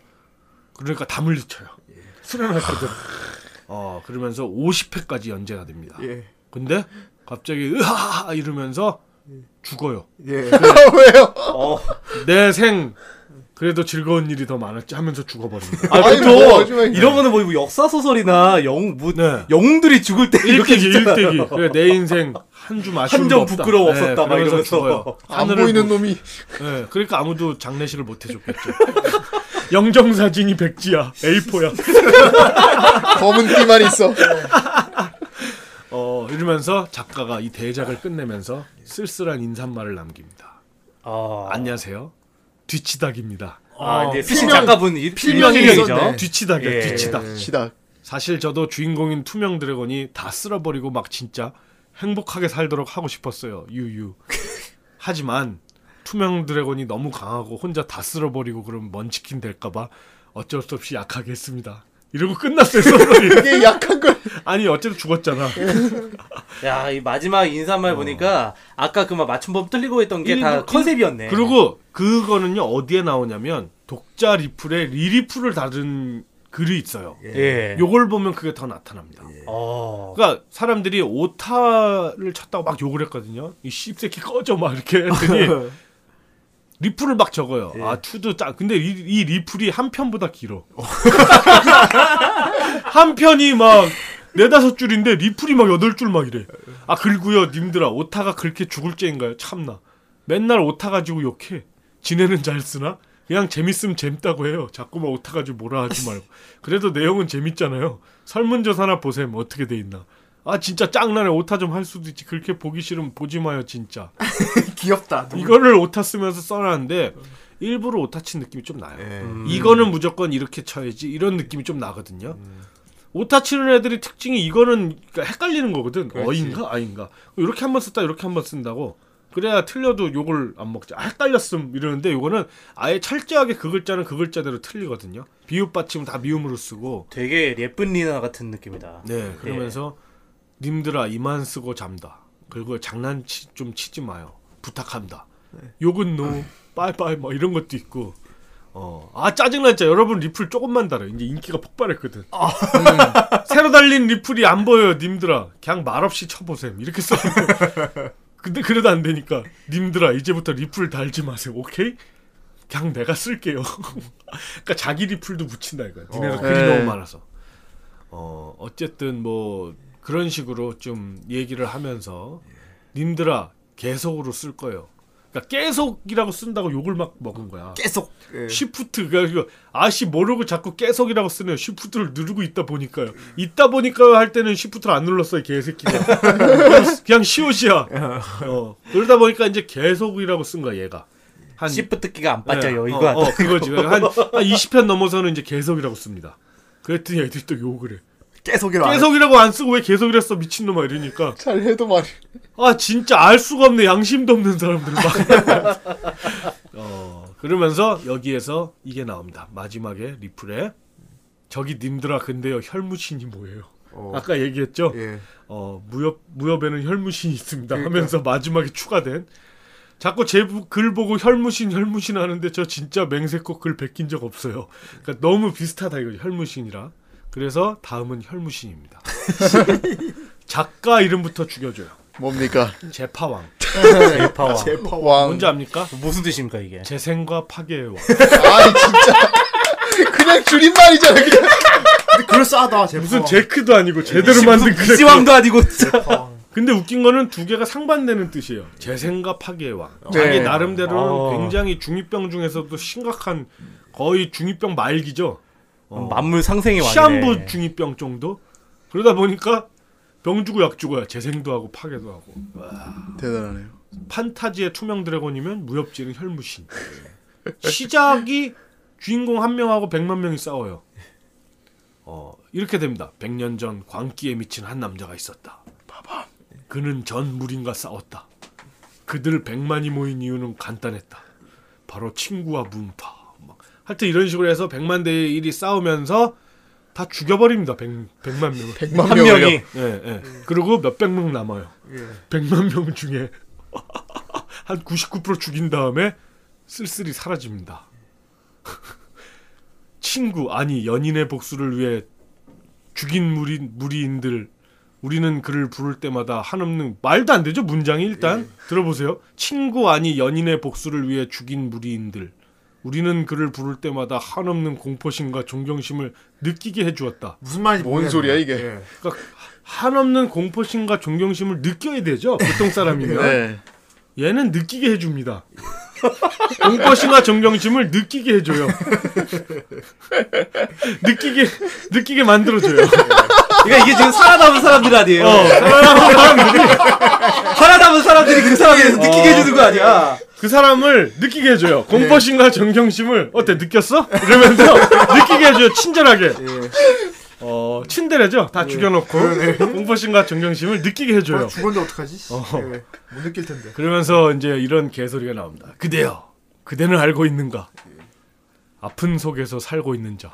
그러니까 다 물리쳐요. 예. 아. 수련을 했거든. 어, 그러면서 50회까지 연재가 됩니다. 예. 근데 갑자기 으하 그 이러면서 죽어요. 예. 왜요? 내 생 그래도 즐거운 일이 더 많았지 하면서 죽어버린다. 아, 아니, 그렇죠. 뭐, 하지만 이런 거는 뭐 역사 소설이나 영웅 뭐, 네. 영웅들이 죽을 때 이렇게 일대기 죽잖아요. 일대기. 그래, 내 인생 한 줌 아쉬운 한점 거 없다. 예, 부끄러움 없었다, 막 그러면서 이러면서. 죽어요. 안 하늘을 보이는 보- 놈이 네, 그러니까 아무도 장례식을 못 해줬겠죠. 영정 사진이 백지야, 어. A4야. 검은 띠만 있어. 어 이러면서 작가가 이 대작을 끝내면서 쓸쓸한 인사말을 남깁니다. 아, 안녕하세요, 뒤치닥입니다. 아, 이제 쓰신 필명, 작가분 이- 필명이 필명이죠. 있었네. 뒤치닥이야, 예. 뒤치닥. 시다. 사실 저도 주인공인 투명 드래곤이 다 쓸어버리고 막 진짜 행복하게 살도록 하고 싶었어요. 유유. 하지만 투명 드래곤이 너무 강하고 혼자 다 쓸어버리고 그럼 먼치킨 될까봐 어쩔 수 없이 약하게 했습니다. 이러고 끝났어요. 소설이. 이게 약한 걸. 아니 어쨌든 죽었잖아. 야, 이 마지막 인사말 보니까 아까 그 막 맞춤법 틀리고 했던 게 다 어. 일부- 컨셉이었네. 그리고 그거는요 어디에 나오냐면 독자 리플에 리리플을 다른 글이 있어요. 예. 요걸 보면 그게 더 나타납니다. 어. 그러니까 사람들이 오타를 쳤다고 막 욕을 했거든요. 이 씹새끼 꺼져 막 이렇게 했더니 리플을 막 적어요. 아 투도 짜. 근데 이, 이 리플이 한 편보다 길어. 한 편이 막 네다섯 줄인데 리플이 막 여덟 줄 막 이래. 아 그리고요 님들아 오타가 그렇게 죽을 죄인가요? 참나. 맨날 오타 가지고 욕해. 지네는 잘 쓰나? 그냥 재밌으면 재밌다고 해요. 자꾸만 오타 가지고 뭐라 하지 말고. 그래도 내용은 재밌잖아요. 설문조사나 보셈 어떻게 돼 있나. 아 진짜 짱나네 오타 좀 할 수도 있지. 그렇게 보기 싫으면 보지 마요 진짜. 귀엽다. 이거를 오타 쓰면서 써놨는데 일부러 오타 친 느낌이 좀 나요. 네. 이거는 무조건 이렇게 쳐야지 이런 느낌이 좀 나거든요. 오타 치는 애들이 특징이 이거는 그러니까 헷갈리는 거거든. 어인가 아인가. 이렇게 한 번 썼다 이렇게 한 번 쓴다고. 그래야 틀려도 욕을 안 먹지. 아, 헷갈렸음 이러는데 요거는 아예 철저하게 그 글자는 그 글자대로 틀리거든요. 비읍 받침 다 미음으로 쓰고. 되게 예쁜 리나 같은 느낌이다. 네. 그러면서 님들아 이만 쓰고 잠다. 그리고 장난치 좀 치지 마요. 부탁합니다. 욕은 노. 빠이빠이 뭐 이런 것도 있고. 어. 아 짜증나 진짜 여러분 리플 조금만 달아요. 이제 인기가 폭발했거든. 음. 새로 달린 리플이 안 보여요, 님들아. 그냥 말없이 쳐보셈. 이렇게 써. 근데 그래도 안 되니까 님들아 이제부터 리플 달지 마세요. 오케이? 그냥 내가 쓸게요. 그러니까 자기 리플도 붙인다 이거야. 니네가 글이 네. 너무 많아서. 어, 어쨌든 뭐 그런 식으로 좀 얘기를 하면서 님들아 계속으로 쓸 거예요. 그러니까 계속이라고 쓴다고 욕을 막 먹은 거야. 계속. 예. 예. 쉬프트 그러니까 아씨 모르고 자꾸 계속이라고 쓰네요. 쉬프트를 누르고 있다 보니까요. 있다 보니까요 할 때는 쉬프트를 안 눌렀어요 개새끼가. 그냥- 그냥 시옷이야. 어. 그러다 보니까 이제 계속이라고 쓴 거야 얘가. 한 시프트 키가 안 빠져요. 네. 이거 어, 어, 그거지. 한, 한 20편 넘어서는 이제 계속이라고 씁니다. 그랬더니 애들이 또 욕을 해. 아. 계속이라. 계속이라고 안 쓰고 왜 계속이랬어 미친놈아 이러니까 잘 해도 말이. 아 진짜 알 수가 없네 양심도 없는 사람들 막. 어 그러면서 여기에서 이게 나옵니다 마지막에 리플에 저기 님들아 근데요 혈무신이 뭐예요? 아까 얘기했죠. 예. 어 무협 무협에는 혈무신이 있습니다 하면서 마지막에 추가된 자꾸 제 글 보고 혈무신 혈무신 하는데 저 진짜 맹세코 글 베낀 적 없어요. 그러니까 너무 비슷하다 이거 혈무신이라. 그래서 다음은 혈무신입니다. 작가 이름부터 죽여줘요. 뭡니까? 제파왕. 어. 파워. 왕. 뭔지 압니까? 무슨 뜻입니까 이게? 재생과 파괴의 왕. 아니 진짜. 그냥 줄임말이잖아. 그냥. 근데 그럴싸하다. 어. 제 무슨 포함. 제크도 아니고 제대로 만든 무슨 그래. 이시왕도 아니고 진짜. 근데 웃긴 거는 두 개가 상반되는 뜻이에요. 재생과 파괴의 왕. 네. 자기 나름대로는 어. 굉장히 중이병 중에서도 심각한 거의 중이병 말기죠. 어. 만물 상생의 왕이네. 시한부 중이병 정도. 그러다 보니까 병 주고 약 주고야 재생도 하고 파괴도 하고. 대단하네요. 판타지의 투명 드래곤이면 무협지는 혈무신. 시작이 주인공 한 명하고 백만 명이 싸워요. 어 이렇게 됩니다. 백년 전 광기에 미친 한 남자가 있었다. 그는 전 무린과 싸웠다. 그들 백만이 모인 이유는 간단했다. 바로 친구와 문파. 막 하여튼 이런 식으로 해서 백만 대 일이 싸우면서 다 죽여버립니다. 백 백만 명을. 백만 한 명이 예, 예. 그리고 몇백 명 남아요. 백만 명 중에 한 99% 죽인 다음에 쓸쓸히 사라집니다. 친구 아니 연인의 복수를 위해 죽인 무리 무리인들 우리는 그를 부를 때마다 한없는 말도 안 되죠 문장이 일단 들어보세요. 친구 아니 연인의 복수를 위해 죽인 무리인들 우리는 그를 부를 때마다 한없는 공포심과 존경심을 느끼게 해주었다. 무슨 말인지 뭔 모르겠네. 소리야, 이게? 예. 그러니까 한없는 공포심과 존경심을 느껴야 되죠. 보통 사람이면 네. 얘는 느끼게 해줍니다. 공포심과 존경심을 느끼게 해줘요. 느끼게 느끼게 만들어줘요. 그러니까 이게 지금 살아남은 사람들 아니에요. 어. 살아남은 사람들이 살아남은 사람들이 그 사람에 어. 대해서 느끼게 해주는 거 아니야. 그 사람을 느끼게 해줘요. 공포심과 존경심을 어때 느꼈어? 이러면서 느끼게 해줘요. 친절하게. 어 친데레죠. 다 죽여놓고 공포심과 존경심을 느끼게 해줘요. 어, 죽었는데 어떡하지? 예. 못 느낄 텐데. 그러면서 이제 이런 개소리가 나옵니다. 그대여, 그대는 알고 있는가? 아픈 속에서 살고 있는 자,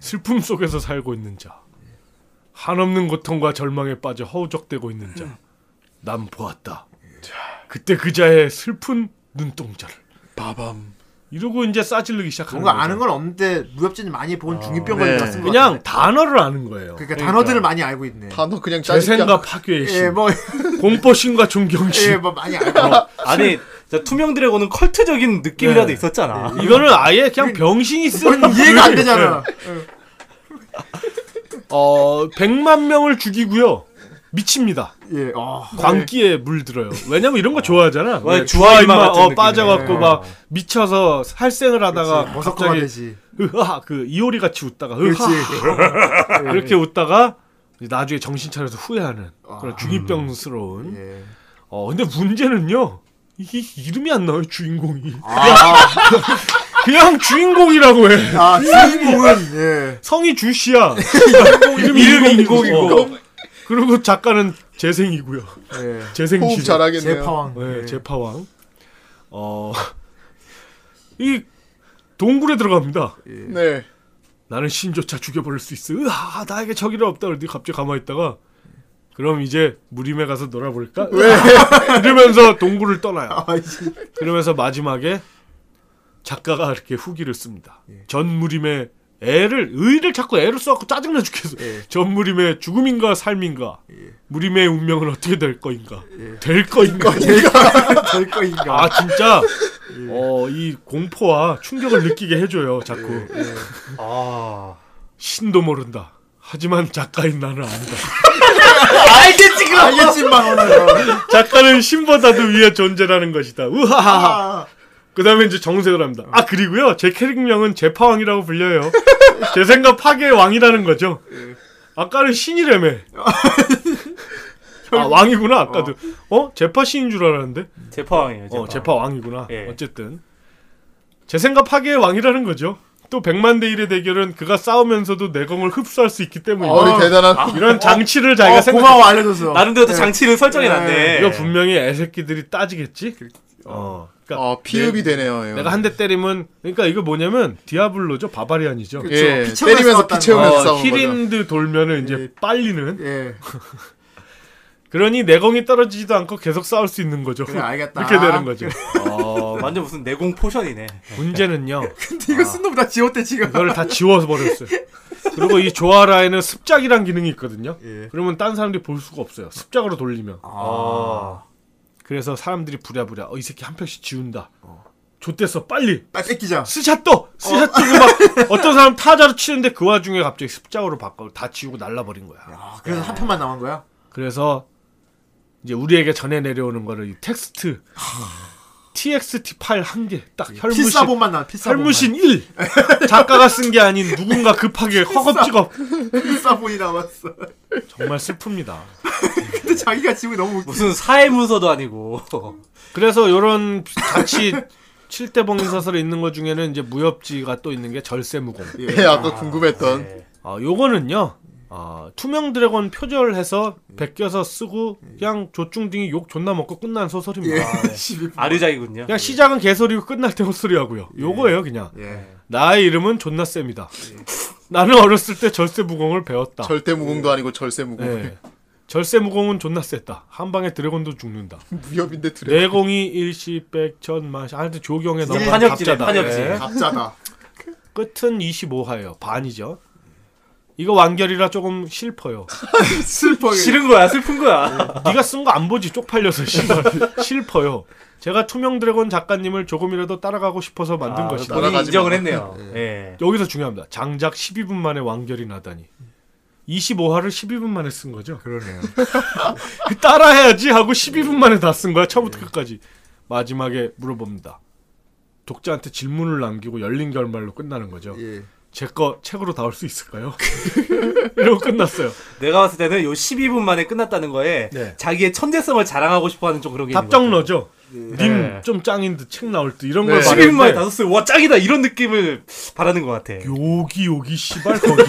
슬픔 속에서 살고 있는 자, 한없는 고통과 절망에 빠져 허우적대고 있는 자, 난 보았다. 그때 그 자의 슬픈 눈동자를 바밤. 이러고 이제 싸질르기 시작하는 뭔가 아는 거죠. 건 없는데 무협진 많이 본 중이병 걸린 네. 것 같은 거 그냥 같은데. 단어를 아는 거예요. 그러니까 단어들을 많이 알고 있네. 단어 그냥 짜증나. 재생과 파괴의 신, 예, 뭐, 공포심과 존경심. 예, 뭐 많이 알고. 아니 저 투명 드래곤은 컬트적인 느낌이라도 어. 네. 있었잖아. 이거는 아예 그냥 병신이 쓰는 예. 그건 뭐 이해가 안 글. 되잖아. 어, 100만 명을 죽이고요. 미칩니다. 네. 예, 어. 광기에 물들어요. 왜냐면 이런 거 좋아하잖아. 와, 왜 주화 이마 주화이마 같은 어, 느낌이네. 빠져갖고 어. 막 미쳐서 살생을 하다가 뭐 버섯과 갑자기 되지. 으하 그 이오리 같이 웃다가 그렇지. 으하 이렇게 웃다가 이제 나중에 정신 차려서 후회하는 그런 중이병스러운. 음. 예. 어 근데 문제는요. 이 이름이 안 나와요 주인공이. 아. 그냥 주인공이라고 해. 아, 주인공은 예. 성이 주씨야. 이름이 인공이고. 그리고 작가는 재생이고요. 예. 재생 호흡 시대. 잘하겠네요. 제파왕. 네, 예. 제파왕. 어, 이 동굴에 들어갑니다. 네. 나는 신조차 죽여버릴 수 있어. 으아, 나에게 적이라 없다. 그랬더니 갑자기 가만히 있다가 그럼 이제 무림에 가서 놀아볼까? 이러면서 동굴을 떠나요. 아, 이제 그러면서 마지막에 작가가 이렇게 후기를 씁니다. 전 무림의 애를 의를 자꾸 애를 써갖고 짜증나 죽겠어. 전 무림의 죽음인가 삶인가? 무림의 운명은 어떻게 될 거인가? 예. 될 거인가? 될 거인가. 아 진짜 어 이 공포와 충격을 느끼게 해줘요 자꾸 신도 모른다 하지만 작가인 나는 안다 알겠지, 그럼. 어, 알겠지만, 오늘. 작가는 신보다도 위의 존재라는 것이다 우하 아, 그 다음에 이제 정색을 합니다 아 그리고요 제 캐릭명은 제파왕이라고 불려요 제 생각 파괴의 왕이라는 거죠 아까는 신이라며 아 왕이구나 아까도 어 제파 신인 줄 알았는데 제파왕이에요. 제파. 어, 제파 왕이구나. 예. 어쨌든 제 생각 파괴의 왕이라는 거죠. 또 100만 대 1의 대결은 그가 싸우면서도 내공을 흡수할 수 있기 어이 때문입니다. 아, 대단한. 이런 장치를 어, 자기가 생각. 고마워, 알려줘서. 나름대로 또 장치를 설정해 놨네. 네. 이거 분명히 애새끼들이 따지겠지. 어, 그러니까 어 피읍이 되네요. 이거. 내가 한 대 때리면 그러니까 이거 뭐냐면 디아블로죠, 바바리안이죠. 예. 피 채우면서 때리면서 싸웠다는 피 채우면서 어, 싸우는 거죠. 히린드 돌면은 이제 빨리는 예. 그러니 내공이 떨어지지도 않고 계속 싸울 수 있는 거죠. 그래, 알겠다. 이렇게 되는 거죠. 어, 완전 무슨 내공 포션이네. 문제는요. 근데 아. 이거 쓴 놈 다 지웠대, 지금. 이거를 다 지워서 버렸어요. 그리고 이 조아라에는 습작이란 기능이 있거든요. 예. 그러면 딴 사람들이 볼 수가 없어요. 습작으로 돌리면. 아. 그래서 사람들이 부랴부랴 어, 이 새끼 한 편씩 지운다. 좆됐어 빨리 빨리 뺏기자. 스샷도 어. 스샷도고 막 어떤 사람 타자로 치는데 그 와중에 갑자기 습작으로 바꿔 다 지우고 날라버린 거야. 아, 그래서 한 편만 남은 거야? 그래서 이제 우리에게 전해 내려오는 거를 이 텍스트 TXT 파일 한 개 딱 혈무신 그 필사본만 남, 필사본만. 설무신 1 작가가 쓴 게 아닌 누군가 급하게 허겁지겁 필사본이 남았어. 정말 슬픕니다. 근데 자기가 지금 너무 웃기. 무슨 사회 문서도 아니고. 그래서 요런 같이 칠대봉인 사설에 있는 것 중에는 이제 무협지가 또 있는 게 절세무공. 예, 아까 궁금했던. 예. 아 요거는요. 아, 투명 드래곤 표절해서 베껴서 쓰고 그냥 조중딩이 욕 존나 먹고 끝난 소설입니다. 아르자이군요. 그냥 시작은 개소리고 끝날 때 헛소리하고요. 요거예요 그냥. 예. 나의 이름은 존나 쌤이다. 나는 어렸을 때 절세무공을 배웠다. 절대 무공도 아니고 절세 무공. 예. 절세무공은 존나 셌다. 한 방에 드래곤도 죽는다. 무협인데 드래. 내공이 일시 백천 마시. 하여튼 조경에 넘어 판역지네, 갑자다. 판역지. 예. 갑자다. 끝은 25화예요. 반이죠. 이거 완결이라 조금 슬퍼요. 슬퍼. 싫은 거야, 슬픈 거야. 네. 네가 쓴 거 안 보지 쪽팔려서 씨발. 슬퍼요. 제가 투명 드래곤 작가님을 조금이라도 따라가고 싶어서 만든 아, 것이다. 본인이 따라가지 인정을 마. 했네요. 예. 여기서 중요합니다. 장작 12분 만에 완결이 나다니. 25화를 12분 만에 쓴 거죠. 그 그러네요. 따라해야지 하고 12분 만에 다 쓴 거야. 처음부터 끝까지. 마지막에 물어봅니다. 독자한테 질문을 남기고 열린 결말로 끝나는 거죠. 예. 제 거 책으로 다 올 수 있을까요? 이러고 끝났어요. 내가 봤을 때는 요 12분 만에 끝났다는 거에 네. 자기의 천재성을 자랑하고 싶어 하는 좀 그런 게 있는 것 같아요. 답정러죠. 님 좀 짱인 듯 책 나올 듯 이런 네. 걸 12분 만에 말했는데 다섯 수, 와, 짱이다! 이런 느낌을 바라는 것 같아. 요기 요기 씨발 거기에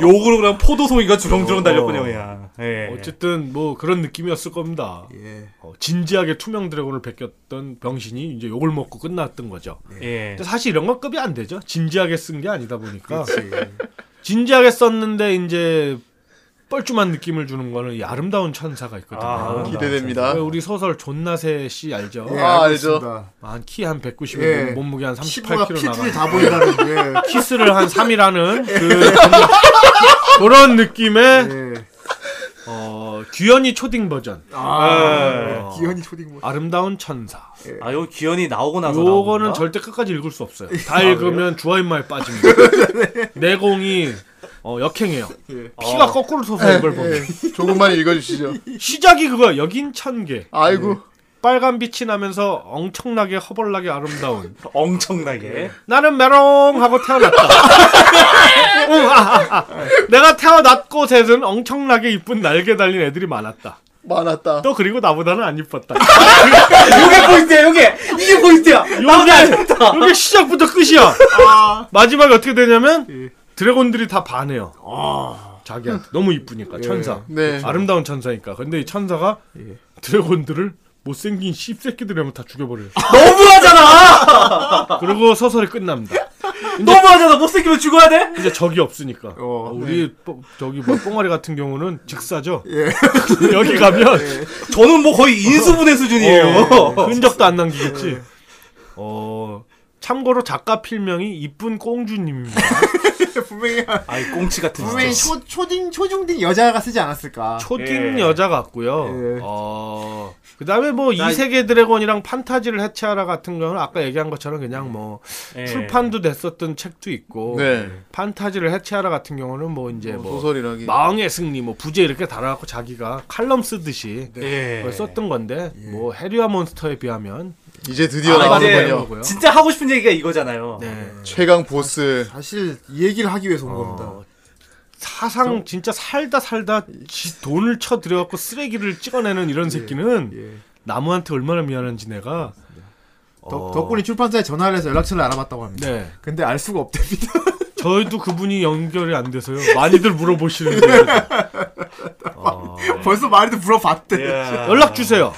욕으로 그냥 포도송이가 주렁주렁 달렸군요, 그냥. 예. 어. 어쨌든 뭐 그런 느낌이었을 겁니다. 예. 어, 진지하게 투명 드래곤을 베꼈던 병신이 이제 욕을 먹고 끝났던 거죠. 네. 예. 근데 사실 이런 건 급이 안 되죠. 진지하게 쓴 게 아니다 보니까 그렇지. 진지하게 썼는데 이제 뻘쭘한 느낌을 주는 거는 이 아름다운 천사가 있거든요. 아, 기대됩니다. 우리 소설 존나세 씨 알죠? 예, 아, 알겠습니다. 한 키 한 190에 예. 몸무게 한 15가 38kg 피줄이 나가. 다 보인다는 예. 키스를 한 3일 하는 그 그런 느낌의 예. 어, 귀연이 초딩 버전 아, 기현이 초딩 모. 아름다운 천사. 아, 요 기현이 나오고 나서. 나온 요거는 건가? 아, 절대 끝까지 읽을 수 없어요. 다 읽으면 주화인마에 빠집니다. 내공이 어, 역행해요. 예. 아. 피가 거꾸로 솟는 걸 보면 예, 조금만 읽어주시죠. 시작이 그거야. 여긴 천개 아이고. 빨간 빛이 나면서 엄청나게 허벌나게 아름다운 네. 엄청나게. 나는 메롱 하고 태어났다. 응, 아, 아, 아. 내가 태어났고 셋은 엄청나게 이쁜 날개 달린 애들이 많았다. 많았다. 또 그리고 나보다는 안 이뻤다. 아, 요게 포인트야, 요게! 이게 포인트야! 나오지 않았다! 아. 이게 시작부터 끝이야. 마지막에 어떻게 예. 되냐면 드래곤들이 다 반해요. 아. 자기한테 너무 예. 이쁘니까 천사. 그렇죠. 네. 아름다운 천사니까. 근데 이 천사가 드래곤들을 못생긴 씹새끼들이라면 다 죽여버려요. 너무하잖아! 그리고 서설이 끝납니다. 너무하잖아! 못생기면 죽어야 돼? 이제 적이 없으니까. 어, 어, 네. 우리 뽀- 저기 뭐 뽕아리 같은 경우는 직사죠. 예. 여기 가면 저는 뭐 거의 인수분해 수준이에요. 어, 흔적도 안 남기겠지. 예. 어 참고로 작가 필명이 이쁜 꽁주님입니다. 분명히 아이, 꽁치 같은 분명히 진짜. 초 초딩 초중딩 여자가 쓰지 않았을까. 초딩 예. 여자 같고요. 예. 어. 그다음에 뭐 이 세계 드래곤이랑 판타지를 해체하라 같은 경우는 아까 얘기한 것처럼 그냥 뭐 예. 출판도 됐었던 책도 있고 네. 판타지를 해체하라 같은 경우는 뭐 이제 뭐 소설이라기. 망의 승리 뭐 부제 이렇게 달아갖고 자기가 칼럼 쓰듯이 예. 그걸 썼던 건데 뭐 해리와 몬스터에 비하면 이제 드디어 아, 이제 나오는군요. 거고요. 네. 진짜 하고 싶은 얘기가 이거잖아요. 최강 보스. 사실 이 얘기를 하기 위해서 온 겁니다. 사상 진짜 살다 살다 지- 돈을 쳐 들여갖고 쓰레기를 찍어내는 이런 새끼는 예. 나무한테 얼마나 미안한지 내가 덕, 어. 덕분에 출판사에 전화를 해서 연락처를 알아봤다고 합니다. 네 근데 알 수가 없답니다. 저희도 그분이 연결이 안 돼서요 많이들 물어보시는데 벌써 말이도 물어봤대. 예. 연락 주세요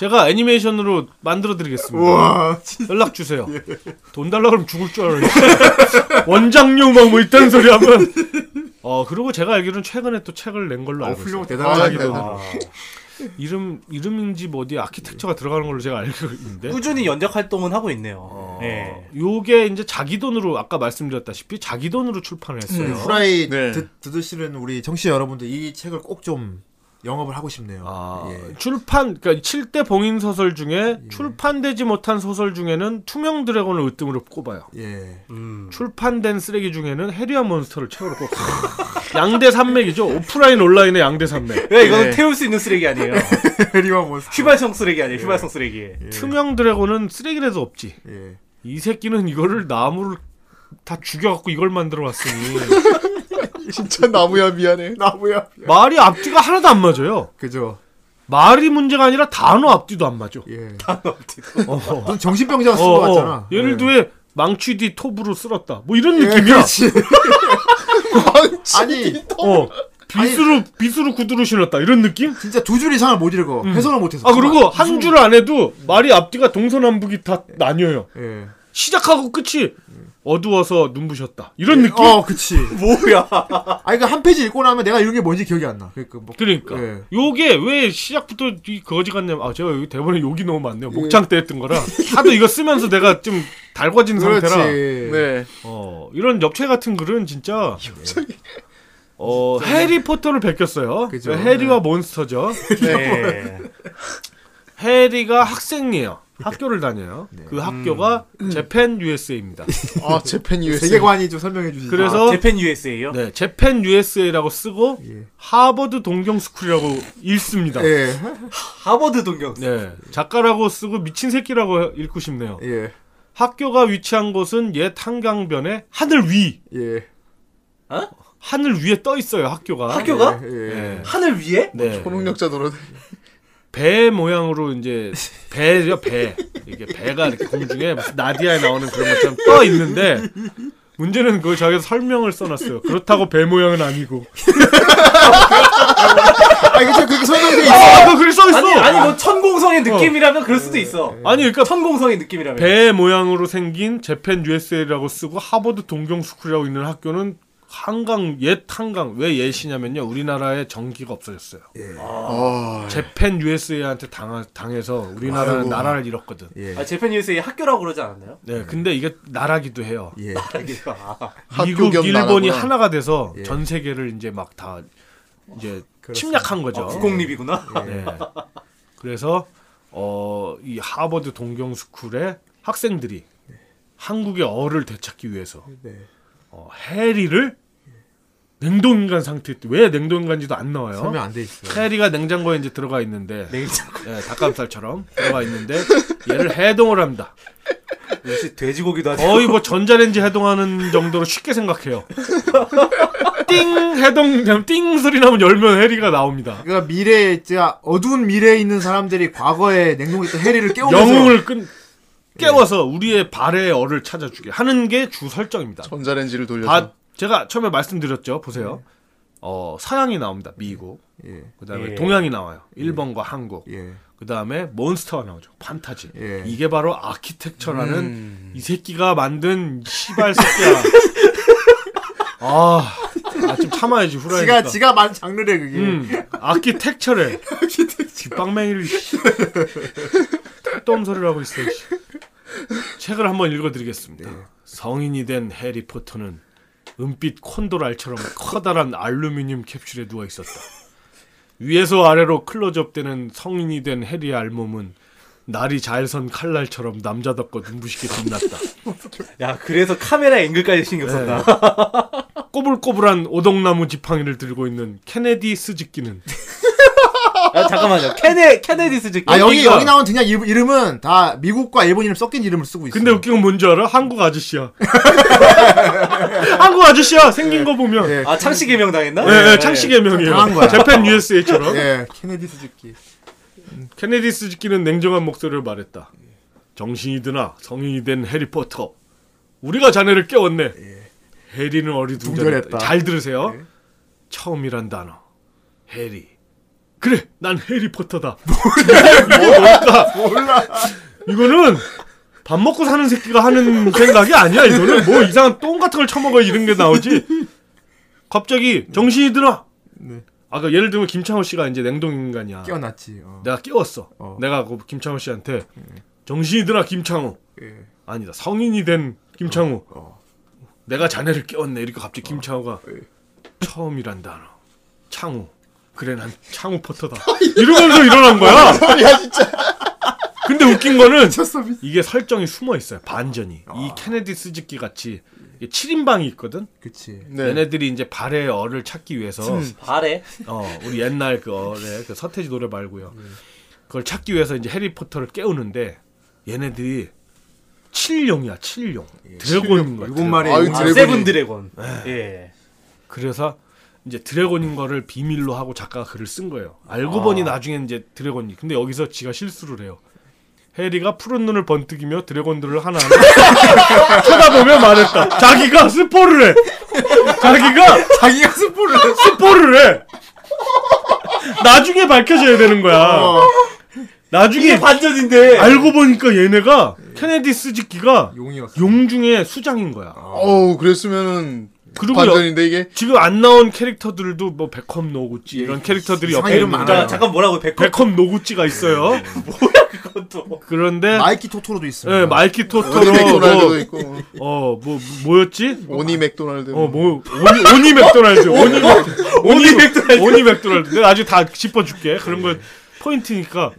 제가 애니메이션으로 만들어 드리겠습니다 와, 진짜. 예. 연락 주세요 돈 달라 그러면 죽을 줄 알아요 원장료 막 뭐 이딴 소리 하면 어 그리고 제가 알기로는 최근에 또 책을 낸 걸로 어, 알고 있어요 훌륭 대단하기도. 아, 이름 이름인지 뭐 어디 예. 아키텍처가 들어가는 걸로 제가 알고 그 있는데 꾸준히 연작 활동은 하고 있네요. 예. 요게 이제 자기 돈으로 아까 말씀드렸다시피 자기 돈으로 출판을 했어요. 후라이 네. 듣, 들으시는 우리 청취자 여러분들 이 책을 꼭 좀 영업을 하고 싶네요. 아, 예. 출판 그러니까 7대 봉인 소설 중에 출판되지 못한 소설 중에는 투명 드래곤을 으뜸으로 꼽아요. 예. 음. 출판된 쓰레기 중에는 해리와 몬스터를 최고로 꼽아요. 양대 산맥이죠. 오프라인 온라인의 양대 예. 산맥. 왜 이거는 태울 수 있는 쓰레기 아니에요. 페리와 뭐 몬스터. 휘발성 쓰레기 아니에요. 휘발성 쓰레기. 투명 드래곤은 쓰레기라도 없지. 예. 이 새끼는 이거를 나무를 다 죽여갖고 이걸 만들어 왔으니 진짜 나무야 미안해. 나무야. 말이 앞뒤가 하나도 안 맞아요. 그죠. 말이 문제가 아니라 단어 앞뒤도 안 맞아. 예. 어. 무슨 정신병자가 쓴 것 어, 어. 같잖아. 예를 들어 망치 뒤 톱으로 쓸었다. 뭐 이런 예, 느낌이야. 그렇지. 아니 어. 빗으로 빗으로 구두로 신었다. 이런 느낌? 진짜 두 줄 이상을 못 읽어. 음. 해석을 못 해서. 아 그리고 한 줄 안 해도 말이 앞뒤가 동서남북이 다 나뉘어요. 예. 시작하고 끝이 어두워서 눈부셨다 이런 느낌. 어, 그치. 뭐야? 아, 이거 한 페이지 읽고 나면 내가 이런 게 뭔지 기억이 안 나. 그러니까 뭐. 그러니까 예. 요게 왜 시작부터 이 거지 같냐면 아 제가 여기 대본에 욕이 너무 예. 많네요 목창 때 했던 거라 하도 이거 쓰면서 내가 좀 달궈진 상태라 예. 그렇지. 네. 어 이런 엽체 같은 글은 진짜 어 해리포터를 베꼈어요 그죠. 해리와 몬스터죠 예. 네. 해리가 학생이에요 학교를 다녀요 그 학교가 재팬 USA입니다 아, 재팬 USA. 세계관이 좀 설명해 주시죠. 그래서 재팬 USA요. 네, 재팬 USA라고 쓰고 하버드 동경 스쿨이라고 읽습니다. 예. 하버드 동경. 네, 작가라고 쓰고 미친 새끼라고 읽고 싶네요. 예. 학교가 위치한 곳은 옛 한강변의 하늘 위, 예. 하늘 위에 떠 있어요. 학교가. 학교가 예. 네. 하늘 위에? 네. 초능력자 노릇. 배 모양으로 이제 배죠 배 이게 배가 이렇게 공중에 무슨 나디아에 나오는 그런 것처럼 떠 있는데 문제는 그걸 자기가 설명을 써놨어요 그렇다고 배 모양은 아니고 아, 이게 참 그렇게 설명돼 있어. 아 그걸 써있어 아니 아니 뭐 천공성의 느낌이라면 그럴 수도 있어. 아니 그러니까 천공성의 느낌이라면. 배 모양으로 생긴 재팬 USA라고 쓰고 하버드 동경 스쿨이라고 있는 학교는 한강 옛 한강 왜 옛이냐면요 우리나라에 전기가 없어졌어요. 예, 아, 네. 재팬 USA한테 당하, 당해서 우리나라는 나라를 잃었거든. 예, 아, 재팬 USA 학교라고 그러지 않았나요? 네, 근데 이게 나라기도 해요. 예. 아, 학교 미국, 겸 일본이 나라구나. 하나가 돼서 전 세계를 이제 막 다 이제 침략한 거죠. 어, 국공립이구나. 네. 그래서 어, 이 하버드 동경 스쿨의 학생들이 한국의 어를 되찾기 위해서 네. 어, 해리를 냉동인간 상태 왜 냉동인간인지도 안 나와요. 설명 안 돼 있어. 해리가 냉장고에 이제 들어가 있는데 냉장고. 예, 닭가슴살처럼 들어가 있는데 얘를 해동을 합니다. 역시 돼지고기도 하지. 거의 뭐 전자레인지 해동하는 정도로 쉽게 생각해요. 띵 해동 그냥 띵 소리 나면 열면 해리가 나옵니다. 그러니까 미래에 진짜 어두운 미래에 있는 사람들이 과거에 냉동에 있던 해리를 깨우면서 영웅을 끈 깨워서 우리의 발의 어를 찾아주게 하는 게 주 설정입니다. 전자레인지를 돌려서. 바, 제가 처음에 말씀드렸죠. 보세요. 어, 서양이 나옵니다. 미국. 네. 예. 그다음에 예. 동양이 나와요. 일본과 한국. 예. 그다음에 몬스터가 나오죠. 판타지. 예. 음. 이게 바로 아키텍처라는 이 새끼가 만든 시발 새끼야. 아, 아, 좀 참아야지 지가 후라이니까. 지가 만 장르래 그게. 그러니까. 음, 아키텍처래. 뒷방맹이를 씨. 똥 소리를 하고 있어요. 씨. 책을 한번 읽어드리겠습니다. 성인이 된 해리포터는 은빛 콘도랄처럼 커다란 알루미늄 캡슐에 누워 있었다. 위에서 아래로 클로즈업되는 성인이 된 해리의 알몸은 날이 잘선 칼날처럼 남자답고 눈부시게 빛났다. 야, 그래서 카메라 앵글까지 신경 썼다. 꼬불꼬불한 오동나무 지팡이를 들고 있는 케네디 스즈키는 아, 잠깐만요. 케네 케네디 스즈키. 아 여기 그러니까. 여기 나온 등장 이름, 이름은 다 미국과 일본 이름 섞인 이름을 쓰고 있어. 근데 웃긴 건 뭔지 알아? 한국 아저씨야. 한국 아저씨야 생긴 거 보면. 예, 예. 아, 창씨 개명 당했나? 네. 예, 창식의 당한 명이에요. 거야. 재팬 USA처럼. 예, 케네디 스즈키. 케네디 스즈키는 냉정한 목소리를 말했다. 정신이 드나 성인이 된 해리포터. 우리가 자네를 깨웠네. 해리는 어리둥절했다. 둥절했다. 네. 잘 들으세요. 처음이란 단어. 해리. 그래, 난 해리포터다. 뭘까? 몰라. 이거는 밥 먹고 사는 새끼가 하는 생각이 아니야. 이거는 뭐 이상한 똥 같은 걸 처먹어 이런 게 나오지. 갑자기 정신이 드나. 네. 아까 예를 들면 김창호 씨가 이제 냉동 인간이야. 끼어났지. 어. 내가 깨웠어. 어. 내가 그 김창호 씨한테 정신이 드나 김창호. 예. 아니다. 성인이 된 김창호. 내가 자네를 깨웠네. 이렇게 갑자기 김창호가 처음이란 단어. 창호. 그래 난 창호 포터다. 이러면서 일어난 아, 거야. 근데 웃긴 거는 이게 설정이 숨어 있어요. 반전이. 이 케네디 스즈키 같이 7인방이 있거든. 그치. 네. 얘네들이 이제 발의 어를 찾기 위해서 발에 어, 우리 옛날 그 어래 그 서태지 노래 말고요. 그걸 찾기 위해서 이제 해리포터를 깨우는데 얘네들이 칠룡이야, 예, 칠룡. 드래곤인 거야. 일본 드래곤. 말에 아유, 아, 드래곤이- 세븐 드래곤. 예. 그래서 이제 드래곤인 거를 비밀로 하고 작가가 글을 쓴 거예요. 알고 보니 나중에 이제 드래곤이. 근데 여기서 지가 실수를 해요. 해리가 푸른 눈을 번뜩이며 드래곤들을 하나하나 쳐다보며 말했다. 자기가 스포를 해. 자기가 자기가 스포를 했어. 스포를 해. 나중에 밝혀져야 되는 거야. 나중에 반전인데. 알고 보니까 얘네가 케네디 스즈키가 용이었어. 용 중에 수장인 거야. 어우 그랬으면은 그리고 반전인데 이게. 지금 안 나온 캐릭터들도 뭐 백컴 노구찌 이런 캐릭터들이 이상한 옆에 이름 있는데 많아요. 자, 잠깐 뭐라고 백컴 백컴 노구찌가 있어요. 그것도. 그런데 마이키 토토로도 있습니다. 예, 마이키 오니 맥도날드도 토토로 뭐, 있고 어 뭐 뭐였지? 오니 맥도날드. 어. 어 뭐 오니 오니 맥도날드 오니 오니 맥도날드 예, 오니 맥도날드 내가 아주 다 짚어줄게 그런 거 포인트니까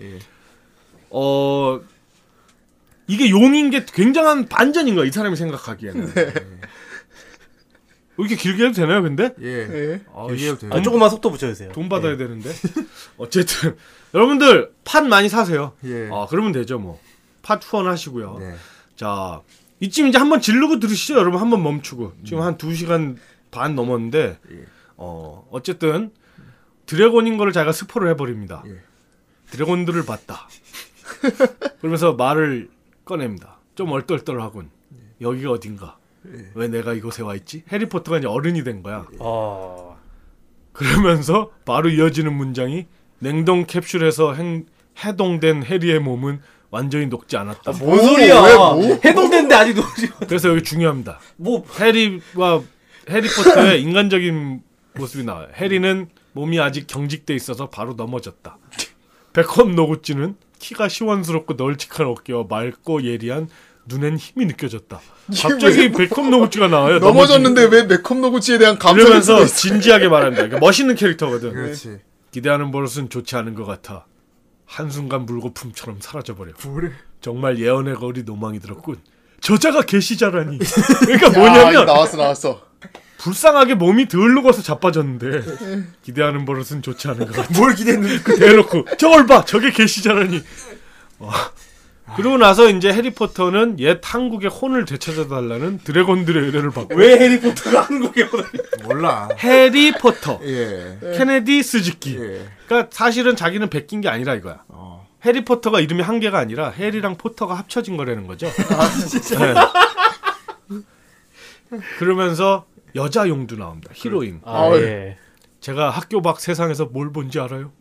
어 이게 용인 게 굉장한 반전인 거야 이 사람이 생각하기에는 어, 이렇게 길게 해도 되나요 근데 예. 예. 아, 이해도 음. 돼요. 아, 조금만 속도 붙여주세요. 돈 받아야 되는데 어쨌든 여러분들 팟 많이 사세요 예. 아 그러면 되죠 뭐팟 후원하시고요 네. 자, 이쯤 이제 한번 지르고 들으시죠, 여러분. 한번 멈추고. 지금 한 2시간 반 넘었는데, 어, 어쨌든, 드래곤인 거를 자기가 스포를 해버립니다. 드래곤들을 봤다. 그러면서 말을 꺼냅니다. 좀 얼떨떨하군. 여기가 어딘가. 왜 내가 이곳에 와 있지? 해리포터가 이제 어른이 된 거야. 어. 그러면서 바로 이어지는 문장이 냉동 캡슐에서 행- 해동된 해리의 몸은 완전히 녹지 않았다. 뭔 오, 소리야? 왜 뭐? 해동됐는데 아직 노지. 그래서 여기 중요합니다. 뭐 해리와 해리포터의 인간적인 모습이 나와요. 해리는 몸이 아직 경직돼 있어서 바로 넘어졌다. 백홈 노구찌는 키가 시원스럽고 널찍한 어깨와 맑고 예리한 눈엔 힘이 느껴졌다. 갑자기 백홈 노구찌가 나와요. 넘어졌는데 왜 맥컴 노구치에 대한 감성이 이러면서 있어? 진지하게 말합니다. 이게 멋있는 캐릭터거든. 그렇지. 기대하는 버릇은 좋지 않은 것 같아. 한순간 물거품처럼 사라져버려. 뭐래? 정말 예언의 거리 노망이 들었군. 저자가 계시자라니. 그러니까 야, 뭐냐면 나왔어 나왔어. 불쌍하게 몸이 덜 녹아서 자빠졌는데 기대하는 버릇은 좋지 않은 것 같아. 그 뭘 기대했는데? 대놓고 저걸 봐 저게 계시잖아니. 어. 그러고 나서 이제 해리포터는 옛 한국의 혼을 되찾아달라는 드래곤들의 의뢰를 받고 왜 해리포터가 한국에 오다 몰라. 해리포터 예. 케네디 스즈키. 그러니까 사실은 자기는 베낀 게 아니라 이거야. 해리포터가 이름이 한 개가 아니라 해리랑 포터가 합쳐진 거라는 거죠. 네. 그러면서 여자 용도 나옵니다. 히로인. 아, 아, 예. 제가 학교 밖 세상에서 뭘 본지 알아요?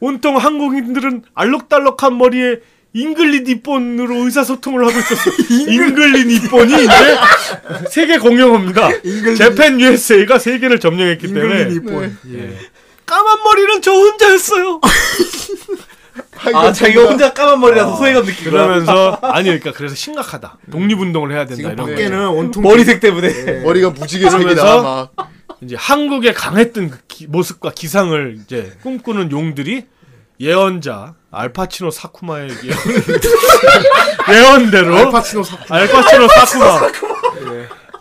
온통 한국인들은 알록달록한 머리에 잉글리 니폰으로 의사소통을 하고 있었어. 잉글리 니폰이 이제 세계 공용어입니다. 재팬 USA가 세계를 점령했기 때문에 네. 잉글린 이폰. 까만 머리는 저 혼자였어요. 아, 자기가 혼자 까만 머리라서 소외감 느끼고. 아, 그러면서 아니 그러니까 그래서 심각하다. 독립운동을 해야 된다 지금 아, 이런 거. 밖에는 온통 머리색 때문에. 머리가 무지개 색이다 그러면서- 막. 이제 한국의 강했던 그 기- 모습과 기상을 이제 꿈꾸는 용들이 예언자 알파치노 사쿠마의 예언- 예언대로 알파치노 사. 알파치노 사쿠마.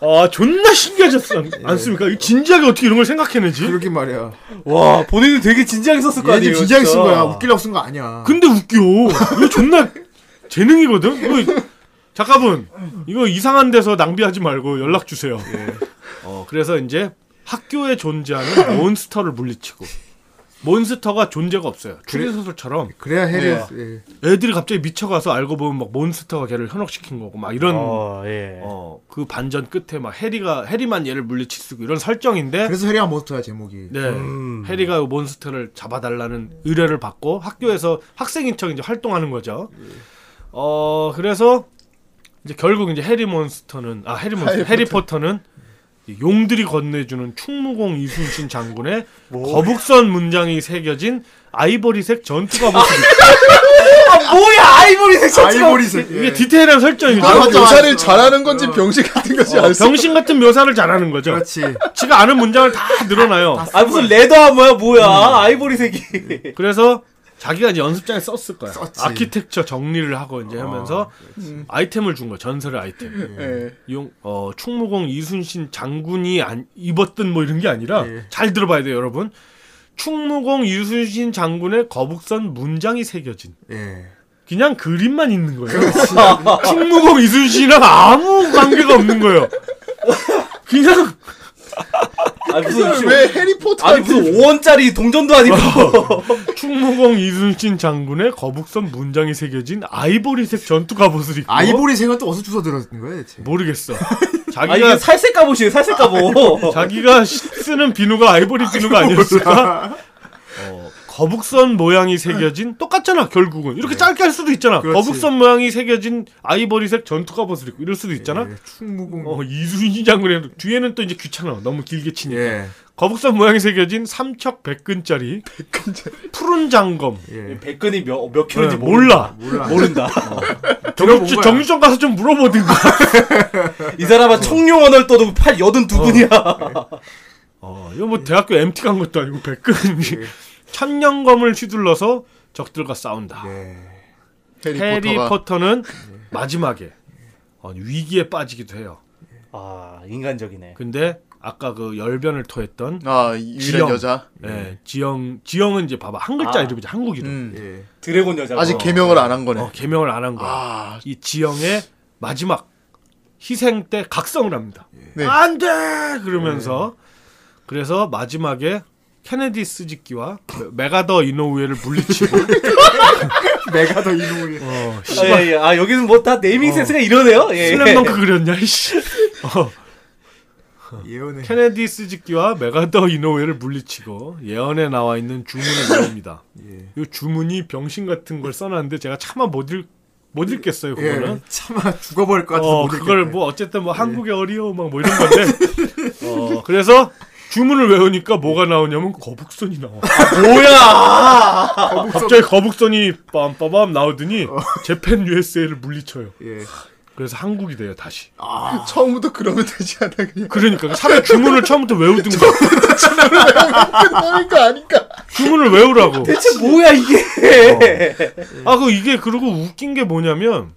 아 존나 신기하셨어 않습니까? 이 진지하게 어떻게 이런 걸 생각해내지? 예. 그러게 말이야. 와, 본인은 되게 진지하게 썼을 얘들 거 아니에요. 진지하게 쓴 진짜. 거야. 웃기려고 쓴 거 아니야. 근데 웃겨. 이거 존나 재능이거든. 이거 작가분 이거 이상한 데서 낭비하지 말고 연락 주세요. 어 그래서 이제 학교에 존재하는 몬스터를 물리치고 몬스터가 존재가 없어요. 추리소설처럼 그래야 해리였어. 예. 애들이 갑자기 미쳐가서 알고 보면 막 몬스터가 걔를 현혹시킨 거고 막 이런 어, 예. 어 그 반전 끝에 막 해리가 해리만 얘를 물리치고 이런 설정인데 그래서 해리가 몬스터야 제목이. 네 해리가 이 몬스터를 잡아달라는 의뢰를 받고 학교에서 학생인 척 이제 활동하는 거죠. 어 그래서 이제 결국 이제 해리 몬스터는 아 해리 몬스터 해리 포터는 이 용들이 건네주는 충무공 이순신 장군의 거북선 문장이 새겨진 아이보리색 전투가 모습 어, 뭐야, 아이보리색 자체가. 아이보리색. 예. 이게 디테일한 설정이죠. 아, 맞아, 묘사를 맞아. 잘하는 건지 병신 같은 건지 알 수. 어, 병신 같은 묘사를 잘하는 거죠. 그렇지. 지가 아는 문장을 다 늘어나요. 아, 무슨 레더하머야, 뭐야. 아이보리색이. 그래서 자기가 이제 연습장에 썼을 거야. 썼지. 아키텍처 정리를 하고 이제 하면서 음. 아이템을 준 거야. 전설의 아이템. 예. 용, 어, 충무공 이순신 장군이 안, 입었던 뭐 이런 게 아니라 예. 잘 들어봐야 돼요, 여러분. 충무공 이순신 장군의 거북선 문장이 새겨진 예. 그냥 그림만 있는 거예요. 충무공 이순신이랑 아무 관계가 없는 거예요. 그냥 아, 무슨. 왜 해리포터? 아니, 무슨 5원짜리 동전도 아니고. 충무공 이순신 장군의 거북선 문장이 새겨진 아이보리색 전투 갑옷을 입고 아이보리색은 또 어디서 주워 들었는 거야 대체. 모르겠어. 아, 이게 자기가 살색 갑옷이에요, 살색 갑옷. 아, 자기가 쓰는 비누가 아이보리 비누가 아니었을까? 어, 거북선 모양이 새겨진 똑같잖아 결국은 이렇게 짧게 할 수도 있잖아 네. 그렇지. 거북선 모양이 새겨진 아이보리색 전투 갑옷을 입고 이럴 수도 있잖아 예, 충무공. 어 이순신 장군의 뒤에는 또 이제 귀찮아 너무 길게 치니까 예. 거북선 모양이 새겨진 삼척 백근짜리 푸른 장검 예. 어, 백근이 몇, 몇 어. 킬로인지 네, 몰라. 몰라. 어. 모른다. 들어본 정육점 거야. 정육점 가서 좀 물어보든가 이 사람은 청룡원을 떠도 팔 여든 두 분이야. 어, 이거 뭐 대학교 MT 간 것도 아니고 백근이 네. 천년검을 휘둘러서 적들과 싸운다. 네. 예. 해리포터가 해리포터는 마지막에 어, 위기에 빠지기도 해요. 아 인간적이네. 근데 아까 그 열변을 토했던 아 유일한 지형. 여자 예, 지영 지영은 이제 봐봐 한 글자 아. 이름이지 한국 이름. 음. 예. 드래곤 여자. 아직 개명을 안 한 거네 어, 개명을 안 한 거야. 아 이 지영의 마지막 희생 때 각성을 합니다. 네. 안 돼! 그러면서 그래서 마지막에 케네디 스즈키와 메- 메가더 이노우에를 물리치고 내가 더 이놈을. 어, 아, 예, 예. 아 여기는 뭐 다 네이밍 센스가 이러네요. 예, 예. 슬램덩크 그렸냐 이씨. 어, 예언해. 케네디 스즈키와 메가더 이노우에를 물리치고 예언에 나와 있는 주문을 외웁니다. 예. 이 주문이 병신 같은 걸 써놨는데 제가 차마 못, 읽, 못 읽겠어요 그거는. 예. 차마 죽어버릴 것 같아서 어, 못 그걸 읽겠네. 예. 뭐 어쨌든 뭐 한국의 어리요 막 뭐 이런 건데 어, 그래서 주문을 외우니까 뭐가 나오냐면 거북선이 나와 아, 뭐야? 갑자기 거북선이 빰빠밤 어. 나오더니 재팬 USA를 물리쳐요 예. 그래서 한국이 돼요 다시 아. 처음부터 그러면 되지 않아 그냥 그러니까 차라리 주문을 처음부터 외우든가 끝나는 거 아닌가 주문을 외우라고 대체 뭐야 이게? 아 그 이게 그리고 웃긴 게 뭐냐면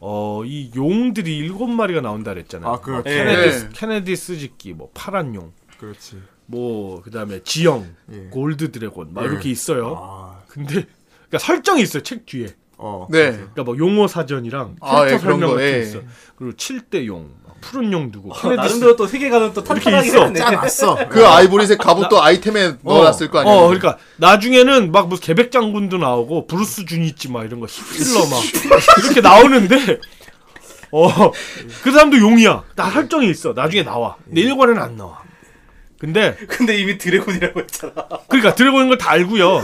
어 이 용들이 일곱 마리가 나온다 그랬잖아요 아, 그렇죠. 예. 케네디, 네. 케네디 스즈키 뭐 파란 용 그렇지. 뭐 그다음에 지형, 예. 골드 드래곤 막 이렇게 있어요. 아. 근데 그러니까 설정이 있어요 책 뒤에. 어. 네 그러니까 뭐 용어 사전이랑 아, 캐릭터 예, 그런 설명 거, 같은 게 예. 아, 있어. 그리고 칠대 용, 막 푸른 용 두고. 어, 나름대로 또 세계관은 또 탄탄하게 있어. 아, 했네. 짜놨어. 그 아이보리색 갑옷도 아이템에 넣어놨을 거 아니에요 어, 그러니까 나중에는 막 무슨 개백 장군도 나오고 브루스 주니치 막 이런 거 히틀러 막 이렇게 나오는데 어, 그 사람도 용이야. 나 설정이 있어. 나중에 나와. 근데 일관에는 안 나와. 근데 근데 이미 드래곤이라고 했잖아. 그러니까 드래곤인 걸 다 알고요.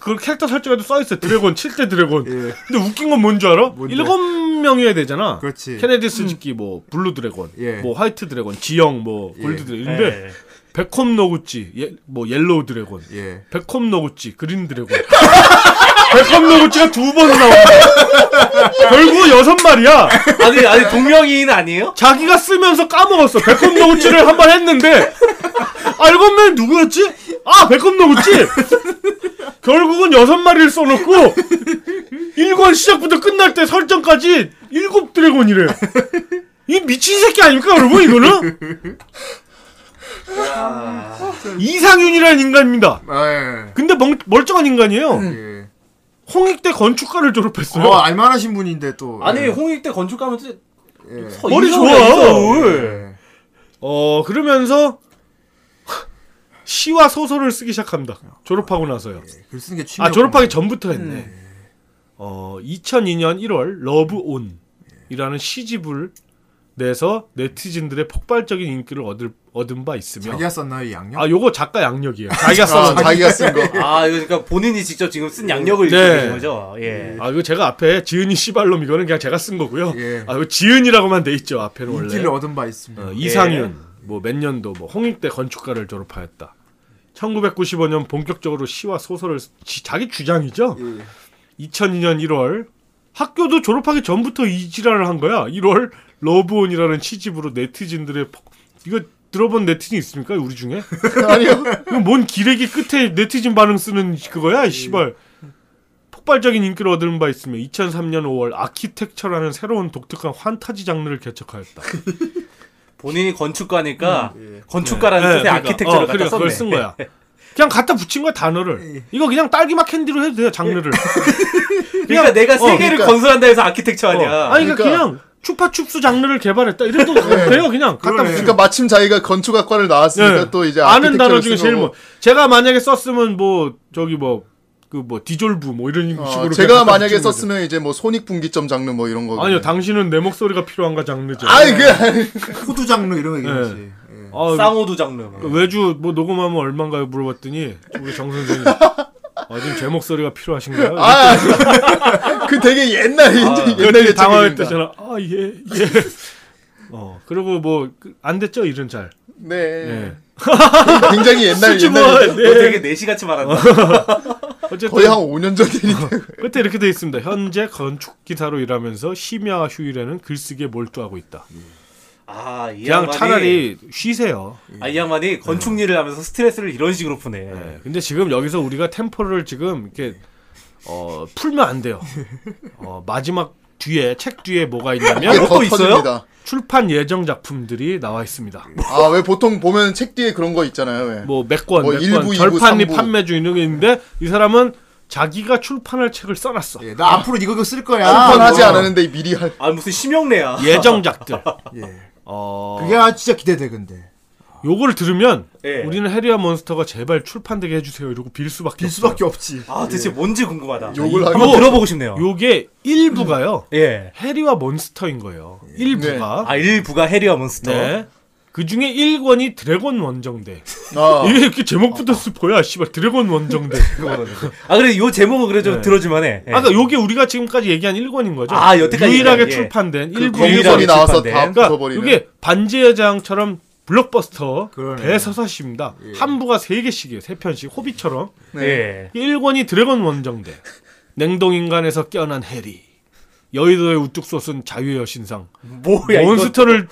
그걸 캐릭터 설정에도 써있어요. 드래곤, 7대 드래곤. 예. 근데 웃긴 건 뭔 줄 알아? 뭔데? 일곱 명이어야 되잖아. 그렇지. 케네디 스즈키, 뭐, 블루 드래곤, 예. 뭐, 화이트 드래곤, 지형, 뭐, 골드 드래곤. 근데, 백홈 노구찌, 예, 뭐, 옐로우 드래곤. 예. 백홈 노구찌, 그린 드래곤. 백홈 노구찌가 두 번 나온다. 결국 여섯 마리야. 아니 아니 동명이인 아니에요? 자기가 쓰면서 까먹었어. 백홈 노구찌를 한 번 했는데 알고 보면 누구였지? 아 백홈 노구찌. 결국은 여섯 마리를 써놓고 일권 시작부터 끝날 때 설정까지 일곱 드래곤이래. 이 미친 새끼 아닙니까 여러분 이거는? 이상윤이라는 인간입니다. 아, 예. 근데 멍, 멀쩡한 인간이에요. 예. 홍익대 건축가를 졸업했어요. 어, 알만하신 분인데 또. 아니 예. 홍익대 건축가면 서 예. 네. 머리 인서울이야, 좋아. 인서울. 예. 어 그러면서 시와 소설을 쓰기 시작합니다. 졸업하고 나서요. 예. 글 쓰는 게 취미. 아 졸업하기 전부터 했네. 어 2002년 1월 러브 온이라는 시집을 내서 네티즌들의 폭발적인 인기를 얻을 얻은 바 있으며 자기가 썼나요, 이 양념? 아 요거 작가 양력이에요. 자기가 아, 써놓은 거. 자기가 쓴거 아 이거 그러니까 본인이 직접 지금 쓴 양력을 네. 읽는 거죠. 예. 아 이거 제가 앞에 지은이 씨발놈 이거는 그냥 제가 쓴 거고요. 네. 예. 아 이거 지은이라고만 돼 있죠 앞에는 원래. 인기를 얻은 바 있습니다. 어, 이상윤 뭐 몇 년도 뭐 홍익대 건축가를 졸업하였다. 1995년 본격적으로 시와 소설을 쓰- 지- 자기 주장이죠. 2002년 1월 학교도 졸업하기 전부터 이 지랄을 한 거야. 1월 러브온이라는 시집으로 네티즌들의 폭- 이거 들어본 네티즌 있습니까? 우리 중에? 아니요 이거 뭔 기레기 끝에 네티즌 반응 쓰는 그거야, 이 씨발. 폭발적인 인기를 얻은 바 있으며 2003년 5월 아키텍처라는 새로운 독특한 환타지 장르를 개척하였다. 본인이 건축가니까 예. 건축가라는 뜻의 음. 그러니까, 아키텍처를 어, 갖다 그러니까 썼네. 그걸 쓴 거야. 그냥 갖다 붙인 거야 예. 단어를. 이거 그냥 딸기맛 캔디로 해도 돼요 장르를. 그러니까 내가 세계를 그러니까. 건설한다 해서 아키텍처 아니야. 어. 아니 그러니까 그러니까. 네. 그냥 추파춥수 장르를 개발했다 이래도 돼요 그냥 갖다 그러네. 붙인 그러니까 마침 자기가 건축학과를 나왔으니까 예. 또 이제 아는 단어 아키텍처를 중에 쓴 제일 거고. 뭐 제가 만약에 썼으면 뭐 저기 뭐 그 뭐 디졸브 뭐 이런 어, 식으로 그냥 제가 갖다 만약에 붙이는 거죠. 썼으면 이제 뭐 손익분기점 장르 뭐 이런 거 아니요 당신은 내 목소리가 필요한가 장르죠. 아이 그 네. 호두 장르 이런 거 얘기하지. 예. 아, 쌍호두 장르. 그 외주 뭐 녹음하면 얼마인가요 물어봤더니 우리 정 선생님 아, 지금 제 목소리가 필요하신가요? 아, 그 되게 옛날 이제 옛날 아, 그때 당황할 예측입니다. 때 저는 아예 예. 어 그리고 뭐 안 됐죠 일은 잘. 네. 예. 굉장히 옛날 수줍어. 옛날 너 되게 내시같이 어. 말한다. 어쨌든 거의 한 5년 전 어, 일인데 그때 이렇게 돼 있습니다. 현재 건축 기사로 일하면서 심야 휴일에는 글쓰기에 몰두하고 있다. 아, 이 그냥 양반이 차라리 네. 쉬세요. 아, 이 양반이 건축 일을 하면서 스트레스를 이런 식으로 푸네. 예. 근데 지금 여기서 우리가 템포를 지금 이렇게 어, 풀면 안 돼요. 어, 마지막 뒤에 책 뒤에 뭐가 있냐면 이게 더 있어요? 터집니다. 출판 예정 작품들이 나와 있습니다. 아 왜 보통 보면 책 뒤에 그런 거 있잖아요. 왜. 뭐 몇 권, 뭐 몇 일부, 권, 이부, 절판이 삼부. 판매 중 이런 게 있는데 이 사람은 자기가 출판할 책을 써놨어. 예, 나 앞으로 이거 이거 쓸 거야. 한판 하지 뭐. 아, 않았는데 미리 할. 아, 무슨 심형래야. 예정작들. 예. 어, 그게 아, 진짜 기대돼 근데. 요거를 들으면 예. 우리는 해리와 몬스터가 제발 출판되게 해주세요. 이러고 빌 수밖에 빌 수밖에 없지. 아, 예. 대체 뭔지 궁금하다. 아, 욕을 한번 하고. 들어보고 싶네요. 없어요. 요게 일부가요. 예. 해리와 몬스터인 거예요. 일부가. 아, 일부가 해리와 몬스터. 네. 그 중에 1권이 드래곤 원정대. 아, 이게 이렇게 제목부터 스포야, 씨발. 드래곤 원정대. 아, 그래, 요 제목은 그래 좀 들어줄만 해. 예. 네. 아까 요게 우리가 지금까지 얘기한 1권인 거죠? 아, 여태까지 유일하게 얘기한, 예. 출판된 그 일부 유일하게 검설이 나와서 출판된. 다 그러니까 붙어버리는. 이게 반지의 장처럼 블록버스터 그러네. 대서사시입니다. 한부가 세 개씩이에요. 세 편씩 호비처럼. 네. 예. 1권이 드래곤 원정대. 냉동 인간에서 깨어난 해리. 여의도의 우뚝 솟은 자유의 여신상. 뭐야, 이거. 몬스터를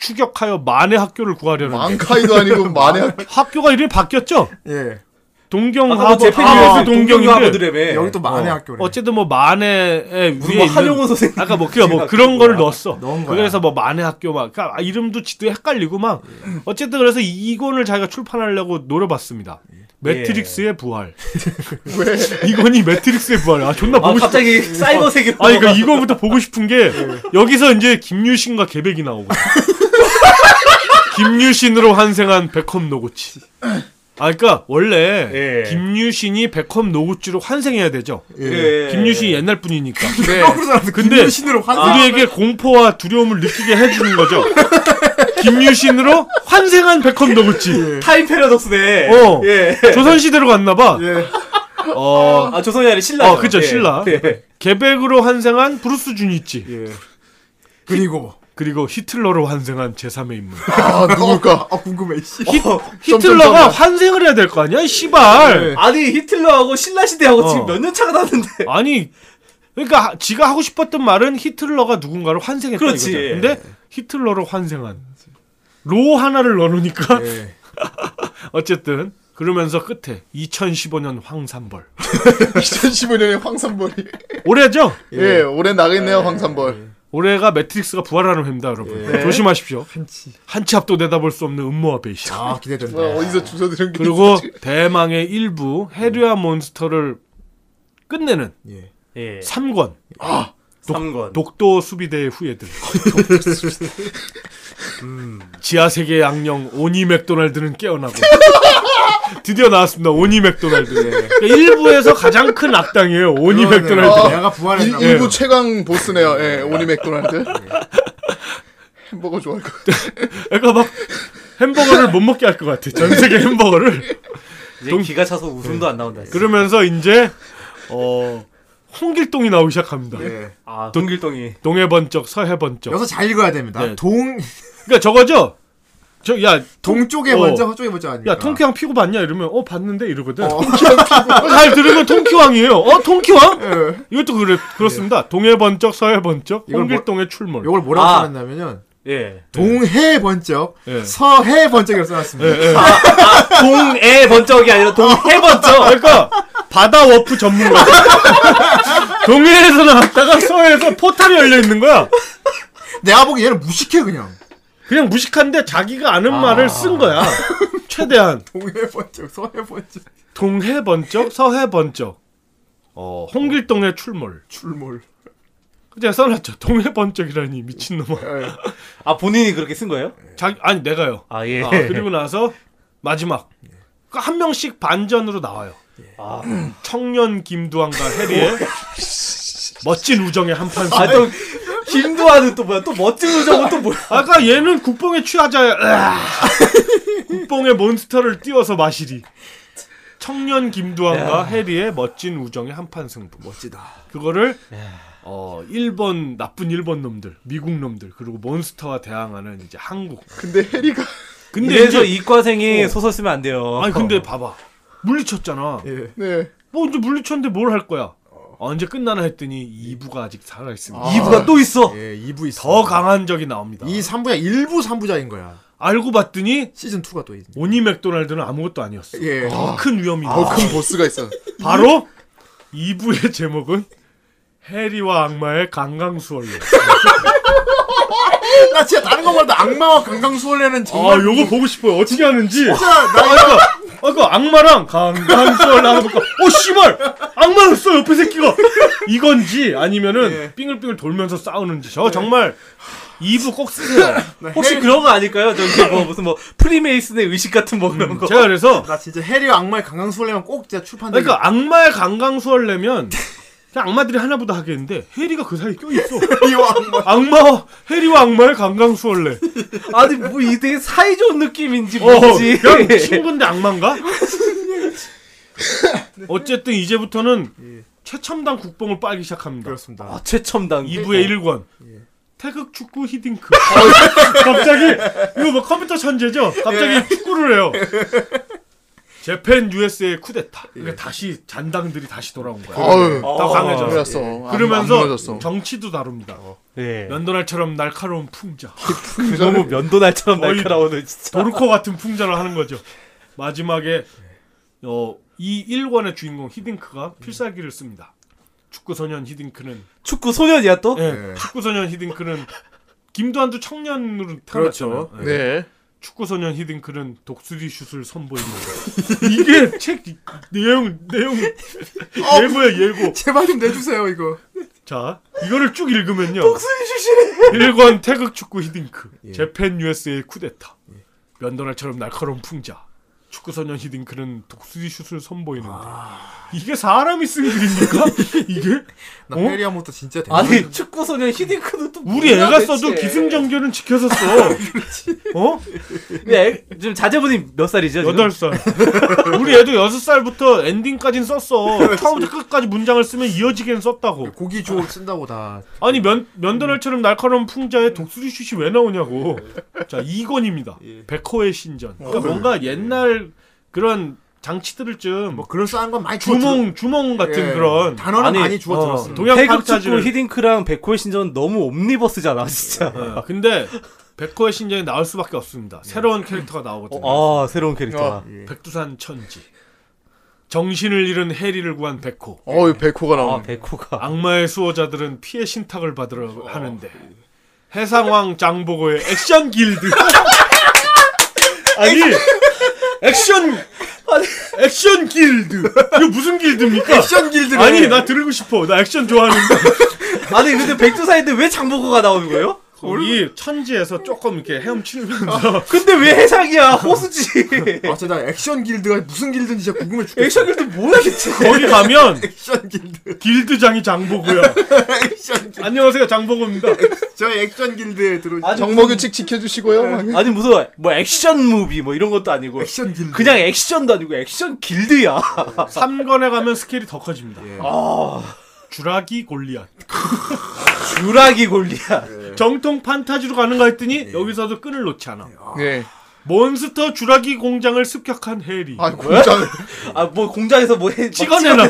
추격하여 만의 학교를 구하려는 망카이도 아니고 만에 학- 학교가 이름이 바뀌었죠? 예. 동경 아까 하버 제 아, 팬이에서 동경 하버들의 동경유아부드래에 여기 또 만의 학교래. 네. 어쨌든 뭐 만의 무슨 뭐 한용호 선생님 아까 뭐 그냥 뭐 생각 그런 거를 거야. 넣었어. 넣은 거야. 그래서 뭐 만의 학교 막 그러니까 아, 이름도 지도 헷갈리고 막 어쨌든 그래서 이- 이권을 자기가 출판하려고 노려봤습니다. 예. 매트릭스의 부활. 이건이 매트릭스의 부활. 아 존나 아, 보고 싶다. 갑자기 사이버 세계로. 아니 그러니까 이거부터 보고 싶은 게 예. 여기서 이제 김유신과 개백이 나오고 김유신으로 환생한 백컴 노구치. 아 그러니까 원래 예. 김유신이 백컴 노구치로 환생해야 되죠. 예. 김유신이 옛날 분이니까. 네, 거꾸로 사람들 네. 근데 김유신으로 환생. 우리에게 공포와 두려움을 느끼게 해주는 거죠. 김유신으로 환생한 백컴 노구치. 타임 패러독스네. 어. 예. 조선시대로 갔나봐. 예. 어, 아, 조선이 아니라 신라. 어, 그쵸, 신라. 예. 개백으로 환생한 브루스 주니치. 그리고 그리고 히틀러로 환생한 제3의 인물. 아 누굴까? 아 궁금해. 씨. 히, 히틀러가 점점점이야. 환생을 해야 될 거 아니야? 이 씨발. 아니, 히틀러하고 신라 시대하고 어. 지금 몇 년 차가 났는데. 아니, 그러니까 하- 지가 하고 싶었던 말은 히틀러가 누군가를 환생했다 그렇지. 이거죠. 근데 히틀러로 환생한 로 하나를 넣어놓으니까 예. 어쨌든 그러면서 끝에 2015년 황산벌 2015년에 황산벌이. 올해죠? 예, 올해 나겠네요 황산벌. 올해가 매트릭스가 부활하는 해입니다, 여러분. 조심하십시오. 한치. 한치 앞도 내다볼 수 없는 음모와 배신. 아 기대된다. 예. 뭐 어디서 주워 들은 게. 그리고 있지? 대망의 일부 해류와 몬스터를 끝내는 예. 예. 3권 3권. 독도 수비대의 후예들. 음, 지하 세계의 악령 오니 맥도날드는 깨어나고 드디어 나왔습니다. 오니 맥도날드. 예. 그러니까 일부에서 가장 큰 악당이에요. 오니 맥도날드. 아, 내가 부활했나 일, 부 최강 보스네요. 예, 오니 맥도날드. 햄버거 좋아할 거. 그러니까 막 햄버거를 못 먹게 할 것 같아. 전 세계 햄버거를. 이제 동- 예. 기가 차서 웃음도 안 나온다. 그러면서 이제 어 홍길동이 나오기 시작합니다. 예. 아, 동길동이. 동해 번쩍 서해 번쩍. 여기서 잘 읽어야 됩니다. 네. 동 그러니까 저거죠. 저야 동쪽에 어. 먼저 서쪽에 먼저 아니까. 야 통키왕 피고 봤냐 이러면 어 봤는데 이러거든. 어, 잘 들으면 통키왕이에요. 어 통키왕? 예. 이것도 그래 그렇습니다. 동해 번쩍 서해 번쩍 이걸 뭐- 홍길동의 출몰. 요걸 뭐라고 아. 써놨냐면은 예. 동해 번쩍, 예. 서해 번쩍이라고 써놨습니다. 네. 동애 번쩍이 아니라 동해 번쩍. 그러니까 바다 워프 전문가. 동해에서 나왔다가 서해에서 포탈이 열려 있는 거야. 내가 보기 얘는 무식해 그냥. 그냥 무식한데 자기가 아는 말을 쓴 거야. 최대한 동해 번쩍, 서해 번쩍, 동해 번쩍 서해 번쩍. 어 홍길동의 출몰. 출몰. 그냥 써놨죠. 동해 번쩍이라니 미친놈아. 아, 본인이 그렇게 쓴 거예요? 자기 아니 내가요. 아, 예. 아, 그리고 나서 마지막 그러니까 한 명씩 반전으로 나와요. 아. 청년 김두한과 해리의 멋진 우정의 한판 아, 싸움. 또, 김도하는 또 뭐야? 또 멋진 우정은 또 뭐야? 아까 얘는 국뽕에 취하자야. 으아. 국뽕에 몬스터를 띄워서 마시리. 청년 김두한과 해리의 멋진 우정의 한판 승부. 멋지다. 그거를 어 일본 나쁜 일본 놈들, 미국 놈들 그리고 몬스터와 대항하는 이제 한국. 근데 해리가 근데 그래서 이제- 이과생이 어. 어. 소설 쓰면 안 돼요. 아니 근데 봐봐 물리쳤잖아. 예. 네. 뭐 이제 물리쳤는데 뭘 할 거야? 어. 언제 끝나나 했더니 2부가 아직 살아 있습니다. 2부가 또 있어. 예, 2부 있어. 더 강한 적이 나옵니다. 이 3부작 일부 3부작인 거야. 알고 봤더니 시즌 2가 또 있네. 오니 맥도날드는 아무것도 아니었어. 예. 더 큰 위험이 더 다 큰 보스가 있어. 바로 2부의 제목은 해리와 악마의 강강수월로. 아, 나 진짜 다른 거보다 악마와 강강수월래는 아, 정말 요거 보고 싶어요. 어떻게 하는지. 진짜 나 아까 아까 악마랑 강강수월 나가볼까? 어 씨발 악마였어 옆에 새끼가 이건지 아니면은 예. 빙글빙글 돌면서 싸우는지. 저 정말 2부 꼭 쓰세요. 혹시 그런 거 아닐까요? 저기 뭐 무슨 뭐 프리메이슨의 의식 같은 뭐 그런 거. 제가 그래서 나 진짜 해리와 악마의 강강수월래면 꼭 진짜 네. 출판돼. 그러니까 악마의 강강수월 내면 그냥 악마들이 하나보다 하겠는데 해리가 그 사이에 껴있어. 해리와 악마. 악마 해리와 악마의 강강수월래. 아니 뭐 이게 사이좋은 느낌인지 어, 뭔지. 그냥 친구인데 악마인가? 어쨌든 이제부터는 최첨단 국뽕을 빨기 시작합니다. 그렇습니다. 아, 최첨단. 2부의 1권. 태극 축구 히딩크. 어, 갑자기 이거 뭐 컴퓨터 천재죠? 갑자기 축구를 해요. 재팬 USA의 쿠데타. 그러니까 다시 잔당들이 다시 돌아온 거야. 어휴. 더 강해졌어. 그랬어. 아, 안- 안 무너졌어. 그러면서 정치도 다룹니다. 예. 면도날처럼 날카로운 풍자. 너무 면도날처럼 그 거의- 날카로워는 진짜. 도르코 같은 풍자를 하는 거죠. 마지막에 어, 이 1권의 주인공 히딩크가 필살기를 씁니다. 축구 소년 히딩크는 축구 소년이야 또? 예, 축구 소년 히딩크는 김도한도 청년으로 태어났죠. 예. 네. 축구 소년 히딩크는 독수리 슛을 선보입니다. 이게 책 내용 내용 어, 예고야 예고. 제발 좀 내주세요 이거. 자, 이거를 쭉 읽으면요. 독수리 주시네. 1권 태극 축구 히딩크. 재팬 USA의 쿠데타. 면도날처럼 날카로운 풍자. 축구 소년 히딩크는 독수리 슛을 선보이는데. 이게 사람이 쓴 글입니까? 이게 나 어? 해리 한번터 진짜 대. 아니 축구 소년 히딩크는 또 우리 뭐야, 애가 대체. 써도 기승전결은 지켜서 써. 어? 근데 네, 애, 지금 자제분이 몇 살이죠? 지금? 8살. 우리 애도 6살부터 엔딩까지는 썼어. 처음부터 끝까지 문장을 쓰면 이어지게는 썼다고. 고기 조 쓴다고 다. 아니 면 면도날처럼 날카로운 풍자에 독수리 슛이 왜 나오냐고. 자 2권입니다. 예. 백호의 신전. 그러니까 뭔가 옛날 그런 장치들을 좀 뭐 그럴싸한 건 많이 주워 들어- 주몽 주몽 같은 예, 그런 단어는 아니, 많이 주워 어, 들었어. 동양 태극 축구 판타지를. 히딩크랑 백호의 신전 너무 옴니버스잖아 진짜. 네. 예, 근데 백호의 신전이 나올 수밖에 없습니다. 예. 새로운 캐릭터가 나오거든요. 어, 아 새로운 캐릭터다. 예. 어. 백두산 천지. 정신을 잃은 해리를 구한 백호. 어이 백호가 아 나오네. 백호가. 악마의 수호자들은 피해 신탁을 받으러 아, 하는데 네. 해상왕 장보고의 액션 길드 아니 액션 액션 길드 이거 무슨 길드입니까? 액션 길드래. 아니 나 들고 싶어 나 액션 좋아하는데 아니 근데 백두사인데 왜 장보고가 나오는 거예요? 이 천지에서 조금 이렇게 헤엄치면서 근데 왜 해상이야 호수지? 아, 진짜 나 액션 길드가 무슨 길드인지 진짜 궁금해 죽겠어. 액션 길드 뭐야 대체? 거기 가면 액션 길드. 길드장이 장보고야 액션 길드. 아, 안녕하세요 장보고입니다 저 액션 길드에 들어. 아니, 정모규칙 지켜주시고요. 무슨- 아니 무슨 뭐 액션 무비 뭐 이런 것도 아니고 액션 길드. 그냥 액션도 아니고 액션 길드야. 아. 3권에 가면 스케일이 더 커집니다 예. 아 주라기 골리앗 주라기 골리야. 네. 정통 판타지로 가는가 예. 했더니 여기서도 끈을 놓지 않아 네. 몬스터 주라기 공장을 습격한 해리. 아 공장. 아 뭐 공장에서 뭐 해, 찍어내라.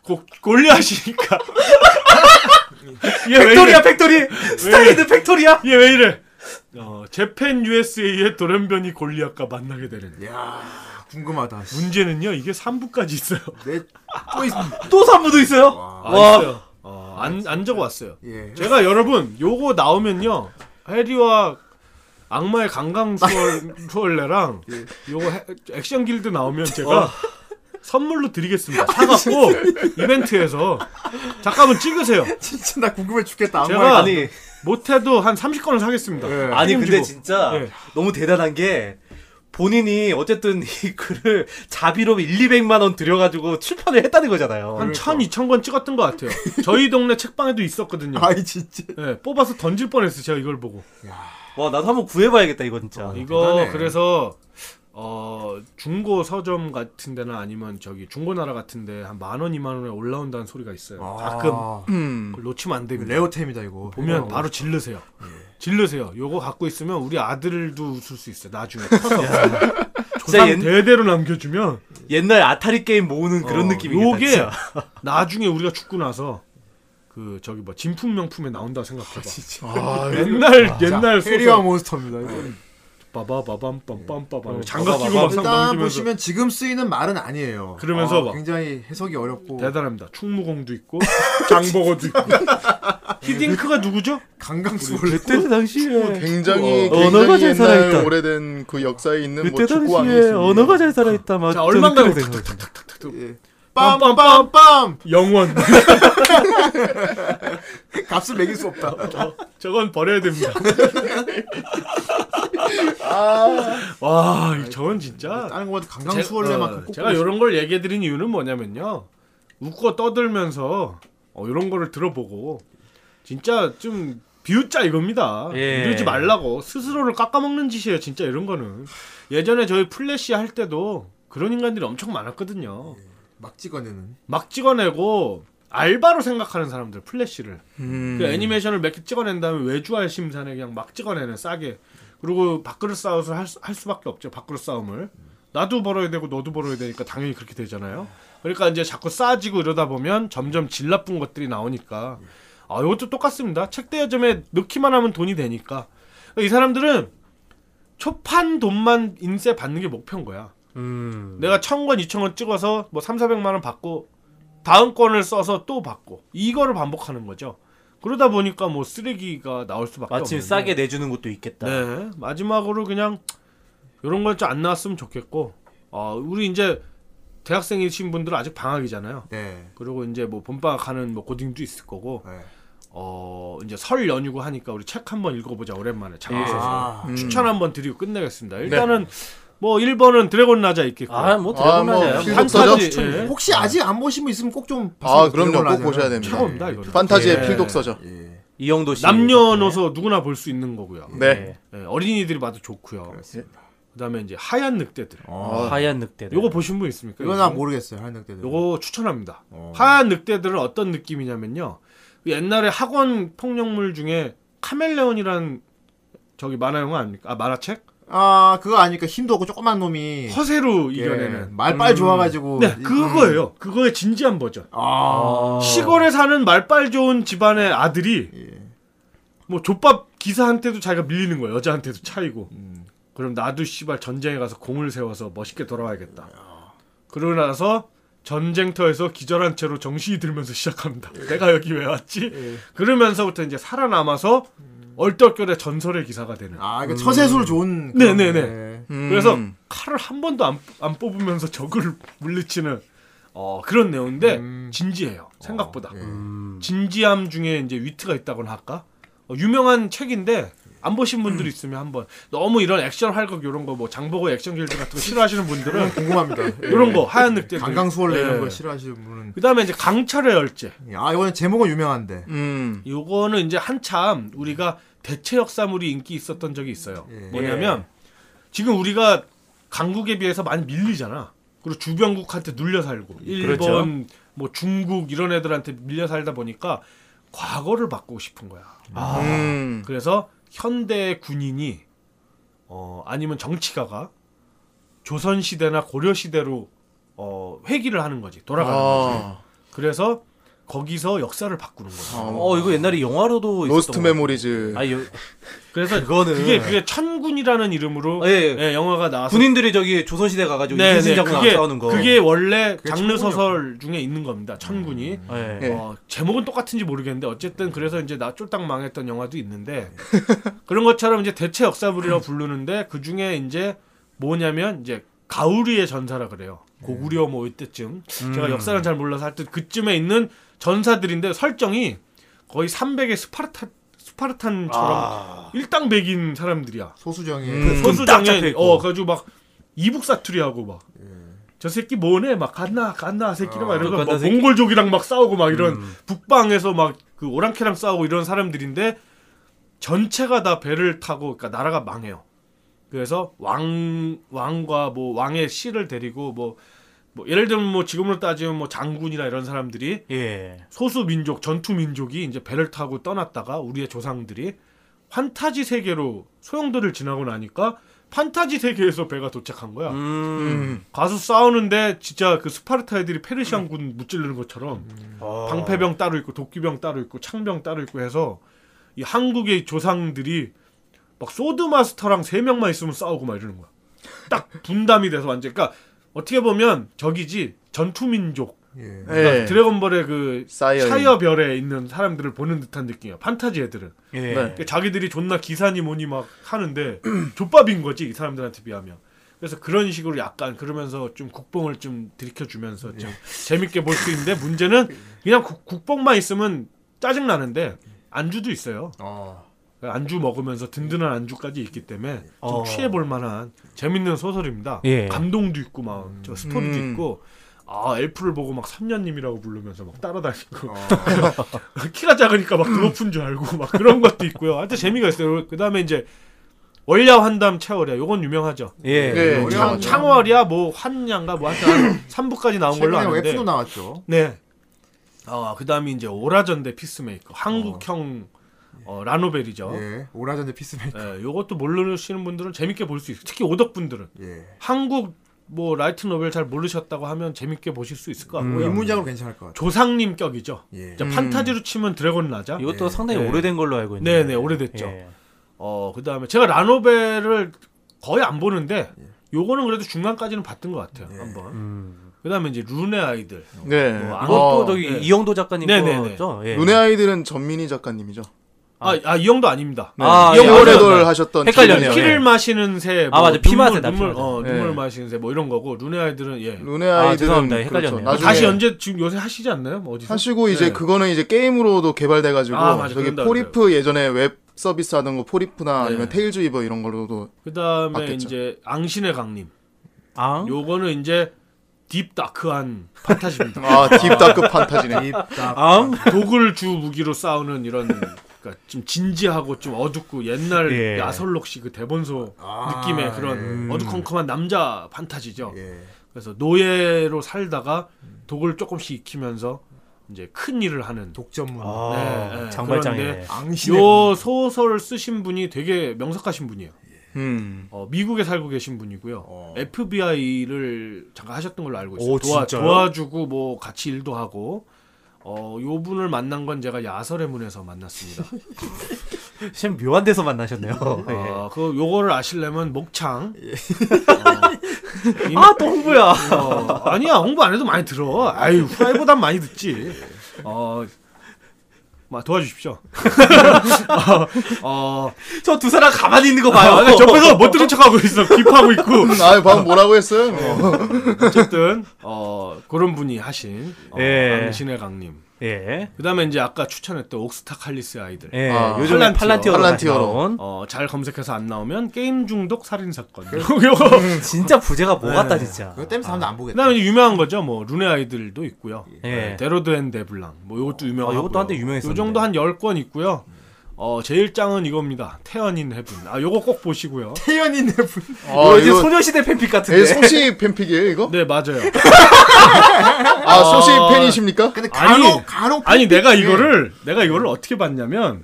고- 골리앗이니까. 얘왜 팩토리야 이래? 팩토리 스타리드 팩토리야. 얘왜 이래? 어, 재팬 USA의 돌연변이 골리앗과 만나게 되는. 야, 궁금하다. 씨. 문제는요, 이게 3부까지 있어요. 내 또있 또 산부도 있어요. 아, 와. 있어요. 어, 안, 안 적어왔어요. 예. 제가 여러분, 요거 나오면요, 해리와 악마의 강강수월레랑 예. 요거 해- 액션 길드 나오면 제가 어. 선물로 드리겠습니다. 아, 사갖고 이벤트에서 잠깐만 찍으세요. 진짜 나 궁금해 죽겠다. 제가- 악마의 길- 아니 못해도 한 30건을 사겠습니다. 예. 아니 근데 책임지고. 진짜 예. 너무 대단한 게 본인이 어쨌든 이 글을 자비로 1, 200만 원 들여가지고 출판을 했다는 거잖아요. 한 1,000, 2,000권 찍었던 것 같아요. 저희 동네 책방에도 있었거든요. 아이 진짜. 예, 뽑아서 던질 뻔했어요. 제가 이걸 보고. 아, 어, 와 나도 한번 구해봐야겠다 이거 진짜. 이거 그래서 어 중고 서점 같은 데나 아니면 저기 중고나라 같은 데 한 만 원, 이만 원에 올라온다는 소리가 있어요. 가끔 아, 네, 음. 그걸 놓치면 안 됩니다. 레어템이다 이거. 보면 바로 질르세요. 질르세요. 요거 갖고 있으면 우리 아들도 웃을 수 있어요. 나중에 커서. 진짜 조상 옛- 대대로 남겨주면 옛날 아타리 게임 모으는 그런 어, 느낌이겠다. 요게 진짜. 나중에 우리가 죽고 나서 그 저기 뭐 진품 명품에 나온다 생각해봐. 아, 옛날 옛날 페리와 소설 몬스터입니다 이거. 빠바바밤빰빰빠밤 장갑 끼고 일단 막상 넘기면서 보시면 지금 쓰이는 말은 아니에요. 그러면서 아, 막- 굉장히 해석이 어렵고 대단합니다. 충무공도 있고 장보고도 있고 히딩크가 누구죠? 어, 강강수 그때 당시에 굉장히 어, 언어가 굉장히 잘 옛날 살아있다. 오래된 그 역사에 있는 뭐 그때 축구 왕이 당시에 있습니다. 언어가 잘 살아있다. 맞. 자, 얼마나 빰빰빰빰 영원. 값을 매길 수 없다. 저건 버려야 됩니다. 아, 와, 이 저건 진짜 다른 것보다 제- 강강수월래만큼 어, 꼭 제가 이런 걸 얘기해 드린 이유는 뭐냐면요. 웃고 떠들면서 어, 이런 거를 들어보고 진짜 좀 비웃자 이겁니다. 예. 이러지 말라고 스스로를 깎아먹는 짓이에요. 진짜 이런 거는 예전에 저희 플래시 할 때도 그런 인간들이 엄청 많았거든요. 막 찍어내는. 막 찍어내고 알바로 생각하는 사람들 플래시를 음. 그 애니메이션을 몇 개 찍어낸 다음에 외주할 심산에 그냥 막 찍어내는 싸게 그리고 밥그릇 싸움을 할, 수- 할 수밖에 없죠 밥그릇 싸움을 나도 벌어야 되고 너도 벌어야 되니까 당연히 그렇게 되잖아요 그러니까 이제 자꾸 싸지고 이러다 보면 점점 질 나쁜 것들이 나오니까 아 이것도 똑같습니다 책대여점에 넣기만 하면 돈이 되니까 이 사람들은 초판 돈만 인세 받는 게 목표인 거야 음. 내가 천 권, 이천 권 찍어서 뭐 삼사백만 원 받고 다음 권을 써서 또 받고 이거를 반복하는 거죠. 그러다 보니까 뭐 쓰레기가 나올 수밖에 마침 없는데. 싸게 내주는 것도 있겠다. 네 마지막으로 그냥 이런 건 좀 안 나왔으면 좋겠고 어, 우리 이제 대학생이신 분들은 아직 방학이잖아요. 네. 그리고 이제 뭐 봄방학 하는 뭐 고딩도 있을 거고 네. 어 이제 설 연휴고 하니까 우리 책 한번 읽어보자 오랜만에 장에서 아, 음. 추천 한번 드리고 끝내겠습니다. 일단은 뭐 1번은 드래곤 나자 있겠고 아, 뭐 아, 뭐 드래곤하자요. 필요 판타지, 없어요? 예. 혹시 아직 안 보신 분 있으면 꼭 좀. 아, 그럼요. 꼭 보셔야 됩니다. 최고입니다 이거는. 판타지의 예. 필독서죠. 예. 이영도 씨. 남녀노소 누구나 볼 수 있는 거고요. 네. 예, 어린이들이 봐도 좋고요. 그다음에 이제 하얀 늑대들. 아, 아, 어. 하얀 늑대. 요거 보신 분 있습니까? 이거 나 모르겠어요. 한양 때. 요거 추천합니다. 어. 하얀 늑대들은 어떤 느낌이냐면요. 그 옛날에 학원 폭력물 중에 카멜레온이란 저기 만화 영화 아닙니까? 아 만화책? 아 그거 아니까 힘도 없고 조그만 놈이. 허세로 예, 음. 이겨내는. 말빨 좋아가지고. 네, 그거예요. 그거의 진지한 버전. 아. 시골에 사는 말빨 좋은 집안의 아들이 뭐 족밥 기사한테도 자기가 밀리는 거야 여자한테도 차이고 그럼 나도 씨발 전쟁에 가서 공을 세워서 멋있게 돌아와야겠다 그러고 나서 전쟁터에서 기절한 채로 정신이 들면서 시작합니다 내가 여기 왜 왔지 그러면서부터 이제 살아남아서 얼떨결에 전설의 기사가 되는 아, 그러니까 처세술 좋은. 그런- 음. 네네네. 예. 음. 그래서 칼을 한 번도 안, 안 뽑으면서 적을 물리치는 어, 그런 내용인데 진지해요 어, 생각보다 예. 진지함 중에 이제 위트가 있다고나 할까 어, 유명한 책인데 안 보신 음. 분들 있으면 한번 너무 이런 액션 활극 이런 거 뭐 장보고 액션 길드 같은 거 싫어하시는 분들은 궁금합니다. 이런 거 하얀 늑대 예. 강강수월래 예. 이런 거 싫어하시는 분은. 그다음에 이제 강철의 열쇠 아 이거는 제목은 유명한데. 음. 요거는 이제 한참 우리가 대체 역사물이 인기 있었던 적이 있어요. 뭐냐면 지금 우리가 강국에 비해서 많이 밀리잖아. 그리고 주변국한테 눌려 살고 일본, 뭐 중국 이런 애들한테 밀려 살다 보니까 과거를 바꾸고 싶은 거야. 아, 음. 그래서 현대 군인이 어 아니면 정치가가 조선 시대나 고려 시대로 어 회귀를 하는 거지 돌아가는 거지. 아, 그래서 거기서 역사를 바꾸는 거야. 어, 이거 옛날에 영화로도 로스트 있었던 메모리즈. 거. 아, 여... 그래서 그거는 그게 그게 천군이라는 이름으로 아, 예, 예. 예, 영화가 나와서 군인들이 저기 조선 시대 가 가지고 네, 네, 이순신장군하고 그게 싸우는 거. 그게 원래 장르 소설 중에 있는 겁니다. 천군이 예. 예. 어, 제목은 똑같은지 모르겠는데 어쨌든 그래서 이제 나 쫄딱 망했던 영화도 있는데 그런 것처럼 이제 대체 역사물이라고 부르는데 그 중에 이제 뭐냐면 이제 가우리의 전사라 그래요. 고구려 뭐 이때쯤 제가 역사는 잘 몰라서 하여튼 그쯤에 있는 전사들인데 설정이 거의 300의 스파르타 스파르탄처럼 일당백인 사람들이야. 소수정의. 음. 딱 잡혀 소수장에 있고. 어 가지고 막 이북 사투리하고 막. 예. 저 새끼 뭐네 막 갔나 갔나 새끼를 막 이러고 갔나 막 아, 새끼? 몽골족이랑 막 싸우고 막 이런 음. 북방에서 막 그 오랑캐랑 싸우고 이런 사람들인데 전체가 다 배를 타고 그러니까 나라가 망해요. 그래서 왕 왕과 뭐 왕의 씨를 데리고 뭐, 뭐 예를 들면 뭐 지금으로 따지면 뭐 장군이나 이런 사람들이 예. 소수 민족 전투 민족이 이제 배를 타고 떠났다가 우리의 조상들이 판타지 세계로 소용돌이를 지나고 나니까 판타지 세계에서 배가 도착한 거야. 가서 싸우는데 진짜 그 스파르타 애들이 페르시안 군 무찌르는 것처럼 음. 아. 방패병 따로 있고 도끼병 따로 있고 창병 따로 있고 해서 이 한국의 조상들이 막 소드 마스터랑 세 명만 있으면 싸우고 막 이러는 거야. 딱 분담이 돼서 완전 그러니까 어떻게 보면 적이지 전투 민족 네. 그러니까 예. 드래곤볼의 그 사이어인. 사이어 별에 있는 사람들을 보는 듯한 느낌이야. 판타지 애들은. 예. 네. 그러니까 자기들이 존나 기사니 뭐니 막 하는데 족밥인 거지 이 사람들한테 비하면. 그래서 그런 식으로 약간 그러면서 좀 국뽕을 좀 들이켜 네. 주면서 좀 재밌게 볼 수 있는데 문제는 그냥 국, 국뽕만 있으면 짜증 나는데 안주도 있어요. 아. 안주 먹으면서 든든한 안주까지 있기 때문에 좀 어. 취해 볼 만한 재밌는 소설입니다. 예. 감동도 있고 막 저 스토리도 음. 있고 아 엘프를 보고 막 선녀님이라고 부르면서 막 따라다니고 키가 작으니까 막 높은 줄 알고 막 그런 것도 있고요. 하여튼 재미가 있어요. 그 다음에 이제 월야 환담 채월야 요건 유명하죠. 예. 네. 예, 월야 창, 참- 환담. 창월야 뭐 환양가 뭐 하여튼 3부까지 나온 걸로 최근에 아는데 웹툰도 나왔죠. 네. 아, 그 다음에 이제 오라전대 피스메이커. 한국형 어, 라노벨이죠. 예. 예, 오라전대 피스메이커. 요것도 모르시는 분들은 재밌게 볼 수 있어요. 특히 오덕분들은. 예, 한국 뭐 라이트 노벨 잘 모르셨다고 하면 재밌게 보실 수 있을 것 뭐 음. 같고요. 인문장으로 괜찮을 것 같아. 조상님 격이죠. 예. 자, 판타지로 치면 드래곤 라자. 이것도 상당히 예. 오래된 걸로 알고 있는데. 네네, 그렇죠. 오래됐죠. 예. 어, 그 다음에 제가 라노벨을 거의 안 보는데 예. 요거는 그래도 중간까지는 봤던 것 같아요. 한번. 그 다음에 이제 룬의 아이들. 네. 뭐 안- 이것도 어, 저기 네. 이영도 작가님 네네네. 거죠? 예. 눈의 아이들은 전민희 작가님이죠. 아, 아, 이 형도 아닙니다. 아, 이 형도 이월의 아니었나? 돌 하셨던 헷갈려요. 작가네요. 피를 예. 마시는 새, 뭐 아, 맞아. 피 맛에 납치 눈물, 맞아. 어, 예. 눈물 마시는 새, 뭐 이런 거고 눈의 아이들은 예. 눈의 아, 아이들은 그렇죠. 죄송합니다. 헷갈렸네요. 네. 나중에 다시 언제 지금 요새 하시지 않나요? 뭐 어디서? 하시고 이제 그거는 이제 게임으로도 개발돼가지고 아, 맞아. 저기 그런다, 포리프 예전에 웹 서비스 하던 거 포리프나 네. 아니면 테일즈 이버 이런 걸로도 그다음에 맞겠죠. 이제 앙신의 강림. 아, 요거는 이제 딥 다크한 판타지입니다. 아 딥다크 판타지네. 입다. 아, 독을 주 무기로 싸우는 이런 그러니까 좀 진지하고 좀 어둡고 옛날 예. 야설록 씨그 대본소 아, 느낌의 그런 어두컴컴한 남자 판타지죠. 예. 그래서 노예로 살다가 독을 조금씩 익히면서 이제 큰 일을 하는 독점문. 아, 네, 네. 장발장이네. 그런데 앙신의 요 소설 쓰신 분이 되게 명석하신 분이에요. 음. 어, 미국에 살고 계신 분이고요. FBI를 잠깐 하셨던 걸로 알고 있어요. 어. 오, 도와, 진짜요? 도와주고 뭐 같이 일도 하고. 어, 요 분을 만난 건 제가 야설의 문에서 만났습니다. 참 묘한 데서 만나셨네요. 예. 아, 그 요거를 아시려면 목창. 아, 또 홍보야. 어, 아니야 홍보 안 해도 많이 들어. 아유 후라이보단 많이 듣지. 어, 막 도와주십시오. 어, 저 두 사람 가만히 있는 거 아, 봐요. 나 옆에서 못 들은 척하고 있어. 깁하고 있고. 아 방금 뭐라고 했어요? 어. 어쨌든 어, 그런 분이 하신 어, 예. 당신의 강님. 예. 그다음에 이제 아까 추천했던 옥스타 칼리스 아이들. 예. 아, 요즘에 팔란티어. 팔란티어로, 다시 팔란티어로. 나온 어, 잘 검색해서 안 나오면 게임 중독 살인 사건. 그- 요거. 음, 진짜 부제가 뭐 같다 진짜. 아, 그거 때문에 사람들 안 보겠다. 아. 그다음에 이제 유명한 거죠. 뭐 룬의 아이들도 있고요. 네, 예. 데로드 앤 데블랑. 뭐 이것도 유명하고. 아, 요것도 한때 유명했었는데. 요 정도 한 10권 있고요. 어, 제일 짱은 이겁니다. 태연인 헤븐. 아, 요거 꼭 보시고요. 태연이네 분. 이거 아, 이제 이거 소녀시대 팬픽 에, 같은데. 소시 팬픽이에요 이거? 네, 맞아요. 아 소시 팬이십니까? 근데 간혹 아니, 간혹 아니 예. 내가 이거를 내가 이거를 어떻게 봤냐면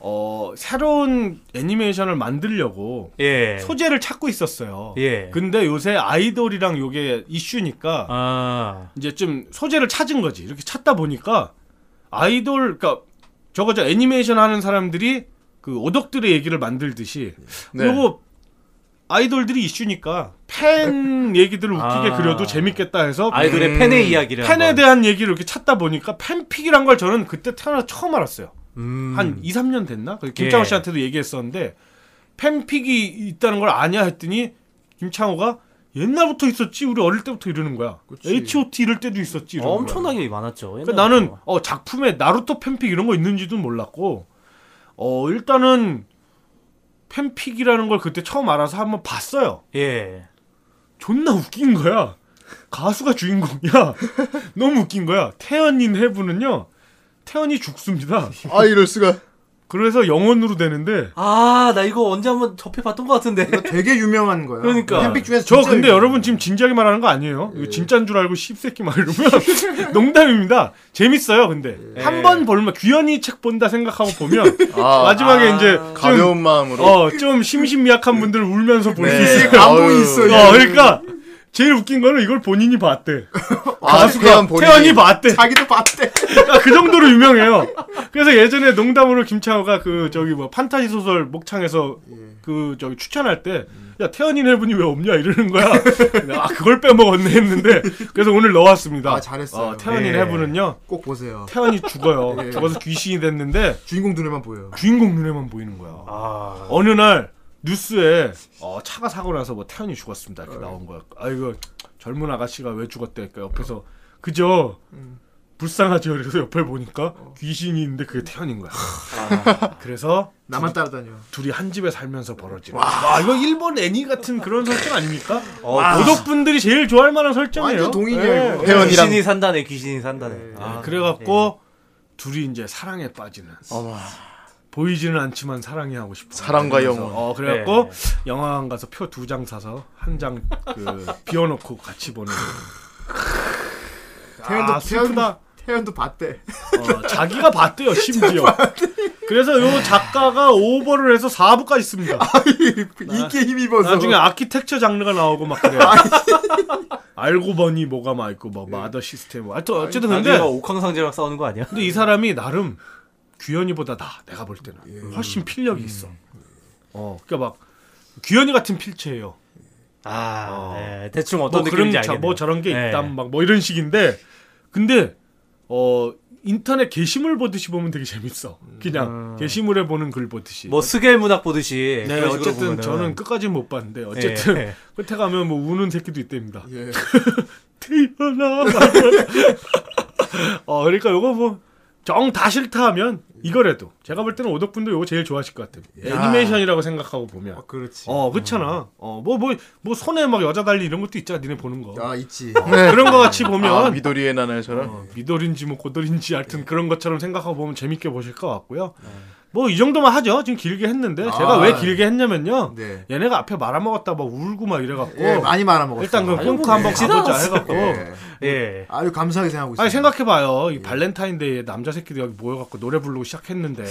어, 새로운 애니메이션을 만들려고 예. 소재를 찾고 있었어요. 예. 근데 요새 아이돌이랑 요게 이슈니까 아. 이제 좀 소재를 찾은 거지. 이렇게 찾다 보니까 아이돌, 그러니까 저거 저 애니메이션 하는 사람들이 그 오덕들의 얘기를 만들듯이 네. 그 요거 아이돌들이 이슈니까 팬 얘기들을 웃기게 아. 그려도 재밌겠다 해서 아이돌의 팬의 이야기를 음. 팬에 한번. 대한 얘기를 이렇게 찾다 보니까 팬픽이란 걸 저는 그때 태어나 서 처음 알았어요. 음. 한 2, 3년 됐나? 그 김창호 예. 씨한테도 얘기했었는데 팬픽이 있다는 걸 아냐 했더니 김창호가 옛날부터 있었지 우리 어릴 때부터 이러는 거야. H.O.T 이럴 때도 있었지. 이러는 거야. 엄청나게 많았죠. 그 옛날부터. 나는 어, 작품에 나루토 팬픽 이런 거 있는지도 몰랐고 어 일단은 팬픽이라는 걸 그때 처음 알아서 한번 봤어요. 예. 존나 웃긴 거야. 가수가 주인공이야. 너무 웃긴 거야. 태연인 해부는요. 태연이 죽습니다. 아 이럴 수가. 그래서 영원으로 되는데 아, 나 이거 언제 한번 접해봤던 것 같은데. 이거 되게 유명한 거예요. 그러니까. 팬픽 중에서 저 진짜 근데 유명해요. 여러분 지금 진지하게 말하는 거 아니에요. 예. 이거 진짜인 줄 알고 씹새끼 막 이러면 농담입니다. 재밌어요, 근데. 한 번 볼만 귀연이 책 본다 생각하고 보면 예. 아, 마지막에 이제 좀, 가벼운 마음으로. 어, 좀 심심미약한 분들 을 울면서 볼 수 네. 있을 것 아우, 예, 감동이 있어요. 같아요. 어, 그러니까 제일 웃긴 거는 이걸 본인이 봤대. 아, 태연 본인이. 태연이 봤대. 자기도 봤대. 아, 그 정도로 유명해요. 그래서 예전에 농담으로 김창호가 그 저기 뭐 판타지 소설 목창에서 예. 그 저기 추천할 때 야 태연인 해분이 왜 없냐 이러는 거야. 아 그걸 빼먹었네 했는데 그래서 오늘 넣어왔습니다. 아, 잘했어요. 어, 태연인 예. 해분은요 꼭 보세요. 태연이 죽어요. 예. 죽어서 귀신이 됐는데 주인공 눈에만 보여요. 주인공 눈에만 보이는 거야. 아, 어느 날 뉴스에 어, 차가 사고 나서 뭐 태연이 죽었습니다 이렇게 나온 거야. 아이고 젊은 아가씨가 왜 죽었대? 그러니까 옆에서 그죠. 음. 불쌍하죠. 그래서 옆에 보니까 귀신이 있는데 그게 태연인 거야. 아. 그래서 나만 따라다녀. 둘이 한 집에 살면서 벌어지는. 와, 이거 일본 애니 같은 그런 설정 아닙니까? 보덕분들이 제일 좋아할 만한 설정이에요. 어, 그 네. 완전 동의해요, 이거. 태연이랑- 귀신이 산다네, 귀신이 산다네. 아, 아, 그래갖고 예. 둘이 이제 사랑에 빠지는. 보이지는 않지만 사랑이 하고 싶어. 사랑과 그래서, 영혼. 예. 어 그래갖고 영화관 가서 표 두 장 사서 한 장 그 비워놓고 같이 보는. 태연도 아, 슬프다. 태연도 태연도 봤대. 어, 자기가 봤대요 심지어. 그래서 요 작가가 오버를 해서 4부까지 씁니다. 아, 이게 힘입어서. 나중에 아키텍처 장르가 나오고 막 그래. 알고 보니 뭐가 막 있고 막 예. 마더 시스템. 뭐. 하여튼 어쨌든 근데 근데 예. 옥황상제랑 싸우는 거 아니야? 근데 이 사람이 나름 규현이보다 나 내가 볼 때는 훨씬 필력이 있어. 어, 그러니까 막 규현이 같은 필체예요. 아, 어. 네, 대충 뭐 어떤 그런 느낌인지 자, 알겠네. 뭐 저런 게 네. 있다 막 뭐 이런 식인데 근데 어 인터넷 게시물 보듯이 보면 되게 재밌어. 그냥 게시물에 보는 글 보듯이. 음. 뭐 스겔 문학 보듯이. 네, 그런 식으로 어쨌든 보면은. 저는 끝까지 못 봤는데 어쨌든 예, 예. 끝에 가면 뭐 우는 새끼도 있답니다. 예. 태어나. 어, 그러니까 요거 뭐 정 다 싫다 하면 이거라도 제가 볼 때는 오덕분도 요거 제일 좋아하실 것 같아요. 애니메이션이라고 생각하고 보면. 아, 그렇지. 어, 그렇잖아. 어, 뭐 뭐 뭐 손에 막 여자 달리 이런 것도 있잖아. 니네 보는 거. 아 있지. 그런 거 같이 보면 아, 미도리의 나날처럼. 어, 미돌인지 뭐 고돌인지 예. 하여튼 그런 것처럼 생각하고 보면 재밌게 보실 것 같고요. 뭐 이 정도만 하죠. 지금 길게 했는데 제가 네. 아, 왜 길게 했냐면요. 네. 얘네가 앞에 말아먹었다 막 울고 막 이래갖고 예, 많이 말아먹었어. 일단 그 아니, 뭐 끊고 한번 지나갔어. 가보자 해갖고 예. 음. 예. 아유 감사하게 생각하고 있어. 아니 생각해봐요. 이 발렌타인데이에 남자 새끼들 여기 모여갖고 노래 부르고 시작했는데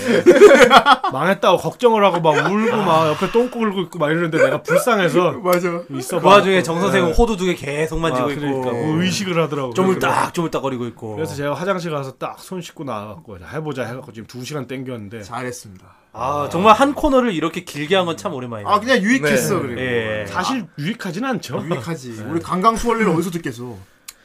망했다고 걱정을 하고 막 울고 막 옆에 똥꼬 긁고 있고 막 이러는데 내가 불쌍해서 맞아. 있어봐. 그 와중에 정 선생은 호두 두 개 계속 만지고 음. 네. 아, 있고. 그러니까 뭐 의식을 하더라고. 조물딱 조물딱거리고 있고. 그래서 제가 화장실 가서 딱 손 씻고 나와갖고 해보자 해갖고 지금 두 시간 땡겼는데 잘했습니다. 아 정말 한 코너를 이렇게 길게 한 건 참 오랜만이야. 아 그냥 유익했어 네. 그리고. 아, 예. 사실 네. 유익하진 않죠. 아. 유익하지. 우리 강강 수월리는 어디서 듣겠어?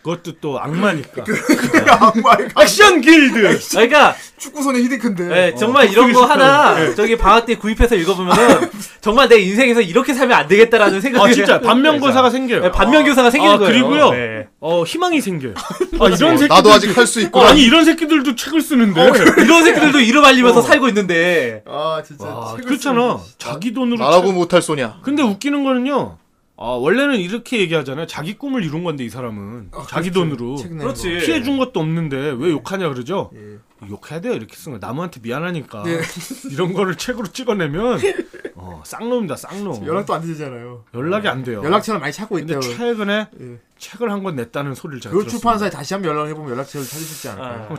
그것도 또 악마니까. 어. 악마의 강- 액션 길드. 아, 그러니까 축구선의 히딩크인데. 네, 어, 예, 정말 이런 거 하나 저기 방학 때 구입해서 읽어보면은 정말 내 인생에서 이렇게 살면 안 되겠다라는 생각이 아 진짜 반면고사가 생겨요. 예, 반면교사가 생기는 아, 거예요. 네. 그리고요. 예. 어 희망이 생겨요. 아 어, 이런 새끼들 나도 아직 할 수 어, 있고. 아니 이런 새끼들도 책을 쓰는데. 이런 새끼들도 이름 알리면서 어. 살고 있는데 아 진짜. 아, 책을 그렇잖아. 쓰는- 자기 돈으로. 나라고 책- 못할 소냐. 근데 웃기는 거는요. 아 원래는 이렇게 얘기하잖아요. 자기 꿈을 이룬 건데 이 사람은 자기 돈으로 아, 책 내는 그렇지 피해 준 것도 없는데 왜 욕하냐 그러죠? 예. 욕해야 돼요 이렇게 쓴 거. 남한테 미안하니까 네. 이런 거를 책으로 찍어내면 어, 쌍놈이다 쌍놈. 거. 연락도 안 되잖아요. 연락이 안 돼요. 연락처를 많이 찾고 근데 있대요. 최근에 예. 책을 한 권 냈다는 소리를 제가 그 들었습니다. 출판사에 다시 한번 연락을 해보면 연락처를 찾을 수 있지 않을까요? 아, 한번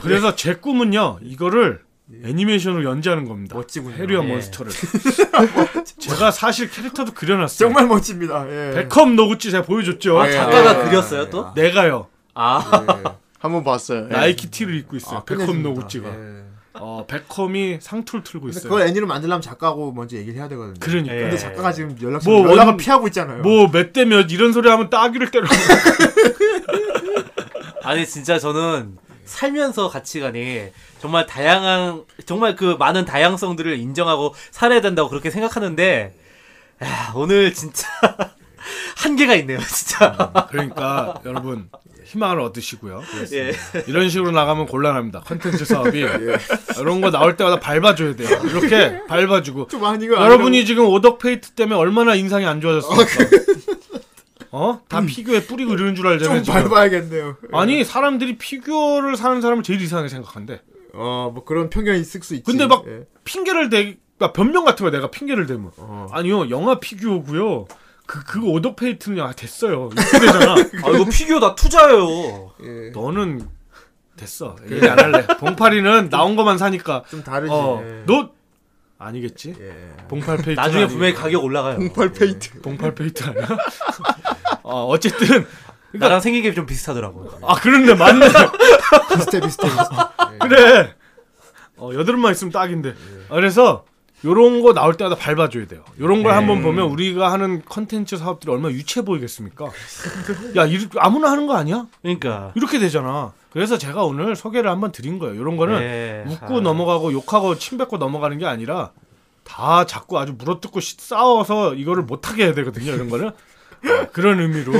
예. 그래서 제 꿈은요 이거를 애니메이션으로 연재하는 겁니다. 아, 멋지군요. 해리어 예. 몬스터를. 네. 제가 사실 캐릭터도 그려놨어요. 네. 정말 멋집니다. 예. 백컴 노구찌 제가 보여줬죠. 아, 예. 작가가 그렸어요 또? 내가요. 아 한번 봤어요. 예. 네. 나이키 티를 입고 있어요. 아, 백컴 끝내줍니다. 노구찌가. 예. 어, 백컴이 상투를 틀고 근데 있어요. 그걸 애니로 만들려면 작가하고 먼저 얘기를 해야 되거든요. 그러니까. 예. 근데 작가가 지금 연락 뭐 뭐 연락을 원- 피하고 있잖아요. 뭐 몇 대 몇 이런 소리 하면 따귀를 때려. 아니 진짜 저는 살면서 가치관이 정말 다양한 정말 그 많은 다양성들을 인정하고 살아야 된다고 그렇게 생각하는데 야, 오늘 진짜 한계가 있네요 진짜 그러니까 여러분 희망을 얻으시고요. 예. 이런 식으로 나가면 곤란합니다. 컨텐츠 사업이 예. 이런 거 나올 때마다 밟아줘야 돼요. 이렇게 밟아주고 좀 아니 이거 여러분이 지금 오덕페이트 때문에 얼마나 인상이 안 좋아졌습니까? 어? 다 피규어에 뿌리고 이러는 줄 좀 알잖아요. 지금. 밟아야겠네요. 예. 아니 사람들이 피규어를 사는 사람을 제일 이상하게 생각한대. 어, 뭐 그런 편견이 있을 수 있지. 근데 막 예. 핑계를 대, 그 변명 같은 거 내가 핑계를 대면 어, 아니요 영화 피규어고요. 그 그거 오덕페이트는 아 됐어요. 이렇게 되잖아. 아 이거 피규어다 투자예요. 너는 됐어. 얘기 안 할래. 봉팔이는 나온 것만 사니까. 좀 다르지. 어, 예. 너 아니겠지. 예. 봉팔 페이트. 나중에 분명히 가격 올라가요. 공팔 예. 페이트. 봉팔 페이트 아니야? 어, 어쨌든 나랑 생긴 게 좀 비슷하더라고요. 아 그런데 맞네. 비슷해 비슷해. 비슷해. 그래. 어, 여드름만 있으면 딱인데. 아, 그래서 요런 거 나올 때마다 밟아줘야 돼요. 요런 걸 음. 한번 보면 우리가 하는 컨텐츠 사업들이 얼마나 유치해 보이겠습니까? 야, 이 아무나 하는 거 아니야? 그러니까. 이렇게 되잖아. 그래서 제가 오늘 소개를 한번 드린 거예요. 요런 거는 예. 웃고 아. 넘어가고 욕하고 침 뱉고 넘어가는 게 아니라 다 자꾸 아주 물어뜯고 시- 싸워서 이거를 못하게 해야 되거든요. 이런 거는 어, 그런 의미로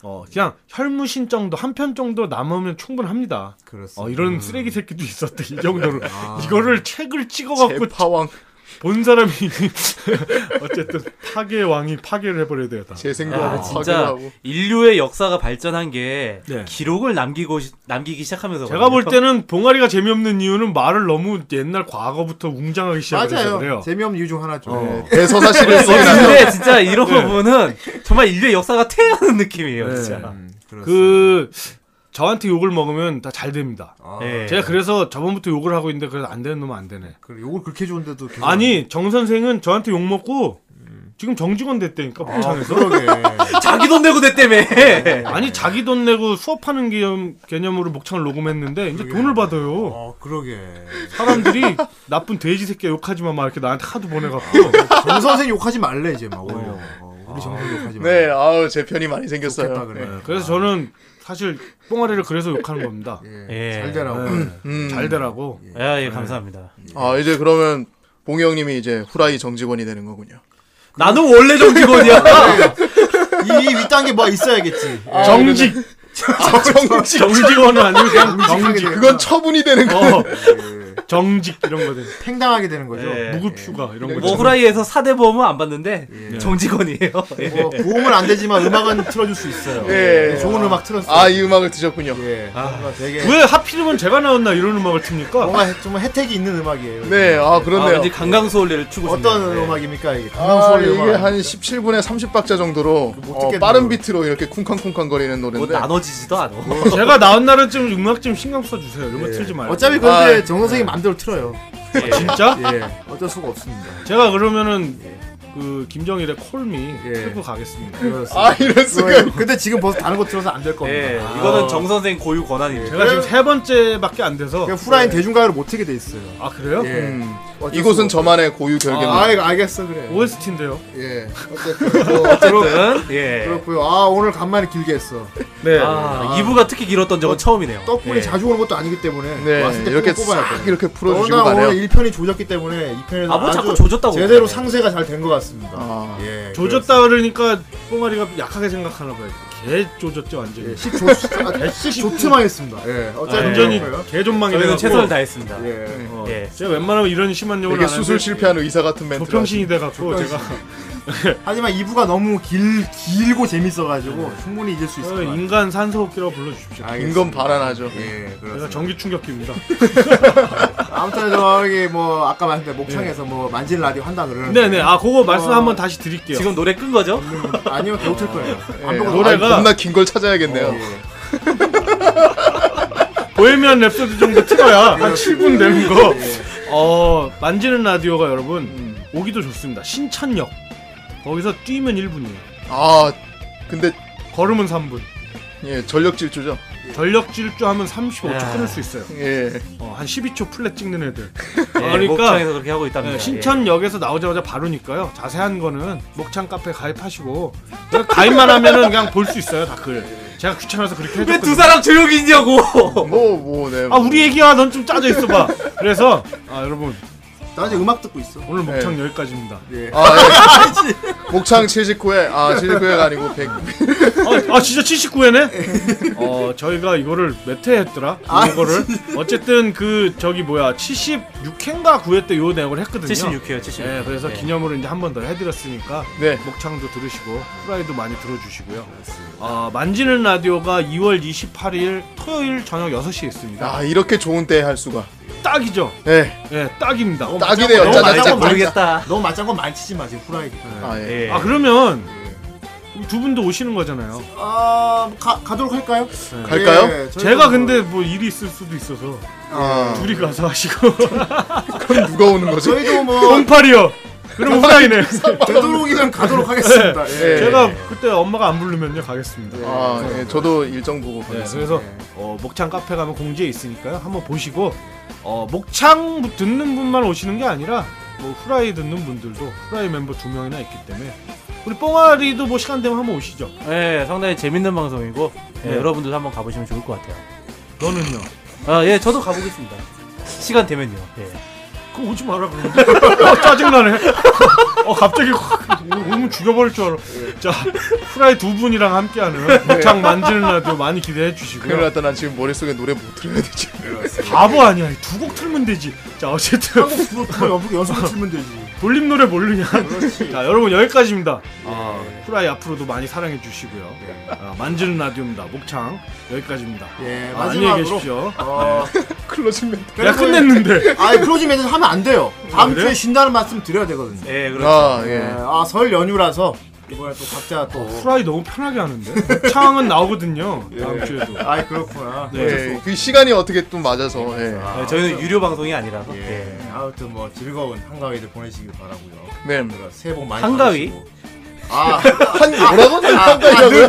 어, 그냥 혈무신 정도 한 편 정도 남으면 충분합니다. 그렇습니다. 어, 이런 쓰레기 새끼도 있었대 이 정도로 아. 아, 이거를 책을 찍어갖고 제파왕 본 사람이 어쨌든 파괴 왕이 파괴를 해버려야 되다. 재생도 야, 하고 진짜 파괴하고. 인류의 역사가 발전한 게 네. 기록을 남기고 시- 남기기 시작하면서 제가 볼 때는 봉아리가 재미없는 이유는 말을 너무 옛날 과거부터 웅장하기 시작해서 그래요. 어. 맞아요. 재미없는 이유 중 하나죠. 예. 대서사시를 쓰기라서. 근데 진짜 이런 거 보면은 정말 인류의 역사가 퇴행하는 느낌이에요, 네. 진짜. 음, 그 저한테 욕을 먹으면 다 잘 됩니다. 아, 예. 제가 그래서 저번부터 욕을 하고 있는데 그래서 안 되는 놈은 안 되네. 그래, 욕을 그렇게 좋은데도 계속 아니 정 선생은 저한테 욕 먹고 지금 정직원 됐다니까 목창에서. 아, 자기 돈 내고 냈다며. 아니 자기 돈 내고 수업하는 개념, 개념으로 목창을 녹음했는데 이제 돈을 받아요. 어 그러게 사람들이 나쁜 돼지 새끼 욕하지 마 막 이렇게 나한테 하도 아. 보내갖고 뭐 정 선생 욕하지 말래 이제 막 오히려 어, 우리 정 선생 욕하지 네, 말래 아우 제 편이 많이 생겼어요. 좋겠다 그래 그래서 저는 사실 뽕아리를 그래서 네. 욕하는 겁니다. 예. 잘 되라고 음. 잘 되라고. 아, 예, 감사합니다. 아 이제 그러면 봉이 형님이 이제 후라이 정직원이 되는 거군요. 나는 원래 정직원이야. 이 윗단계 뭐 있어야겠지 예. 정직 아, 정직. 정직원은 아니고 그냥 정직하게 정직. 되는 그건 처분이 되는 거. 어, 정직 이런 거든. 그, 팽당하게 되는 거죠 네. 예. 무급휴가 이런 거. 뭐 후라이에서 4대 보험은 안 봤는데 정직원이에요. 예. 뭐 보험은 안 되지만 음악은 틀어줄 수 있어요 예. 좋은 음악 틀었어요 아 이 음악을 드셨군요. 예. 뭔가 되게 아. 왜 하필이면 제가 나왔나 이런 음악을 틉니까? 뭔가 해- 좀 혜택이 있는 음악이에요 네, 아 아, 그렇네요. 왠지 강강수 원리를 추고 싶네요. 예. 어떤 음악입니까 이게 아, 강남소울의 이게 음악 한 17분에 30박자 정도로 그 못 어, 듣겠네, 빠른 이거. 비트로 이렇게 쿵쾅쿵쾅거리는 뭐 노래인데 나눠지지도 않아. 제가 나온 날은 좀 음악 좀 신경 써주세요. 이런 거뭐 틀지 말고. 예. 어차피 아, 근데 정 선생이 맘대로 틀어요 진짜? 예 어쩔 수가 없습니다 아, 제가 그러면은 그 김정일의 콜미 예. 틀고 가겠습니다. 아 이럴 수가. 그- 근데 지금 벌써 다른 거 틀어서 안 될 겁니다 아. 예, 이거는 정 선생 고유 권한입니다. 제가 지금 세 번째밖에 안 돼서. 그냥 후라인 대중가요를 못 틀게 돼 있어요 아 그래요? 예. 음, 어쩔 이곳은 수가 저만의 고유 없- 결계입니다. 아, 이거 알겠어 그래. OST인데요. 예. 어쨌든 뭐 어쨌든 어쨌든 예. 그렇고요. 아 오늘 간만에 길게 했어. 네. 아, 2부가 특히 길었던 적은 처음이네요. 떡분이 예. 자주 오는 것도 아니기 때문에 네, 왔을 때 이렇게 뽕을 뽑아야 싹 돼. 이렇게 풀어주시고 너나 가네요. 오늘 1편이 조졌기 때문에 2편에서 아, 뭐 자꾸 조졌다고 그러네. 제대로 상세가 잘 된 것 같습니다. 아. 예. 조졌다 그러니까 뽕아리가 약하게 생각하나 봐요. 개 조졌죠 완전히. 예, 10조 아, 10 조트만 했습니다. 예. 어쨌든 아, 완전히 그런 거예요. 개 존망이 저희는 돼갖고. 최선을 다했습니다. 예. 예. 어, 제가 웬만하면 이런 심한 욕을 되게 안 수술 하는데 실패한 의사 같은 멘트. 조평신이 돼갖고 제가 하지만 2부가 너무 길 길고 재밌어가지고 충분히 이길 수 있을 것 어, 같아요. 아, 인간 산소호흡기라고 불러주십시오. 인건 발언하죠. 예, 제가 그렇습니다. 전기 충격기입니다. 아무튼 저기 뭐 아까 말했는데 목창에서 뭐 만질 라디오 한다 그러는데 네네. 아 그거 말씀 어, 한번 다시 드릴게요. 지금 노래 끈 거죠? 아니면 더 못할 거예요. 안 어, 예. 보고 노래가- 아, 겁나 긴 걸 찾아야겠네요. 보헤미안 랩소디 정도 틀어야 한 7분 되는 거. 네. 어, 만지는 라디오가 여러분 오기도 좋습니다. 신천역. 거기서 뛰면 1분이에요. 아 근데 걸음은 3분. 예 전력 질주죠. 전력 질주하면 35초 야. 끊을 수 있어요. 예. 어, 한 12초 플랫 찍는 애들. 예, 그러니까- 목청에서 그렇게 하고 있답니다. 네, 예. 신천역에서 나오자마자 바로니까요. 자세한 거는 목창 카페 가입하시고 그냥 가입만 하면은 그냥 볼 수 있어요. 다 글. 제가 귀찮아서 그렇게 왜 두 해줬거든요. 사람 조용히 있냐고. 뭐 뭐 네. 아 우리 얘기야 넌 좀 짜져 있어봐. 그래서 아 여러분 나 이제 음악 듣고 있어. 오늘 목창 여기까지입니다. 아, 예. 목창 79회 아 79회가 아니고 100. 아, 아, 진짜 79회네? 어 저희가 이거를 몇 회 했더라? 이거를 어쨌든 그 저기 뭐야 76회인가 9회 때 요 내용을 했거든요. 76회요, 76회. 예, 그래서 기념으로 이제 한 번 더 해드렸으니까 네. 목창도 들으시고 후라이도 많이 들어주시고요. 아 만지는 라디오가 2월 28일 토요일 저녁 6시에 있습니다. 아 이렇게 좋은 때 할 수가. 딱이죠. 네. 예, 딱입니다. 딱이네요. 너무 짜잔, 맞아, 맞아. 짝. 모르겠다. 너무 맞장구 많이 치지 마세요 후라이드. 아, 예. 예. 아 그러면 두 분도 오시는 거잖아요. 아 가, 가도록 할까요? 갈까요? 예, 저희도 네. 제가 뭐- 근데 뭐 일이 있을 수도 있어서 아, 둘이 가서 하시고 그럼 누가 오는 거지? 저희도 뭐 공팔이요. 그럼 후라이네. 되도록이면 가도록 하겠습니다. 예. 네. 제가 그때 엄마가 안 부르면요 가겠습니다. 아, 예. 저도 일정 보고 네, 가겠습니다. 그래서 어, 목창 카페 가면 공지에 있으니까요. 한번 보시고 어, 목창 듣는 분만 오시는 게 아니라 뭐 후라이 듣는 분들도 후라이 멤버 두 명이나 있기 때문에 우리 뽕아리도 뭐 시간 되면 한번 오시죠. 예, 상당히 재밌는 방송이고 예, 네. 여러분들도 한번 가보시면 좋을 것 같아요. 너는요? 아, 예, 저도 가보겠습니다. 시간 되면요. 예. 그거 오지 마라 그러는데 어, 짜증나네 어 갑자기 확 오면 죽여버릴 줄 알아 자 후라이 두 분이랑 함께하는 목창 만지는 라디오 많이 기대해 큰일 주시고요 났다. 난 지금 머릿속에 노래 못 들어야 되지. 바보 아니야 두 곡 틀면 되지 자 어쨌든 그거 뭐, 연습 연습 치면 되지. 볼림 노래 모르냐 자 여러분 여기까지입니다 예. 아, 후라이 앞으로도 많이 사랑해 주시고요 아, 만지는 라디오입니다 목창 여기까지입니다 예, 아, 안녕히 마지막으로. 아, 계십시오 네. 어, 클로징 멘트. 야 끝냈는데 아 클로징 멘트 하면 안 돼요. 다음 그래? 네. 주에 쉰다는 말씀 드려야 되거든요. 예, 그렇죠. 아, 예. 예. 아, 설 연휴라서 이번에 또 각자 또. 후라이 너무 편하게 하는데 목창은 나오거든요 다음 주에도 아, 그렇구나. 네. 예. 그 시간이 어떻게 또 맞아서. 예. 예, 저희는 유료 방송이 아니라서. 예. 예. 아무튼 뭐 즐거운 한가위들 보내시길 바라고요. 네. 그리고 새해 복 많이 한가위? 받으시고. 아, 한 뭐라고? 아, 한가위라고요?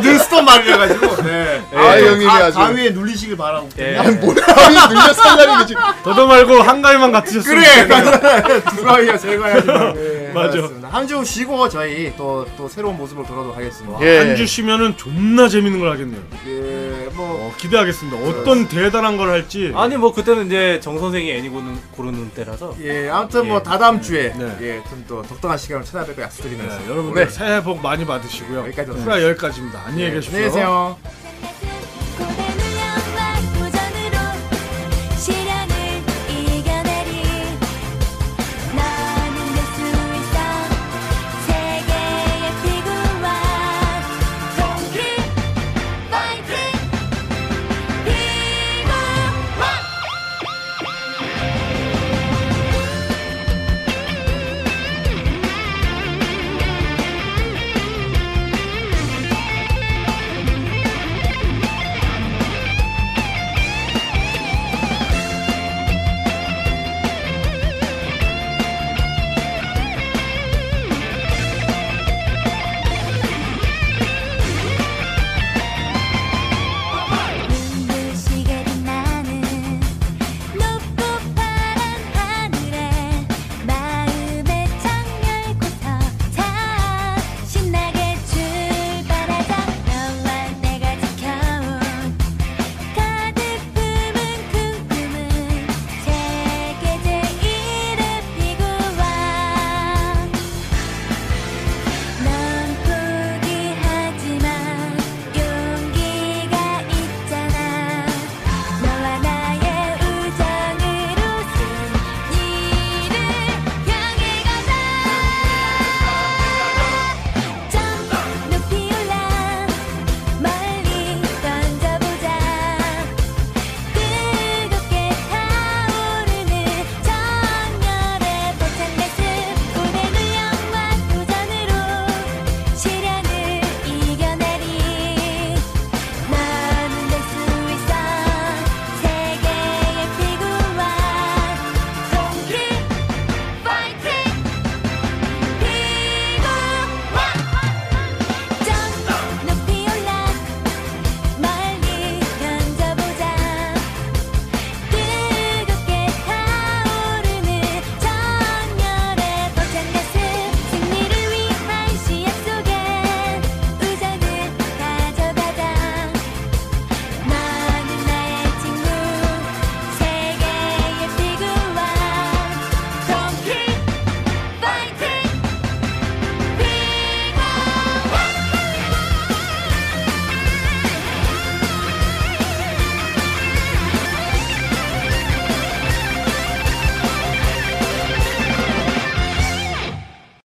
늘, 늘 쓰던 말이라가지고. 네. 아, 예, 형님이 가- 아주- 가위에 눌리시길 바라고. 예. 아니 뭐라고 늘려 살라는 거지. 더더 말고 한가위만 같으셨으면 그래! 누가이야, 제가 해야지. 예, 맞아. 한주 쉬고 저희 또, 또 새로운 모습으로 돌아오겠습니다. 예. 안 주시면은 존나 재밌는 걸 하겠네요. 예, 뭐. 어, 기대하겠습니다. 어떤 대단한 걸 할지. 아니 뭐 그때는 이제 정 선생이 애니 고르는, 고르는 때라서. 예, 아무튼 예. 뭐 다다음 주에 네. 예, 좀 또 적당한 시간을 찾아뵙고 네, 약속드리면서 여러분들 네. 새해 복 많이 받으시고요. 여기까지 예, 후라 여기까지입니다. 안녕히 계십시오. 안녕히 계세요.